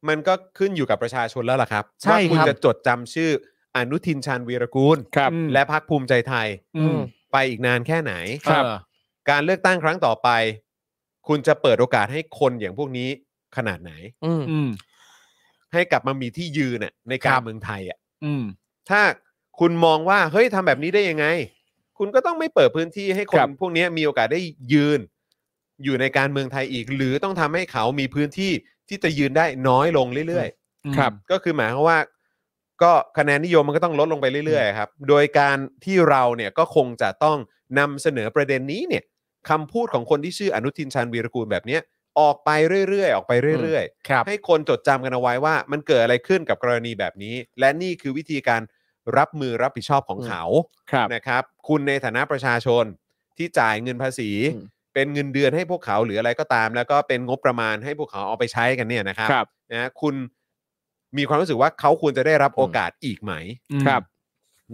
Speaker 1: มันก็ขึ้นอยู่กับประชาชนแล้วล่ะครับ
Speaker 4: ใช่
Speaker 1: ว่าคุณ
Speaker 4: ครับ
Speaker 1: จะจดจำชื่ออนุทินชาญวีรกูล
Speaker 3: ครับ
Speaker 4: อืม
Speaker 1: และพักภูมิใจไทย
Speaker 3: อืม
Speaker 1: ไปอีกนานแค่ไหน
Speaker 3: ครับ
Speaker 4: เออ
Speaker 1: การเลือกตั้งครั้งต่อไป คุณจะเปิดโอกาสให้คนอย่างพวกนี้ขนาดไหน
Speaker 3: อืม
Speaker 4: อืม
Speaker 1: ให้กลับมามีที่ยืนน่ะในกา
Speaker 4: ค
Speaker 1: ร
Speaker 4: รับ
Speaker 1: เมืองไทยอ่ะ
Speaker 4: อืม
Speaker 1: ถ้าคุณมองว่าเฮ้ยทำแบบนี้ได้ยังไง คุณก็ต้องไม่เปิดพื้นที่ให้คน
Speaker 3: ครับ
Speaker 1: พวกนี้มีโอกาสได้ยืน อยู่ในการเมืองไทยอีก หรือต้องทำให้เขามีพื้นที่ที่จะยืนได้น้อยลงเรื่อย
Speaker 3: ครับ
Speaker 1: ๆ ก็คือหมายความว่า ก็คะแนนนิยมมันก็ต้องลดลงไปเรื่อยๆครับ โดยการที่เราเนี่ยก็คงจะต้องนำเสนอประเด็นนี้เนี่ยคำพูดของคนที่ชื่ออนุทินชาญวีรกูลแบบเนี้ยออกไปเรื่อยๆออกไปเรื่อยๆ
Speaker 4: ครับ
Speaker 1: ให้คนจดจำกันเอาไว้ว่ามันเกิดอะไรขึ้นกับกรณีแบบนี้ และนี่คือวิธีการรับมือรับผิดชอบของเขา
Speaker 3: ครับ
Speaker 1: นะครับ คุณในฐานะประชาชนที่จ่ายเงินภาษี
Speaker 3: อืม
Speaker 1: เป็นเงินเดือนให้พวกเขาหรืออะไรก็ตาม แล้วก็เป็นงบประมาณให้พวกเขาเอาไปใช้กันเนี่ยนะครับ
Speaker 3: ครับ
Speaker 1: นะคุณมีความรู้สึกว่าเขาควรจะได้รับโอกาสอีกไหม
Speaker 3: ครับ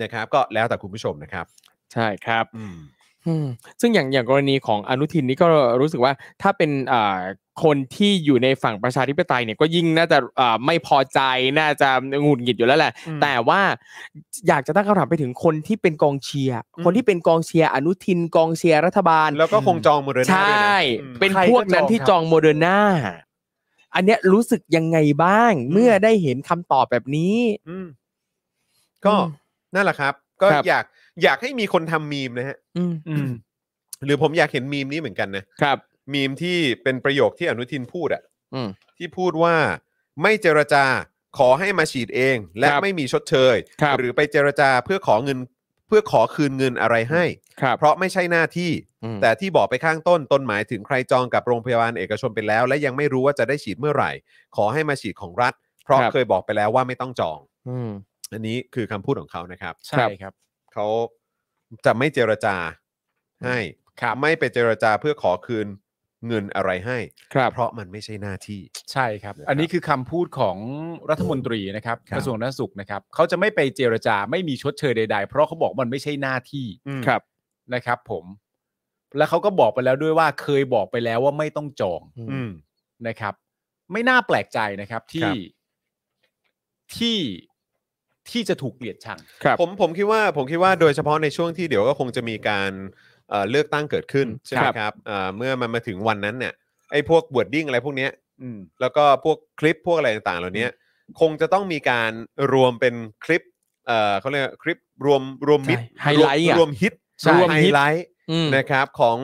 Speaker 1: นะครับ ก็แล้วแต่คุณผู้ชมนะครับ
Speaker 3: ใช่ครับ อืมซึ่งอย่างอย่างกรณีของอนุทินนี่ก็รู้สึกว่าถ้าเป็นอ่าคนที่อยู่ในฝั่งประชาธิปไตยเนี่ยก็ยิ่งน่าจะอ่าไม่พอใจน่าจะหงุดหงิดอยู่แล้วแหละ แต่ว่าอยากจะตั้งคำถามไปถึงคนที่เป็นกองเชียร์
Speaker 1: อืม
Speaker 3: คนที่เป็นกองเชียร์อนุทินกองเชียร์รัฐบาล
Speaker 1: แล้วก็คงจองหมดเลยนะ
Speaker 3: ใช่
Speaker 1: อืม
Speaker 3: เป็นพวกนั้นที่จองโมเดอร์นาอันเนี้ยรู้สึกยังไงบ้าง
Speaker 1: อืม
Speaker 3: เมื่อได้เห็นคำตอบแบบนี้
Speaker 1: อืมก็
Speaker 3: อืม
Speaker 1: นั่นแหละครับ ก็
Speaker 3: ครับ
Speaker 1: อยากอยากให้มีคนทำมีมนะฮะ
Speaker 3: อืม
Speaker 4: อืม
Speaker 1: หรือผมอยากเห็นมีมนี้เหมือนกันนะครับ มีมที่เป็นประโยคที่อนุทินพูดอะ
Speaker 3: อืม
Speaker 1: ที่พูดว่าไม่เจรจาขอให้มาฉีดเอง และ
Speaker 3: ครับ
Speaker 1: ไม่มีชดเชย
Speaker 3: ครับ
Speaker 1: หรือไปเจรจาเพื่อขอเงินเพื่อขอคืนเงินอะไรให้
Speaker 3: ครับ
Speaker 1: เพราะไม่ใช่หน้าที่
Speaker 3: อืม
Speaker 1: แต่ที่บอกไปข้างต้นต้นหมายถึงใครจองกับโรงพยาบาลเอกชนไปแล้ว และยังไม่รู้ว่าจะได้ฉีดเมื่อไหร่ ขอให้มาฉีดของรัฐ เพราะ
Speaker 3: ครับ
Speaker 1: เคยบอกไปแล้วว่าไม่ต้องจอง
Speaker 3: อืม
Speaker 1: อันนี้คือคำพูดของเขานะครับ
Speaker 4: ใช่ครับ
Speaker 1: เขาจะไม่เจรจาให้ไม่ไปเจรจาเพื่อขอคืนเงินอะไรให้
Speaker 3: ครับ
Speaker 1: เพราะมันไม่ใช่หน้าที่
Speaker 4: ใช่ครับ
Speaker 1: นะครับ
Speaker 4: อันนี้คือคำพูดของรัฐมนตรีนะครับ
Speaker 1: ครับ
Speaker 4: กระทรวงสาธารณสุขนะครับ เขาจะไม่ไปเจรจาไม่มีชดเชยใดๆ เพราะเขาบอกมันไม่ใช่หน้าที่
Speaker 3: ครับ
Speaker 4: นะครับ ผม แล้วเขาก็บอกไปแล้วด้วยว่าเคยบอกไปแล้วว่าไม่ต้องจอง
Speaker 1: อืม
Speaker 4: นะครับ ไม่น่าแปลกใจนะครับ
Speaker 1: ครั
Speaker 4: ที่
Speaker 1: บ
Speaker 4: ที่ที่จะถูกเกลียดชัง
Speaker 3: ครับ
Speaker 1: ผมผมคิดว่าผมคิดว่าโดยเฉพาะในช่วงที่เดี๋ยวก็คงจะมีการเอ่อเลือกตั้งเกิดขึ้นใช่ไหม
Speaker 3: ครับ
Speaker 1: ครับเอ่อเมื่อมันมาถึงวันนั้นเนี่ยไอ้พวกบวดดิ้งอะไรพวกเนี้ย
Speaker 4: อืม
Speaker 1: แล้วก็พวกคลิปพวกอะไรต่างๆ เหล่านี้คงจะต้องมีการรวมเป็นคลิปเอ่อเขาเรียกว่าคลิปรวมรวมมิตร
Speaker 3: ใช่ไฮไลท์อะ
Speaker 1: รวมฮิต
Speaker 3: ใช่รวม
Speaker 1: ไฮ
Speaker 3: ฮิต
Speaker 1: ไลท์
Speaker 3: อืม
Speaker 1: นะครับของ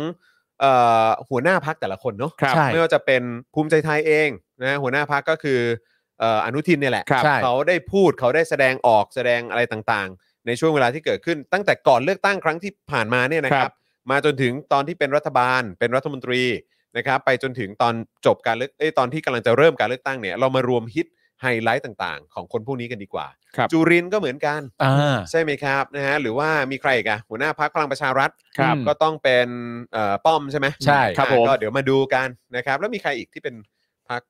Speaker 1: เอ่อหัวหน้าพักแต่ละคนเนาะ
Speaker 3: ครับ
Speaker 4: ใช่
Speaker 1: ไม่ว่าจะเป็นภูมิใจไทยเองนะหัวหน้าพักก็คือเอ่ออนุทินเนี่ยแหละ
Speaker 3: ครับ
Speaker 4: ใช่
Speaker 1: เขาได้พูดเขาได้แสดงออกแสดงอะไรต่างๆ ในช่วงเวลาที่เกิดขึ้น ตั้งแต่ก่อนเลือกตั้งครั้งที่ผ่านมาเนี่ยนะค
Speaker 3: ค
Speaker 1: รั
Speaker 3: รับ บ
Speaker 1: มาจนถึงตอนที่เป็นรัฐบาล เป็นรัฐมนตรีนะครับไปจนถึงตอนจบการเลือกเอ้ยตอนที่กำลังจะเริ่มการเลือกตั้งเนี่ยเรามารวมฮิตไฮไลท์ต่างๆ ของคนพวกนี้กันดีกว่า
Speaker 3: ครับ
Speaker 1: จุรินทร์ก็เหมือนกัน
Speaker 4: อ่า
Speaker 1: ใช่ไหมครับนะฮะหรือว่ามีใครอีกอะหัวหน้าพักพลังประชารัฐ
Speaker 4: ครับ
Speaker 1: ก็ต้องเป็นเอ่อป้อมใช่ไหม
Speaker 4: ใช่ครับ
Speaker 1: อ่ะ
Speaker 4: ผม
Speaker 1: ก็เดี๋ยวมาดูกันนะครับ แล้วมีใครอีกที่เป็นพัก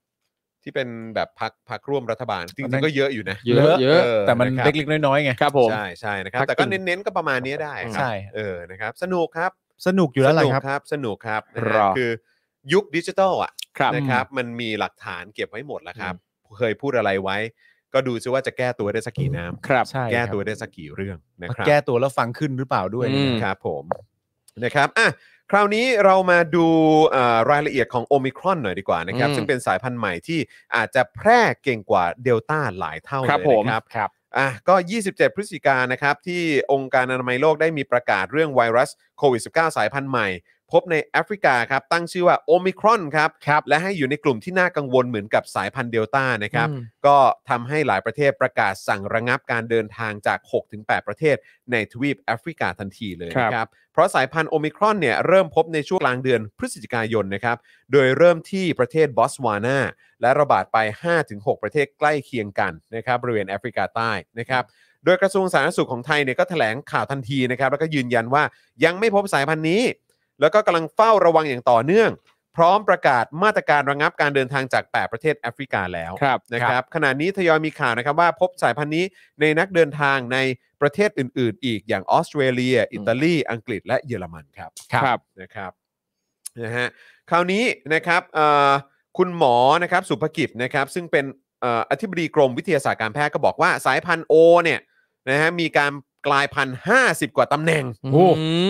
Speaker 1: ที่เป็นแบบพักพักร่วมรัฐบาลจริงๆก็เยอะอยู่นะ
Speaker 3: เยอะเยอะ
Speaker 1: เออ
Speaker 4: แต่มัน
Speaker 1: นะครับ
Speaker 4: เล็กๆน้อยๆไง
Speaker 3: ครับผม
Speaker 1: ใช่ใช่นะครับ
Speaker 3: พัก
Speaker 1: แต่ก็
Speaker 3: อื่น
Speaker 1: เน้นๆก็ประมาณเนี้ยได้ครั
Speaker 4: ใช่
Speaker 1: เออนะครับ สนุกครับ
Speaker 2: สนุกอยู่แล้ว
Speaker 1: ส
Speaker 2: ล่ะ
Speaker 1: นุก
Speaker 2: ครับ
Speaker 1: ครับสนุกครับนะ
Speaker 3: ร
Speaker 1: ฮะ
Speaker 3: อ
Speaker 1: คือยุคดิจิทัลอ่ะ
Speaker 3: ครับ
Speaker 1: นะครับ มันมีหลักฐานเก็บไว้หมดแล้วครับ เคยพูดอะไรไว้ ก็ดูซิว่าจะแก้ตัวได้สักกี่น้ำ
Speaker 3: ครับ
Speaker 4: ใช่
Speaker 1: แก้ตัวได้สักกี่เรื่องนะ
Speaker 4: มา
Speaker 1: ครับ
Speaker 4: แก้ตัวแล้วฟังขึ้นหรือเปล่าด้วย
Speaker 3: อืม
Speaker 1: ครับผมนะครับอ่ะคราวนี้เรามาดูเอ่อรายละเอียดของโอมิครอนหน่อยดีกว่านะครับ
Speaker 3: อืม
Speaker 1: ซึ่งเป็นสายพันธุ์ใหม่ที่อาจจะแพร่เก่งกว่าเดลต้าหลายเท่าเลย
Speaker 3: ครับผม
Speaker 1: นะครับครับอ่ะก็ 27 พฤศจิกายนนะครับ ที่องค์การอนามัยโลกได้มีประกาศเรื่องไวรัสโควิด -19 สายพันธุ์ใหม่ พบในแอฟริกาครับ ตั้งชื่อว่าโอมิครอนครับ
Speaker 4: ครับ
Speaker 1: และให้อยู่ในกลุ่มที่น่ากังวลเหมือนกับสายพันธุ์เดลต้านะครับ
Speaker 3: อืม
Speaker 1: ก็ทำให้หลายประเทศประกาศสั่งระงับการเดินทางจาก 6-8 ประเทศในทวีปแอฟริกาทันทีเลย
Speaker 3: ครับ
Speaker 1: นะครับ เพราะสายพันธุ์โอมิครอนเนี่ยเริ่มพบในช่วงกลางเดือนพฤศจิกายนนะครับ โดยเริ่มที่ประเทศบอตสวานาและระบาดไป 5-6 ประเทศใกล้เคียงกันนะครับบริเวณแอฟริกาใต้นะครับ โดยกระทรวงสาธารณสุขของไทยเนี่ยก็แถลงข่าวทันทีนะครับ แล้วก็ยืนยันว่ายังไม่พบสายพันธุ์นี้ แล้วก็กำลังเฝ้าระวังอย่างต่อเนื่อง พร้อมประกาศมาตรการระงับการเดินทางจาก 8 ประเทศแอฟริกาแล้ว
Speaker 3: ครับ
Speaker 1: นะครับขณะนี้ทยอยมีข่าวนะครับว่าพบสายพันธุ์นี้ในนักเดินทางในประเทศอื่น ๆ อีกอย่างออสเตรเลีย อิตาลี อังกฤษและเยอรมันครับ
Speaker 3: ครับครับ
Speaker 1: นะครับนะฮะคราวนี้นะครับเอ่อคุณหมอนะครับสุภกิจนะครับซึ่งเป็นเอ่ออธิบดีกรมวิทยาศาสตร์การแพทย์ก็บอกว่าสายพันธุ์โอเนี่ยนะฮะมีการกลายพันธุ์ 50 กว่าตำแหน่ง
Speaker 3: อื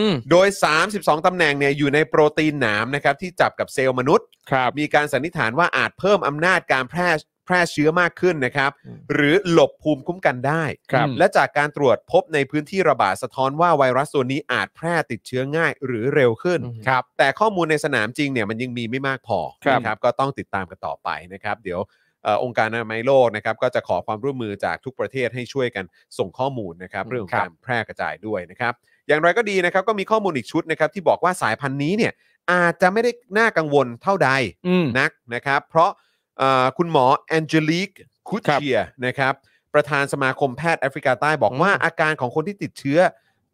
Speaker 3: ม
Speaker 1: โดย 32ตำแหน่งเนี่ยอยู่ในโปรตีนหนามนะครับที่จับกับเซลล์มนุษย์
Speaker 3: ครับ
Speaker 1: มีการสันนิษฐานว่าอาจเพิ่มอำนาจการแพร่แพร่เชื้อมากขึ้นนะครับ
Speaker 3: อืม
Speaker 1: หรือหลบภูมิคุ้มกันได้
Speaker 3: ครับ
Speaker 1: และจากการตรวจพบในพื้นที่ระบาดสะท้อนว่าไวรัสตัวนี้อาจแพร่ติดเชื้อง่ายหรือเร็วขึ้น
Speaker 3: อืม
Speaker 1: ครับ แต่ข้อมูลในสนามจริงเนี่ยมันยังมีไม่มากพอ
Speaker 3: ครับ
Speaker 1: นะครับ ก็ต้องติดตามกันต่อไปนะครับ เดี๋ยวเอ่อองค์การอนามัยโลกนะครับ ก็จะขอความร่วมมือจากทุกประเทศให้ช่วยกันส่งข้อมูลนะครับ เรื่องของ
Speaker 4: ครับ
Speaker 1: การแพร่กระจายด้วยนะครับ อย่างไรก็ดีนะครับ ก็มีข้อมูลอีกชุดนะครับ ที่บอกว่าสายพันธุ์นี้เนี่ยอาจจะไม่ได้น่ากังวลเท่าใด
Speaker 4: อืม
Speaker 1: นักนะครับเพราะเอ่อคุณหมอแอนเจลิกคุชเชียนะครับประธานสมาคมแพทย์แอฟริกาใต้บอกว่า
Speaker 3: อืม
Speaker 1: อาการของคนที่ติดเชื้อ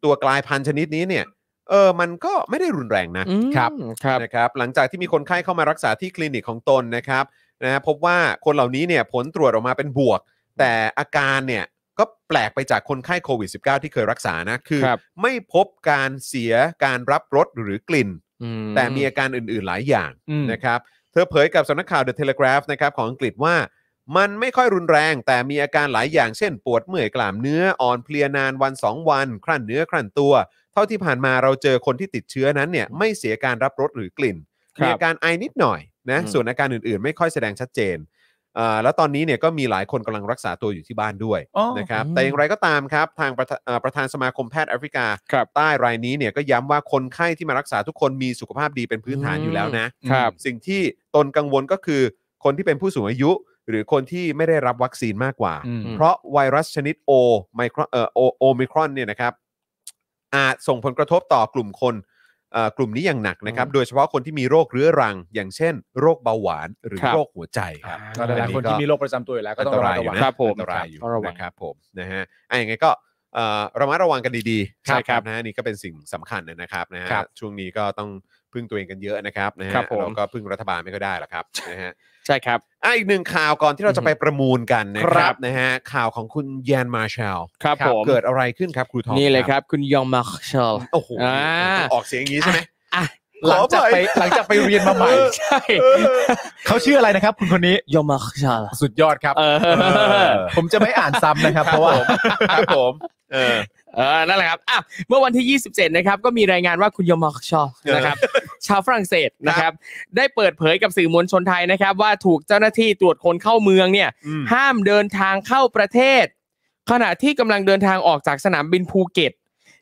Speaker 1: ตัวกลายพันธุ์ชนิดนี้เนี่ยเออมันก็ไม่ได้รุนแรงนะ
Speaker 3: อืม
Speaker 4: ครับ
Speaker 3: ครับ
Speaker 1: นะครับหลังจากที่มีคนไข้เข้ามารักษาที่คลินิกของตนนะครับนะฮะพบว่าคนเหล่านี้เนี่ยผลตรวจออกมาเป็นบวก แต่อาการเนี่ยก็แปลกไปจากคนไข้โควิด -19 ที่เคยรักษานะคือ
Speaker 3: ครับ
Speaker 1: ไม่พบการเสียการรับรสหรือกลิ่น
Speaker 3: อื
Speaker 1: แต่มีอาการอื่นๆหลายอย่าง
Speaker 4: อืม
Speaker 1: นะครับ เธอเผยกับสำนักข่าว The Telegraph นะครับของอังกฤษว่า มันไม่ค่อยรุนแรง แต่มีอาการหลายอย่างเช่น ปวดเมื่อยกล้ามเนื้ออ่อนเพลียนานวัน 2 วัน ครั่นเนื้อครั่นตัว เท่าที่ผ่านมาเราเจอคนที่ติดเชื้อนั้นเนี่ยไม่เสียการรับรสหรือกลิ่น
Speaker 3: ค
Speaker 1: มี
Speaker 3: รับ
Speaker 1: อาการไอนิดหน่อยนะ
Speaker 3: อืม
Speaker 1: ส่วนอาการอื่นๆ ไม่ค่อยแสดงชัดเจนอ่าแล้วตอนนี้เนี่ยก็มีหลายคนกำลังรักษาตัวอยู่ที่บ้านด้วย
Speaker 4: อ๋อ
Speaker 1: นะครับแต่อย่างไรก็ตามครับทางประธานเอ่อประธานสมาคมแพทย์แอฟริกา
Speaker 3: ครับ
Speaker 1: ใต้รายนี้เนี่ยก็ย้ำว่าคนไข้ที่มารักษาทุกคนมีสุขภาพดีเป็นพื้นฐาน
Speaker 3: อืม
Speaker 1: อยู่แล้วนะครับ สิ่งที่ตนกังวลก็คือ คนที่เป็นผู้สูงอายุ หรือคนที่ไม่ได้รับวัคซีนมากกว่า
Speaker 4: อืม
Speaker 1: เพราะไวรัสชนิดโอไมครเอ่อโอโอมิครอนเนี่ยนะครับ อาจส่งผลกระทบต่อกลุ่มคนเอ่อกลุ่มนี้อย่างหนักนะครับ โดยเฉพาะคนที่มีโรคเรื้อรัง อย่างเช่น โรคเบาหวานหรือ
Speaker 3: ครับ
Speaker 1: โรคหัวใจครับ
Speaker 4: ก็หลายๆคน
Speaker 1: อั
Speaker 4: ที่มีโรคประจำตัวอยู่แล้วก็
Speaker 1: อัน
Speaker 4: ต้อง
Speaker 1: ต
Speaker 4: ระ
Speaker 1: รา
Speaker 4: มั
Speaker 1: ย
Speaker 4: ด
Speaker 1: อยู่
Speaker 4: ระวัง
Speaker 1: นะครับ
Speaker 3: ผม
Speaker 1: อันตรายอยู่
Speaker 3: ครับต้องระวัง
Speaker 1: นะครับผมนะฮะอ่ะยังไงก็เอ่อระมัดระวังกันดีๆ
Speaker 3: ใช่ครับ
Speaker 1: นะฮะนี่ก็เป็นสิ่งสำคัญนะครับนะฮะ
Speaker 4: ครับ
Speaker 1: ช่วงนี้ก็ต้องพึ่งตัวเองกันเยอะนะครับนะฮะ
Speaker 3: ครับผม
Speaker 1: เราก็พึ่งรัฐบาลไม่ก็ได้หรอกครับ นะฮะ
Speaker 3: ใช่ครับ
Speaker 1: อ่ะอีกหนึ่งข่าวก่อนที่เราจะไปประมูลกันนะค
Speaker 4: ครั
Speaker 1: รับบ นะฮะข่าวของคุณแยนมาร์แชล
Speaker 3: ครับผม
Speaker 1: เกิดอะไรขึ้นครับครูทอง
Speaker 3: นี่เลยครับ คุณยองมาร์เชล
Speaker 1: โอ้โห
Speaker 3: อ่า
Speaker 1: ต้องออกเสียงอย่างนี้ใช่ไหม
Speaker 3: อ่ะ
Speaker 4: หลังจากไปหลังจากไปเรียนมาใหม่
Speaker 3: ใช่
Speaker 4: เขาชื่ออะไรนะครับ คุณคนนี้
Speaker 3: ยองมาร์เชล
Speaker 4: สุดยอดครับ
Speaker 3: เออ
Speaker 4: ผมจะไม่อ่านซ้ำนะครับ เพราะว่า
Speaker 1: ครับผมเออ
Speaker 3: เออ นั่นแหละครับอ่ะเมื่อวันที่ 27 นะครับ ก็มีรายงานว่าคุณยมอคชอล
Speaker 1: เออ
Speaker 3: นะครับ ชาวฝรั่งเศสนะครับ ได้เปิดเผยกับสื่อมวลชนไทยนะครับ ว่าถูกเจ้าหน้าที่ตรวจคนเข้าเมืองเนี่ย
Speaker 1: อืม
Speaker 3: ห้ามเดินทางเข้าประเทศ ขณะที่กำลังเดินทางออกจากสนามบินภูเก็ต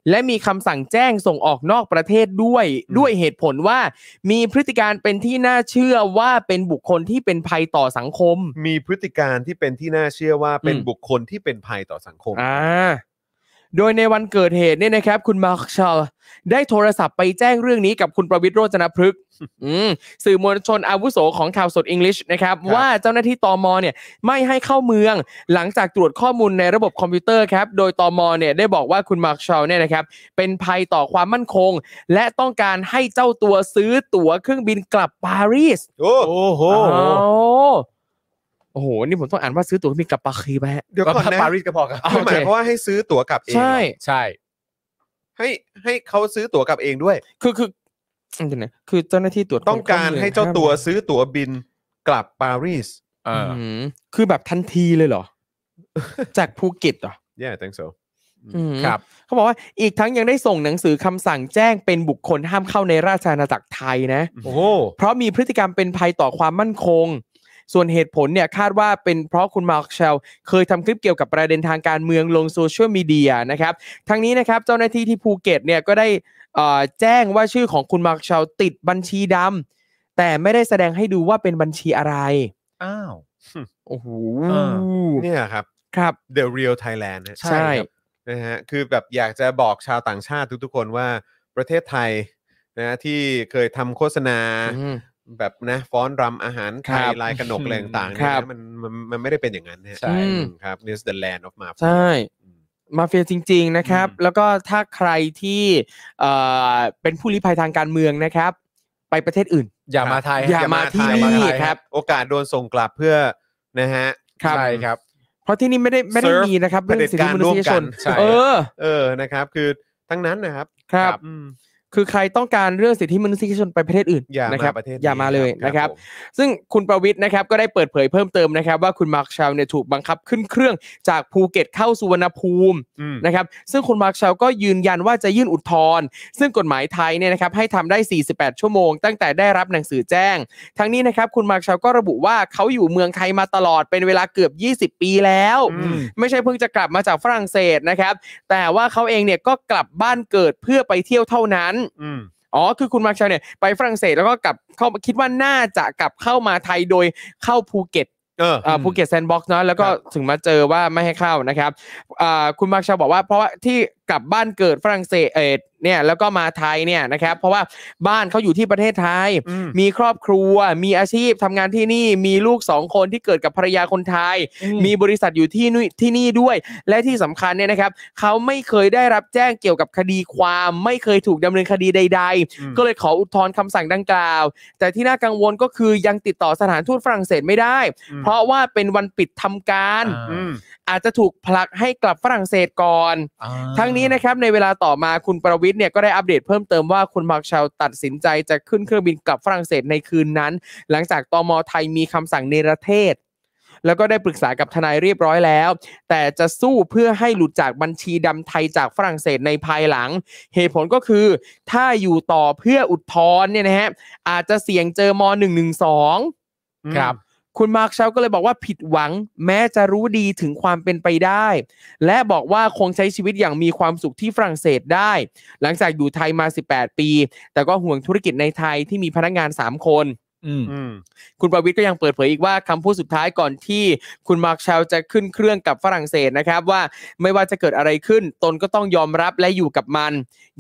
Speaker 3: และมีคำสั่งแจ้งส่งออกนอกประเทศด้วยด้วยเหตุผลว่า มีพฤติการเป็นที่น่าเชื่อว่าเป็นบุคคลที่เป็นภัยต่อสังคม
Speaker 1: มีพฤติการที่เป็นที่น่าเชื่อว่าเป็น
Speaker 3: อืม
Speaker 1: บุคคลที่เป็นภัยต่อสังคม
Speaker 3: อ่า โดยในวันเกิดเหตุเนี่ยนะครับ คุณมาร์คชาลได้โทรศัพท์ไปแจ้งเรื่องนี้กับคุณประวิทย์โรจนพฤกษ์ อืมสื่อมวลชนอาวุโสของข่าวสดอังกฤษนะครับ ว่าเจ้าหน้าที่ตมเนี่ยไม่ให้เข้าเมือง หลังจากตรวจข้อมูลในระบบคอมพิวเตอร์ครับ โดยตมเนี่ยได้บอกว่าคุณมาร์คชาลเนี่ยนะครับ เป็นภัยต่อความมั่นคง และต้องการให้เจ้าตัวซื้อตั๋วเครื่องบินกลับปารีส
Speaker 1: โอ้
Speaker 4: โอ้โห
Speaker 3: อ้าวโอ้โห นี่ผมต้องอ่านว่าซื้อตั๋วเครื่องบินกลับปารีสไหมฮะ
Speaker 1: เดี๋ยว
Speaker 4: ก็
Speaker 1: ก่อนนะ
Speaker 4: ปารีสก็พอครับ
Speaker 1: คือหมายความว่าให้ซื้อตั๋วกลับเอง
Speaker 3: ใช่
Speaker 4: ใช่
Speaker 1: ให้ให้เขาซื้อตั๋วกลับเองด้วย
Speaker 3: คือคืออืมเดี๋ยวนะคือเจ้าหน้าที่ตรวจคน
Speaker 1: ต้องการ
Speaker 3: มื
Speaker 1: ให้เจ้าตัว
Speaker 3: ห้ม
Speaker 1: ซื้อตั๋วบินกลับปารีส
Speaker 4: เอออ
Speaker 3: อืมคือแบบทันทีเลยเหรอ จากภูเก็ตเหรอ
Speaker 1: yeah I think so
Speaker 3: อืม
Speaker 4: ครับ
Speaker 3: เขาบอกว่าอีกทั้งยังได้ส่งหนังสือคำสั่งแจ้งเป็นบุคคลห้ามเข้าในราชอาณาจักรไทยนะ
Speaker 4: โอ้โห
Speaker 3: เพราะมีพฤติกรรมเป็นภัยต่อความมั่นคง ส่วนเหตุผลเนี่ยคาดว่าเป็นเพราะคุณมาร์คเชลเคยทำคลิปเกี่ยวกับประเด็นทางการเมืองลงโซเชียลมีเดียนะครับทั้งนี้นะครับเจ้าหน้าที่ที่ภูเก็ตเนี่ยก็ได้เอ่อแจ้งว่าชื่อของคุณมาร์คเชลติดบัญชีดำแต่ไม่ได้แสดงให้ดูว่าเป็นบัญชีอะไร
Speaker 4: อ้าว
Speaker 3: โอ้โห
Speaker 4: อ่า
Speaker 1: เนี่ยครับ
Speaker 3: ครับ
Speaker 1: The Real Thailand ฮะ
Speaker 3: ใช่
Speaker 1: ครับนะฮะคือแบบอยากจะบอกชาวต่างชาติทุกๆคนว่าประเทศไทยนะที่เคยทำโฆษณา
Speaker 3: อืม
Speaker 1: แบบนะฟ้อนรำอาหารไทย
Speaker 3: ครับ
Speaker 1: ลายขนกอะไรต่างๆ
Speaker 3: ค
Speaker 1: เนี่
Speaker 3: รั
Speaker 1: ย
Speaker 3: บ
Speaker 1: นะมันมันมันไม่ได้เป็นอย่างนั้นนะ
Speaker 3: ใช่
Speaker 1: อืมครับ This is the land of mafia
Speaker 3: ใช่ มาเฟียจริง ๆ นะครับ แล้วก็ถ้าใครที่เอ่อเป็นผู้ลี้ภัยทางการเมืองนะครับ ไปประเทศอื่น
Speaker 4: อย่ามาไทย
Speaker 3: อย่ามาที่
Speaker 4: อย่
Speaker 3: นี่
Speaker 4: มาไทย
Speaker 3: ครับ
Speaker 1: โอกาสโดนส่งกลับเพื่อนะฮะ
Speaker 3: ครับ
Speaker 4: ใช่ครับ
Speaker 3: เพราะที่นี่ไม่ได้ไม่ได้
Speaker 1: Serve
Speaker 3: มีนะครับเรื่องสิทธิมนุ
Speaker 1: เผ
Speaker 3: ษยชน
Speaker 1: ด็จการร่วมกันใช่
Speaker 3: เออ
Speaker 1: เออนะครับ คือทั้งนั้นนะครับ
Speaker 3: ครับ
Speaker 1: อืม
Speaker 3: คือใครต้องการเรื่องสิทธิมนุษยชนไปประเทศอื่น
Speaker 1: อย่า
Speaker 3: นะค
Speaker 1: มา
Speaker 3: รับ
Speaker 1: ประเทศนี้
Speaker 3: อย่ามาเลยนะครับ
Speaker 1: ผม
Speaker 3: ซึ่งคุณประวิทย์นะครับก็ได้เปิดเผยเพิ่มเติมนะครับ ว่าคุณมาร์คชาวเนี่ยถูกบังคับขึ้นเครื่องจากภูเก็ตเข้าสุวรรณภูมิ
Speaker 1: อืม
Speaker 3: นะครับ ซึ่งคุณมาร์คชาวก็ยืนยันว่าจะยื่นอุทธรณ์ซึ่งกฎหมายไทยเนี่ยนะครับให้ทำได้ 48 ชั่วโมง ตั้งแต่ได้รับหนังสือแจ้ง ทั้งนี้นะครับคุณมาร์คชาวก็ระบุว่าเขาอยู่เมืองไทยมาตลอดเป็นเวลาเกือบ 20 ปีแล้ว
Speaker 1: อืม
Speaker 3: ไม่ใช่เพิ่งจะกลับมาจากฝรั่งเศสนะครับ แต่ว่าเขาเองเนี่ยก็กลับบ้านเกิดเพื่อไปเที่ยวเท่านั้น
Speaker 1: อืม
Speaker 3: อ๋อ คือคุณมาร์คเชลเนี่ยไปฝรั่งเศสแล้วก็กลับเข้าคิดว่าน่าจะกลับเข้ามาไทยโดยเข้าภูเก็ต
Speaker 1: เออ
Speaker 3: เอ่อภูเก็ตแซนด์บ็อกซ์เนาะแล้วก็
Speaker 1: ครับ
Speaker 3: ถึงมาเจอว่าไม่ให้เข้านะครับอ่าคุณมาร์คเชลบอกว่าเพราะว่าที่กลับบ้านเกิดฝรั่งเศสเอ่อเนี่ยแล้วก็มาไทยเนี่ยนะครับ เพราะว่าบ้านเขาอยู่ที่ประเทศไทย
Speaker 1: อืม
Speaker 3: มีครอบครัว มีอาชีพทำงานที่นี่ มีลูกสองคนที่เกิดกับภรรยาคนไทย มีบริษัทอยู่ที่นี่ที่นี่ด้วย และที่สำคัญเนี่ยนะครับ เขาไม่เคยได้รับแจ้งเกี่ยวกับคดีความ ไม่เคยถูกดำเนินคดีใด
Speaker 1: อืม
Speaker 3: ๆ ก็เลยขออุทธรณ์คำสั่งดังกล่าว แต่ที่น่ากังวลก็คือยังติดต่อสถานทูตฝรั่งเศสไม่ได้ เพราะว่าเป็นวันปิดทำการ
Speaker 4: อ่า
Speaker 1: อืม
Speaker 3: อาจจะถูกผลักให้กลับฝรั่งเศสก่อน
Speaker 4: อ่า
Speaker 3: ทั้งนี้นะครับในเวลาต่อมาคุณประวิทย์เนี่ยก็ได้อัปเดตเพิ่มเติมว่าคุณมาร์คชาวตัดสินใจจะขึ้นเครื่องบินกลับฝรั่งเศสในคืนนั้น หลังจากตมไทยมีคำสั่งเนรเทศ แล้วก็ได้ปรึกษากับทนายเรียบร้อยแล้ว แต่จะสู้เพื่อให้หลุดจากบัญชีดำไทยจากฝรั่งเศสในภายหลัง เหตุผลก็คือ ถ้าอยู่ต่อเพื่ออุทธรณ์เนี่ยนะฮะอาจจะเสี่ยงเจอม .112
Speaker 1: ครับ
Speaker 3: คุณมาร์คเชาก็เลยบอกว่าผิดหวัง แม้จะรู้ดีถึงความเป็นไปได้ และบอกว่าคงใช้ชีวิตอย่างมีความสุขที่ฝรั่งเศสได้ หลังจากอยู่ไทยมา 18 ปี แต่ก็ห่วงธุรกิจในไทยที่มีพนักงาน 3 คน
Speaker 4: อืม
Speaker 1: อืม
Speaker 3: คุณประวิทย์ก็ยังเปิดเผยอีกว่าคำพูดสุดท้ายก่อนที่คุณมาร์คเชาจะขึ้นเครื่องกับฝรั่งเศสนะครับว่าไม่ว่าจะเกิดอะไรขึ้น ตนก็ต้องยอมรับและอยู่กับมัน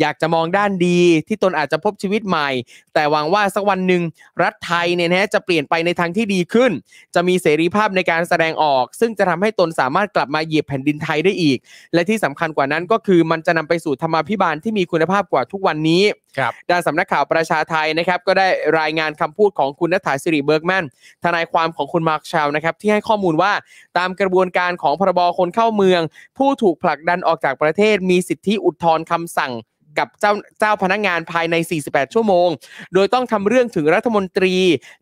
Speaker 3: อยากจะมองด้านดีที่ตนอาจจะพบชีวิตใหม่ แต่หวังว่าสักวันหนึ่งรัฐไทยเนี่ยนะจะเปลี่ยนไปในทางที่ดีขึ้น จะมีเสรีภาพในการแสดงออก ซึ่งจะทำให้ตนสามารถกลับมาเหยียบแผ่นดินไทยได้อีก และที่สำคัญกว่านั้นก็คือมันจะนำไปสู่ธรรมาภิบาลที่มีคุณภาพกว่าทุกวันนี้
Speaker 4: ครับ
Speaker 3: ด้านสำนักข่าวประชาไทยนะครับก็ได้รายงานคำพูดของคุณนัฐาสิริเบิร์กแมนทนายความของคุณมาร์คชาวนะครับที่ให้ข้อมูลว่าตามกระบวนการของพรบคนเข้าเมือง ผู้ถูกผลักดันออกจากประเทศ มีสิทธิอุทธรณ์คำสั่งกับเจ้าเจ้าพนักงานภายใน 48 ชั่วโมง โดยต้องทำเรื่องถึงรัฐมนตรี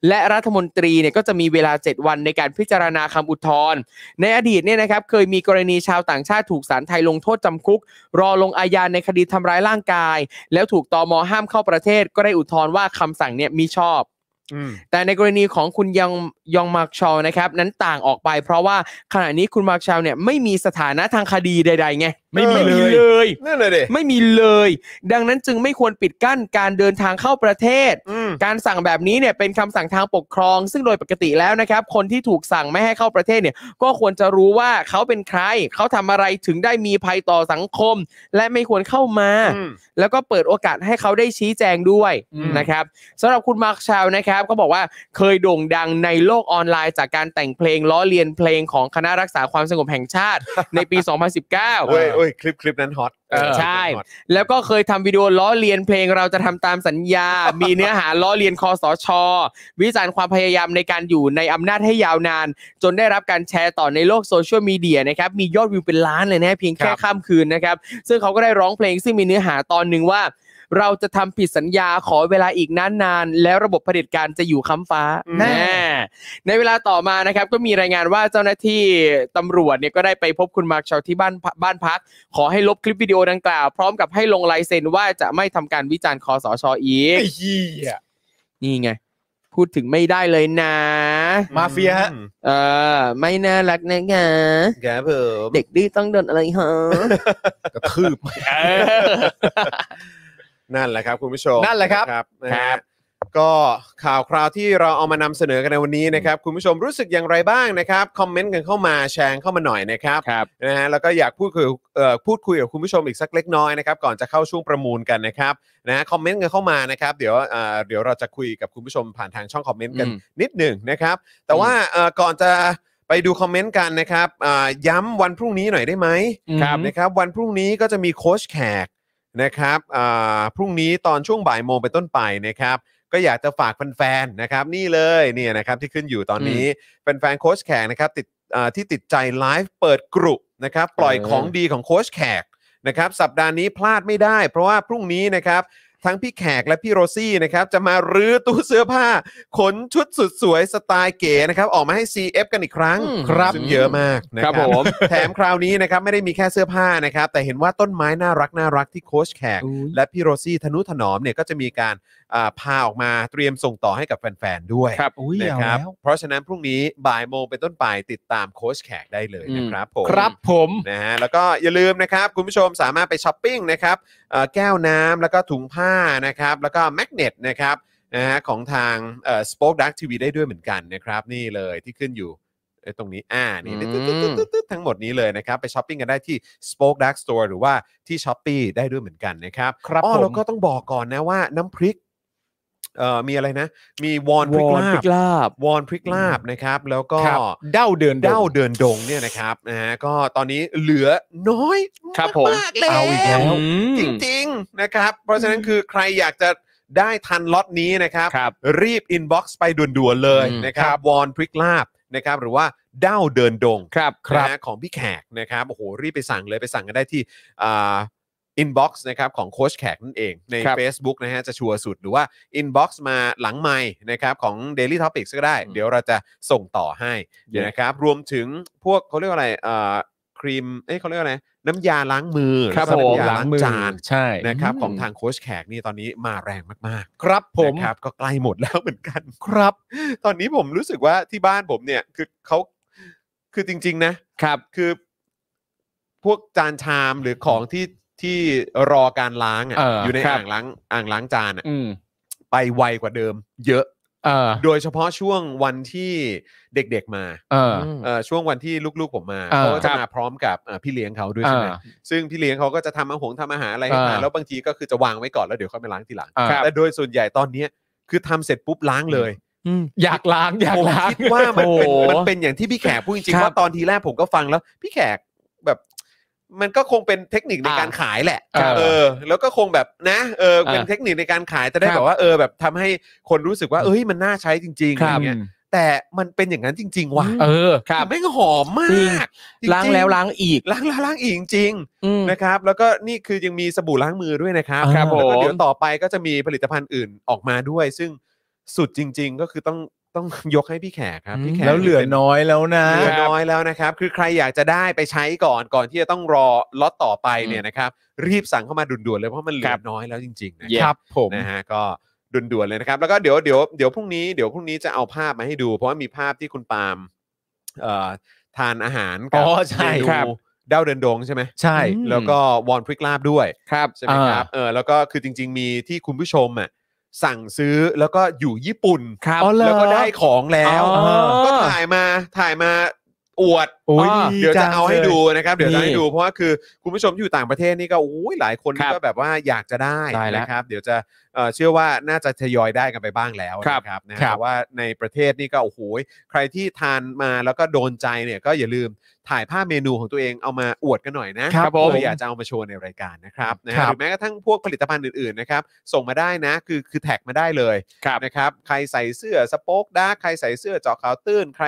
Speaker 3: และรัฐมนตรีเนี่ยก็จะมีเวลา 7 วันในการพิจารณาคำอุทธรณ์ ในอดีตเนี่ยนะครับเคยมีกรณีชาวต่างชาติถูกศาลไทยลงโทษจำคุก รอลงอาญาในคดีทำร้ายร่างกาย แล้วถูกตอมห้ามเข้าประเทศ ก็ได้อุทธรณ์ว่าคำสั่งเนี่ยมีชอบ
Speaker 1: อืม
Speaker 3: แต่ในกรณีของคุณยองยองมาร์คชอลนะครับนั้นต่างออกไป เพราะว่าขณะนี้คุณมาร์คชอลเนี่ยไม่มีสถานะทางคดีใดๆไง
Speaker 4: ไม่มีเลย
Speaker 3: เลย
Speaker 1: นั่นเลยดิ
Speaker 3: ไม่มีเลย ดังนั้นจึงไม่ควรปิดกั้นการเดินทางเข้าประเทศ
Speaker 1: อืม
Speaker 3: การสั่งแบบนี้เนี่ยเป็นคำสั่งทางปกครอง ซึ่งโดยปกติแล้วนะครับ คนที่ถูกสั่งไม่ให้เข้าประเทศเนี่ย ก็ควรจะรู้ว่าเขาเป็นใคร เขาทำอะไรถึงได้มีภัยต่อสังคม และไม่ควรเข้ามา แล้วก็เปิดโอกาสให้เขาได้ชี้แจงด้วย
Speaker 4: อืม
Speaker 3: นะครับสำหรับคุณมาร์คชาวนะครับก็บอกว่าเคยโด่งดังในโลกออนไลน์จากการแต่งเพลงล้อเลียนเพลงของคณะรักษาความสงบแห่งชาติ ในปี 2019
Speaker 1: เว้ยเว้ยคลิปคลิปนั้นฮอต
Speaker 3: เออใช่
Speaker 1: คลิปนั้นฮอต
Speaker 3: แล้วก็เคยทำวิดีโอล้อเลียนเพลงเราจะทำตามสัญญา มีเนื้อหาล้อเลียนคอสช วิจารณ์ความพยายามในการอยู่ในอำนาจให้ยาวนาน จนได้รับการแชร์ต่อในโลกโซเชียลมีเดียนะครับ มียอดวิวเป็นล้านเลยนะเพียงแค่ข้ามคืนนะครับ ซึ่งเขาก็ได้ร้องเพลงซึ่งมีเนื้อหาตอนหนึ่งว่า เราจะทำผิดสัญญาขอเวลาอีกนานนานๆแล้วระบบเผด็จการจะอยู่ค้ำฟ้า
Speaker 6: แน่
Speaker 3: แน่ในเวลาต่อมานะครับก็มีรายงานว่าเจ้าหน้าที่ตำรวจเนี่ยก็ได้ไปพบคุณมาร์คชาวที่บ้านพบ้านพัก ขอให้ลบคลิปวิดีโอดังกล่าว พร้อมกับให้ลงลายเซ็นว่าจะไม่ทำการวิจารณ์คอสชอีก
Speaker 4: ไอ้เหี้ย
Speaker 3: นี่ไง พูดถึงไม่ได้เลยนะ
Speaker 4: มาเฟียฮะ
Speaker 3: เออ ไม่น่ารักนะงะ
Speaker 1: ครับผม
Speaker 3: เด็กดื้อต้องโดนอะไรฮะ
Speaker 1: กระทืบ
Speaker 3: เออ
Speaker 1: นั่นแหละครับคุณผู้ชม
Speaker 4: นั่นแหละครับ
Speaker 1: ครับนะ
Speaker 3: ครั
Speaker 1: ฮะ
Speaker 3: บ
Speaker 1: ก็ข่าวคราวที่เราเอามานำเสนอกันในวันนี้นะครับ คุณผู้ชมรู้สึกอย่างไรบ้างนะครับ คอมเมนต์กันเข้ามาแชร์เข้ามาหน่อยนะครับ
Speaker 3: ครับ
Speaker 1: นะฮะแล้วก็อยากพูดคุยเอ่อพูดคุยกับคุณผู้ชมอีกสักเล็กน้อยนะครับ ก่อนจะเข้าช่วงประมูลกันนะครับนะฮะคอมเมนต์กันเข้ามานะครับ เดี๋ยวเอ่อเดี๋ยวเราจะคุยกับคุณผู้ชมผ่านทางช่องคอมเมนต์กัน
Speaker 3: อืม
Speaker 1: นิดหนึ่งนะครับ แต่ว่าเอ่อก่อนจะไปดูคอมเมนต์กันนะครับอ่าย้ำวันพรุ่งนี้หน่อยได้ไหม
Speaker 3: ครับ
Speaker 1: นะครับวันพรุ่งนี้ก็จะมีโค้ชแขกนะครับอ่าพรุ่งนี้ตอนช่วงบ่ายโมงเป็นต้นไปนะครับ ก็อยากจะฝากแฟนๆนะครับ นี่เลยเนี่ยนะครับที่ขึ้นอยู่ตอนนี้แฟนๆโค้ชแขกนะครับติดอ่าที่ติดใจไลฟ์เปิดกรุนะครับ ปล่อย
Speaker 3: เออ
Speaker 1: ของดีของโค้ชแขกนะครับสัปดาห์นี้พลาดไม่ได้ เพราะว่าพรุ่งนี้นะครับ ทั้งพี่แขกและพี่โรซี่นะครับจะมารื้อตู้เสื้อผ้า ขนชุดสุดสวยสไตล์เก๋นะครับ ออกมาให้ CF กันอีกครั้ง
Speaker 3: อืมครับ
Speaker 1: ซึ่งเยอะมากนะค
Speaker 3: ครั
Speaker 1: รั
Speaker 3: บผม
Speaker 1: แถมคราวนี้นะครับไม่ได้มีแค่เสื้อผ้านะครับ แต่เห็นว่าต้นไม้น่ารักน่ารักที่โค้ชแขก และพี่โรซี่ธนุถนอมเนี่ยก็จะมีการอ่าพาออกมาเตรียมส่งต่อให้กับแฟนๆด้วย
Speaker 3: ครับ
Speaker 4: อุ้ย
Speaker 1: นะ
Speaker 4: เอา
Speaker 1: ครับ
Speaker 4: แล้ว
Speaker 1: เพราะฉะนั้นพรุ่งนี้บ่ายโมงเป็นต้นไปติดตามโค้ชแขกได้เลยนะครับผม
Speaker 4: ครับผม
Speaker 1: นะฮะแล้วก็อย่าลืมนะครับ คุณผู้ชมสามารถไปช้อปปิ้งนะครับเอ่อแก้วน้ำแล้วก็ถุงผ้านะครับ แล้วก็แมกเนตนะครับนะฮะของทางสป็อคดักทีวีได้ด้วยเหมือนกันนะครับ นี่เลยที่ขึ้นอยู่เอ้ยตรงนี้อ่านี่
Speaker 3: อืม
Speaker 1: ตึ๊ดตึ๊ดตึ๊ดตึ๊ดทั้งหมดนี้เลยนะครับ ไปช้อปปิ้งกันได้ที่ Spoke Dark Store หรือว่าที่ s h อ p e e ได้ด้วยเหมือนกันนะครับ
Speaker 4: ครับ
Speaker 1: อ๋อ
Speaker 4: ผม
Speaker 1: แล้วก็ต้องบอกก่อนนะว่าน้ำพริกเอ่อมีอะไรนะ มีวอนพริกลาบ
Speaker 3: ลาบ
Speaker 1: วอนพริกลาบนะครับ แล้วก็
Speaker 4: ครับเด้าเดิน
Speaker 1: เด้าเดินดงเนี่ยนะครับนะฮะก็ตอนนี้เหลือน้อย
Speaker 3: ครับผม
Speaker 1: ากๆแล้ว
Speaker 4: เอาอีกแล้ว
Speaker 3: อืม
Speaker 1: จริงๆนะครับ เพราะฉะนั้นคือใครอยากจะได้ทันล็อตนี้นะครับ
Speaker 3: ครับ
Speaker 1: รีบอินบ็อกซ์ไปด่วนๆเลย
Speaker 3: อืม
Speaker 1: นะครับวอนพริกลาบนะครับ หรือว่าเด้าเดินดง
Speaker 3: ครับ
Speaker 1: นะฮะของพี่แขกนะครับโอ้โหรีบไปสั่งเลยไปสั่งกันได้ที่อ่าอินบ็อกซ์นะครับของโค้ชแขกนั่นเองใน
Speaker 3: ครับ
Speaker 1: Facebook นะฮะจะชัวร์สุดหรือว่า Inbox มาหลังไมค์นะครับของ Daily Topics ก็ได้
Speaker 3: อืม
Speaker 1: เดี๋ยวเราจะส่งต่อให้
Speaker 4: เย้
Speaker 1: นะครับรวมถึงพวกเขาเรียกว่าอะไรเอ่อครีมเอ้ยเขาเรียกว่าอะไร น้ำยาล้างมือ
Speaker 3: ครับ
Speaker 1: แล้วก็
Speaker 3: ผม
Speaker 1: น้ำยาล้างจาน
Speaker 4: ใช่
Speaker 1: นะครับ
Speaker 3: อืม
Speaker 1: ของทางโค้ชแขกนี่ตอนนี้มาแรงมาก
Speaker 4: ครับ
Speaker 1: ๆ
Speaker 4: ผม
Speaker 1: นะครับก็ใกล้หมดแล้วเหมือนกันครับ ตอนนี้ผมรู้สึกว่าที่บ้านผมเนี่ยคือเขาคือจริง ๆ นะ
Speaker 3: ครับ
Speaker 1: คือ พวกจานชามหรือของที่ที่รอการล้าง
Speaker 4: เอ
Speaker 1: อะ่ะ
Speaker 4: อ
Speaker 1: อยู่ใน
Speaker 4: ครับ
Speaker 1: อ่างล้างอ่างล้างจานอะ
Speaker 4: อืม
Speaker 1: ไปไวกว่าเดิม เยอะ
Speaker 4: เออ
Speaker 1: โดยเฉพาะช่วงวันที่เด็กๆมา
Speaker 4: เออ
Speaker 1: เอ่อช่วงวันที่ลูกๆผมมา
Speaker 4: อ่า
Speaker 1: เขาก็จะ
Speaker 4: ครั
Speaker 1: มา
Speaker 4: บ
Speaker 1: พร้อมกับเอ่อพี่เลี้ยงเขาด้วยใช่ไหม
Speaker 4: อ่า
Speaker 1: ซึ่งพี่เลี้ยงเขาก็จะทำอาหงทำอาหารอะไรให้มา
Speaker 4: อ่า
Speaker 1: แล้วบางทีก็คือจะวางไว้ก่อนแล้วเดี๋ยวค่อยมาล้างทีหลัง
Speaker 4: อ่า
Speaker 1: แต่โดยส่วนใหญ่ตอนเนี้ยคือทำเสร็จปุ๊บล้างเลย
Speaker 4: อยากล้างอยาก
Speaker 1: ผม
Speaker 4: ล้าง
Speaker 1: คิดว่ามัน
Speaker 3: โอ้
Speaker 1: เป็น
Speaker 3: โห
Speaker 1: มันเป็นอย่างที่พี่แขกพูดจริงๆ
Speaker 3: ครับ
Speaker 1: ว่าตอนทีแรกผมก็ฟังแล้ว พี่แขกแบบ มันก็คงเป็นเทคนิคใน
Speaker 3: อ่า
Speaker 1: การขายแหละ
Speaker 4: ครับ
Speaker 1: เออ แล้วก็คงแบบนะเออเป็น
Speaker 3: อ่า
Speaker 1: เทคนิคในการขายจะได้
Speaker 3: ครับ
Speaker 1: แบบว่าเออแบบทำให้คนรู้สึกว่าเอ้ยมันน่าใช้จริงๆ
Speaker 3: ค
Speaker 1: อะ
Speaker 3: รั
Speaker 1: ไร
Speaker 3: บ
Speaker 1: เงี้ยแต่มันเป็นอย่างนั้นจริง ๆว่ะ
Speaker 4: เออ
Speaker 3: ครับ
Speaker 1: แม่งหอมม
Speaker 3: จริง
Speaker 1: าก
Speaker 3: ล้างแล้วล้างอีก
Speaker 1: ล้างแล้วล้างอีกจริง
Speaker 3: อืม
Speaker 1: ๆนะครับ แล้วก็นี่คือยังมีสบู่ล้างมือด้วยนะครับ
Speaker 3: ครับ
Speaker 1: แล้วก็
Speaker 3: ผม
Speaker 1: เดี๋ยวต่อไปก็จะมีผลิตภัณฑ์อื่นออกมาด้วย ซึ่งสุดจริง ๆ ก็คือต้องต้องยกให้พี่แขกครับพี่แขก
Speaker 4: แล้วเหลือน้อยแล้วนะ
Speaker 1: เหลือน้อยแล้วนะครับ คือใครอยากจะได้ไปใช้ก่อนก่อนที่จะต้องรอล็อตต่อไปเนี่ยนะครับ รีบสั่งเข้ามาด่วนๆเลยเพราะมันเหลื
Speaker 3: ครั
Speaker 1: อบ น้อยแล้วจริงๆนะ
Speaker 4: ครับผม
Speaker 1: นะฮะก็ด่วนๆเลยนะครับ แล้วก็เดี๋ยวเดี๋ยวเดี๋ยวพรุ่งนี้เดี๋ยวพรุ่งนี้จะเอาภาพมาให้ดู เพราะว่ามีภาพที่คุณปาล์มเอ่อทานอาหารกั
Speaker 4: อ๋อใช่
Speaker 1: เมนู
Speaker 4: ครับ
Speaker 1: ดาวเดินดงใช่ไหม
Speaker 4: ใช่
Speaker 3: อืม
Speaker 1: แล้วก็วอนพริกลาบด้วย
Speaker 3: ครับ
Speaker 1: ใช่ไหมครับ เออ แล้วก็คือจริง ๆ มีที่คุณผู้ชมอ่ะสั่งซื้อแล้วก็อยู่ญี่ปุ่น
Speaker 3: ครับ
Speaker 4: อ๋อเหรอ
Speaker 1: แล้วก็ได้ของแล้ว
Speaker 3: อ๋อ
Speaker 1: ก็ถ่ายมาถ่ายมาอวด
Speaker 4: โอ้ย
Speaker 3: อ่า
Speaker 4: ดี
Speaker 1: เดี๋ยวจะ
Speaker 4: ง
Speaker 1: เอาให้
Speaker 4: ลย
Speaker 1: ดูนะครับ เดี๋ยวจะให้
Speaker 3: นี่
Speaker 1: ดูเพราะว่าคือคุณผู้ชมที่อยู่ต่างประเทศนี่ก็อุ้ยหลายคน
Speaker 3: ครับ
Speaker 1: ก็แบบว่าอยากจะได้
Speaker 3: ได้แล้ว
Speaker 1: นะครับ เดี๋ยวจะเอ่อเชื่อว่าน่าจะทยอยได้กันไปบ้างแล้ว
Speaker 3: ครับ
Speaker 1: นะครับนะ
Speaker 4: ครั
Speaker 1: แต่
Speaker 4: บ
Speaker 1: ว่าในประเทศนี่ก็โอ้โหใครที่ทานมาแล้วก็โดนใจเนี่ยก็อย่าลืมถ่ายภาพเมนูของตัวเองเอามาอวดกันหน่อยนะครับ
Speaker 3: ผม
Speaker 1: เผื่ออยากจะเอามาโชว์ในรายการนะครับนะฮะ
Speaker 4: ครับ
Speaker 1: หรือแม้กระทั่งพวกผลิตภัณฑ์อื่นๆนะครับส่งมาได้นะคือคือแท็กมาได้เลย
Speaker 3: ครับ
Speaker 1: นะครับใครใส่เสื้อสป็อกดาร์กใครใส่เสื้อเจาะขาวตื้น ใคร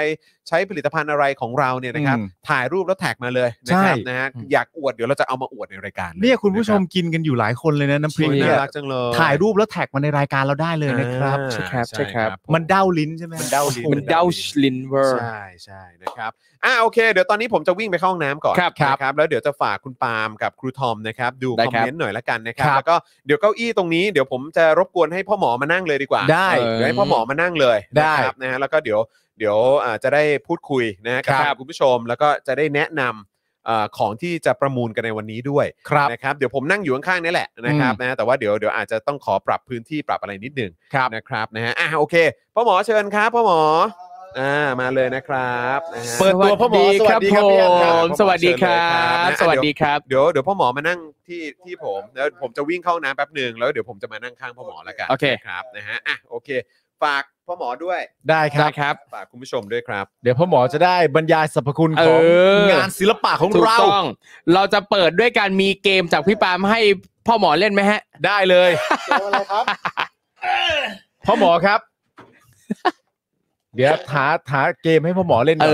Speaker 1: ใช้ผลิตภัณฑ์อะไรของเราเนี่ยนะครับ
Speaker 4: อืม
Speaker 1: ถ่ายรูปแล้วแท็กมาเลยนะครับ
Speaker 4: ใช่
Speaker 1: นะฮะอยากอวดเดี๋ยวเราจะเอามาอวดในรายการล
Speaker 4: เนี่ยคุณผู้ชม
Speaker 1: นะ
Speaker 4: กินกันอยู่หลายคนเลยนะน้ำพริ
Speaker 1: รั
Speaker 4: ก
Speaker 1: บ
Speaker 4: เนี่
Speaker 1: น่าย รักจังเลย
Speaker 4: ถ่ายรูปแล้วแท็กมาในรายการเราได้เลยนะครับ
Speaker 1: อ่า
Speaker 3: ใช่ครับใช่ครับ
Speaker 1: มั
Speaker 4: มัน นเด้าลิ้นใช่ไหม
Speaker 1: มันเด้าลิ้น
Speaker 3: มันเดาชลินเวอร์
Speaker 1: ใช่ใช่นะครับอ่าโอเค เดี๋ยวตอนนี้ผมจะวิ่งไปเข้าห้องน้ำก่อน
Speaker 3: ครับครับ
Speaker 1: นะครับแล้วเดี๋ยวจะฝากคุณปาล์มกับครูทอมนะครับดู
Speaker 3: ได้
Speaker 1: คอม
Speaker 3: ครับ
Speaker 1: เมนต์หน่อยละกันนะครับ
Speaker 4: ครับ
Speaker 1: แล้วก็เดี๋ยวเก้าอี้ตรงนี้เดี๋ยวผมจะรบกวนให้พ่อหมอมานั่งเลยดีกว่า
Speaker 4: ได้
Speaker 1: เออเดี๋ยวให้พ่อหมอมานั่งเลย
Speaker 4: ได้
Speaker 1: นะครับนะฮะแล้วก็เดี๋ยวเดี๋ยวอ่าจะได้พูดคุยนะกับ
Speaker 4: ครับ
Speaker 1: ทางคุณผู้ชม แล้วก็จะได้แนะนำอ่าของที่จะประมูลกันในวันนี้ด้วย
Speaker 4: ครับ
Speaker 1: นะครับเดี๋ยวผมนั่งอยู่ข้างๆนี่แหละนะครับนะฮะแต่ว่าเดี๋ยวเดี๋ยวอาจจะต้องขอปรับพื้นที่ปรับอะไรนิดนึง
Speaker 4: ครับ
Speaker 1: นะครับนะฮะอ่ะโอเคพ่อหมอเชิญครับพ่อหมอ อ่ามาเลยนะครับนะฮะ
Speaker 4: เปิดตัวพ่อหมอสวัสดีครับพี่แอมครับ
Speaker 3: ผมสวัสดีครับ สวัสดีครับ
Speaker 1: เดี๋ยวเดี๋ยวพ่อหมอมานั่งที่ที่ผมแล้วผมจะวิ่งเข้าน้ำแป๊บหนึ่งแล้วเดี๋ยวผมจะมานั่งข้างพ่อหมอละกัน
Speaker 3: โอเค
Speaker 1: นะครับนะฮะอ่ะโอเค ฝากพ่อหมอด้วย
Speaker 4: ได้ค
Speaker 3: ได้
Speaker 4: รับ
Speaker 3: ครับ
Speaker 1: ฝากคุณผู้ชมด้วยครับ
Speaker 4: เดี๋ยวพ่อหมอจะได้บรรยายสรรพคุณ
Speaker 3: เอ
Speaker 4: ของ
Speaker 3: อ
Speaker 4: งานศิลปะของ
Speaker 3: ถูก
Speaker 4: เรา
Speaker 3: ต้อง เราจะเปิดด้วยการมีเกมจากพี่ปาล์มให้พ่อหมอเล่นไหมฮะ
Speaker 4: ได้เลย
Speaker 5: เดี๋ยวอะไรครับ
Speaker 4: พ่อหมอครับ เดี๋ยวหาหาเกมให้พ่อหมอเล่นก่
Speaker 3: เอ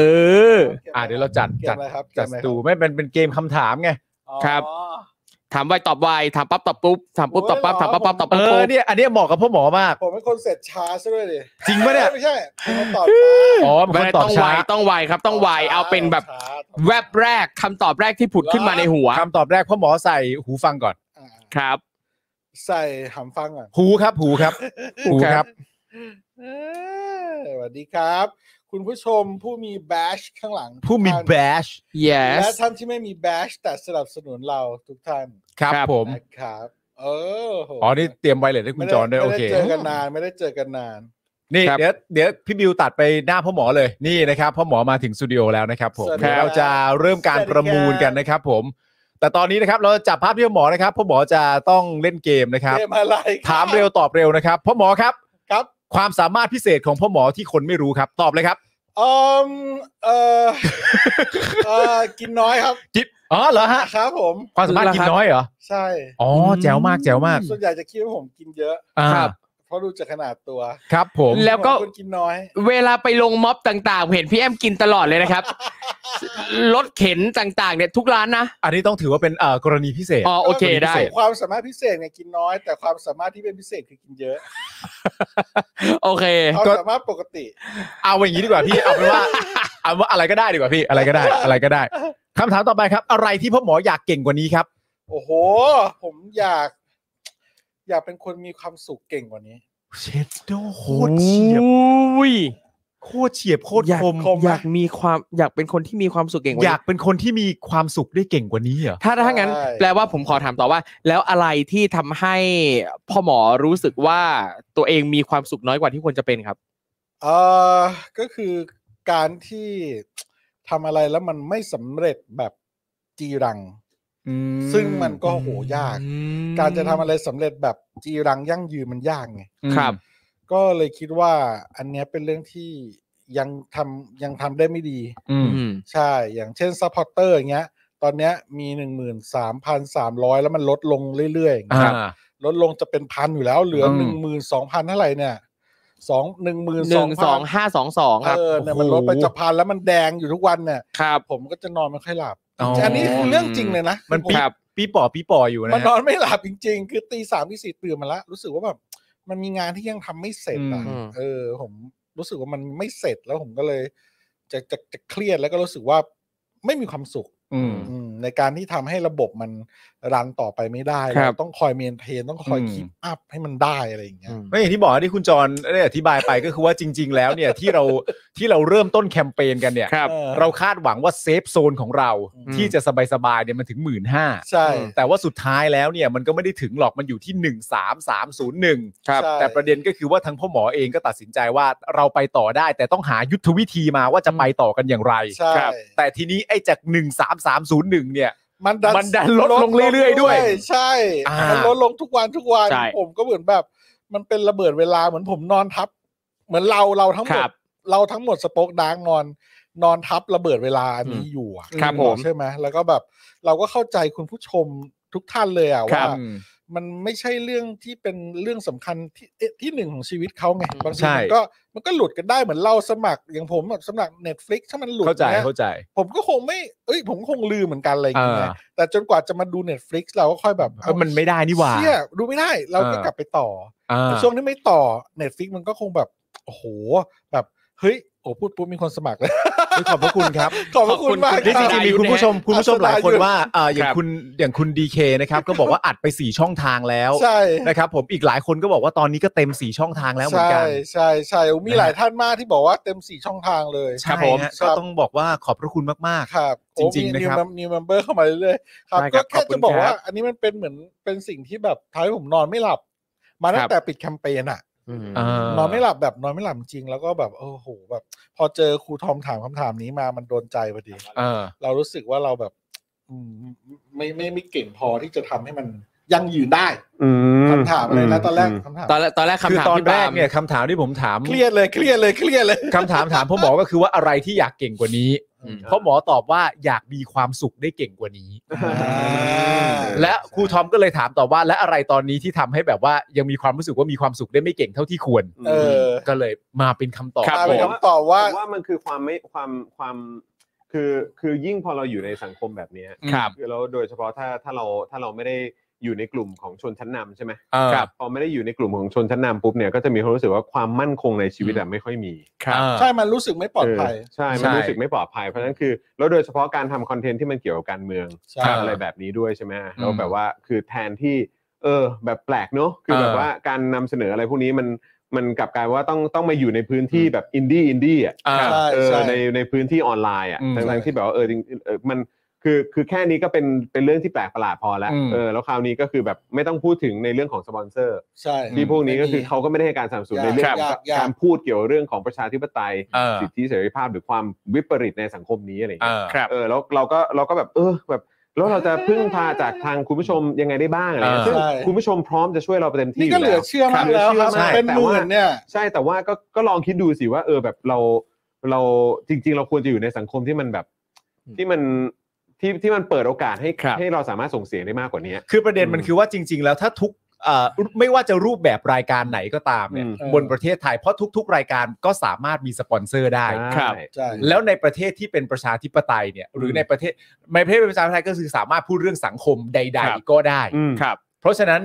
Speaker 4: อน
Speaker 3: อ
Speaker 4: อ่าเดี๋ยวเราจัด
Speaker 5: เกม
Speaker 4: จัด
Speaker 5: อะไรครับ
Speaker 4: จัด
Speaker 5: เกมอะไรครับ
Speaker 4: ตูไม่เป็นเป็นเกมคำถามไง
Speaker 3: ครับ ถามไวตอบไวถามปั๊บตอบปุ๊บถามปุ๊บตอบปั๊บถามปั๊บปั๊บตอบ
Speaker 4: เอ
Speaker 3: ปุ๊บ
Speaker 4: อเนี่ยอันเนี้ยเหมาะกับพ่อหมอมาก
Speaker 5: ผมเป็นคนเสร็จช้าซะด้วยดิ
Speaker 4: จริงปะเนี่ย
Speaker 5: ไม่ใช่ผมเป็นคนตอบ
Speaker 4: อ๋อเป็นค
Speaker 3: ไม่
Speaker 4: นตอ
Speaker 3: ต้
Speaker 4: บ
Speaker 3: องไว
Speaker 4: ช้า
Speaker 3: ต้องไวครับต้องไวเอาเป็นแบบ
Speaker 5: ช้า
Speaker 3: แวบแรกคำตอบแรกที่ผุดขึ้นมาในหัว
Speaker 4: คำตอบแรกพ่อหมอใส่หูฟังก่อน
Speaker 5: อ่า
Speaker 3: ครับ
Speaker 5: ใส่หำฟังก่อน
Speaker 4: หูครับหูครับหูครับ
Speaker 5: เอ้ยสวัสดีครับ คุณผู้ชมผู้มีแบชข้างหลัง
Speaker 4: ผู้มี
Speaker 5: ท่าน
Speaker 4: แบช
Speaker 3: yes
Speaker 5: และท่านที่ไม่มีแบชแต่สนับสนุนเราทุกท่าน
Speaker 4: ครับ
Speaker 3: ครับ
Speaker 4: ผม
Speaker 5: นะครับ เออโห
Speaker 4: อ๋อ นี่เตรียมไว้เลยให้คุณ
Speaker 5: ไม่
Speaker 4: จอนด้วยโอเค
Speaker 5: ไม่ได้เจอกันนานไม่ได้เจอกันนาน
Speaker 4: นี่
Speaker 3: ครับ
Speaker 4: เดี๋ยวเดี๋ยวพี่บิวตัดไปหน้าพ่อหมอเลยนี่นะครับพ่อหมอมาถึงสตูดิโอแล้วนะครับผม
Speaker 5: สวัสดี
Speaker 4: เดี๋ยว
Speaker 5: ครับ
Speaker 4: เราจะเริ่มการประมูลกันนะครับผม แต่ตอนนี้นะครับเราจะจับภาพที่พ่อหมอนะครับพ่อหมอจะต้องเล่นเกมนะครับ
Speaker 5: เกมอะไร ครับ
Speaker 4: ถามเร็วตอบเร็วนะครับพ่อหมอครับ
Speaker 5: ครับ
Speaker 4: ความสามารถพิเศษของพ่อหมอที่คนไม่รู้ครับ ตอบเลยครับ
Speaker 5: เอมเออเออกินน้อยครับ
Speaker 4: กิบอ๋อเหรอฮะ
Speaker 5: ครับผม
Speaker 4: ความสามารถกินน้อยเหรอ
Speaker 5: ใช่
Speaker 4: อ๋อแจ๋วมากแจ๋วมาก
Speaker 5: ส่วนใหญ่จะคิดว่าผมกินเยอะ
Speaker 4: อ่า
Speaker 3: ครับ
Speaker 5: เพราะดูจากขนาดตัว
Speaker 4: ครับผม
Speaker 3: แล้วก็
Speaker 5: ผมเป็นคนกินน้อย
Speaker 3: เวลาไปลงม็อบต่างๆ เห็นพี่แอมกินตลอดเลยนะครับ รถเข็นต่างๆเนี่ยทุกร้านนะ
Speaker 4: อันนี้ต้องถือว่าเป็นเอ่อกรณีพิเศษ
Speaker 3: อ๋อโอเคได้
Speaker 5: ความสามารถพิเศษเนี่ยกินน้อย แต่ความสามารถที่เป็นพิเศษคือกินเยอะ
Speaker 3: โอเค
Speaker 5: ความสามารถปกติ
Speaker 4: เอาอย่างนี้ดีกว่า พี่เอาเป็นว่า เอาว่าอะไรก็ได้ดีกว่าพี่อะไรก็ ได้ อะไรก็ได้คำถามต่อไปครับ อะไรที่พ่อหมออยากเก่งกว่านี้ครับ
Speaker 5: โอ้โห ผมอยาก อยากเป็นคนมีความสุขเก่งกว่านี้
Speaker 4: เชดโดโคตรเฉียบ
Speaker 3: อุ้ย
Speaker 4: โคตรเฉียบโคตร
Speaker 3: อยาก
Speaker 4: คม
Speaker 3: อยากมีความอยากเป็นคนที่มีความสุขเก่งกว่า
Speaker 4: อ
Speaker 3: นี้
Speaker 4: ยากเป็นคนที่มีความสุขได้เก่งกว่านี้เหรอ
Speaker 3: ถ้าถ้างั้น
Speaker 5: ใช่
Speaker 3: แปลว่าผมขอถามต่อว่า แล้วอะไรที่ทำให้พ่อหมอรู้สึกว่าตัวเองมีความสุขน้อยกว่าที่ควรจะเป็นครับ
Speaker 5: เออก็คือการที่ทำอะไรแล้วมันไม่สำเร็จแบบจีรัง
Speaker 4: อืม
Speaker 5: ซึ่งมันก็โหยาก การจะทำอะไรสำเร็จแบบจีรังยั่งยืนมันยากไง
Speaker 3: ครับ
Speaker 5: ก็เลยคิดว่าอันเนี้ยเป็นเรื่องที่ยังทำยังทำได้ไม่ดี
Speaker 4: อืม
Speaker 3: อืม
Speaker 5: ใช่ อย่างเช่นซัพพอร์เตอร์อย่างเงี้ย ตอนเนี้ยมีหนึ่งหมื่นสามพันสามร้อยแล้วมันลดลงเรื่อยๆ
Speaker 4: อ่า
Speaker 5: ครับลดลงจะเป็นพันอยู่แล้วเหลือ
Speaker 4: ม
Speaker 5: หนึ่งหมื่นสองพันเท่าไหร่เนี่ยสองหนึ่งหมื่น
Speaker 3: หนึ่งสองห้าสองสองครับ
Speaker 5: เออเนี่ยมันลดไปจะพันแล้วมันแดงอยู่ทุกวันเนี่ย
Speaker 3: ครับ
Speaker 5: ผมก็จะนอนไม่ค่อยหลับ
Speaker 4: อ๋ออั
Speaker 5: อันนี้คือเรื่องจริงเลยนะ
Speaker 4: มันปี
Speaker 5: คือผ
Speaker 3: ครับ
Speaker 4: ปีป่อปีป่ออยู่นะ
Speaker 5: มัน
Speaker 4: ฮะ
Speaker 5: นอนไม่หลับจริง ๆ คือตีสามตีสี่ตื่นมาแล้วรู้สึกว่าแบบมันมีงานที่ยังทำไม่เสร็จอ่ะ
Speaker 3: อืม
Speaker 5: เออ ผมรู้สึกว่ามันไม่เสร็จแล้วผมก็เลย จะจะจะเครียดแล้วก็รู้สึกว่าไม่มีความสุข
Speaker 4: อืม
Speaker 5: อืมในการที่ทำให้ระบบมัน รันต่อไปไม่ได้
Speaker 3: ครั
Speaker 5: เรา
Speaker 3: บ
Speaker 5: ต้องคอยเมนเทนต้องคอย
Speaker 4: อืม
Speaker 5: คีปอัพให้มันได้อะไรอย่างเงี้ย
Speaker 4: ไม่อย่างที่บอกที่คุณจรได้อธิบายไปก็คือว่าจริง ๆ แล้วเนี่ยที่เรา ที่เราเริ่มต้นแคมเปญกันเนี่ย
Speaker 3: ครับ
Speaker 5: เออ
Speaker 4: เราคาดหวังว่าเซฟโซนของเรา
Speaker 3: อืม
Speaker 4: ที่จะสบายๆเนี่ยมันถึงหมื่นห้า
Speaker 5: ใช่
Speaker 4: แต่ว่าสุดท้ายแล้วเนี่ยมันก็ไม่ได้ถึงหรอกมันอยู่ที่หนึ่งสามสามศูนย์หนึ่ง
Speaker 3: ครับ
Speaker 5: ใช่
Speaker 4: แต่ประเด็นก็คือว่าทั้งพ่อหมอเองก็ตัดสินใจว่าเราไปต่อได้ แต่ต้องหายุทธวิธีมาว่าจะไปต่อกันอย่างไร
Speaker 5: ใช่
Speaker 3: ครับ
Speaker 4: แต่ทีนี้ไอ้จาก 13301 เนี่ย
Speaker 5: มัน
Speaker 4: มันดันลดลงเรื่อยๆด้วย
Speaker 5: ใช่
Speaker 4: อ่ามั
Speaker 5: มันลดลงทุกวันทุกวัน
Speaker 3: ใช่
Speaker 5: ผมก็เหมือนแบบ มันเป็นระเบิดเวลาเหมือนผมนอนทับ เหมือนเราเราทั้งห
Speaker 3: ค
Speaker 5: ม
Speaker 3: รั
Speaker 5: ด
Speaker 3: บ
Speaker 5: เราทั้งหมดสป็อกดาร์กนอน นอนทับระเบิดเวลาอันนี้อยู่อะ
Speaker 3: ครับผม
Speaker 5: ใช่ไหมแล้วก็แบบเราก็เข้าใจคุณผู้ชมทุกท่านเลยอ่ะ
Speaker 3: ครั
Speaker 5: ว่า
Speaker 3: บ
Speaker 5: มันไม่ใช่เรื่องที่เป็นเรื่องสำคัญที่เอ๊ะที่หนึ่งของชีวิตเขาไงบางที
Speaker 4: ใช่
Speaker 5: มันก็มันก็หลุดกันได้เหมือนเราสมัครอย่างผมอะสมัคร Netflix ถ้ามันหลุด
Speaker 4: เข้าใจ
Speaker 5: นี่ย
Speaker 4: เข้าใจ
Speaker 5: ผมก็คงไม่ เอ้ย ผมก็คงลืมเหมือนกันอะไรอย่างเงี้ย
Speaker 4: อ่า
Speaker 5: แต่จนกว่าจะมาดู Netflix เราก็ค่อยแบบ
Speaker 4: เออมันไม่ได้นี่หว่า
Speaker 5: เชี่ยดูไม่ได้ เราก็
Speaker 4: อ่า
Speaker 5: กลับไปต่อ
Speaker 4: อ่า
Speaker 5: แต่ช่วงที่ไม่ต่อ Netflix มันก็คงแบบ โอ้โห แบบ เฮ้ย โอ้พูดปุ๊บมีคนสมัครเลย
Speaker 4: ขอบพระคุณครับ
Speaker 5: ขอบพระ
Speaker 3: ข
Speaker 5: คุ
Speaker 3: อบคุณ ณ
Speaker 5: มาก
Speaker 4: นี่
Speaker 5: ค
Speaker 4: จ
Speaker 5: รับ
Speaker 4: ริงๆมีคุณผู้ชมคุณผู้ชมหลายคนว่าเอ่ออย่าง
Speaker 3: ครับ
Speaker 4: คุณอย่างคุณดีเคนะครับก็บอกว่าอัดไป 4 ช่องทางแล้ว
Speaker 5: ใช่
Speaker 4: นะครับผมอีกหลายคนก็บอกว่าตอนนี้ก็เต็ม 4 ช่องทางแล้วเหมือน
Speaker 5: ใช่
Speaker 4: กัน
Speaker 5: ใช่ใช่โอ้มี
Speaker 4: นะฮะ
Speaker 5: หลายท่านมากที่บอกว่าเต็มสี่ช่องทางเลย
Speaker 4: ใช่
Speaker 3: ครับผม
Speaker 4: ฮะก็ต้องบอกว่าขอบพระคุณมาก
Speaker 5: ครับ
Speaker 4: จริงๆนะครับ
Speaker 5: นิวเมมเบอร์เข้ามาเรื่อยๆครับ
Speaker 3: ได้ค
Speaker 5: ก็
Speaker 3: รับ
Speaker 5: แค่
Speaker 3: ขอบคุ
Speaker 5: จะ
Speaker 3: ณ
Speaker 5: บอก
Speaker 3: ค
Speaker 5: ว่า
Speaker 3: รับ
Speaker 5: อันนี้มันเป็นเหมือนเป็นสิ่งที่แบบทำให้ผมนอนไม่หลับ มา
Speaker 3: ค
Speaker 5: ตั้ง
Speaker 3: รับ
Speaker 5: แต่ปิดแคมเปญอะ
Speaker 3: อืม
Speaker 4: ๆาน
Speaker 5: อนไม่หลับแบบนอนไม่หลับจริงแล้วก็แบบโอ้โหแบบ พอเจอครูทอมถามคำถามนี้มามันโดนใจพอดี
Speaker 4: เออ
Speaker 5: เรารู้สึกว่าเราแบบ อืมไม่ไม่ไม่เก่งพอที่จะทำให้มันยั่งยืนได้คำถามอะไรนะตอนแรกคำถาม
Speaker 3: ตอนแรกตอนแรกคำ
Speaker 4: คือ
Speaker 3: ถาม
Speaker 4: ตอน
Speaker 3: พี่
Speaker 4: แร
Speaker 3: ปาก ม
Speaker 4: เนี่ยคำถามที่ผมถาม
Speaker 5: เครียดเลยเครียดเลยเครียดเลย
Speaker 4: คำถามถามพ่อหมอก็คือว่าอะไรที่อยากเก่งกว่านี้
Speaker 3: อืม
Speaker 4: พ่อหมอตอบว่าอยากมีความสุขได้เก่งกว่านี้
Speaker 5: อ่า
Speaker 4: และครูทอมก็เลยถามต่อว่าและอะไรตอนนี้ที่ทำให้แบบว่ายังมีความรู้สึกว่ามีความสุขได้ไม่เก่งเท่าที่ควร
Speaker 5: เออ
Speaker 4: ก็เลยมาเป็นคำตอบ
Speaker 3: ครับ
Speaker 5: มาเป็น
Speaker 3: ผม
Speaker 5: คำตอบว่า
Speaker 1: ผมว่ามันคือความไม่ความความคือคือยิ่งพอเราอยู่ในสังคมแบบเนี้ย
Speaker 3: ครับ
Speaker 1: คือแล้วโดยเฉพาะถ้าถ้าเราถ้าเราไม่ได้อยู่ในกลุ่มของชนชั้นนำใช่ไหม
Speaker 4: เออ
Speaker 1: ครับพอไม่ได้อยู่ในกลุ่มของชนชั้นนำปุ๊บเนี่ยก็จะมีความรู้สึกว่าความมั่นคงในชีวิตอะไม่ค่อยมี
Speaker 4: ครับ
Speaker 5: ใช่มันรู้สึกไม่ปลอดภัย
Speaker 1: เออใช่
Speaker 4: ใช่
Speaker 1: มันรู้สึกไม่ปลอดภัยเพราะฉะนั้นคือแล้วโดยเฉพาะการทำคอนเทนต์ที่มันเกี่ยวกับการเมือง
Speaker 5: ใช่
Speaker 1: อะไรแบบนี้ด้วยใช่ไหมแล้ว
Speaker 4: อืม
Speaker 1: แบบว่าคือแทนที่เออแบบแปลกเนอะคือแบบ
Speaker 4: เออ
Speaker 1: ว่าการนำเสนออะไรพวกนี้มันมันกลับกลายว่าต้องต้องมาอยู่ในพื้นที่แบบอินดี้อินดี้อะ
Speaker 4: อ่า
Speaker 5: ใช่
Speaker 1: เออ
Speaker 5: ใช่
Speaker 1: ในในพื้นที่ออนไลน์อ่ะ
Speaker 4: อืม
Speaker 1: ทั้งๆที่แบบว่าเออจริงเออมันคือคือแค่นี้ก็เป็นเป็นเรื่องที่แปลกประหลาดพอแล้ว
Speaker 4: อืม
Speaker 1: เออแล้วคราวนี้ก็คือแบบไม่ต้องพูดถึงในเรื่องของสปอนเซอร์
Speaker 5: ใช่
Speaker 1: ที่พวกนี้ก็คือเขาก็ไม่ได้ให้การสนับสนุน
Speaker 5: ยาก
Speaker 1: ในเรื่องของ
Speaker 5: ยากยาก
Speaker 1: การพูดเกี่ยวกับเรื่องของประชาธิปไตย
Speaker 4: เออ
Speaker 1: สิทธิเสรีภาพหรือความวิปริตในสังคมนี้อะไรอย่าง
Speaker 4: เอ
Speaker 1: เงี้ย
Speaker 4: อ
Speaker 3: ครับ
Speaker 1: เออแล้วเราก็เราก็แบบเออแบบแล้วเราจะพึ่งพาจากทางคุณผู้ชมยังไงได้บ้างอะไรเงี้ย
Speaker 4: เออ
Speaker 1: ซึ่ง
Speaker 5: ใช่
Speaker 1: คุณผู้ชมพร้อมจะช่วยเราเต็มที่
Speaker 5: นี่ก็เหลือเชื่อมาก
Speaker 1: ยู่
Speaker 5: แล้วครับ
Speaker 1: หอชื่อมาก
Speaker 5: เป็นห
Speaker 1: แต่ว่า
Speaker 5: มื่นเนี่ย
Speaker 1: ใช่แต่ว่าก็ก็ลองคิดดูสิว่าเออแบบเราเราจริง ๆ เราควรจะอยู่ในสังคมที่มันแบบ ที่มันที่ที่มันเปิดโอกาสให้
Speaker 3: ครับ
Speaker 1: ให้เราสามารถส่งเสียงได้มากกว่านี้
Speaker 4: คือประเด็นมันคือว่าจริง ๆ แล้วถ้าทุกเอ่อไม่ว่าจะรูปแบบรายการไหนก็ตามเนี่ย
Speaker 1: อืม
Speaker 4: บนประเทศไทยเพราะทุก ๆ รายการก็สามารถมีสปอนเซอร์ได้
Speaker 3: ครับ
Speaker 5: ใช่
Speaker 4: แล้วในประเทศที่เป็นประชาธิปไตยเนี่ยหรือในประเทศในประเทศเป็นประชาธิปไตยก็คือสามารถพูดเรื่องสังคมใด
Speaker 3: ครับ
Speaker 4: ๆ ก็ได้
Speaker 1: อืม
Speaker 3: ครับ
Speaker 4: เพราะฉะนั้น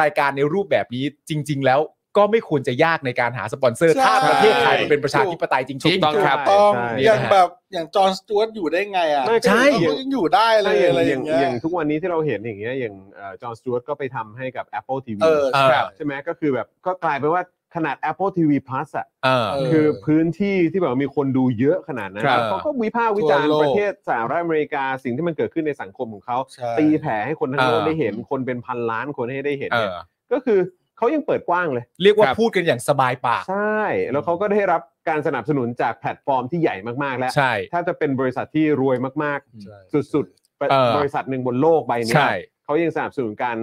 Speaker 4: รายการในรูปแบบนี้จริง ๆ แล้วก็ไม่ควรจะยากในการหาสปอนเซอร์
Speaker 5: ใช่
Speaker 4: ถ้าประเทศไทยมันเป็นประชาธิปไตยจ
Speaker 3: ถู
Speaker 4: ริง
Speaker 3: กต้อง ครับ
Speaker 5: ถูกต้อง
Speaker 1: ใช่
Speaker 5: อย่าง
Speaker 4: ใช่
Speaker 5: แบบอย่างจอห์นสตูดอยู่ได้ไงอ่ะ
Speaker 1: ไม่ก็
Speaker 4: ใช่
Speaker 5: เขายังอยู่ได้เล
Speaker 1: ใช่
Speaker 5: ย
Speaker 1: อย่า
Speaker 5: อะไร
Speaker 1: ง
Speaker 5: อ
Speaker 1: อา
Speaker 5: ย่ย่าง
Speaker 1: อ
Speaker 5: งเงี้ย
Speaker 1: ย่างทุกวันนี้ที่เราเห็นอย่างเงี้ยอย่างจอห์นสจวตก็ไปทำให้กับ Apple TV
Speaker 5: เออ
Speaker 4: เออ
Speaker 5: ใช่
Speaker 1: ใช่ไหมก็คือแบบก็กลายเป็นว่าขนาด Apple TV Plus อ่ะ
Speaker 4: ๆเออ
Speaker 5: เออ
Speaker 1: คือพื้นที่ที่แบบว่ามีคนดูเยอะขนาดนั้น
Speaker 4: ครับ
Speaker 1: เขาก็วิพากษ์วิจาร
Speaker 5: ทั่
Speaker 1: ณ์
Speaker 5: วโลก
Speaker 1: ประเทศสหรัฐอเมริกาสิ่งที่มันเกิดขึ้นในสังคมของเขา
Speaker 5: ใช่
Speaker 1: ตีแผ่ให้คนทั้งโลก
Speaker 4: เออ
Speaker 1: ได้เห็นคนเป็นพันล้านคนให้ได้เห็น
Speaker 4: เอ
Speaker 1: เนี่ย
Speaker 4: อ
Speaker 1: ก็คือเขายังเปิดกว้างเลย
Speaker 4: เรียกว่า
Speaker 3: ครับ
Speaker 4: พูดกันอย่างสบายปาก
Speaker 1: ใช่ แล้วเขาก็ได้รับการสนับสนุนจากแพลตฟอร์มที่ใหญ่มากๆ แล้ว
Speaker 4: ใช่
Speaker 1: ถ้าจะเป็นบริษัทที่รวยมาก
Speaker 5: ใช่
Speaker 1: ๆ สุดๆประ
Speaker 4: เออ
Speaker 1: บริษัทหนึ่งบนโลกใบเนี้ย
Speaker 4: ใช่
Speaker 1: เขายังสนับสนุนการ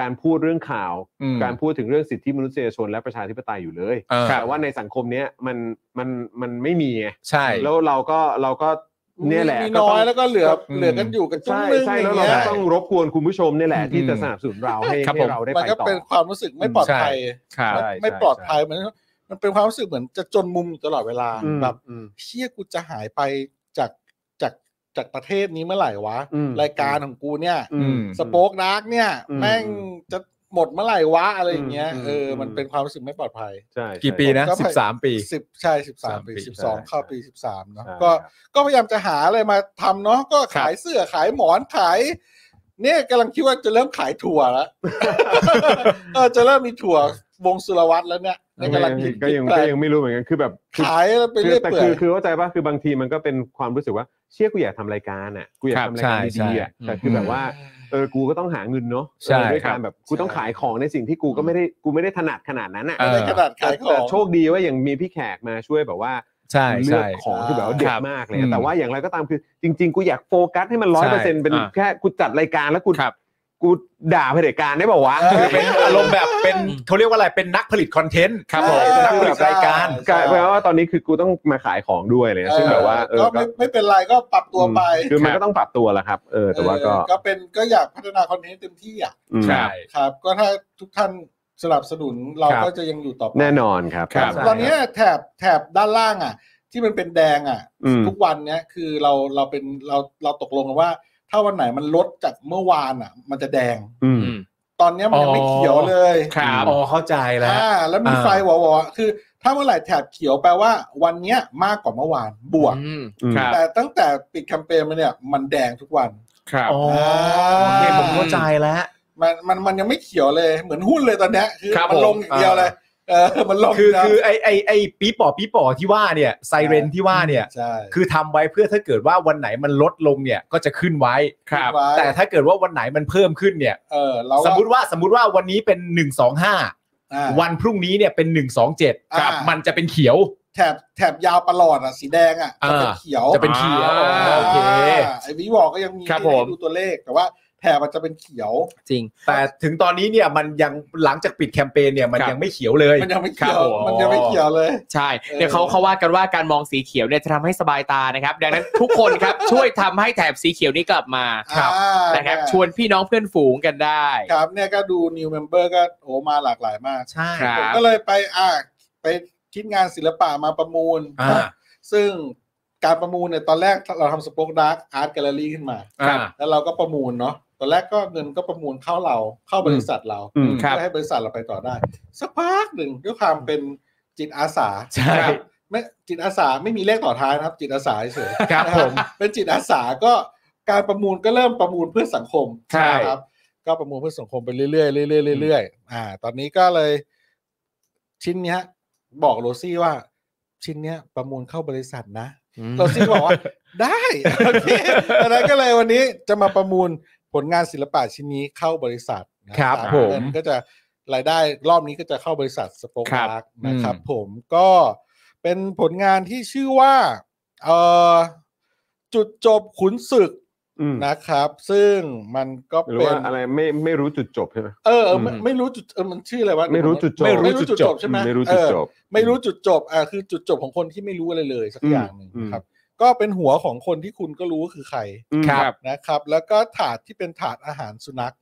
Speaker 1: การพูดเรื่องข่าว
Speaker 4: อืม
Speaker 1: การพูดถึงเรื่องสิทธิมนุษยชนและประชาธิปไตยอยู่เลย
Speaker 4: เออ
Speaker 1: แต่ว่าในสังคมเนี้ยมันมันมันไม่มีไง
Speaker 4: ใช่
Speaker 1: แล้วเราก็เราก็เนี่ยแหละ
Speaker 5: มี
Speaker 1: ก็
Speaker 5: น้
Speaker 1: ต้
Speaker 5: อ
Speaker 1: อย ง
Speaker 5: แล้วก็เหลือเหลือกันอยู่กันจุ้ง
Speaker 1: ใช่
Speaker 5: นึง
Speaker 1: ใช่
Speaker 5: อ
Speaker 1: แล้ว
Speaker 5: ย่าง
Speaker 1: เรา
Speaker 5: เงี้
Speaker 1: ก็
Speaker 5: ย
Speaker 1: ต้องรบกวนคุณผู้ชมเนี่ยแหละ ที่จะสนับสนุนเราให้
Speaker 3: ครับ
Speaker 1: ให้
Speaker 3: ผม
Speaker 1: เราได้
Speaker 5: มัน
Speaker 1: ไป
Speaker 5: ก็
Speaker 1: ต่อ
Speaker 5: เป็นความรู้สึกไม่ปลอดภัย
Speaker 3: ครับ
Speaker 1: ใช่
Speaker 5: ไม่ปลอดภัยมันมันเป็นความรู้สึกเหมือนจะจนมุมอยู่ตลอดเวลา
Speaker 1: อืม
Speaker 5: แบบ
Speaker 1: อืม
Speaker 5: เชี่ยกูจะหายไปจากจากจากประเทศนี้เมื่อไหร่วะ
Speaker 1: อืม
Speaker 5: รายการของกูเนี่ย
Speaker 1: อืม
Speaker 5: สโป๊กดาร์กเนี่ย
Speaker 1: อืม
Speaker 5: แม่งจะหมดเมื่อไหร่วะอะไรอย่างเงี้ย
Speaker 1: อืม
Speaker 5: เอออ
Speaker 1: ม
Speaker 5: มันเป็นความรู้สึกไม่ปลอดภัย
Speaker 1: ใช่
Speaker 4: กี่ปีนะ
Speaker 5: ก็
Speaker 4: สิ
Speaker 5: ไป
Speaker 4: บสามปี
Speaker 5: สิบใช่สิบสามปี
Speaker 4: ปี
Speaker 5: สิบสอง
Speaker 4: ใช่
Speaker 5: เข้าปีสิบสามเนาะ
Speaker 1: ใช่
Speaker 5: ก็
Speaker 1: ครับ
Speaker 5: ก็พยายามจะหาอะไรมาทำเนาะก็ขายเสื้อขายหมอนขาย เนี่ยกำลังคิดว่าจะเริ่มขายถั่วแล้ว เออจะเริ่มมีถั่ววงสุรวัตรแล้วเนี่ยเนี่ย
Speaker 7: ก็
Speaker 5: กำลั
Speaker 7: ยัง ง
Speaker 5: คิด
Speaker 7: ก็ยัง
Speaker 5: แปล
Speaker 7: ก็
Speaker 5: ก
Speaker 7: ยังไม่รู้เหมือนกันคือแบบคือ
Speaker 5: ขายแล้วไป
Speaker 7: คือ
Speaker 5: เรื่อย
Speaker 7: แต่คื
Speaker 5: เปื่อ
Speaker 7: อย คือเข้าใจป่ะคือบางทีมันก็เป็นความรู้สึกว่าเชี่ยกูอยากทำรายการอ่ะกูอยาก
Speaker 4: ครับ
Speaker 7: ทำรายการ
Speaker 4: ใช่
Speaker 7: ดีๆอ่ะ
Speaker 4: ใช่
Speaker 7: แต่คือแบบว่าเออกูก็ต้องหาเงินเนาะ
Speaker 4: ใช่
Speaker 7: เออด้วย
Speaker 4: ครั
Speaker 7: กา
Speaker 4: บ
Speaker 7: รแบบกูต้องขายของในสิ่งที่กูก็ไม่ได้กูไม่ได้ถนัดขนาดนั้นอ่ะ
Speaker 4: เออ
Speaker 5: ไม่ได้ขนาดขายของ
Speaker 7: แต่โชคดีว่ายังมีพี่แขกมาช่วยแบบว่า
Speaker 4: ใช่
Speaker 7: เลือก
Speaker 4: ใช่
Speaker 7: ของคือแบบว่าเด็
Speaker 4: ครั
Speaker 7: ด
Speaker 4: บ
Speaker 7: มากเลย
Speaker 4: อืม
Speaker 7: แต่ว่าอย่างไรก็ตามคือ จริง ๆ กูอยากโฟกัสให้มัน
Speaker 4: ใช่
Speaker 7: ร้อยเปอร์เซ็นต์เป็น
Speaker 4: อ่ะ
Speaker 7: แค่กูจัดรายการแล้วกู
Speaker 4: ครับ
Speaker 7: กูด่าเผด็จการได้เปล่าวะ
Speaker 4: เป็นอารมณ์แบบเป็นเขาเรียกว่าอะไรเป็นนักผลิตคอนเทนต์
Speaker 5: ครับผม
Speaker 4: นักผลิตรายการ
Speaker 7: กลายเป็นว่าตอนนี้คือกูต้องมาขายของด้วยอะไรเลยซึ่งแบบว่าเออ
Speaker 5: ก็
Speaker 7: ก็
Speaker 5: ไม่ไม่เป็นไรก็ปรับตัวไป
Speaker 7: คือมันก็ต้องปรับตัวแหละครับ เออแต่ว่าก็
Speaker 5: เออก็เป็นก็อยากพัฒนาคอนเทนต์เต็มที่อ่ะ
Speaker 7: อืม
Speaker 4: ใช่
Speaker 5: ครับ ก็ถ้าทุกท่านสนับสนุนเรา
Speaker 4: ครับ
Speaker 5: ก็จะยังอยู่ต่อไป
Speaker 7: แน่นอนครับ
Speaker 4: ครับ
Speaker 5: ตอนเนี้ยแถบแถบด้านล่างอ่ะ ที่มันเป็นแดงอ่ะ
Speaker 7: อืม
Speaker 5: ทุกวันเนี้ยคือเราเราเป็นเราเราตกลงกันว่า ถ้าวันไหนมันลดจากเมื่อวานอ่ะ มันจะแดง
Speaker 7: อืม
Speaker 5: ตอนเนี้ยมันยังไม่เขียวเลย
Speaker 4: ครับอ๋อเข้าใจแล้ว
Speaker 5: อ่าแล้วมี
Speaker 4: อ่า
Speaker 5: ไฟวอวๆคือ ถ้าเมื่อไหร่แถบเขียวแปลว่า วันเนี้ยมากกว่าเมื่อวานบวก
Speaker 3: อืม
Speaker 7: อืม
Speaker 3: ครับ
Speaker 5: แต่ตั้งแต่ปิดแคมเปญมาเนี่ย มันแดงทุกวัน
Speaker 3: ครับ
Speaker 4: อ๋อโอเคผมเข้าใจแล้ว
Speaker 5: มันมันมันยังไม่เขียวเลยเหมือนหุ้นเลยตอนเนี้ยคือ
Speaker 3: ครับ
Speaker 5: มัน
Speaker 3: ผม
Speaker 5: ลงอย่างเดียวเลยเออ มันลง
Speaker 4: คือ
Speaker 5: เดียว
Speaker 4: คือไอไอไอปีป่อปีป่อที่ว่าเนี่ยไซเรนที่ว่าเนี่ย
Speaker 5: ใช่
Speaker 4: คือทำไว้เพื่อถ้าเกิดว่าวันไหนมันลดลงเนี่ยก็จะขึ้นไว้
Speaker 5: ครับ
Speaker 4: แต่ถ้าเกิดว่าวันไหนมันเพิ่มขึ้นเนี่ย
Speaker 5: เออเราก็
Speaker 4: สมมติว่าสมมติว่าวันนี้เป็น 125
Speaker 5: อ่า
Speaker 4: วันพรุ่งนี้เนี่ยเป็น 127
Speaker 5: อ่า
Speaker 4: มันจะเป็นเขียว
Speaker 5: แถบแถบยาวประหลอดอ่ะ สีแดงอ่ะจะเป็น
Speaker 4: อ่า
Speaker 5: เขียว
Speaker 4: จะเป็นเขียว
Speaker 3: อ่า
Speaker 4: โอเค
Speaker 5: อ่าไอ้วิวอลก็ยังมี
Speaker 3: ครับ
Speaker 5: ที่ให้
Speaker 3: ผม
Speaker 5: ดูตัวเลขแต่ว่าแถบมันจะเป็นเขียว
Speaker 3: จริง
Speaker 4: แต่ถึงตอนนี้เนี่ยมันยังหลังจากปิดแคมเปญเนี่ยมัน
Speaker 3: ครับ
Speaker 4: ยังไม่เขียวเลย
Speaker 5: มันยังไม่
Speaker 4: ครั
Speaker 5: เขี
Speaker 4: บ
Speaker 5: ยว
Speaker 4: ผม
Speaker 5: มันยังไม่เขียวเลย
Speaker 3: ใช่เดี๋ยวเขา
Speaker 5: เออ
Speaker 3: เขาว่ากันว่าการมองสีเขียวเนี่ยจะทำให้สบายตานะครับ ดังนั้นทุกคนครับ ช่วยทำให้แถบสีเขียวนี้กลับมา
Speaker 5: อ่า
Speaker 3: นะครับชวนพี่น้องเพื่อนฝูงกันได้
Speaker 5: ครับเนี่ยก็ดู new member ก็โอ้มาหลากหลายมาก
Speaker 4: ใช่
Speaker 3: ครับ
Speaker 5: ผมก็เลยไปอ่าไปคิดงานศิลปะมาประมูล
Speaker 4: อ่า
Speaker 5: ซึ่งการประมูลเนี่ยตอนแรกเราทำสป o อ e ดาร์กอาร์ตแกลเลอรี่ขึ้นมา
Speaker 4: อ่า
Speaker 5: แล้วเราก็ประมูลเนาะตอนแรกก็เงินก็ประมูลเข้าเราเข้าบริษัทเรา
Speaker 7: อืม
Speaker 3: ครับ
Speaker 5: เพื่อให้บริษัทเราไปต่อได้ สักพักหนึ่งด้วยความเป็นจิตอาสา
Speaker 4: ใช่
Speaker 5: ครับไม่จิตอาสาไม่มีเลขต่อท้ายนะครับ จิตอาสาเฉยๆ
Speaker 4: ครับ
Speaker 5: นะ
Speaker 4: ผม
Speaker 5: เป็นจิตอาสาก็การประมูลก็เริ่มประมูลเพื่อสังคม
Speaker 4: ใช่
Speaker 5: นะครับ ก็ประมูลเพื่อสังคมไปเรื่อยๆเรื่อยๆเรื่อยๆอ่า ตอนนี้ก็เลย ชิ้นเนี้ย บอกโรซี่ว่า ชิ้นเนี้ยประมูลเข้าบริษัทนะ โรซี่ก็บอกว่า ได้ โอเคดังนั้นก็เลยวันนี้จะมาประมูลผลงานศิลปะชิ้นนี้เข้าบริษัทนะครับ ตา
Speaker 4: ผม
Speaker 5: เงินก็จะรายได้รอบนี้ก็จะเข้าบริษัทสปอค
Speaker 4: ครับ
Speaker 5: ดาร์กนะครับ
Speaker 4: อืม
Speaker 5: ผมก็เป็นผลงานที่ชื่อว่าเอ่อจุดจบขุนศึก
Speaker 7: อืม
Speaker 5: นะครับ ซึ่งมันก็
Speaker 7: หรือ
Speaker 5: เป็น
Speaker 7: ว่าอะไรไม่ไม่รู้จุดจบใช่ไหม
Speaker 5: เออเออไม่ไม่รู้จุดเออมันชื่ออะไรวะ
Speaker 7: ไม่รู้จุดจบ
Speaker 5: ไม่รู้จุดจบใช่ไหม
Speaker 7: ไม่รู้
Speaker 5: เอ
Speaker 7: จุด
Speaker 5: อ
Speaker 7: จบ
Speaker 5: ไม่รู้จุดจบ อ่า คือจุดจบของคนที่ไม่รู้อะไรเลยสัก
Speaker 7: อืม
Speaker 5: อย่างหนึ่ง
Speaker 7: อืม
Speaker 5: ครับ ก็เป็นหัวของคนที่คุณก็รู้ว่าคือใคร
Speaker 7: อืม
Speaker 4: ครับ
Speaker 5: นะครับ แล้วก็ถาดที่เป็นถาดอาหารสุนัข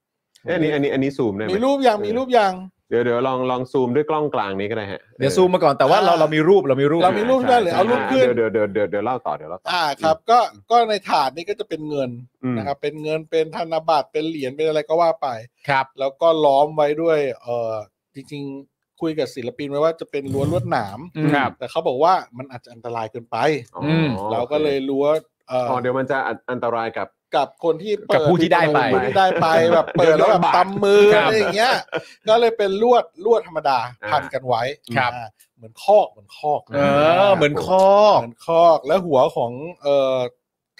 Speaker 7: เอ้ยอันนี้อันนี้อันนี้ซูมได้ไหม
Speaker 5: มีรูปยังมีรูปยัง
Speaker 7: เดี๋ยวเดี๋ยวลองลองซูมด้วยกล้องกลางนี้ก็ได้ฮะ
Speaker 4: เดี๋ยวซูมมาก่อนแต่ว่าเรา
Speaker 5: อ่า
Speaker 4: เรามีรูปเรามีรูป
Speaker 5: เรามีรูป ด้วยหอเอารูปขึ้น
Speaker 7: เดี๋ยวเดี๋ยวเดี๋ยวเดี๋ยวเล่าต่อเดี๋ยวเล่าต่อ
Speaker 5: อ่า
Speaker 7: อ่า
Speaker 5: ครับ ก็ก็ในถาดนี้ก็จะเป็นเงิน
Speaker 7: อืม
Speaker 5: นะครับ เป็นเงินเป็นธนบัตรเป็นเหรียญเป็นอะไรก็ว่าไป
Speaker 4: ครับ
Speaker 5: แล้วก็ล้อมไว้ด้วย เออจริงๆ คุยกับศิลปินไว้ว่าจะเป็นล้วนลวดหนาม
Speaker 4: ครับ
Speaker 5: แต่เขาบอกว่ามันอาจจะอันตรายเกินไป
Speaker 4: อืม
Speaker 5: เราก็เลยรู้ว่าเอ่อ
Speaker 7: อ๋
Speaker 5: อ
Speaker 7: อเดี๋ยวมันจะอันอันตรายกับ
Speaker 5: กับคนที่เปิ
Speaker 4: กับผู้ที่ได้ไป
Speaker 5: ผู้ที่ได้ไปแบบเปิดแล้วแบบตำมือ
Speaker 4: ครับ
Speaker 5: อะไรอย่างเงี้ย ก็เลยเป็นลวดลวดธรรมดา
Speaker 7: อ่า
Speaker 5: พันกันไว้
Speaker 4: ครับ
Speaker 5: อ่าเหมือนคอกเหมือนคอก
Speaker 4: เออเหมือนคอก
Speaker 5: เหมือนคอก แล้วหัวของเอ่อ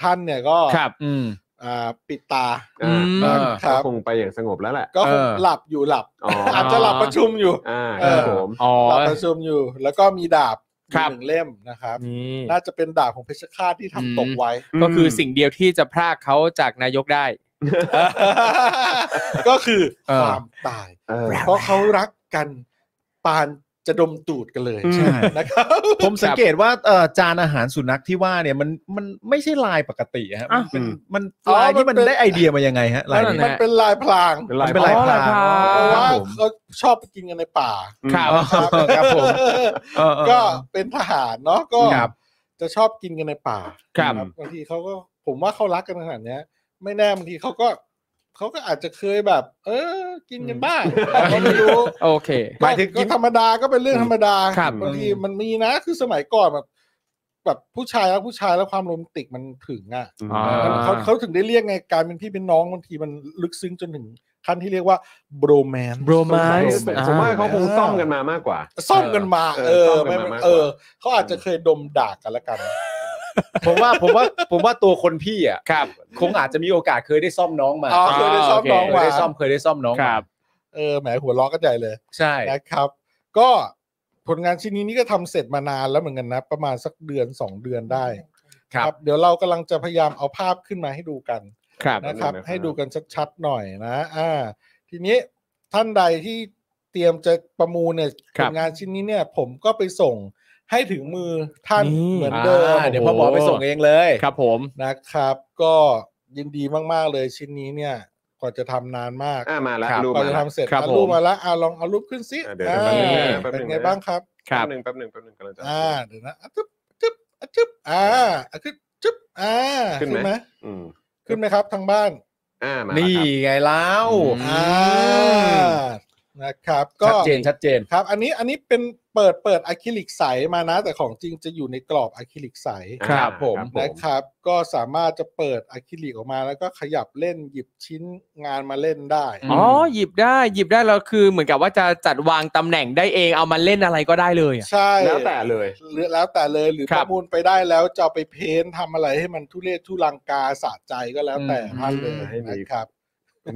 Speaker 5: ท่านเนี่ยก็
Speaker 4: อืม
Speaker 5: อ่าปิดตา
Speaker 7: อ่า
Speaker 4: เออ
Speaker 5: ครับ
Speaker 7: ก็คงไปอย่างสงบแล้วแหละ
Speaker 5: ก็คง
Speaker 4: เออ
Speaker 5: หลับอยู่หลับ
Speaker 7: อ๋อ
Speaker 5: อาจจะหลับประชุมอยู่
Speaker 7: อ่าค
Speaker 5: เอ
Speaker 7: รั
Speaker 5: อ
Speaker 7: บผม
Speaker 4: อ๋อ
Speaker 5: หลับประชุมอยู่ แล้วก็มีดาบอยู่
Speaker 3: ครับ
Speaker 5: หนึ่งเล่มนะครับ
Speaker 3: นี่
Speaker 5: น่าจะเป็นดาบของเพชรฆาตที่ทำตกไว้
Speaker 3: ก็คือสิ่งเดียวที่จะพรากเขาจากนายกได้
Speaker 5: ก็คือ
Speaker 4: เออ
Speaker 5: ความตาย
Speaker 7: เออ
Speaker 5: เพราะเขารักกันปานจะดมตูดกันเลย
Speaker 7: ใช่
Speaker 5: นะครับ
Speaker 4: ผมสังเกตว่าเอ่อจานอาหารสุนัขที่ว่าเนี่ยมันมันไม่ใช่ลายปกติฮะมันเป็นมันลายที่มันได้ไอเดียมายังไงฮะลายนี้
Speaker 5: มันเป็นลายพลาง
Speaker 7: เป็นลาย
Speaker 4: มันเป็นลายพราง
Speaker 3: อ๋อ
Speaker 4: อ๋อ
Speaker 3: ลายพราง
Speaker 5: เพ
Speaker 4: ค
Speaker 5: ราะว่า
Speaker 4: รับผม
Speaker 5: เขาชอบไปกินกันในป่า
Speaker 3: ครับ
Speaker 4: ครับผมเออเออ
Speaker 5: ก็เป็นทหารเนาะก็
Speaker 4: ครับ
Speaker 5: จะชอบกินกันในป่า
Speaker 3: ครับ
Speaker 5: บางทีเขาก็ผมว่าเขารักกันขนาดเนี้ย ไม่แน่บางทีเขาก็เขาก็อาจจะเคยแบบ เออ กินกันบ้างเราไม่รู้
Speaker 3: โอเค
Speaker 4: หมายถึงกิ
Speaker 5: ก็
Speaker 4: น
Speaker 5: ธรรมดาก็เป็นเรื่องธรรมดา
Speaker 3: ครับ
Speaker 5: งทีมันมีนะคือสมัยก่อนแบบ แบบผู้ชายแล้วผู้ชายแล้วความโรแมนติกมันถึงอ่ะ
Speaker 1: อืม
Speaker 3: อ่
Speaker 5: มันเขาเขาถึงได้เรียกไงการเป็นพี่เป็นน้องบางทีมันลึกซึ้งจนถึงขั้นที่เรียกว่าโบรแมน
Speaker 3: Bromance อ่า
Speaker 1: ผมว่าเขาคงซ่อมกันมามากกว่า
Speaker 5: ซ่อมกันมาเอ
Speaker 1: เออ
Speaker 5: อ
Speaker 1: ซ่อมกั
Speaker 5: ไม่
Speaker 1: นมามากกว่า
Speaker 5: เออเขาอาจจะเคยดมด่ากันละกัน
Speaker 4: ผมว่าผมว่าผมว่าตัวคนพี่อ่ะ
Speaker 3: ครับ
Speaker 4: คงอาจจะมีโอกาสเคยได้ซ่อมน้องมา
Speaker 5: อ๋อเคยได้ซ่อมน้อง
Speaker 4: เค
Speaker 5: มา
Speaker 4: ยได้ซ่อมเคยได้ซ่อมน้อง
Speaker 3: ค
Speaker 4: มา
Speaker 3: รับ
Speaker 5: เออแหมหัวล้อกันใหญ่เลย
Speaker 4: ใช่
Speaker 5: นะครับ ก็ผลงานชิ้นนี้นี่ก็ทำเสร็จมานานแล้วเหมือนกันนะ ประมาณสักเดือนสองเดือนได้
Speaker 4: ครับ
Speaker 5: เดี๋ยวเรากำลังจะพยายามเอาภาพขึ้นมาให้ดูกัน
Speaker 3: ครับ
Speaker 5: นะครั
Speaker 1: นั่น
Speaker 5: บ
Speaker 1: แหละครับ
Speaker 5: ให้ดูกันชัดๆหน่อยนะอ่าทีนี้ท่านใดที่เตรียมจะประมูลเนี่ย
Speaker 3: ครั
Speaker 5: ผ
Speaker 3: บ
Speaker 5: ลงานชิ้นนี้เนี่ยผมก็ไปส่งให้ถึงมือท่าน
Speaker 3: นี่
Speaker 5: เหมือนเดิม
Speaker 4: อ่าเดี๋ยวพ่อหมอไปส่งเองเลย
Speaker 3: ครับผม
Speaker 5: นะครับ ก็ยินดีมากๆเลยชิ้นนี้เนี่ยกว่าจะทำนานมาก
Speaker 1: อ่ามาแล้ว
Speaker 4: ครับ
Speaker 1: รูป
Speaker 5: กว่า
Speaker 1: มา
Speaker 5: จะ
Speaker 1: แล้ว
Speaker 5: ทำเสร็จ
Speaker 3: ครับ
Speaker 5: อ่ะรูป
Speaker 3: ผม
Speaker 5: มาแล้วอ่ะลองเอารูปขึ้นสิ
Speaker 1: อ่ะเดี๋ยว
Speaker 5: อ่า
Speaker 1: เดี๋ยว
Speaker 3: แป๊บนึงนะ
Speaker 5: เป็น
Speaker 1: แป๊บนึงนะ
Speaker 5: ไงบ้างครับ
Speaker 3: ครับ
Speaker 1: แป๊บหนึ่งแป๊บหนึ่งแป๊บหนึ่งกำลังจะ
Speaker 5: อ่าเดี๋ยวนะอ่ะจึ๊บจึ๊บอ่ะจึ๊บอ่าอ่ะขึ้นจึ๊บอ่า
Speaker 1: ขึ้นไหม อืม
Speaker 5: ขึ้นไหมครับทางบ้าน
Speaker 1: อ่ามานี่
Speaker 4: นี่ไงแล้ว
Speaker 3: อืม
Speaker 5: อ่านะครับก็
Speaker 4: ชัดเจนชัดเจน
Speaker 5: ครับ อันนี้อันนี้เป็นเปิดเปิดอะคริลิกใสมานะ แต่ของจริงจะอยู่ในกรอบอะคริลิกใส
Speaker 4: ครับผม
Speaker 5: นะครับ ก็สามารถจะเปิดอะคริลิกออกมาแล้วก็ขยับเล่นหยิบชิ้นงานมาเล่นได้
Speaker 4: อืม
Speaker 3: อ๋อหยิบได้หยิบได้แล้วคือเหมือนกับว่าจะจัดวางตำแหน่งได้เองเอามาเล่นอะไรก็ได้เลยอะ
Speaker 5: ใช่
Speaker 1: แล้วแต่เลย
Speaker 5: หรือแล้วแต่เลยหรือ
Speaker 3: ค
Speaker 5: ป
Speaker 3: รับ
Speaker 5: ระมูลไปได้แล้วจะเอาไปเพ้นท์ทำอะไรให้มันทุเรศทุรังกาสะใจก็แล้วแต่ท่านเลย
Speaker 1: ให้มี
Speaker 5: นะครับ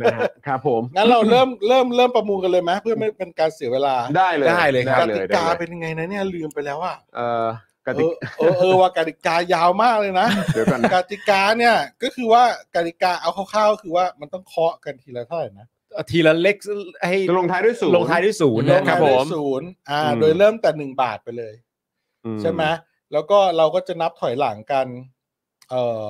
Speaker 1: นะฮะครับผม
Speaker 5: งั้นเราเริ่มเริ่มเริ่มประมูลกันเลยไหมเพื่อไม่เป็นการเสียเวลา
Speaker 1: ได้เลย
Speaker 4: ได้เลยครับ
Speaker 5: ก
Speaker 1: ได้เล
Speaker 5: ติ
Speaker 1: ย
Speaker 5: กา
Speaker 1: ได้เลย
Speaker 5: เป็นยังไงนะเนี่ยลืมไปแล้วอ่ะ
Speaker 1: เอ่อก
Speaker 5: เอ
Speaker 1: ติ
Speaker 5: อเออเออว่ากติกายาวมากเลยนะ
Speaker 1: เดี๋ยวก่อน
Speaker 5: กติกาเนี่ยก็คือว่ากติกาเอาคร่าวๆคือว่ามันต้องเคาะกันทีละเท่าไหร่นะ
Speaker 4: ทีละเล็กให้
Speaker 1: จะลงท้ายด้วยศูนย์
Speaker 4: ลงท้ายด้วยศูนย์
Speaker 3: ล
Speaker 4: นะ
Speaker 3: ง
Speaker 4: ค
Speaker 3: ท้า
Speaker 4: รับผ
Speaker 3: ยด้วย
Speaker 4: ม
Speaker 5: ศูนย์อ่า
Speaker 1: อืม
Speaker 5: โดยเริ่มแต่หนึ่งบาทไปเลย
Speaker 1: อื
Speaker 5: ใช่ไหมแล้วก็เราก็จะนับถอยหลังกัน เออ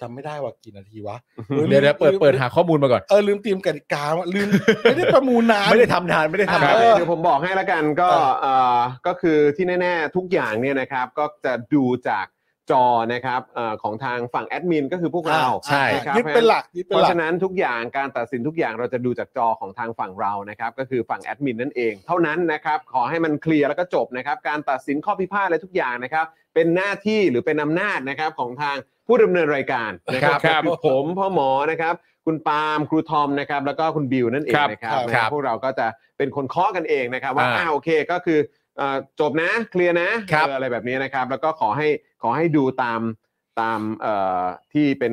Speaker 5: จำไม่ได้ว่ากี่นาทีวะออ
Speaker 4: เดี๋ยวเดี๋ยวเปิด
Speaker 5: ลืม
Speaker 4: เปิดหาข้อมูลมาก่อน
Speaker 5: เออลืมเตรียมกติกาลืมไม่ได้ประมูลนาน
Speaker 4: ไม่ได้ทำนานไม่ได้ทำ
Speaker 5: ครั
Speaker 4: นา
Speaker 5: บ
Speaker 4: น
Speaker 1: เดี๋ยวผมบอกให้ละกันก็เอ่อก็คือที่แน่ๆทุกอย่างเนี่ยนะครับ ก็จะดูจากจอนะครับเอ่อของทางฝั่งแอดมินก็คือพวกเรา
Speaker 4: ใช่
Speaker 1: ะครับ
Speaker 5: ยึดเป็นหลักยึดเป็
Speaker 1: เพ
Speaker 5: นหลั
Speaker 1: ราะ
Speaker 5: ก
Speaker 1: ฉะนั้นทุกอย่างการตัดสินทุกอย่างเราจะดูจากจอของทางฝั่งเรานะครับ ก็คือฝั่งแอดมินนั่นเอง เท่านั้นนะครับ ขอให้มันเคลียร์แล้วก็จบนะครับ การตัดสินข้อพิพาทอะไรทุกอย่างนะครับ เป็นหน้าที่หรือเป็นอำนาจนะครับของทางผู้ดำเนินรายการนะครับ
Speaker 3: ครับ
Speaker 1: ก็อผมพ่อหมอนะครับ คุณปาล์มครูทอมนะครับ แล้วก็คุณบิวนั่นเองนะครับ
Speaker 5: ครับ
Speaker 1: นะครับพวกเราก็จะเป็นคนเคาะกันเองนะครับ ว่า
Speaker 4: อ่า
Speaker 1: อ่าโอเคก็คือเอ่อจบนะเคลียร์นะครับ เอออะไรแบบนี้นะครับ แล้วก็ขอให้ขอให้ดูตามตามเอ่อที่เป็น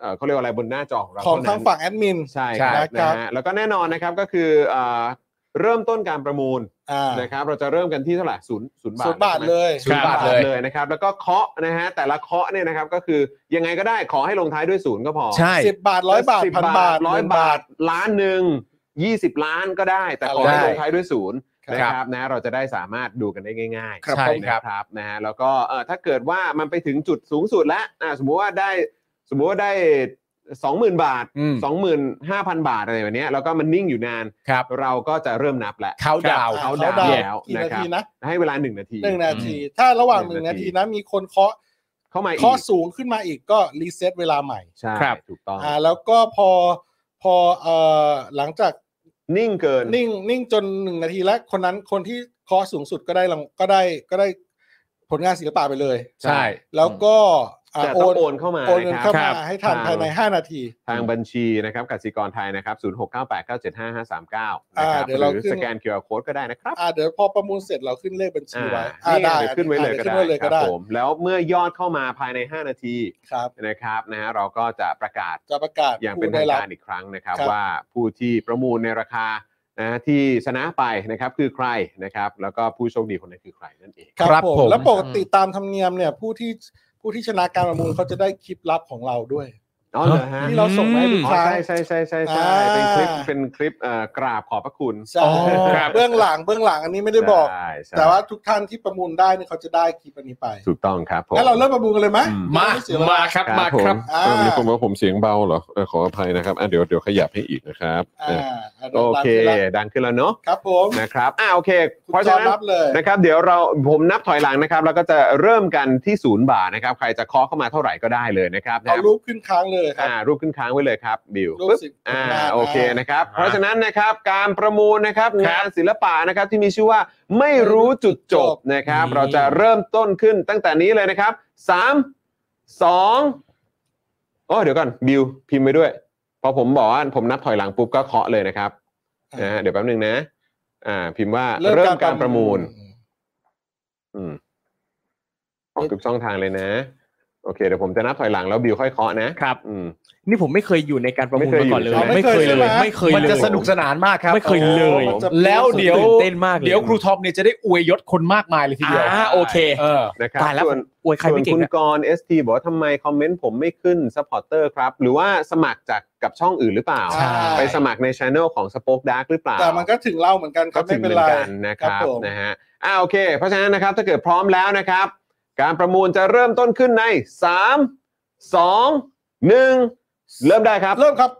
Speaker 1: เอ่อเขาเรียกว่าอะไรบนหน้าจอของเรา
Speaker 5: ของทาง
Speaker 1: เนั้น
Speaker 5: ฝั่งแอดมิน
Speaker 1: ใช่
Speaker 4: ใช่
Speaker 1: ครับ
Speaker 5: ครับ
Speaker 1: นะฮะแล้วก็แน่นอนนะครับก็คือเอ่อเริ่มต้นการประมูล
Speaker 5: อ่า
Speaker 1: นะครับ เราจะเริ่มกันที่เท่าไหร่ศูนย์ศูนย์บาท
Speaker 5: ศูนย์บาท
Speaker 1: ใช่ไหม
Speaker 5: เลย
Speaker 4: ศูนย์บาทเลย
Speaker 1: เลยนะครับ แล้วก็เคาะนะฮะแต่ละเคาะเนี่ยนะครับก็คือยังไงก็ได้ขอให้ลงท้ายด้วยศูนย์ก็พอ
Speaker 4: ใช่
Speaker 5: สิบบาทร้อยบาท
Speaker 1: สิ
Speaker 5: พันบาท
Speaker 1: ร้อย
Speaker 5: หมื่น
Speaker 1: บาทล้านหนึ่งยี่สิบล้านก็ได้ แต่ขอให้
Speaker 4: ได้
Speaker 1: ลงท้ายด้วยศูนย์
Speaker 5: ครับ
Speaker 1: นะครับนะเราจะได้สามารถดูกันได้ง่ายๆ
Speaker 4: ครับใช่ครับ
Speaker 1: นะครับนะฮะแล้วก็เอ่อถ้าเกิดว่ามันไปถึงจุดสูงสุดแล้วอ่ะสมมุติว่าได้สมมุติว่าได้ 20,000 บาท
Speaker 4: อืม
Speaker 1: 25,000 บาทอะไรแบบเนี้ยแล้วก็มันนิ่งอยู่นาน
Speaker 4: ครับ
Speaker 1: เราก็จะเริ่มนับแล้ว
Speaker 4: เขาดาว
Speaker 1: เขา
Speaker 5: เขาดา
Speaker 1: ดาวว
Speaker 5: น์
Speaker 1: แล้วนะ
Speaker 5: กี่นา
Speaker 1: ครับ
Speaker 5: ทีนะ
Speaker 1: ให้เวลา 1 นาที
Speaker 5: หนึ่งนาที ถ้าระหว่างห
Speaker 1: ห
Speaker 5: นึ่ง
Speaker 1: นึ่ง
Speaker 5: นา
Speaker 1: นาที
Speaker 5: ทีนะมีคนเคาะ
Speaker 1: เข้ามาอี
Speaker 5: เคาะ
Speaker 1: ก
Speaker 5: สูงขึ้นมาอีกก็รีเซ็ตเวลาใหม่
Speaker 1: ใช่
Speaker 3: ครับ
Speaker 1: ถูกต้อง
Speaker 5: อ่าแล้วก็พอพอเอ่อหลังจาก
Speaker 1: นิ่งเกิน
Speaker 5: นิ่งนิ่งจนหนึ่งนาทีแล้วคนนั้นคนที่เคาะสูงสุดก็ได้รางก็ได้ก็ได้ผลงานศิลปะไปเลย
Speaker 4: ใช่
Speaker 5: แล้วก็อ่า
Speaker 1: แต่ต้องโอนเข้ามา
Speaker 5: โอนเงิน
Speaker 1: นะค
Speaker 5: เข้า
Speaker 1: รับ
Speaker 5: มาให้ทัน
Speaker 1: ครับ
Speaker 5: ภายใน 5 นาที
Speaker 1: ทางบัญชีนะครับกสิกรไทยนะครับ0698975539นะค
Speaker 5: อ่า
Speaker 1: รับ
Speaker 5: เดี๋ยวเรา
Speaker 1: หรือ
Speaker 5: ขึ้น
Speaker 1: สแกน QR Code ก็ได้นะครับ
Speaker 5: อ่าเดี๋ยวพอประมูลเสร็จเราขึ้นเลขบัญชี
Speaker 1: อ่า
Speaker 5: ไว้อ่า
Speaker 1: นี่ไง
Speaker 5: ได้
Speaker 1: เดี๋ยวขึ้นไว้เลย
Speaker 5: อ่า
Speaker 1: ก็ได้
Speaker 5: ดี๋วขึ้นว้เลย
Speaker 1: ค
Speaker 5: ก็
Speaker 1: รับ
Speaker 5: ได้
Speaker 1: ผมแล้วเมื่อยอดเข้ามาภายใน 5 นาที
Speaker 5: ครับ
Speaker 1: นะครับนะฮะเราก็จะประกาศ
Speaker 5: จะประกาศ
Speaker 1: อย่าง
Speaker 5: ผู้
Speaker 1: เป็นทาง
Speaker 5: ได้รับ
Speaker 1: การอีกครั้งนะครับ
Speaker 5: ครับ
Speaker 1: ว่าผู้ที่ประมูลในราคานะฮะที่ชนะไปนะครับคือใครนะครับ แล้วก็ผู้โชคดีคนนั้นคือใครนั่นเอง
Speaker 5: ครับ
Speaker 4: ครับ
Speaker 5: ผม
Speaker 4: ผม
Speaker 5: แล้วปกติตามธรรมเนียมเนี่ยผู้ที่ผู้ที่ชนะการประมูลเขาจะได้คลิปลับของเราด้วย
Speaker 1: อ๋อเหรอฮะ
Speaker 5: ที่เราส่งมาให้ทุก
Speaker 1: อ๋อ
Speaker 5: ครั้ง
Speaker 1: ใช่ใช่ใช่ใช่ใช่
Speaker 5: อ่า
Speaker 1: เป็นคลิปเป็นคลิปเอ่อกราบขอบพระคุณ
Speaker 5: ใช่
Speaker 4: อ๋อครับ
Speaker 5: เบื้องหลังเบื้องหลังอันนี้ไม่ได้บอก
Speaker 1: ใช่ใช่
Speaker 5: แต่ว่าทุกท่านที่ประมูลได้เนี่ยเขาจะได้คลิปอันนี้ไป
Speaker 1: ถูกต้องครับผม
Speaker 5: งั้นเราเริ่มประมูลกันเลยไหม
Speaker 1: อืม
Speaker 5: ไต้องเสียเวลา อ่า
Speaker 1: เออมีคนบอกว่าผมเสียงเบาเหรอเออขออภัยนะครับอ่ะเดี๋ยวเดี๋ยวขยับให้อีกนะครับ
Speaker 5: อ่า
Speaker 1: เออ
Speaker 5: อ่า
Speaker 1: โอ
Speaker 5: ดินตาม
Speaker 1: เค
Speaker 5: ไปละ
Speaker 1: ดังขึ้นแล้วเนาะ
Speaker 5: ครับผม
Speaker 1: นะครับ อ่าโอเค
Speaker 5: คุณ
Speaker 1: เพราะ
Speaker 5: จ
Speaker 1: ฉะ
Speaker 5: อ
Speaker 1: นั้น
Speaker 5: รับเลย
Speaker 1: นะครับ เดี๋ยวเราผมนับถอยหลังนะครับ แล้วก็จะเริ่มกันที่ศูนย์บาทนะครับ ใครจะเคาะเข้ามาเท่าไหร่ก็ได้เลยนะครับ
Speaker 5: เอารูปขึ้นค้างเลย เลยครับ
Speaker 1: อ่ารูปขึ้นค้างไว้เลยครับบิว
Speaker 5: รูป
Speaker 1: ปึ๊บ
Speaker 5: สิบ
Speaker 1: อ่า
Speaker 5: หน้า
Speaker 1: โอเคนะครับ เพราะฉะนั้นนะครับการประมูลนะครับ
Speaker 3: ครั
Speaker 1: งา
Speaker 3: บ
Speaker 1: นศิลปะนะครับที่มีชื่อว่าไม่รู้จุดจบนะครับ
Speaker 3: นี่
Speaker 1: เราจะเริ่มต้นขึ้นตั้งแต่นี้เลยนะครับสามสองโอ้เดี๋ยวก่อนบิวพิมพ์ไปด้วย พอผมบอกว่าผมนับถอยหลังปุ๊บก็เคาะเลยนะครับนะฮะเดี๋ยวแป๊บนึงนะ อ่า พิมพ์ว่าเริ่มการประมูล อืมออกทุกช่องทางเลยนะ โอเค เดี๋ยวผมจะนับถอยหลังแล้วบิวค่อยเคาะนะครับ อืม
Speaker 3: นี่ผมไม่เคยอยู่ในการประมูล
Speaker 1: ไม่เคย
Speaker 3: มาก่อนเลย
Speaker 1: อยู่
Speaker 3: ไม่เคยเลย ไม่เคยเลย
Speaker 4: มันจะสนุกสนานมากครับ
Speaker 3: ไม่เคยเลย
Speaker 5: มันจะ
Speaker 4: แล้วเดี๋ยว
Speaker 3: ตื่นเต้นมากเลย
Speaker 4: เดี๋ยวครูทอมเนี่ยจะได้อวยยศคนมากมายเลยทีเดียว
Speaker 3: อ่าโอเค
Speaker 4: เออ
Speaker 1: นะครับ
Speaker 3: ตายแล้ว
Speaker 1: ส่วน
Speaker 3: อวยใคร
Speaker 1: ส่ว
Speaker 3: ไม่
Speaker 1: น
Speaker 3: เก่ง
Speaker 1: คุณ
Speaker 3: อะ
Speaker 1: กรณ์ ST บอกว่าทำไมคอมเมนต์ผมไม่ขึ้นซัพพอร์เตอร์ครับ หรือว่าสมัครจากกับช่องอื่นหรือเปล่า
Speaker 5: ใช่
Speaker 1: ไปสมัครในช anel ของ Spoke Dark หรือเปล่า
Speaker 5: แต่มันก็ถึงเล่าเหมือนกันค
Speaker 1: ก็
Speaker 5: รับ
Speaker 1: ถึ
Speaker 5: ไม่
Speaker 1: งเห
Speaker 5: เป็
Speaker 1: มื
Speaker 5: น
Speaker 1: อน
Speaker 5: ไร
Speaker 1: กันนะครั
Speaker 5: ครับ บผม
Speaker 1: นะฮะอ่าโอเค เพราะฉะนั้นนะครับถ้าเกิดพร้อมแล้วนะครับ การประมูลจะเริ่มต้นขึ้นใน 3 2 1 เริ่มได้ครับ
Speaker 5: เริ่มครับ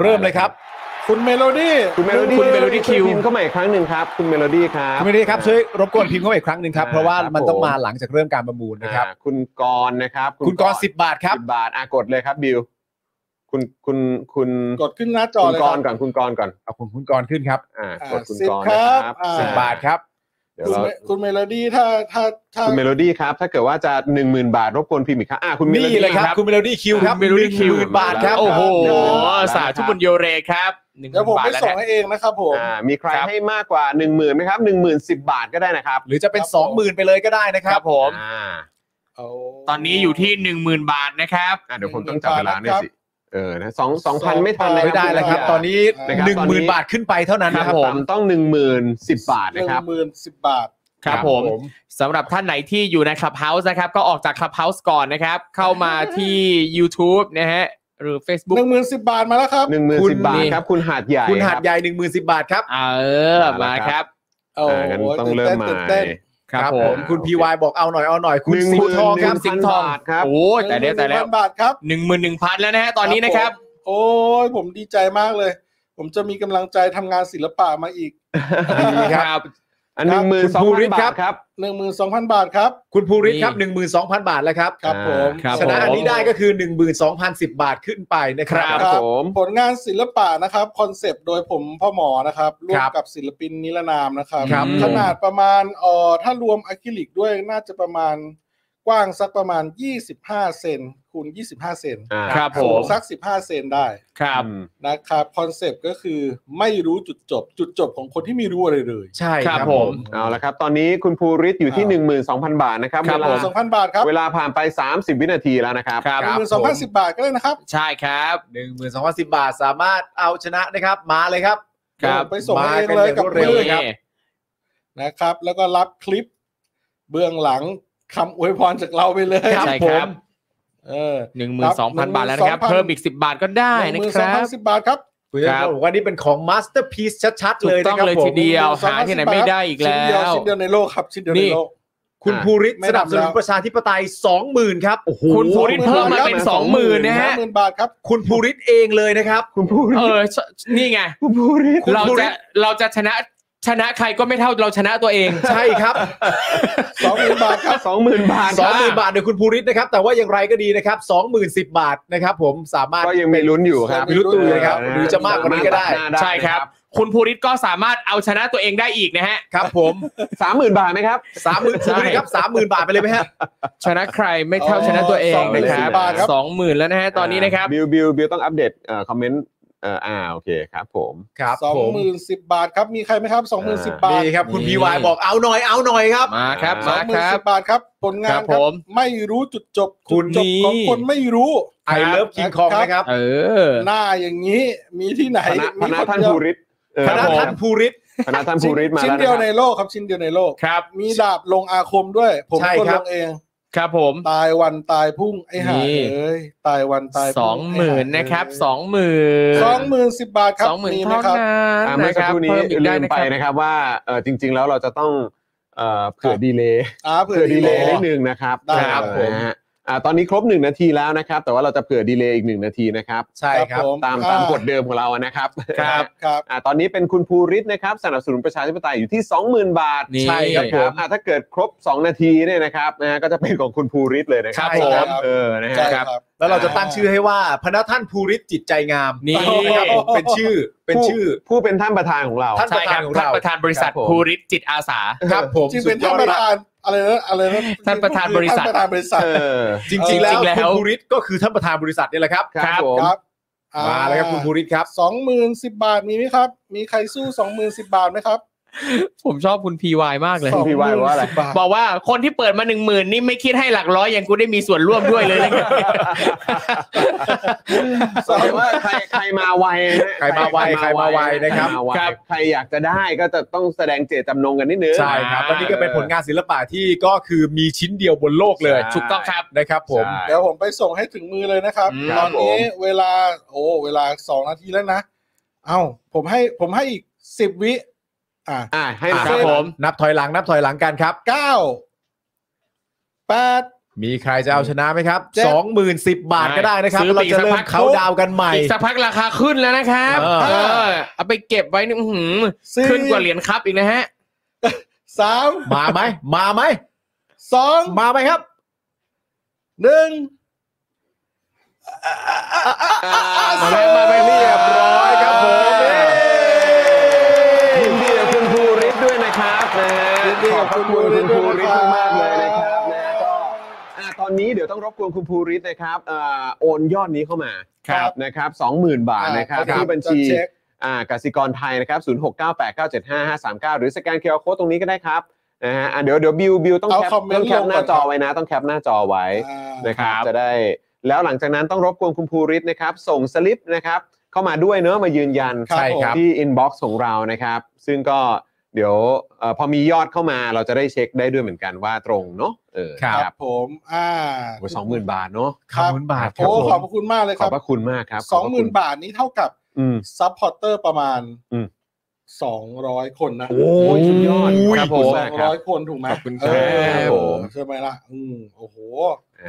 Speaker 4: เริ่มเลยครับ
Speaker 5: คุณเมโลดี้
Speaker 1: คุณเมโลดี้
Speaker 4: คุณ Melody
Speaker 1: ช่วย
Speaker 4: Q
Speaker 1: พิมพ์เข้ามาอีกครั้งหนึ่งครับคุณเมโลดี้ครับ
Speaker 4: คุณไม่ได้ครับช่วยรบกวนพิมพ์เข้ามาอีกครั้งหนึ่งครับ
Speaker 1: อ่า
Speaker 4: เพราะว่า
Speaker 1: ครับ
Speaker 4: มันต้อง
Speaker 1: ผม
Speaker 4: มาหลังจากเริ่มการประมูลนะครับ
Speaker 1: อ่าคุณกรณ์นะครับ
Speaker 4: คุณกรณ์สิบบาทครับ
Speaker 1: สิบบาทอากดเลยครับบิวคุณคุณคุณ
Speaker 5: กดขึ้นหน้าจอ
Speaker 1: คุณ
Speaker 5: เลย
Speaker 1: ก
Speaker 5: ค
Speaker 1: ร
Speaker 5: รับ
Speaker 1: ณ์ก่อนคุณกรณ์ก่อน
Speaker 4: เอาของคุณกรณ์ขึ้นครับ
Speaker 1: อ่า
Speaker 5: อ่าก
Speaker 1: ดคุณ
Speaker 5: สิบ
Speaker 1: กรณ์นะครับ
Speaker 5: ครับอ่า
Speaker 4: สิบบาทครับ
Speaker 1: เดี๋ยว
Speaker 5: คุณ
Speaker 1: เรา
Speaker 5: เมคุณเมโลดี้ถ้าถ้าถ้า
Speaker 1: คุณเมโลดี้ครับ ถ้าเกิดว่าจะ 1 0,000 บาทรบกวนพิมพ์อีกครับอ่าคุณ Melody
Speaker 4: นี่เลยครับ คุณเมโลดี้คิวครับ
Speaker 3: เมโลดี้คิว
Speaker 4: หนึ่งหมื่นบาทครับ
Speaker 3: โอ้โห
Speaker 1: หนึ่งหมื่นบาท
Speaker 3: สาธุบุญโยเรครับหนึ่งห
Speaker 5: เดี๋ยวผ
Speaker 3: มื่
Speaker 5: ม
Speaker 3: นบาท
Speaker 5: ไป
Speaker 3: แล้ว
Speaker 5: ส่ง
Speaker 3: นะ
Speaker 5: ให้เองนะครับผม
Speaker 1: อ่ามีใคร
Speaker 3: ครับ
Speaker 1: ให้มากกว่า 1 0,000ไหมครับ1 0,010 บาทก็ได้นะครับ
Speaker 4: หรือจะเป็น
Speaker 5: ครับผ
Speaker 4: ส
Speaker 5: ม
Speaker 4: องหมื่นไปเลยก็ได้นะค
Speaker 3: ค
Speaker 4: รั
Speaker 3: รับ บผม
Speaker 1: อ่า
Speaker 5: เา
Speaker 3: ตอนนี้อยู่ที่หนึ่งหมื่นบาทนะครับ
Speaker 1: อ่าเดี๋ยวผมต้องจับเวลาหน่อยสิเออนะสองสองพันไม่ทัน
Speaker 5: ม่
Speaker 4: ไม่
Speaker 1: นะ
Speaker 4: ได้แล้วครับ
Speaker 1: ณ
Speaker 4: ต
Speaker 1: ผู้ชม
Speaker 4: อนนี้
Speaker 1: นะครับ
Speaker 4: หนึ่ง
Speaker 1: ตอน
Speaker 4: ห
Speaker 1: นี้
Speaker 4: มื่นบาทขึ้นไปเท่านั้น
Speaker 1: ครั
Speaker 4: นะค
Speaker 1: บ
Speaker 4: รับ
Speaker 1: ผมต้อง 1 0 0 10 บาท
Speaker 5: หนึ่
Speaker 1: นะ
Speaker 5: ง
Speaker 1: ครับ
Speaker 5: หมื่นสิบบาท
Speaker 3: ครับผม สำหรับท่านไหนที่อยู่ใน Clubhouse นะครับ ก็ออกจาก Clubhouse ก่อนนะครับ เข้ามาที่ YouTube นะฮะ หรือ
Speaker 5: ห
Speaker 3: Facebook
Speaker 5: นึ่งหมื่นสิบบาทมาแล้วครับ
Speaker 1: หนึ่งหมื่น
Speaker 4: คุณ
Speaker 1: สิบบาท
Speaker 4: นี่
Speaker 1: ครับ คุณหาดใหญ่
Speaker 4: คุณหาด
Speaker 1: รับ
Speaker 4: ใหญ่หนึ่งหมื่นสิบบาทครับ
Speaker 3: เออ มาครับ
Speaker 5: โอ้
Speaker 1: อ่างั้นต้องเริ่มใหม่
Speaker 5: นเต้น
Speaker 3: ครับผม
Speaker 4: คุณพีวายบอกเอาหน่อยเอาหน่อย คุณ
Speaker 1: หนึ่ง
Speaker 4: สิ
Speaker 1: ห
Speaker 4: ง
Speaker 1: มื่น
Speaker 4: ห์ทองครับ
Speaker 1: 1,000
Speaker 3: สิงห์ทอง
Speaker 1: บาทครับ
Speaker 3: โอ้ยแต่แล้วแต่แล้ว
Speaker 5: 11,000บาทครับ
Speaker 3: หนึ่งหมื่นหนึ่งพันแล้วนะฮะ ตอนนี้นะครับ
Speaker 5: โอ้ยผมดีใจมากเลย ผมจะมีกำลังใจทำงานศิลปะมาอีก
Speaker 4: ดีครับ
Speaker 1: อันหนึ่งหมื่นส
Speaker 4: คุ
Speaker 1: อง
Speaker 4: ณภู
Speaker 1: พั
Speaker 4: ริ
Speaker 1: น
Speaker 4: ศ
Speaker 1: บา
Speaker 4: ครั
Speaker 1: ท
Speaker 4: บ
Speaker 1: ครับ
Speaker 5: หนึ่งหมื่นสองพันบาทครับ
Speaker 4: คุณภูริศครับ
Speaker 3: นี่
Speaker 4: หนึ่งหมื่นสองพันบาทแล้วครับ
Speaker 5: ครับ
Speaker 1: อ่า
Speaker 5: ผม
Speaker 3: ครับ
Speaker 4: ชนะอันนี้
Speaker 3: ผม
Speaker 4: ได้ก็คือ 12,010 บาทขึ้นไปนะครับ
Speaker 5: ครับ
Speaker 1: ผม
Speaker 5: ผลงานศิลปะนะครับคอนเซปต์โดยผมพ่อหมอนะครับร่วมกับศิลปินนิรนามนะครับ
Speaker 4: ครับ
Speaker 5: ขนาดประมาณเอ่อถ้ารวมอะคริลิกด้วยน่าจะประมาณกว้างสักประมาณ 25 เซนคูณ25 เซน
Speaker 1: อ่า
Speaker 3: ครับผ
Speaker 5: สู
Speaker 3: ม
Speaker 5: งสัก 15 เซนได้
Speaker 3: ครับ
Speaker 1: อืม
Speaker 5: นะครับคอนเซปต์ก็คือไม่รู้จุดจบ จุดจบของคนที่ไม่รู้อะไรเลย
Speaker 4: ใช่
Speaker 3: ค
Speaker 4: ค
Speaker 3: รั
Speaker 4: รั
Speaker 3: บบ ผ
Speaker 4: ผม ม
Speaker 1: เอาละครับ ตอนนี้คุณภูริศอยู่ที่
Speaker 5: อ่า
Speaker 1: หนึ่งหมื่นสองพันบาทนะครับ
Speaker 3: ค
Speaker 1: เว
Speaker 3: รับ
Speaker 1: ลา
Speaker 3: ผม
Speaker 5: สองพันบาทครับ
Speaker 1: เวลาผ่านไปสามสิบวินาทีแล้วนะครับ
Speaker 3: ครับ
Speaker 5: หมื่นสองพันสิบบาทก็ได้นะครับ
Speaker 3: ใช่ครับ
Speaker 4: 12,010 บาทสามารถเอาชนะนะครับ มาเลยครับ
Speaker 3: ครับ
Speaker 5: ไปส่งให้เอง
Speaker 4: มากันอย่าง
Speaker 5: เลยกับ
Speaker 4: รวด
Speaker 5: เร็
Speaker 4: เว
Speaker 5: ว
Speaker 4: ลยครับ
Speaker 5: นะครับ แล้วก็รับคลิปเบื้องหลังคำอวยพรจากเราไปเลย
Speaker 3: ใช่ครับ
Speaker 5: เออ
Speaker 3: หนึ่งหมื่นสองพันบาทแล้วนะครับ
Speaker 5: 12,000
Speaker 3: เพิ่มอีกสิบบาทก็ได้นะ
Speaker 5: หงหมื่
Speaker 3: ค
Speaker 5: สอง
Speaker 3: รั
Speaker 5: พั
Speaker 3: บ
Speaker 5: นสิบบาทครับ
Speaker 4: คุณจะ
Speaker 3: ครับ
Speaker 4: บอกว่านี่เป็นของมาสเตอร์พ c e ชัด ๆ
Speaker 3: ถู
Speaker 4: เลย
Speaker 3: กต้อง
Speaker 4: นะครับ
Speaker 3: เลย
Speaker 4: ผ
Speaker 3: ที
Speaker 4: ม
Speaker 3: เดียว
Speaker 5: นึ่งหมื่นสอง
Speaker 3: หา
Speaker 5: พัน
Speaker 3: ที่ไหน
Speaker 5: สิบบท
Speaker 3: ไม่ได้อีกแล้
Speaker 5: ชิ้นเดียว
Speaker 3: ว
Speaker 5: ชิ้นเดียวในโลกครับชิ้นเดียว
Speaker 3: นี่
Speaker 5: ในโลก
Speaker 4: คุณภูริศ
Speaker 5: ไม่
Speaker 4: ส
Speaker 5: ทำแล้
Speaker 4: นับ
Speaker 5: ว
Speaker 4: สนุนประชาธิปไตย 20,000 ครับ โอ้โห
Speaker 3: คุณภูริศเพิ่มมาเป็นสองหมื่นนะ
Speaker 5: ห้า
Speaker 3: ฮะ
Speaker 5: หมื่นบาทครับ
Speaker 4: คุณภูริศเองเลยนะครับ
Speaker 1: คุณภูริ
Speaker 3: เอ
Speaker 1: ศ
Speaker 3: อชนี่ไง
Speaker 1: คุณภูริศ
Speaker 4: คุณ
Speaker 3: เรา
Speaker 4: ภูริ
Speaker 3: จะ
Speaker 4: ศ
Speaker 3: เราจะชนะชนะใครก็ไม่เท่าเราชนะตัวเอง
Speaker 4: ใช่ครับ
Speaker 5: สองหมื่นบาทครับ
Speaker 1: สองหมื่นบาท
Speaker 4: ส
Speaker 1: ค
Speaker 4: อง
Speaker 1: รับ
Speaker 4: หมื่นบาทโดยคุณภูริศนะครับ แต่ว่าอย่างไรก็ดีนะครับสองหมื่นสิบบาทนะครับผมสามารถ
Speaker 1: ก็ยังมีลุ้นอยู่ครับ
Speaker 4: มีลุ้นอยู่นะครับหรือจะมากกว่านี้ก็ได้
Speaker 3: ใช่ครับ คุณภูริศก็สามารถเอาชนะตัวเองได้อีกนะฮะ
Speaker 4: ครับผม
Speaker 1: สามหมื่นบาทไหมครับ
Speaker 4: สามหมื่น
Speaker 3: ใช่
Speaker 4: ภูริศครับสามหมื่นบาทไปเลยไหมฮะ
Speaker 3: ชนะใครไม่เท่าชนะตัวเองนะครั
Speaker 1: สองหมื่น
Speaker 3: บ
Speaker 1: บาทครับ
Speaker 3: สองหมื่นแล้วนะฮะตอนนี้นะครับ
Speaker 1: บิวบิวบิวต้องอัปเดตเอ่อคอมเมนต์เอ่ออ่าโอเคครับผม
Speaker 4: ครับ
Speaker 5: สอง
Speaker 4: ผม
Speaker 5: หมื่นสิบบาทครับมีใครไหมครับสองหมื่นสิบบาท
Speaker 4: นี่ครับคุณ
Speaker 3: นี่
Speaker 4: พีวายบอกเอาหน่อยเอาหน่อยครับ
Speaker 3: มาครับ
Speaker 5: สอ
Speaker 3: มาง
Speaker 5: หมื่
Speaker 3: คน รับ
Speaker 5: สิบบาทครับผลงาน
Speaker 3: ครับผม
Speaker 5: ไม่รู้จุดจบ
Speaker 4: คุณ
Speaker 5: จุดจบของคนไม่รู้
Speaker 4: ไอเลิฟคิงคอง
Speaker 5: ครับ
Speaker 4: นะครับ
Speaker 3: เออ
Speaker 5: หน้าอย่างนี้มีที่ไหน
Speaker 1: พนะพ
Speaker 5: มี
Speaker 1: นะ
Speaker 5: ค
Speaker 1: ท่าน
Speaker 5: เดียว
Speaker 1: ภูริศเออ
Speaker 4: ค
Speaker 1: ค
Speaker 4: ณะ
Speaker 1: รับ
Speaker 4: ท่านภูริศ
Speaker 1: พนะท่านภูริศมา
Speaker 5: ชิ้น
Speaker 1: แล้ว
Speaker 5: เดียวใน
Speaker 1: นะ
Speaker 5: โลกครับชิ้นเดียวในโลก
Speaker 3: ครับ
Speaker 5: มีดาบลงอาคมด้วย ผม
Speaker 4: ใช่
Speaker 5: ก็
Speaker 4: ค
Speaker 5: ล
Speaker 4: รับ
Speaker 5: งเอง
Speaker 3: ครับผม
Speaker 5: ตายวันตายพรุ่งไอ้ห่า
Speaker 3: นี่
Speaker 5: เอ้ยตายวันตายพ
Speaker 3: ส
Speaker 5: รุ่
Speaker 3: องหมื่นนะครับสองหมื่น
Speaker 5: สองหมื่นสิบบาทครับ
Speaker 3: สองหมื่น
Speaker 5: ไห
Speaker 3: เท่า
Speaker 5: ค
Speaker 3: นั้
Speaker 5: รับ
Speaker 3: น
Speaker 1: อ่าเมื่อ
Speaker 3: นะ
Speaker 1: สัก
Speaker 3: ครั
Speaker 1: ค
Speaker 3: บ
Speaker 1: รู่นี้
Speaker 3: เพิ่มอีก
Speaker 1: ลื
Speaker 3: ได้
Speaker 1: ม
Speaker 3: นะ
Speaker 1: ไป
Speaker 3: ครับ
Speaker 1: นะครับว่าเอ่อจริง ๆ แล้วเราจะต้องเอ่อเผื่อดีเลย์
Speaker 5: อ่าเผื่
Speaker 1: เผื่
Speaker 5: อ
Speaker 1: อ
Speaker 5: ดี
Speaker 1: ดีเล
Speaker 5: เลย
Speaker 1: ย์
Speaker 5: นิ
Speaker 1: นิ
Speaker 5: ด
Speaker 1: ด
Speaker 5: นึง
Speaker 1: นึงนะครับ
Speaker 5: ได้ครับ
Speaker 1: นะฮะอ่าตอนนี้ครบหนึ่งนาทีแล้วนะครับ แต่ว่าเราจะเผื่อดีเลย์อีกหนึ่งนาทีนะครับ
Speaker 4: ใช่ครับ
Speaker 5: ผม
Speaker 1: ตาม
Speaker 5: อ่
Speaker 1: ตามกฎเดิมของเราอะนะครับ
Speaker 5: ครับครับ
Speaker 1: อ่าตอนนี้เป็นคุณภูริศนะครับสนับสนุนประชาธิปไตยอยู่ที่ 20,000 บาท
Speaker 3: นี่
Speaker 1: ใช่ครับผมอ่าถ้าเกิดครบ 2 นาทีเนี่ยนะครับนะฮะก็จะเป็นของคุณภูริศเลยนะครั
Speaker 3: ครับ บผม
Speaker 1: เออนะ
Speaker 5: ใช่
Speaker 1: ฮะ
Speaker 5: ครับ
Speaker 4: แล้วเราจะตั้งชื่อให้ว่า พระท่านภูริศจิตใจงาม
Speaker 3: นี่
Speaker 4: นะครับผมเป็นชื่อเป็น
Speaker 1: ผู้
Speaker 4: ชื่อ
Speaker 1: ผู้เป็นท่านประธานของเรา
Speaker 4: ท่าน
Speaker 3: ใช่ครับ
Speaker 4: ประธของ
Speaker 3: ท่าน
Speaker 4: เรา
Speaker 3: ประธานบริษัทภูริศจิตอาสา
Speaker 4: ครับผม
Speaker 5: จริงเป็น
Speaker 4: สุ
Speaker 5: ท่า
Speaker 4: ดย
Speaker 5: น
Speaker 4: อด
Speaker 5: ประ
Speaker 4: มก
Speaker 5: ธานอะไรนะอะไรนะ
Speaker 3: ท่านประธานบริษัท
Speaker 5: ท่านประธานบริษัท
Speaker 1: เออ
Speaker 4: จริง ๆ แล้ว
Speaker 3: จริงๆแล้ว
Speaker 4: คุณภูริศก็คือท่านประธานบริษัทนี่แหละครับ
Speaker 1: ครับผม
Speaker 5: ครับ
Speaker 4: มาแล้วครับคุณภูริศครับ
Speaker 5: สองหมื่นสิบบาทมีไหมครับ มีใครสู้สองหมื่นสิบบาทไหมครับ
Speaker 3: ผมชอบคุณพีวายมากเลย
Speaker 5: สองหมื่นสิบบาท
Speaker 3: บอกว่าคนที่เปิดมาหนึ่งหมื่นนี่ไม่คิดให้หลักร้อยอย่างกูได้มีส่วนร่วมด้วยเลยนะ
Speaker 1: แสดงว่าใครใครมาไวนะ
Speaker 4: ใครมาไวใครมาไวนะครับ
Speaker 1: ใมาไว
Speaker 3: ครับ
Speaker 1: ใครอยากจะได้ก็จะต้องแสดงเจตจำนงกันนิดนึง
Speaker 4: ใช่ครับแล้วนี่ก็เป็นผลงานศิลปะที่ก็คือมีชิ้นเดียวบนโลกเลย
Speaker 1: ใช่
Speaker 3: ถูกต้องครับ
Speaker 4: นะครับผม
Speaker 1: ใช่
Speaker 5: เดี๋ยวผมไปส่งให้ถึงมือเลยนะครับ
Speaker 3: อืม
Speaker 5: ต
Speaker 1: ครั
Speaker 5: อน
Speaker 1: บผม
Speaker 5: นี้เวลาโอ้เวลาสองนาทีแล้วนะ เอ้าผมให้ผมให้อีกสิบวิอ่า
Speaker 1: อ่าให้
Speaker 4: อ่ะ
Speaker 1: มา
Speaker 4: ครับผมนับถอยหลังนับถอยหลังกันครับ
Speaker 5: เก้าแปด
Speaker 4: มีใครจะเอาชนะไหมครับ
Speaker 5: เจ็ด
Speaker 4: 2 0 0 0 0 บาทก็ได้นะครับ
Speaker 3: ซื้อไป
Speaker 4: เรา
Speaker 3: อีก
Speaker 4: จะ
Speaker 3: สัก
Speaker 4: เริ่
Speaker 3: พั
Speaker 4: ม
Speaker 3: ก
Speaker 4: เขาดาวน์กันใหม่
Speaker 3: อีก สักพักราคาขึ้นแล้วนะครับ
Speaker 4: เออ
Speaker 3: เออเอาไปเก็บไว้นี่อื้อหือ
Speaker 5: สี่
Speaker 3: ขึ้นกว่าเหรียญครับอีกนะฮะ
Speaker 5: สาม
Speaker 4: มาไหม มาไหม
Speaker 5: สอง
Speaker 4: มาไหมครับ
Speaker 5: หนึ่ง
Speaker 4: มาไหมมาไหมเรียบร้อยครับผมเย้
Speaker 1: ยินดีกับคุณภูริศด้วยนะครับนะฮะขอบพระคุณคุณภูริศมากๆเลยนะครับนะฮะก็อ่ะตอนนี้เดี๋ยวต้องรบกวนคุณภูริศนะครับเอ่อโอนยอดนี้เข้ามา
Speaker 3: ครับ
Speaker 1: นะครับ20,000 บาทนะครับที่บัญชี
Speaker 5: จะเช็ค
Speaker 1: อ่ากสิกรไทยนะครับ0698975539 หรือสแกนเคอร์โคตรงนี้ก็ได้ครับนะฮะอ่ะเดี๋ยวเดี๋ยวบิวบิวต้องแคปต้องแคปหน้าจอไว้นะ ต้องแคปหน้าจอไว้
Speaker 5: อ่า
Speaker 1: นะครับ
Speaker 3: ครับ
Speaker 1: จะได้แล้วหลังจากนั้นต้องรบกวนคุณภูริศนะครับ ส่งสลิปนะครับ เข้ามาด้วยเนอะมายืนยัน
Speaker 4: ใช่ครับ
Speaker 1: ที่อินบ็อกซ์ของเรานะครับ ซึ่งก็เดี๋ยวเอ่อพอมียอดเข้ามาเราจะได้เช็คได้ด้วยเหมือนกันว่าตรงเนอะเออ
Speaker 5: ครับ ผม อ่า
Speaker 1: สองหมื่นบาทเนอะ
Speaker 4: ขอบคุณบาทครั
Speaker 5: โอ้
Speaker 4: บผม
Speaker 5: ขอบพระคุณมากเลย
Speaker 1: ข
Speaker 5: ค
Speaker 1: อบ
Speaker 5: รับ
Speaker 1: พระคุณมากครับ
Speaker 5: สองหมื่
Speaker 1: ขพ
Speaker 5: น
Speaker 1: ระคุณ
Speaker 5: บาทนี้เท่ากับ
Speaker 1: อืม
Speaker 5: ซัพพอร์เตอร์ประมาณ
Speaker 1: อืม
Speaker 5: สองร้อยคนนะ
Speaker 1: โอ้ยสุดยอดครับผม
Speaker 5: สองร้อยคนถูกไหม
Speaker 1: ขอบคุณค
Speaker 5: เอ
Speaker 1: รับ
Speaker 5: อ
Speaker 1: ครับผม
Speaker 5: ใช่ไหมล่ะ อืมโอ้โห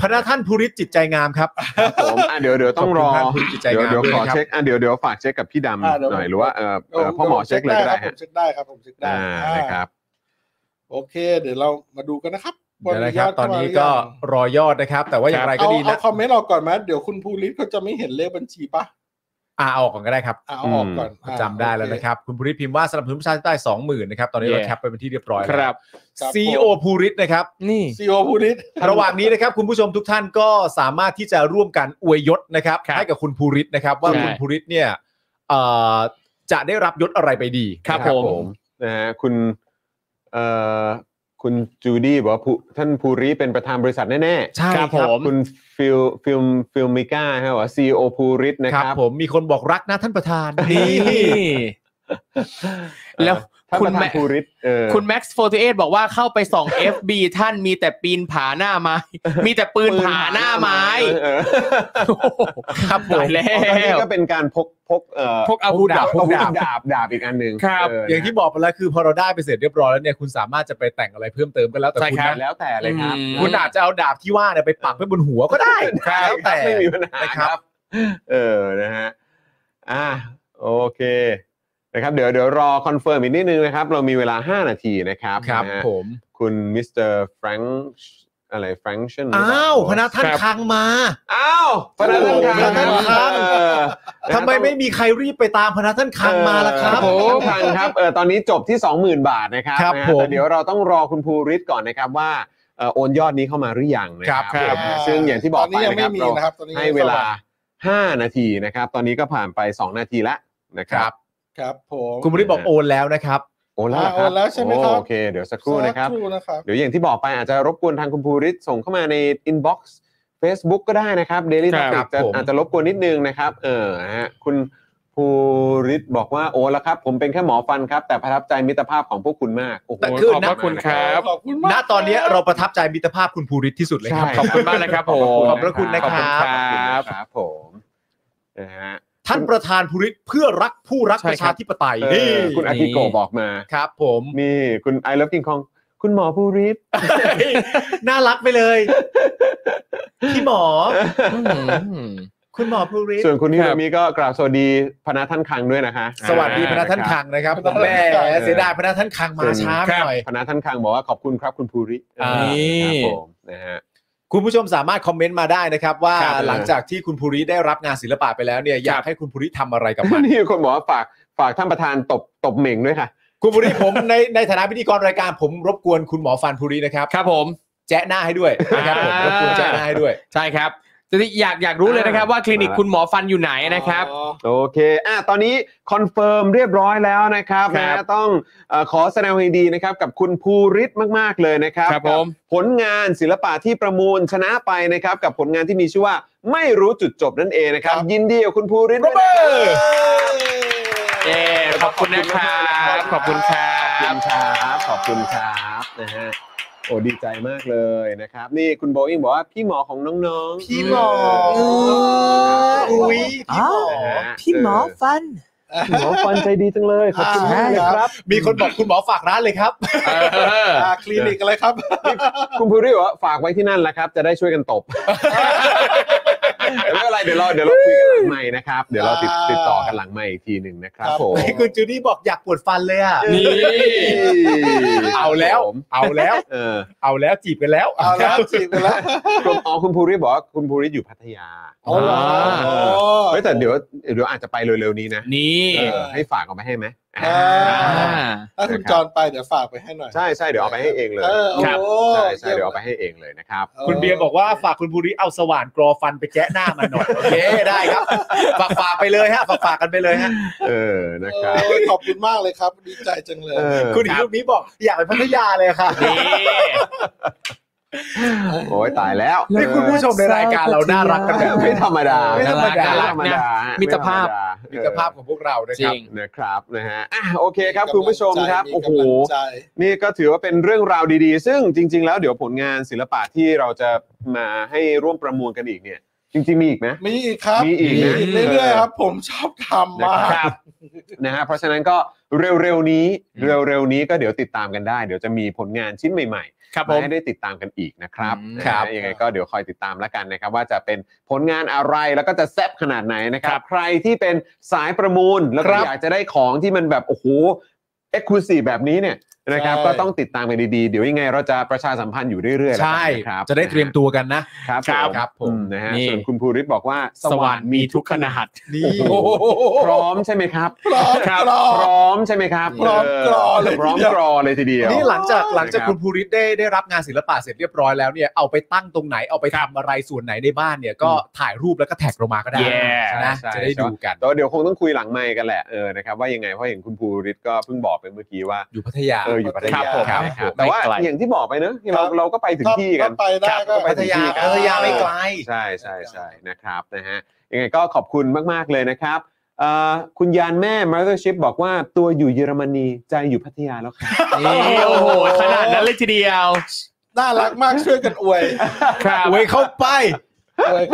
Speaker 4: พระท่านภูริศจิตใจงามครับ
Speaker 1: ครับผมอ่ะเดี๋ยวเดี๋ยวต้องรอ
Speaker 4: ขอบคุณท่านผู้จิตใจ
Speaker 1: เดี๋ยว
Speaker 4: งาม
Speaker 1: เดี๋ยว
Speaker 4: ด้ว
Speaker 1: ข
Speaker 4: ย
Speaker 1: อ
Speaker 4: นะครับ
Speaker 1: เช็คอ่ะเดี๋ยวเดี๋ยวฝากเช็คกับพี่ด
Speaker 5: อ่ะเดี๋
Speaker 1: ำ
Speaker 5: ยว
Speaker 1: หน่อยหรือว่าเออเอ่อพ่อหมอเช็คเลยก็ได้
Speaker 5: ผ
Speaker 1: ฮะ
Speaker 5: มเช็คได้ครับผมเช็คได้
Speaker 1: อ่า
Speaker 5: อ่า
Speaker 1: นะครับ
Speaker 5: โอเค เดี๋ยวเรามาดูกันนะครับ
Speaker 4: เดี๋ยวนะครับต
Speaker 5: ว่ามียด
Speaker 4: อน
Speaker 5: เข้ามาห
Speaker 4: นี้
Speaker 5: รืยัง
Speaker 4: ก็รอยอดนะครับ แต่ว่าอย่างไรก็
Speaker 5: เอา
Speaker 4: ดี
Speaker 5: เอา
Speaker 4: นะ
Speaker 5: คอมเมนต์ออกก่อนไหมเดี๋ยวคุณภูริศเขาจะไม่เห็นเลขบัญชีปะ
Speaker 4: อ่าเอาออกก่อนก็ได้ครับ
Speaker 5: อ่ะเอาออกก่อนอ่ะ
Speaker 4: จำได้แล้วนะครับ คุณภูริศพิมพ์ว่าสนับสนุนประชาธิปไตย20,000นะครับ ตอนนี้เรา
Speaker 3: เย้
Speaker 4: แคปไปเป็นที่เรียบร้อย
Speaker 3: ค
Speaker 4: แล้
Speaker 3: รั
Speaker 4: ว
Speaker 3: บ
Speaker 4: CEO ภูริศนะครับ
Speaker 3: นี่
Speaker 5: ซีโอภูริศ
Speaker 4: ระหว่างนี้นะครับคุณผู้ชมทุกท่านก็สามารถที่จะร่วมกันอวยยศนะครับ
Speaker 3: ครับ
Speaker 4: ให้กับคุณภูริศนะครับ ว่า
Speaker 3: ใช่
Speaker 4: คุณภูริศเนี่ยเอ่อจะได้รับยศอะไรไปดี
Speaker 3: ครับ
Speaker 4: นะ
Speaker 3: ผม
Speaker 1: นะฮะคุณเอ่อคุณจูดี้บอกว่าผู้ท่านภูริเป็นประธานบริษัทแน่ๆ
Speaker 4: ใช่
Speaker 3: ครับผม
Speaker 1: คุณฟิลฟิลฟิลมิก้าฮะว่าซีโอภูริสนะ
Speaker 4: ค
Speaker 1: ครับ รับ
Speaker 4: ผมมีคนบอกรักนะท่านประธาน
Speaker 3: นี่ แล้ว
Speaker 1: เอ่อ
Speaker 3: คุณ
Speaker 1: ท่านประ
Speaker 3: แม่
Speaker 1: ธานภูริสเออ
Speaker 3: คุณ Max 48 บอกว่าเข้าไปส่อง FB ท่านมีแต่ปีนผาหน้าไม้ มีแต่ปืนผาหน้าไม้
Speaker 1: เออ
Speaker 3: โอ้โหครับตายแล้
Speaker 1: ตอนนี้
Speaker 3: ว
Speaker 1: ก็เป็นการพกพกเอ่อ
Speaker 3: พวกอาวุธดาบ
Speaker 1: พกดาบดาบดาบอีกอันหนึ่ง
Speaker 3: ครับ
Speaker 1: เ
Speaker 4: อย่างที่บอกไปแล้วคือพอเราได้ไปเสร็จเรียบร้อยแล้วเนี่ยคุณสามารถจะไปแต่งอะไรเพิ่มเติมก็แล้วแต่
Speaker 3: ใช่
Speaker 4: คุณ
Speaker 3: ครั
Speaker 4: นะ
Speaker 3: บ
Speaker 1: แล้วแต่เลยครับ
Speaker 3: อืม
Speaker 4: คุณอาจจะเอาดาบที่ว่าเนี่ยไปปักไว้บนหัวก็ได้
Speaker 1: ครับ
Speaker 4: แล้วแต่
Speaker 1: ไม่มีปัญหา
Speaker 4: นะ
Speaker 1: ค
Speaker 4: ค
Speaker 1: รั
Speaker 4: รับ บ
Speaker 1: เออ นะฮะ อ่ะโอเค นะครับ เดี๋ยว เดี๋ยวรอคอนเฟิร์มอีกนิดนึงนะครับ เรามีเวลา 5 นาทีนะครับ
Speaker 4: ครับ
Speaker 1: นะฮะ
Speaker 4: ผม
Speaker 1: คุณมิสเตอร์แฟรงค์อะไรแฟรงชัน
Speaker 4: อ้าวพนักท่านคังมา
Speaker 1: อ้าวพนัก
Speaker 4: โอ้โห
Speaker 1: งาน
Speaker 4: พนักงาน
Speaker 1: เออ
Speaker 4: ทำไมไม่มีใครรีบไปตามพนักท่านคังมาล่ะครับ
Speaker 1: เออพนักงานคังครับ เออ ตอนนี้จบที่ 20,000 บาทนะครับ
Speaker 4: ครับ
Speaker 1: นะฮะ
Speaker 4: ผม
Speaker 1: แต่เดี๋ยวเราต้องรอคุณภูริศก่อนนะครับว่าเอ่อโอนยอดนี้เข้ามาหรือยังนะครั
Speaker 4: ครับ
Speaker 1: นะฮะซึ่งอย่างที่บอก
Speaker 5: ตน
Speaker 1: ไป
Speaker 5: นี้ยัง
Speaker 1: นะครั
Speaker 5: ไม่
Speaker 1: บ
Speaker 5: มี
Speaker 1: เรา
Speaker 5: นะครับตอนนี้
Speaker 1: ให้เวลา 5 นาทีนะครับ ตอนนี้ก็ผ่านไป 2 นาทีแล้วนะครับ
Speaker 5: ครับผม
Speaker 4: คุณบริศบอกโอนแล้วนะครับ
Speaker 1: โอนแล้วเหรอค
Speaker 5: อ่าโอ
Speaker 1: รับ
Speaker 5: นแล้วใช่ไหมครับ
Speaker 1: โอเค เดี๋ยวสักครู่นะครับ
Speaker 5: สานะครับ
Speaker 1: เดี๋ยวอย่างที่บอกไปอาจจะรบกวนทางคุณภูริศส่งเข้ามาใน inbox Facebook ก็ได้นะครับ Daily
Speaker 4: ค
Speaker 1: Topic
Speaker 4: รับ
Speaker 1: จะ
Speaker 4: ผม
Speaker 1: อาจจะรบกวนนิดนึงนะครับ เออฮะคุณภูริศบอกว่าโอนแล้วครับ ผมเป็นแค่หมอฟันครับ แต่ประทับใจมิตรภาพของพวกคุณมากโอ้โห
Speaker 4: แต่คือ
Speaker 1: ขบ
Speaker 4: ณ
Speaker 1: มากนะ
Speaker 5: ขอบคุณมาก
Speaker 4: ณตอนนี้เราประทับใจมิตรภาพคุณภูริศที่สุดเลยครับ
Speaker 1: ใช่
Speaker 3: ขอบคุณมากนะครับผม
Speaker 4: ขอบพระคุณนะ
Speaker 1: ขอบ
Speaker 4: ค
Speaker 1: คุณ
Speaker 4: รับ
Speaker 1: ครับครับผมนะฮะ
Speaker 4: ท่านประธานภูริศเพื่อรักผู้รัก
Speaker 3: ใช่
Speaker 4: ประ
Speaker 3: ค
Speaker 4: ชา
Speaker 3: รับ
Speaker 4: ธิปไตย
Speaker 1: เอ
Speaker 4: นี่
Speaker 1: อคุณอากิโกะบอกมา
Speaker 4: ครับผม
Speaker 1: นี่คุณ I love King Kong คุณหมอภูริศ
Speaker 4: น่ารักไปเลยพี่หมอ
Speaker 3: อืม
Speaker 4: คุณหมอภูริศ
Speaker 1: ส่วนคุณฮิโรมิก็กราบสวัสดีพนักท่านคังด้วยนะคะ
Speaker 4: สวัสดี
Speaker 1: อ่า
Speaker 4: พนักท่านคังนะครับผมแหม่เสียดายพนักท่านคังมาช้าหน่อย
Speaker 1: พนักท่านคังบอกว่าขอบคุณครับคุณภูริค
Speaker 4: อ่า
Speaker 1: รับ
Speaker 3: นี่
Speaker 1: ผมนะฮะ
Speaker 4: คุณผู้ชมสามารถคอมเมนต์มาได้นะครับ ว่า
Speaker 1: ครับ
Speaker 4: หลังจากที่คุณภูริได้รับงานศิลปะไปแล้วเนี่ยอยากให้คุณภูริทำอะไรกับ มัน
Speaker 1: นี่มีคนบอกว่าฝากฝากท่านประธานตบตบเหม่งด้วยค่ะ
Speaker 4: คุณภูริผม ในในฐานะพิธีกรรายการผมรบกวนคุณหมอฟันภูรินะครับ
Speaker 3: ครับผม
Speaker 4: แจ้หน้าให้ด้วยนะครับผม
Speaker 3: อ่าร ร
Speaker 4: บกวนแจ้หน้าให้ด้วย
Speaker 3: ใช่ครับทีนี้อยากอยากรู้เลยนะครับว่าคลินิกคุณหมอฟันอยู่ไหนนะครับ
Speaker 1: โอเค อ่ะ ตอนนี้คอนเฟิร์มเรียบร้อยแล้วนะครับ
Speaker 3: ครั
Speaker 1: นะ
Speaker 3: บ
Speaker 1: ต้องเออขอแสดงความยินดีนะครับกับคุณภูริศมาก ๆ เลยนะครับ
Speaker 3: ครับผม
Speaker 1: กับผลงานศิลปะที่ประมูลชนะไปนะครับ กับผลงานที่มีชื่อว่าไม่รู้จุดจบนั่นเองนะครับ ยินดีกับคุณภูริศด้วยนะคร
Speaker 3: เย้ขอบคุณนะครับขอบคุณครั
Speaker 1: ขอบคุ
Speaker 3: บ
Speaker 1: ณครับ ขอบคุณครับนะฮะ โอ้ดีใจมากเลยนะครับ นี่คุณโบอิงบอกว่าพี่หมอของน้องๆ
Speaker 4: พี่หมอ
Speaker 1: เออ
Speaker 4: อุ๊ย
Speaker 1: นะฮะ
Speaker 8: พี่หมอฟัน
Speaker 1: หมอฟันใจดีจังเลย ขอบคุณมากเลยครับ
Speaker 4: มีคนบอกคุณหมอฝากร้านเลยครับ
Speaker 5: อ่าคลินิกอะไรครับ
Speaker 1: คุณภูริบอกว่าฝากไว้ที่นั่นแหละครับ จะได้ช่วยกันตบไม่เป็นไรเดี๋ยวเราเดี๋ยวเราคุยกันหลังใหม่นะครับ เดี๋ยวเราติดติดต่อกันหลังใหม่อีกทีหนึ่งนะครับผม
Speaker 4: คุณจูดี้บอกอยากปวดฟันเลยอ่ะ
Speaker 3: นี่
Speaker 4: เอาแล้ว
Speaker 1: ผม
Speaker 4: เอาแล้ว
Speaker 1: เออ
Speaker 4: เอาแล้วจีบกันแล้ว
Speaker 5: เอาแล้วจีบกันแล้ว
Speaker 1: คุณอ๋อคุณภูริบอกว่าคุณภูริอยู่พัทยา
Speaker 5: อ๋อเหรอ
Speaker 1: เออเฮ้ยแต่เดี๋ยวเดี๋ยวอาจจะไปเร็วๆนี้นะ
Speaker 3: นี่
Speaker 1: เออให้ฝากเอาไปให้ไหม
Speaker 3: อ่า
Speaker 5: ถ้าคุณจรไปเดี๋ยวฝากไปให้หน่อย
Speaker 1: ใช่ใช่เดี๋ยวเอาไปให้เองเลย
Speaker 5: เออโอ้
Speaker 3: ครับ
Speaker 1: ใช่ใช่เดี๋ยวเอาไปให้เองเลยนะครับ
Speaker 4: คุณเบียร์บอกว่าฝากคุณภูริเอาสว่านกรอฟันไปแจ้หน้ามันหน่อยโอเคได้ครับฝากฝากไปเลยฮะฝากฝากกันไปเลยฮะ
Speaker 1: เออนะครับ
Speaker 5: โอ้ยขอบคุณมากเลยครับ ดีใจจังเลย
Speaker 1: เออ
Speaker 4: คุณอีกรูปนี้บอกอยากไปพัทยาเลยค่ะ
Speaker 3: นี่
Speaker 1: โอ้ยตายแล้ว
Speaker 4: นี่คุณผู้ชมในรายการเราน่ารักกัน
Speaker 1: เอ
Speaker 4: แบ
Speaker 1: อบ ไม่ธรรมดา
Speaker 4: ไม่ธรรมดา
Speaker 1: ไม่ธรรมดา
Speaker 3: มิตรภาพ
Speaker 4: มิตรภาพของพวกเรานะค
Speaker 3: จริ
Speaker 4: รับ
Speaker 3: ง
Speaker 1: นะครับนะฮะอ่ะโอเคครับคุณผู้ชมครับ
Speaker 5: มี
Speaker 1: โอ้โห
Speaker 5: กำลังใจ
Speaker 1: นี่ก็ถือว่าเป็นเรื่องราวดีๆ ซึ่งจริง ๆ แล้วเดี๋ยวผลงานศิลปะที่เราจะมาให้ร่วมประมูลกันอีกเนี่ย จริง ๆ มีอีกนะ
Speaker 5: มีอีกครับ
Speaker 1: มีอีกนะ
Speaker 5: เรื่อยๆครับ ผมชอบทำมาก
Speaker 1: นะครับนะฮะเพราะฉะนั้นก็เร็วๆนี้เร็วๆนี้ก็เดี๋ยวติดตามกันได้ เดี๋ยวจะมีผลงานชิ้นใหม่ๆ
Speaker 3: ครับผ
Speaker 1: มาม ให้ได้ติดตามกันอีกนะครับ
Speaker 3: อืม
Speaker 1: นะฮะ
Speaker 3: ครับ
Speaker 1: ยังไงก็เดี๋ยวคอยติดตามแล้วกันนะครับ ว่าจะเป็นผลงานอะไรแล้วก็จะแซ่บขนาดไหนนะครับ ใครที่เป็นสายประมูลแล้ว
Speaker 4: ค
Speaker 1: ก็
Speaker 4: รับ
Speaker 1: อยากจะได้ของที่มันแบบโอ้โหเอ็กซ์คลูซีฟแบบนี้เนี่ยนะครับ
Speaker 5: ใช่
Speaker 1: ก็ต้องติดตามกันดีๆ เดี๋ยวยังไงเราจะประชาสัมพันธ์อยู่เรื่อยๆแล้ว
Speaker 4: ใช่
Speaker 1: กันนะครับ
Speaker 4: จะได้เตรียมตัวกันนะ
Speaker 1: ครับ
Speaker 3: ครับ
Speaker 1: ผม
Speaker 4: ครับผม
Speaker 1: อืนะฮะ
Speaker 3: นี่
Speaker 1: ส่วนคุณภูริศบอกว่า
Speaker 3: สว่านมีทุกขนาด
Speaker 4: นี่
Speaker 1: โอ้โหพร้อมใช่ไหมครับ
Speaker 5: พร้อม
Speaker 3: ครับ
Speaker 5: กรอ
Speaker 1: พร้อมใช่ไหมครับ
Speaker 5: พร้อมกรอเลย
Speaker 1: พร้อม
Speaker 5: ทีเดียว
Speaker 1: กรอเลยทีเดียว
Speaker 4: นี่หลังจากหลังจาก
Speaker 1: นะครับ
Speaker 4: คุณภูริศได้ได้รับงานศิลปะเสร็จเรียบร้อยแล้วเนี่ยเอาไปตั้งตรงไหนเอาไปทำอะไรส่วนไหนในบ้านเนี่ยก็ถ่ายรูปแล้วก็แท็กเรามาก็ได้
Speaker 3: แย่
Speaker 4: นะ
Speaker 1: ใช่
Speaker 4: จะได้ดูกัน
Speaker 1: แต่ว่าเดี๋ยวคงต้องคุยหลังไมค์กันแหละเออนะครับว่ายังไงเพราะเห็นคุณภูริศก็เพิ่งบอกไปเมื่อกี้ว่า
Speaker 4: อยู่พัทยา
Speaker 1: เอออยู่พัทยา
Speaker 3: ครับผม
Speaker 1: นะครับ
Speaker 3: ครับ
Speaker 1: แต่ว่า
Speaker 3: ไม่ไกล
Speaker 1: อย่างที่บอกไปเนอะเราเราก็ไปถึงที่กัน
Speaker 5: ไปได้
Speaker 1: ค
Speaker 5: ก็
Speaker 1: รับ
Speaker 4: พัทยาพัทยาไม่ไกล
Speaker 1: ใช่ใช่ใช่นะครับนะฮะยังไงก็ขอบคุณมาก ๆ เลยนะครับเอ่อคุณยานแม่ Mothership บอกว่าตัวอยู่เยอรมนีใจอยู่พัทยาแล้วค่ะ
Speaker 3: นี่โอ้โหขนาดนั้นเลยทีเดียว
Speaker 5: น่ารักมากช่วยกันอวย
Speaker 3: ครับ
Speaker 4: อวยเข้าไป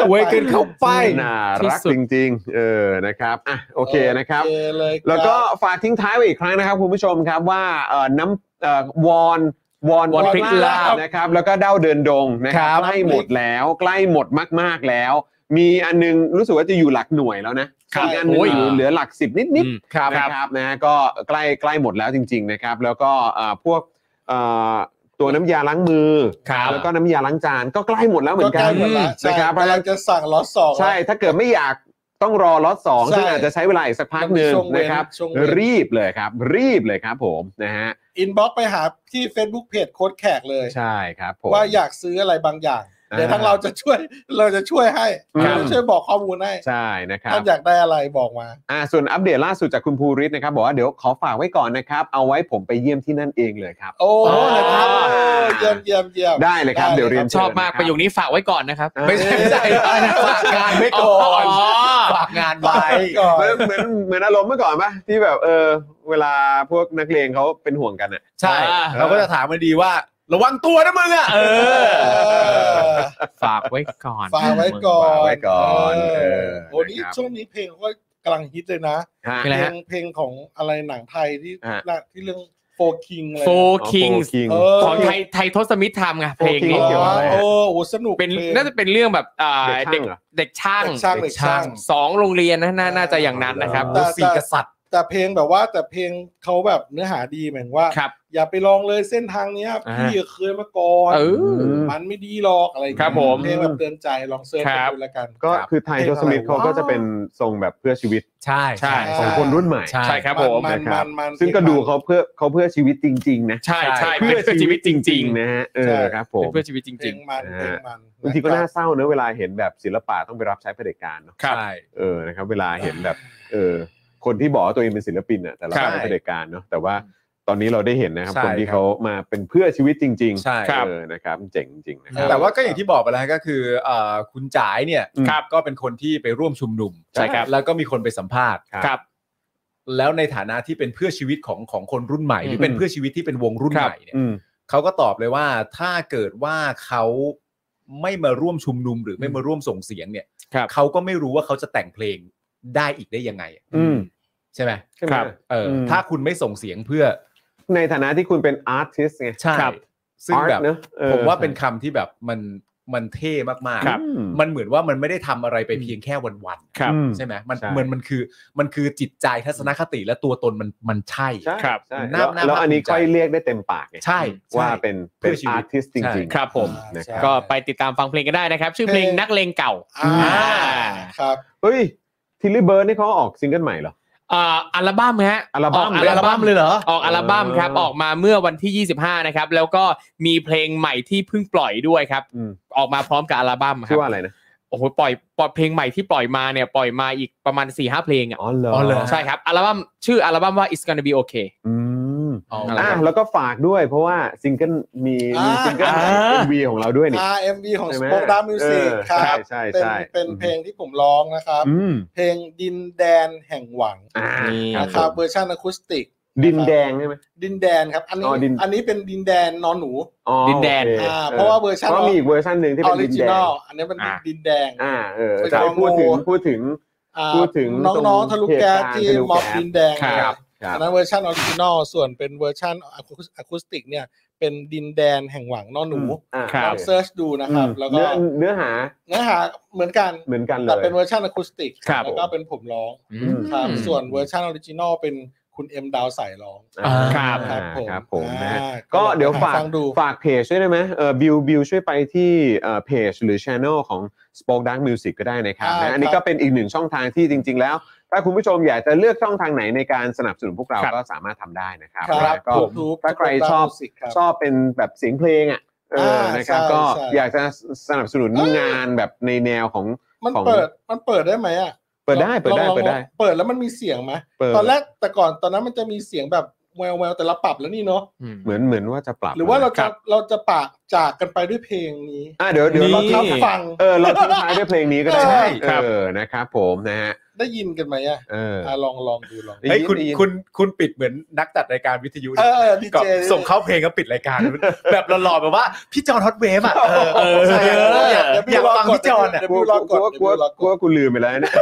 Speaker 4: อวยกันเข้าไป
Speaker 1: น่า
Speaker 3: ที่
Speaker 1: รัก
Speaker 3: สุด
Speaker 1: จริง ๆ เออนะครับอ่ะโอเคนะครับ
Speaker 5: โอเเลยครับ
Speaker 1: แล้วก็ฝากทิ้งท้ายไว้อีกครั้งนะครับคุณผู้ชมครับว่าเอ่อน้ำเอ่อวอนวอน
Speaker 3: วอนพริกลาบ
Speaker 1: นะครับแล้วก็เด้าเดินดงนะค
Speaker 4: ครั
Speaker 1: รับบ ใกล้หมดแล้วใกล้หมดมากๆแล้ว มีอันนึงรู้สึกว่าจะอยู่หลักหน่วยแล้วนะครับ อีกอันนึง
Speaker 3: โอ้ย
Speaker 1: อยู่เหลือหลักสิบนิด
Speaker 3: อื
Speaker 1: ๆ
Speaker 3: มครับ
Speaker 1: นะครับนะก็ใกล้ใกล้หมดแล้วจริง ๆ นะครับ แล้วก็เอ่อพวกเอ่อตัวน้ำยาล้างมือ
Speaker 3: ครับ
Speaker 1: แล้วก็น้ำยาล้างจานก็ใกล้หมดแล้วเหมือนกัน
Speaker 5: ใล้หมดแล้วใช่
Speaker 1: นะครับเพราะฉะ
Speaker 5: กำลั
Speaker 1: นั้
Speaker 5: ง
Speaker 1: น
Speaker 5: จะสั่งล็อตสอง
Speaker 1: ใช่ถ้าเกิดไม่อยากต้องรอล็อตสอง
Speaker 5: ใช่
Speaker 1: ซึ่งอาจจะใช้เวลาอีกสักพักหนึ่ง
Speaker 5: มันมีช่วงเว้น
Speaker 1: นะครับ
Speaker 5: ช่วงเว้น
Speaker 1: รีบเลยครับ รีบเลยครับผมนะฮะ
Speaker 5: อินบ็อกไปหาที่ Facebook เพจโค้ดแขกเลย
Speaker 1: ใช่ครับผม
Speaker 5: ว่าอยากซื้ออะไรบางอย่าง
Speaker 1: อ่า
Speaker 5: เดี๋ยวทางเราจะช่วยเราจะช่วยให้
Speaker 1: ครับ
Speaker 5: เราจะช่วยบอกข้อมูลให้
Speaker 1: ใช่นะครับ
Speaker 5: ท่านอยากได้อะไรบอกมา
Speaker 1: อ่าส่วนอัปเดตล่าสุดจากคุณภูริศนะครับบอกว่าเดี๋ยวขอฝากไว้ก่อนนะครับ เอาไว้ผมไปเยี่ยมที่นั่นเองเลยครับ
Speaker 5: โอ้
Speaker 3: อ๋อ
Speaker 5: นะครับโอ้เยี่ยมเยี่ยมเยี่ยม
Speaker 1: ได้เลยครับ เดี๋ยวเรียน
Speaker 3: ช
Speaker 1: เญ
Speaker 3: อบมาก
Speaker 1: นค
Speaker 3: ประโยคนี้ฝากไว้ก่อนนะครับ
Speaker 1: อ่า
Speaker 4: ไม่ใช่ไม่ใช่ฝากงานไว้ก่อน
Speaker 3: อ๋อ
Speaker 4: ฝากงานไว้
Speaker 1: เหมือนเหมือนเหมือนอารมณ์เมื่อก่อนปะที่แบบเออเวลาพวกนักเลงเขาเป็นห่วงกันอ่ะ
Speaker 4: ใช่
Speaker 3: อ่า
Speaker 4: เราก็จะถามมันดีว่า ระวังตัวนะมึงอ่ะ
Speaker 3: เออ
Speaker 5: เออ
Speaker 3: ฝากไว้ก่อน
Speaker 5: ฝากไว้ก่อน
Speaker 1: ฝากไว้ก่อนเออ
Speaker 5: โอ้นี่
Speaker 1: นะครับ
Speaker 5: ช่วงนี้เพลงก็กำลังฮิตเลยนะ
Speaker 1: ฮะ
Speaker 3: เป็นไร
Speaker 5: เพล
Speaker 3: ฮะ
Speaker 5: งเพลงของอะไรหนังไทยที่
Speaker 1: ฮะ
Speaker 5: น่ะที่เรื่องโฟคิงอะไร
Speaker 3: โฟคิง
Speaker 1: คิง
Speaker 5: เ
Speaker 3: ของไทยไทยทศมิตรทำไงเพลง
Speaker 1: โฟคิ
Speaker 5: เหร
Speaker 3: นี้
Speaker 5: อ
Speaker 1: เกี่ยวกับอะไรอะ
Speaker 5: โอ้โหสนุก
Speaker 3: เป็น
Speaker 5: พลง
Speaker 3: น่าจะเป็นเรื่องแบบอ่า
Speaker 1: เด็
Speaker 3: เด็
Speaker 1: ก
Speaker 3: ก
Speaker 1: ช่างเหรอ
Speaker 3: เด็กช่าง
Speaker 5: เด็กช่างเด็กช่าง
Speaker 3: สองโรงเรียนนะน่าน่าจะอย่างนั้นนะครับ
Speaker 5: แต่
Speaker 4: สี่กษัตริย์
Speaker 5: แต่เพลงแบบว่าแต่เพลงเขาแบบเนื้อหาดีเหมือนว่า
Speaker 3: ครับ
Speaker 5: อย่าไปลองเลยเส้นทางเนี้ย
Speaker 3: อ่า
Speaker 5: พี่เคยมาก่อน
Speaker 3: เออ
Speaker 5: มันไม่ดีหรอกอะไรอย่าง
Speaker 3: ครั
Speaker 5: เงี้
Speaker 3: บ
Speaker 5: ย
Speaker 3: ผม
Speaker 5: เพลงแบบเตือนใจลองเสิร์ช
Speaker 3: ครับ
Speaker 5: ดูแล้วกัน
Speaker 1: ก็คือไทยโจสมิธเขาก็
Speaker 9: อ๋อ
Speaker 1: จะเป็นทรงแบบเพื่อชีวิต
Speaker 4: ใช่
Speaker 3: ใช่
Speaker 1: ของคนรุ่นใหม่
Speaker 4: ใช่
Speaker 3: ใช่ครับผม
Speaker 5: มัน
Speaker 1: นะครับ
Speaker 5: มันมัน
Speaker 1: ซึ่งก็ดูเขาเพื่อเขาเพื่อชีวิตจริง ๆ นะ
Speaker 3: ใช่ใช่
Speaker 1: เพื่อชีวิตจริง ๆ
Speaker 3: นะ
Speaker 1: นะฮะเออครับผม
Speaker 3: เพื่อชีวิตจ
Speaker 5: เพล
Speaker 3: ริง
Speaker 5: งมัน
Speaker 1: นะฮะ
Speaker 5: เพลงมัน
Speaker 1: บางทีก็
Speaker 5: ะ
Speaker 1: น่า
Speaker 5: ครับ
Speaker 1: เศร้าเนอะเวลาเห็นแบบศิลปะต้องไปรับใช้เผด็จการเนอะ
Speaker 3: ๆ ครับ
Speaker 4: ใช่
Speaker 1: เออนะครับเวลาเห็นแบบเออคนที่บอกว่าตัวเองเป็นศิลปินอ่ะแต่รับ
Speaker 3: ครับ
Speaker 1: ใช้เผด็จการเนาะแต่ว่าตอนนี้เราได้เห็นนะครับ
Speaker 4: ใช่
Speaker 1: คนที่
Speaker 4: ครับ
Speaker 1: เขามาเป็นเพื่อชีวิตจริง
Speaker 4: ใช่
Speaker 1: ๆ
Speaker 3: ครับ
Speaker 1: เออนะครับเจ๋งจริงๆนะครับ
Speaker 4: แต่ว่าก็อย่างที่บอกไปแล้วฮะก็คือเอ่อคุณจ๋ายเนี่ย
Speaker 3: ครับ
Speaker 4: ก็เป็นคนที่ไปร่วมชุมนุม
Speaker 3: ใช่ครับ
Speaker 4: แล้วก็มีคนไปสัมภาษณ์
Speaker 3: ครับ
Speaker 4: แล้วในฐานะที่เป็นเพื่อชีวิตของของคนรุ่นใหม่ หรือ
Speaker 1: ม
Speaker 4: เป็นเพื่อชีวิตที่เป็นวงรุ่น
Speaker 3: ครับ
Speaker 4: ใหม่เนี่ย
Speaker 1: อืม
Speaker 4: เขาก็ตอบเลยว่าถ้าเกิดว่าเขาไม่มาร่วมชุมนุมหรือไม่มาร่วมส่งเสียงเนี่ย
Speaker 3: ครับ
Speaker 4: เขาก็ไม่รู้ว่าเขาจะแต่งเพลงได้อีกได้ยังไงอะ
Speaker 1: อืม
Speaker 4: ใช่ไหม
Speaker 1: ใช่ไหม
Speaker 3: ครับ
Speaker 4: เอออ
Speaker 1: ม
Speaker 4: ถ้าคุณไม่ส่งเสียงเพื่อ
Speaker 1: ในฐานะที่คุณเป็นอาร์ติสไง
Speaker 4: ใช่
Speaker 3: ครับ
Speaker 4: ซึ่งแบบ
Speaker 1: Art เนอะเออ
Speaker 4: ผมว่าเป็นคำที่แบบมันมันเท่มาก
Speaker 3: ครับ
Speaker 1: อืม
Speaker 4: ๆ มันเหมือนว่ามันไม่ได้ทำอะไรไปเพียงแค่วันๆ
Speaker 3: ครับ
Speaker 1: อืม
Speaker 4: ใช่ไหมมัน
Speaker 1: ใช่
Speaker 4: เหมือนมันคือมันคือจิตใจทัศนคติและตัวตนมันมันใช่
Speaker 1: ใช่
Speaker 3: ครับ
Speaker 1: ใช่
Speaker 4: น่า
Speaker 1: แล้ว
Speaker 4: น่า
Speaker 1: แล้วอันนี้
Speaker 4: ภาคภูมิใจ
Speaker 1: ค่อยเรียกได้เต็มปากไง
Speaker 4: ใช่ใช่
Speaker 1: ว่าเป็น
Speaker 4: เพื่
Speaker 1: เป็น
Speaker 4: อชีวิ
Speaker 1: อา
Speaker 4: ต
Speaker 1: ร์ติสจริงๆ
Speaker 4: ใช่
Speaker 3: ครับผม
Speaker 1: นะครับ
Speaker 3: ก็ไปติดตามฟังเพลงกันได้นะครับ ชื่อเพลงนักเลงเก่า
Speaker 5: อ่า
Speaker 3: อ่า
Speaker 5: ครับ
Speaker 1: เฮ้ยทิลลี่เบิร์ดนี่เขาออกซิงเกิลใหม่เหรอ
Speaker 3: อ่าอัลบั้มฮะ
Speaker 1: อัลบั้ม
Speaker 3: กอัลบั้มเลยเหรอออกอัลบั้มครับออกมาเมื่อวันที่ 25 นะครับ แล้วก็มีเพลงใหม่ที่เพิ่งปล่อยด้วยครับ
Speaker 1: อืม
Speaker 3: ออกมาพร้อมกับอัลบั้มค
Speaker 1: ชื่
Speaker 3: รั
Speaker 1: อบ ว่าอะไรนะ
Speaker 3: โอ้โหปล่อยปล่อยเพลงใหม่ที่ปล่อยมาเนี่ยปล่อยมาอีกประมาณ4ี่ห้าเพลงอ่ะ
Speaker 1: อ๋อเหรอ
Speaker 4: อ๋อเหรอ
Speaker 3: ใช่ครับอัลบั้มชื่ออัลบั้มว่า it's gonna be okay
Speaker 1: อืม
Speaker 4: อ๋อ
Speaker 1: อ่ะแล้วก็ฝากด้วยเพราะว่าซิงเกิลมี
Speaker 5: อ่ามี
Speaker 1: มีซิงเกิล
Speaker 3: อ่า
Speaker 1: เอ็มวีของเราด้วยนี่
Speaker 5: RMB ของ
Speaker 1: ใช่
Speaker 5: ส
Speaker 1: ไหม
Speaker 5: ปอคดามิวสิก
Speaker 1: เออ
Speaker 5: ครับ
Speaker 1: ใช่ใช่ใช่
Speaker 5: เป็นเป็นเพลงที่ผมร้องนะครับ
Speaker 1: อืม
Speaker 5: เพลงดินแดนแห่งหวัง
Speaker 1: อ่า
Speaker 5: นะค
Speaker 1: ค
Speaker 5: รั
Speaker 1: รั
Speaker 5: บบ เวอร์ชันอะคูสติก
Speaker 1: ดินแดงใช่ไหม
Speaker 5: ดินแดนครับ อันนี้
Speaker 1: อ๋อดิน
Speaker 5: อันนี้เป็นดินแดนนอนหนู
Speaker 1: อ๋อ
Speaker 3: ดินแดน
Speaker 1: โอเค
Speaker 5: อ่าเพราะว่าเวอร์ชัน
Speaker 1: เพราะมีอีกเวอร์ชันหนึ่งที่
Speaker 5: อ
Speaker 1: เป็
Speaker 5: อน ริ
Speaker 1: ดิน
Speaker 5: จิ
Speaker 1: แด
Speaker 5: นอง ลอันนี้เป็น
Speaker 3: อ่า
Speaker 5: ดินแดง
Speaker 1: อ่าเออ
Speaker 5: เป็น
Speaker 1: แต่
Speaker 5: ของ
Speaker 1: พูดถึง
Speaker 5: งู
Speaker 1: พูดถึง
Speaker 5: อ่า
Speaker 1: พูดถึง
Speaker 5: น้องๆ
Speaker 1: ตรง
Speaker 5: ทะลุแก๊สที่
Speaker 1: เหตุการณ์
Speaker 5: ม็อบ
Speaker 1: ทะลุแก๊ส
Speaker 5: ดินแดง
Speaker 3: ครับ
Speaker 1: ค
Speaker 5: เลย
Speaker 1: รับ
Speaker 5: อันนั้นเวอร์ชันออริจินอลส่วนเป็นเวอร์ชันอะคูสติกเนี่ย เป็นดินแดนแห่งหวังนอนหนู
Speaker 1: อ่า
Speaker 3: ครั
Speaker 5: ล
Speaker 3: บ
Speaker 5: องเซิร์ชดูนะครับ แล้วก็
Speaker 1: เนื้อเนื้อหา
Speaker 5: เนื้อหาเหมือนกัน
Speaker 1: เหมือนกันเล
Speaker 5: แต่
Speaker 1: ย
Speaker 5: เป็นเวอร์ชันอะคูสติก
Speaker 3: ครับ
Speaker 5: แล้วก็เป็นผมร้อง
Speaker 3: อืม
Speaker 5: ครับส่วนเวอร์ชันออริจินอลเป็นคุณเอ็มดาวใส่ร้อง
Speaker 1: อ่า
Speaker 3: ครับ
Speaker 1: ครับผมนะฮะ
Speaker 5: อ่า
Speaker 1: ก็เดี๋ยวฝาก
Speaker 5: ฟังดู
Speaker 1: ฝากเพจช่วยได้ไหมเออบิวบิวช่วยไปที่เอ่อเพจหรือช anel ของ Spoke Dark Music ก็ได้นะครับนะ
Speaker 5: ได้ครับ
Speaker 1: อันนี้ก็เป็นอีกหนึ่งช่องทางที่จริง ๆ แล้ว ถ้าคุณผู้ชมอยากจะเลือกช่องทางไหนในการสนับสนุนพวกเรา
Speaker 3: ครับ
Speaker 1: ก็สามารถทำได้นะครับ
Speaker 5: ครับ
Speaker 1: แล้วก็
Speaker 5: ผมดู
Speaker 1: ถ้าใครชอบ
Speaker 5: สิครับ
Speaker 1: ชอบเป็นแบบเสียงเพลงอ่ะเออ
Speaker 5: อ่าน
Speaker 1: นะครับ
Speaker 5: ใช่
Speaker 1: ก็
Speaker 5: ใช่
Speaker 1: อยากจะสนับสนุนงานแบบในแนวของ
Speaker 5: มัน
Speaker 1: ของ
Speaker 5: เปิดมันเปิดได้ไหมอ่ะ
Speaker 1: เปิดได้เปิดได้
Speaker 5: ลองลอง
Speaker 1: เปิดได้
Speaker 5: เปิดแล้วมันมีเสียงไหม
Speaker 1: เปิด
Speaker 5: ตอนแรกแต่ก่อนตอนนั้นมันจะมีเสียงแบบแววแววๆแต่เราปรับแล้วนี่เนาะ
Speaker 3: อืม
Speaker 1: เหมือนเหมือนว่าจะปรับ
Speaker 5: หรือว่าเรา
Speaker 3: ครั
Speaker 5: จะ
Speaker 3: บ
Speaker 5: เราจะปากจากกันไปด้วยเพลงนี้
Speaker 1: อ่ะเดี๋ยวเดี๋ยวเรา
Speaker 5: เรา
Speaker 1: ทิ้ง
Speaker 5: ฟัง
Speaker 1: เออเราทิ้งท้ายด้วยเพลงนี้ก็ได้
Speaker 5: ใช่
Speaker 3: ครับ
Speaker 1: เออนะครับผมนะฮะ
Speaker 5: ได้ยินกันไหมอ่ะ
Speaker 1: เออ
Speaker 5: อ่ะลองลองดูลองดู
Speaker 4: เฮ้ยคุณ
Speaker 1: ได้น
Speaker 4: คุณคุณปิดเหมือนนักจัดรายการวิทยุ
Speaker 5: เออดี
Speaker 4: ก็
Speaker 5: เจ
Speaker 4: ส่งเข้าเพลงก็ปิดรายการ แบบหล่อๆแบบว่า พี่จอห์นฮอตเวฟอ่ะเออเออ
Speaker 5: ใช่
Speaker 4: เอออยาก
Speaker 5: เดี๋ว
Speaker 4: อยาก
Speaker 5: ร
Speaker 4: ฟัง
Speaker 5: ก่
Speaker 4: พี่จอห์นอ่ะ
Speaker 5: เดี๋ยว
Speaker 1: กลัว
Speaker 5: พี่รอก ก่
Speaker 1: ลัว
Speaker 5: อน
Speaker 1: กลัว
Speaker 5: เดี๋ยวพี่รอก
Speaker 1: ลัว
Speaker 5: ก่อน
Speaker 1: กูลืมไปแล้วเนี่ย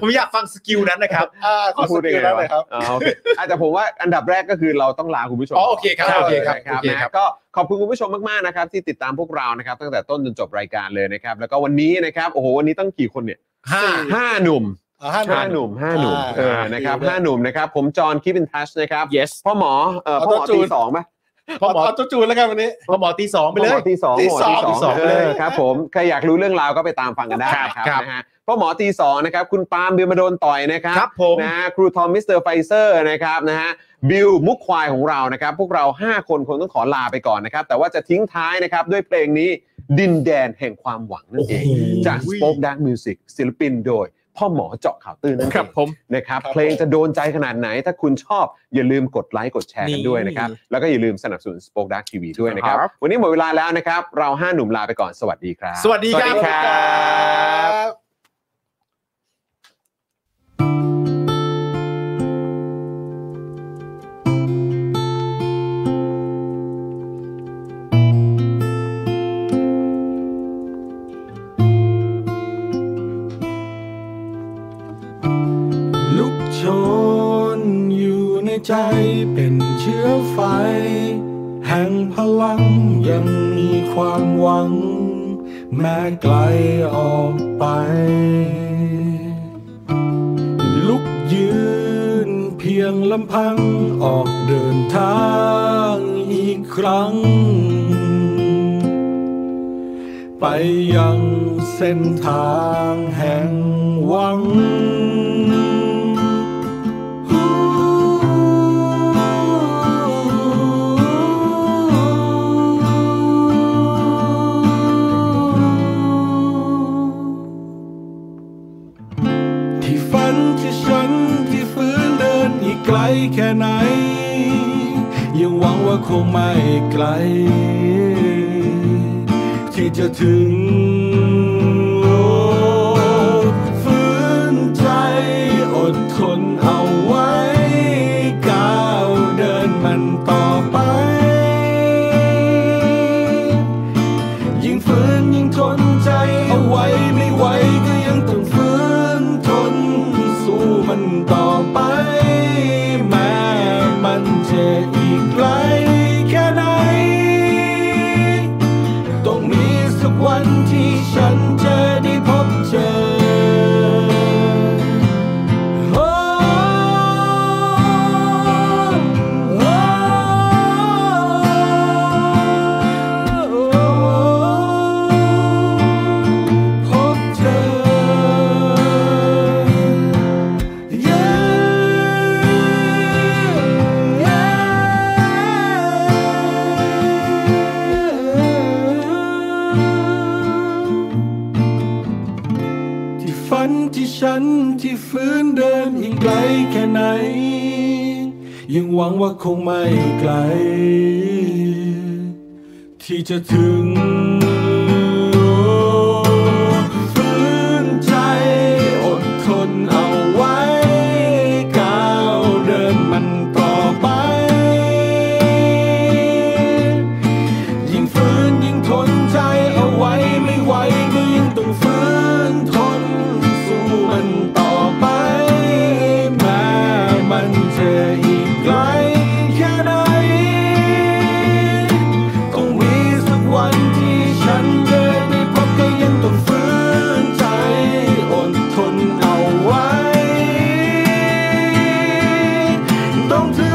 Speaker 4: ผมอยากฟังสกิลนั้นนะครับ
Speaker 5: อ่าขอส
Speaker 1: พูดได้
Speaker 5: กิล
Speaker 1: ไง
Speaker 5: ได้
Speaker 1: วะ
Speaker 5: เลยครับ
Speaker 1: อ๋อโอเคอาจจะผมว่าอันดับแรกก็คือเราต้องลาคุณผู้ชม
Speaker 4: อ๋อโอเคครับโอเคครับ
Speaker 1: นะ
Speaker 4: โอเค
Speaker 1: นะ
Speaker 4: ค
Speaker 1: ค
Speaker 4: รั
Speaker 1: รับบ ก็ขอบคุณคุณผู้ชมมากๆนะครับ ที่ติดตามพวกเรานะครับ ตั้งแต่ต้นจนจบรายการเลยนะครับ แล้วก็วันนี้นะครับโอ้โหวันนี้ตั้งกี่คนเนี่ย
Speaker 4: ห้า
Speaker 1: ห้าหนุ่ม
Speaker 5: อ่าห้า
Speaker 1: ห้า
Speaker 5: ห
Speaker 1: ห
Speaker 5: นุ่ม
Speaker 1: นุ่มห้าหนุ่ม
Speaker 5: อ่า
Speaker 1: เออนะครับ
Speaker 5: ดีด้วย
Speaker 1: ห้าหนุ่มนะครับผมจอห์นคิดเป็นทัชนะครับ
Speaker 3: yes
Speaker 1: พ่อหมอเออพ่อหมอตีสองป่ะ
Speaker 4: พ่อหมอ
Speaker 5: เอาเจ้าจูนแล้วกันวันนี้
Speaker 4: พอหมอตีสองไปเลย
Speaker 1: ตีสอง
Speaker 5: ตี
Speaker 1: หมอ
Speaker 5: สอง
Speaker 1: ตีสอง
Speaker 4: ตีสอง
Speaker 1: เออ
Speaker 4: เลย
Speaker 1: ครับผมใครอยากรู้เรื่องราวก็ไปตามฟังกันได้นะครับ
Speaker 4: ครับ
Speaker 1: นะฮะพ่อหมอตีสองนะครับ คุณปาล์มเบียมาโดนต่อยนะครั
Speaker 4: ครับ บผม
Speaker 1: นะฮะครูทอมมิสเตอร์ไฟเซอร์นะครับนะฮะบิวมุกควายของเรานะครับ พวกเรา 5 คนคงต้องขอลาไปก่อนนะครับ แต่ว่าจะทิ้งท้ายนะครับ ด้วยเพลงนี้ดินแดนแห่งความหวังนั่นเอง จาก Spoke Dark Music ศิลปินโดย พ่อหมอเจาะข่าวตื่นนั่น
Speaker 3: ค
Speaker 1: เอ
Speaker 3: รับ
Speaker 1: ง
Speaker 3: ผม
Speaker 1: นะครับ
Speaker 5: ครับ
Speaker 1: เพลงจะโดนใจขนาดไหน ถ้าคุณชอบอย่าลืมกดไลค์กดแชร์กัน
Speaker 3: นี่
Speaker 1: ด้วยนะครับ แล้วก็อย่าลืมสนับสนุน Spoke Dark TV ด้วยนะครับ
Speaker 3: ครับ
Speaker 1: วันนี้หมดเวลาแล้วนะครับ เราห้าหนุ่มลาไปก่อนสวัสดีครับ
Speaker 4: สวัสดีครับ
Speaker 5: บ
Speaker 10: ลุกโชนอยู่ในใจเป็นเชื้อไฟ แห่งพลังยังมีความหวัง แม้ไกลออกไป ลุกยื พียงลำพังออกเดินทางอีกครั้ง ไปยังเส้นทางแห่งหวัง ที่ฝันที่ฉันที่ฝืนเดินอีกไกลแค่ไหน ยังหวังว่าคงไม่ไกล ที่จะถึงโอ้ฝืนใจอดทนเอาไว้ ก้าวเดินมันต่อไป ยิ่งฝืนยิ่งทนใจเอาไว้ไม่ไหวก็ยังต้องฝืนทนสู้มันต่อไป แม้มันจะอีกไกลแค่ไหน ต้องมีสักวันที่ฉันจะได้พบเจอ โอ้โอ้ พบเธอ Yeah Yeah ที่ฝันที่ฉันที่ฝืนเดินอีกไกลแค่ไหน ยังหวังว่าคงไม่ไกล ที่จะถึงฝืนใจอดทนเอาไว้ ก้าวเดินมันต่อไป ยิ่งฝืนยิ่งทนใจเอาไว้ไม่ไหวก็ยิ่งต้องฝืนทนสู้มันต่อไป แม้มันจะอีกไกลแค่ไหน ต้องมีสักวันที่ฉันจะได้พบก็ยังต้องฝืนใจอดทนเอาไว้ ต้องถึง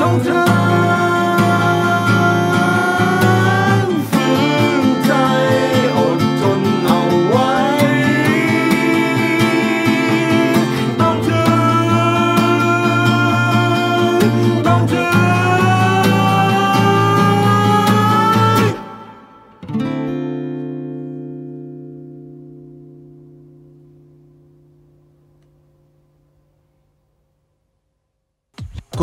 Speaker 10: ต้องเธอฝืนใจอดทนเอาไว้ ต้องเธอต้องเธอ
Speaker 1: ค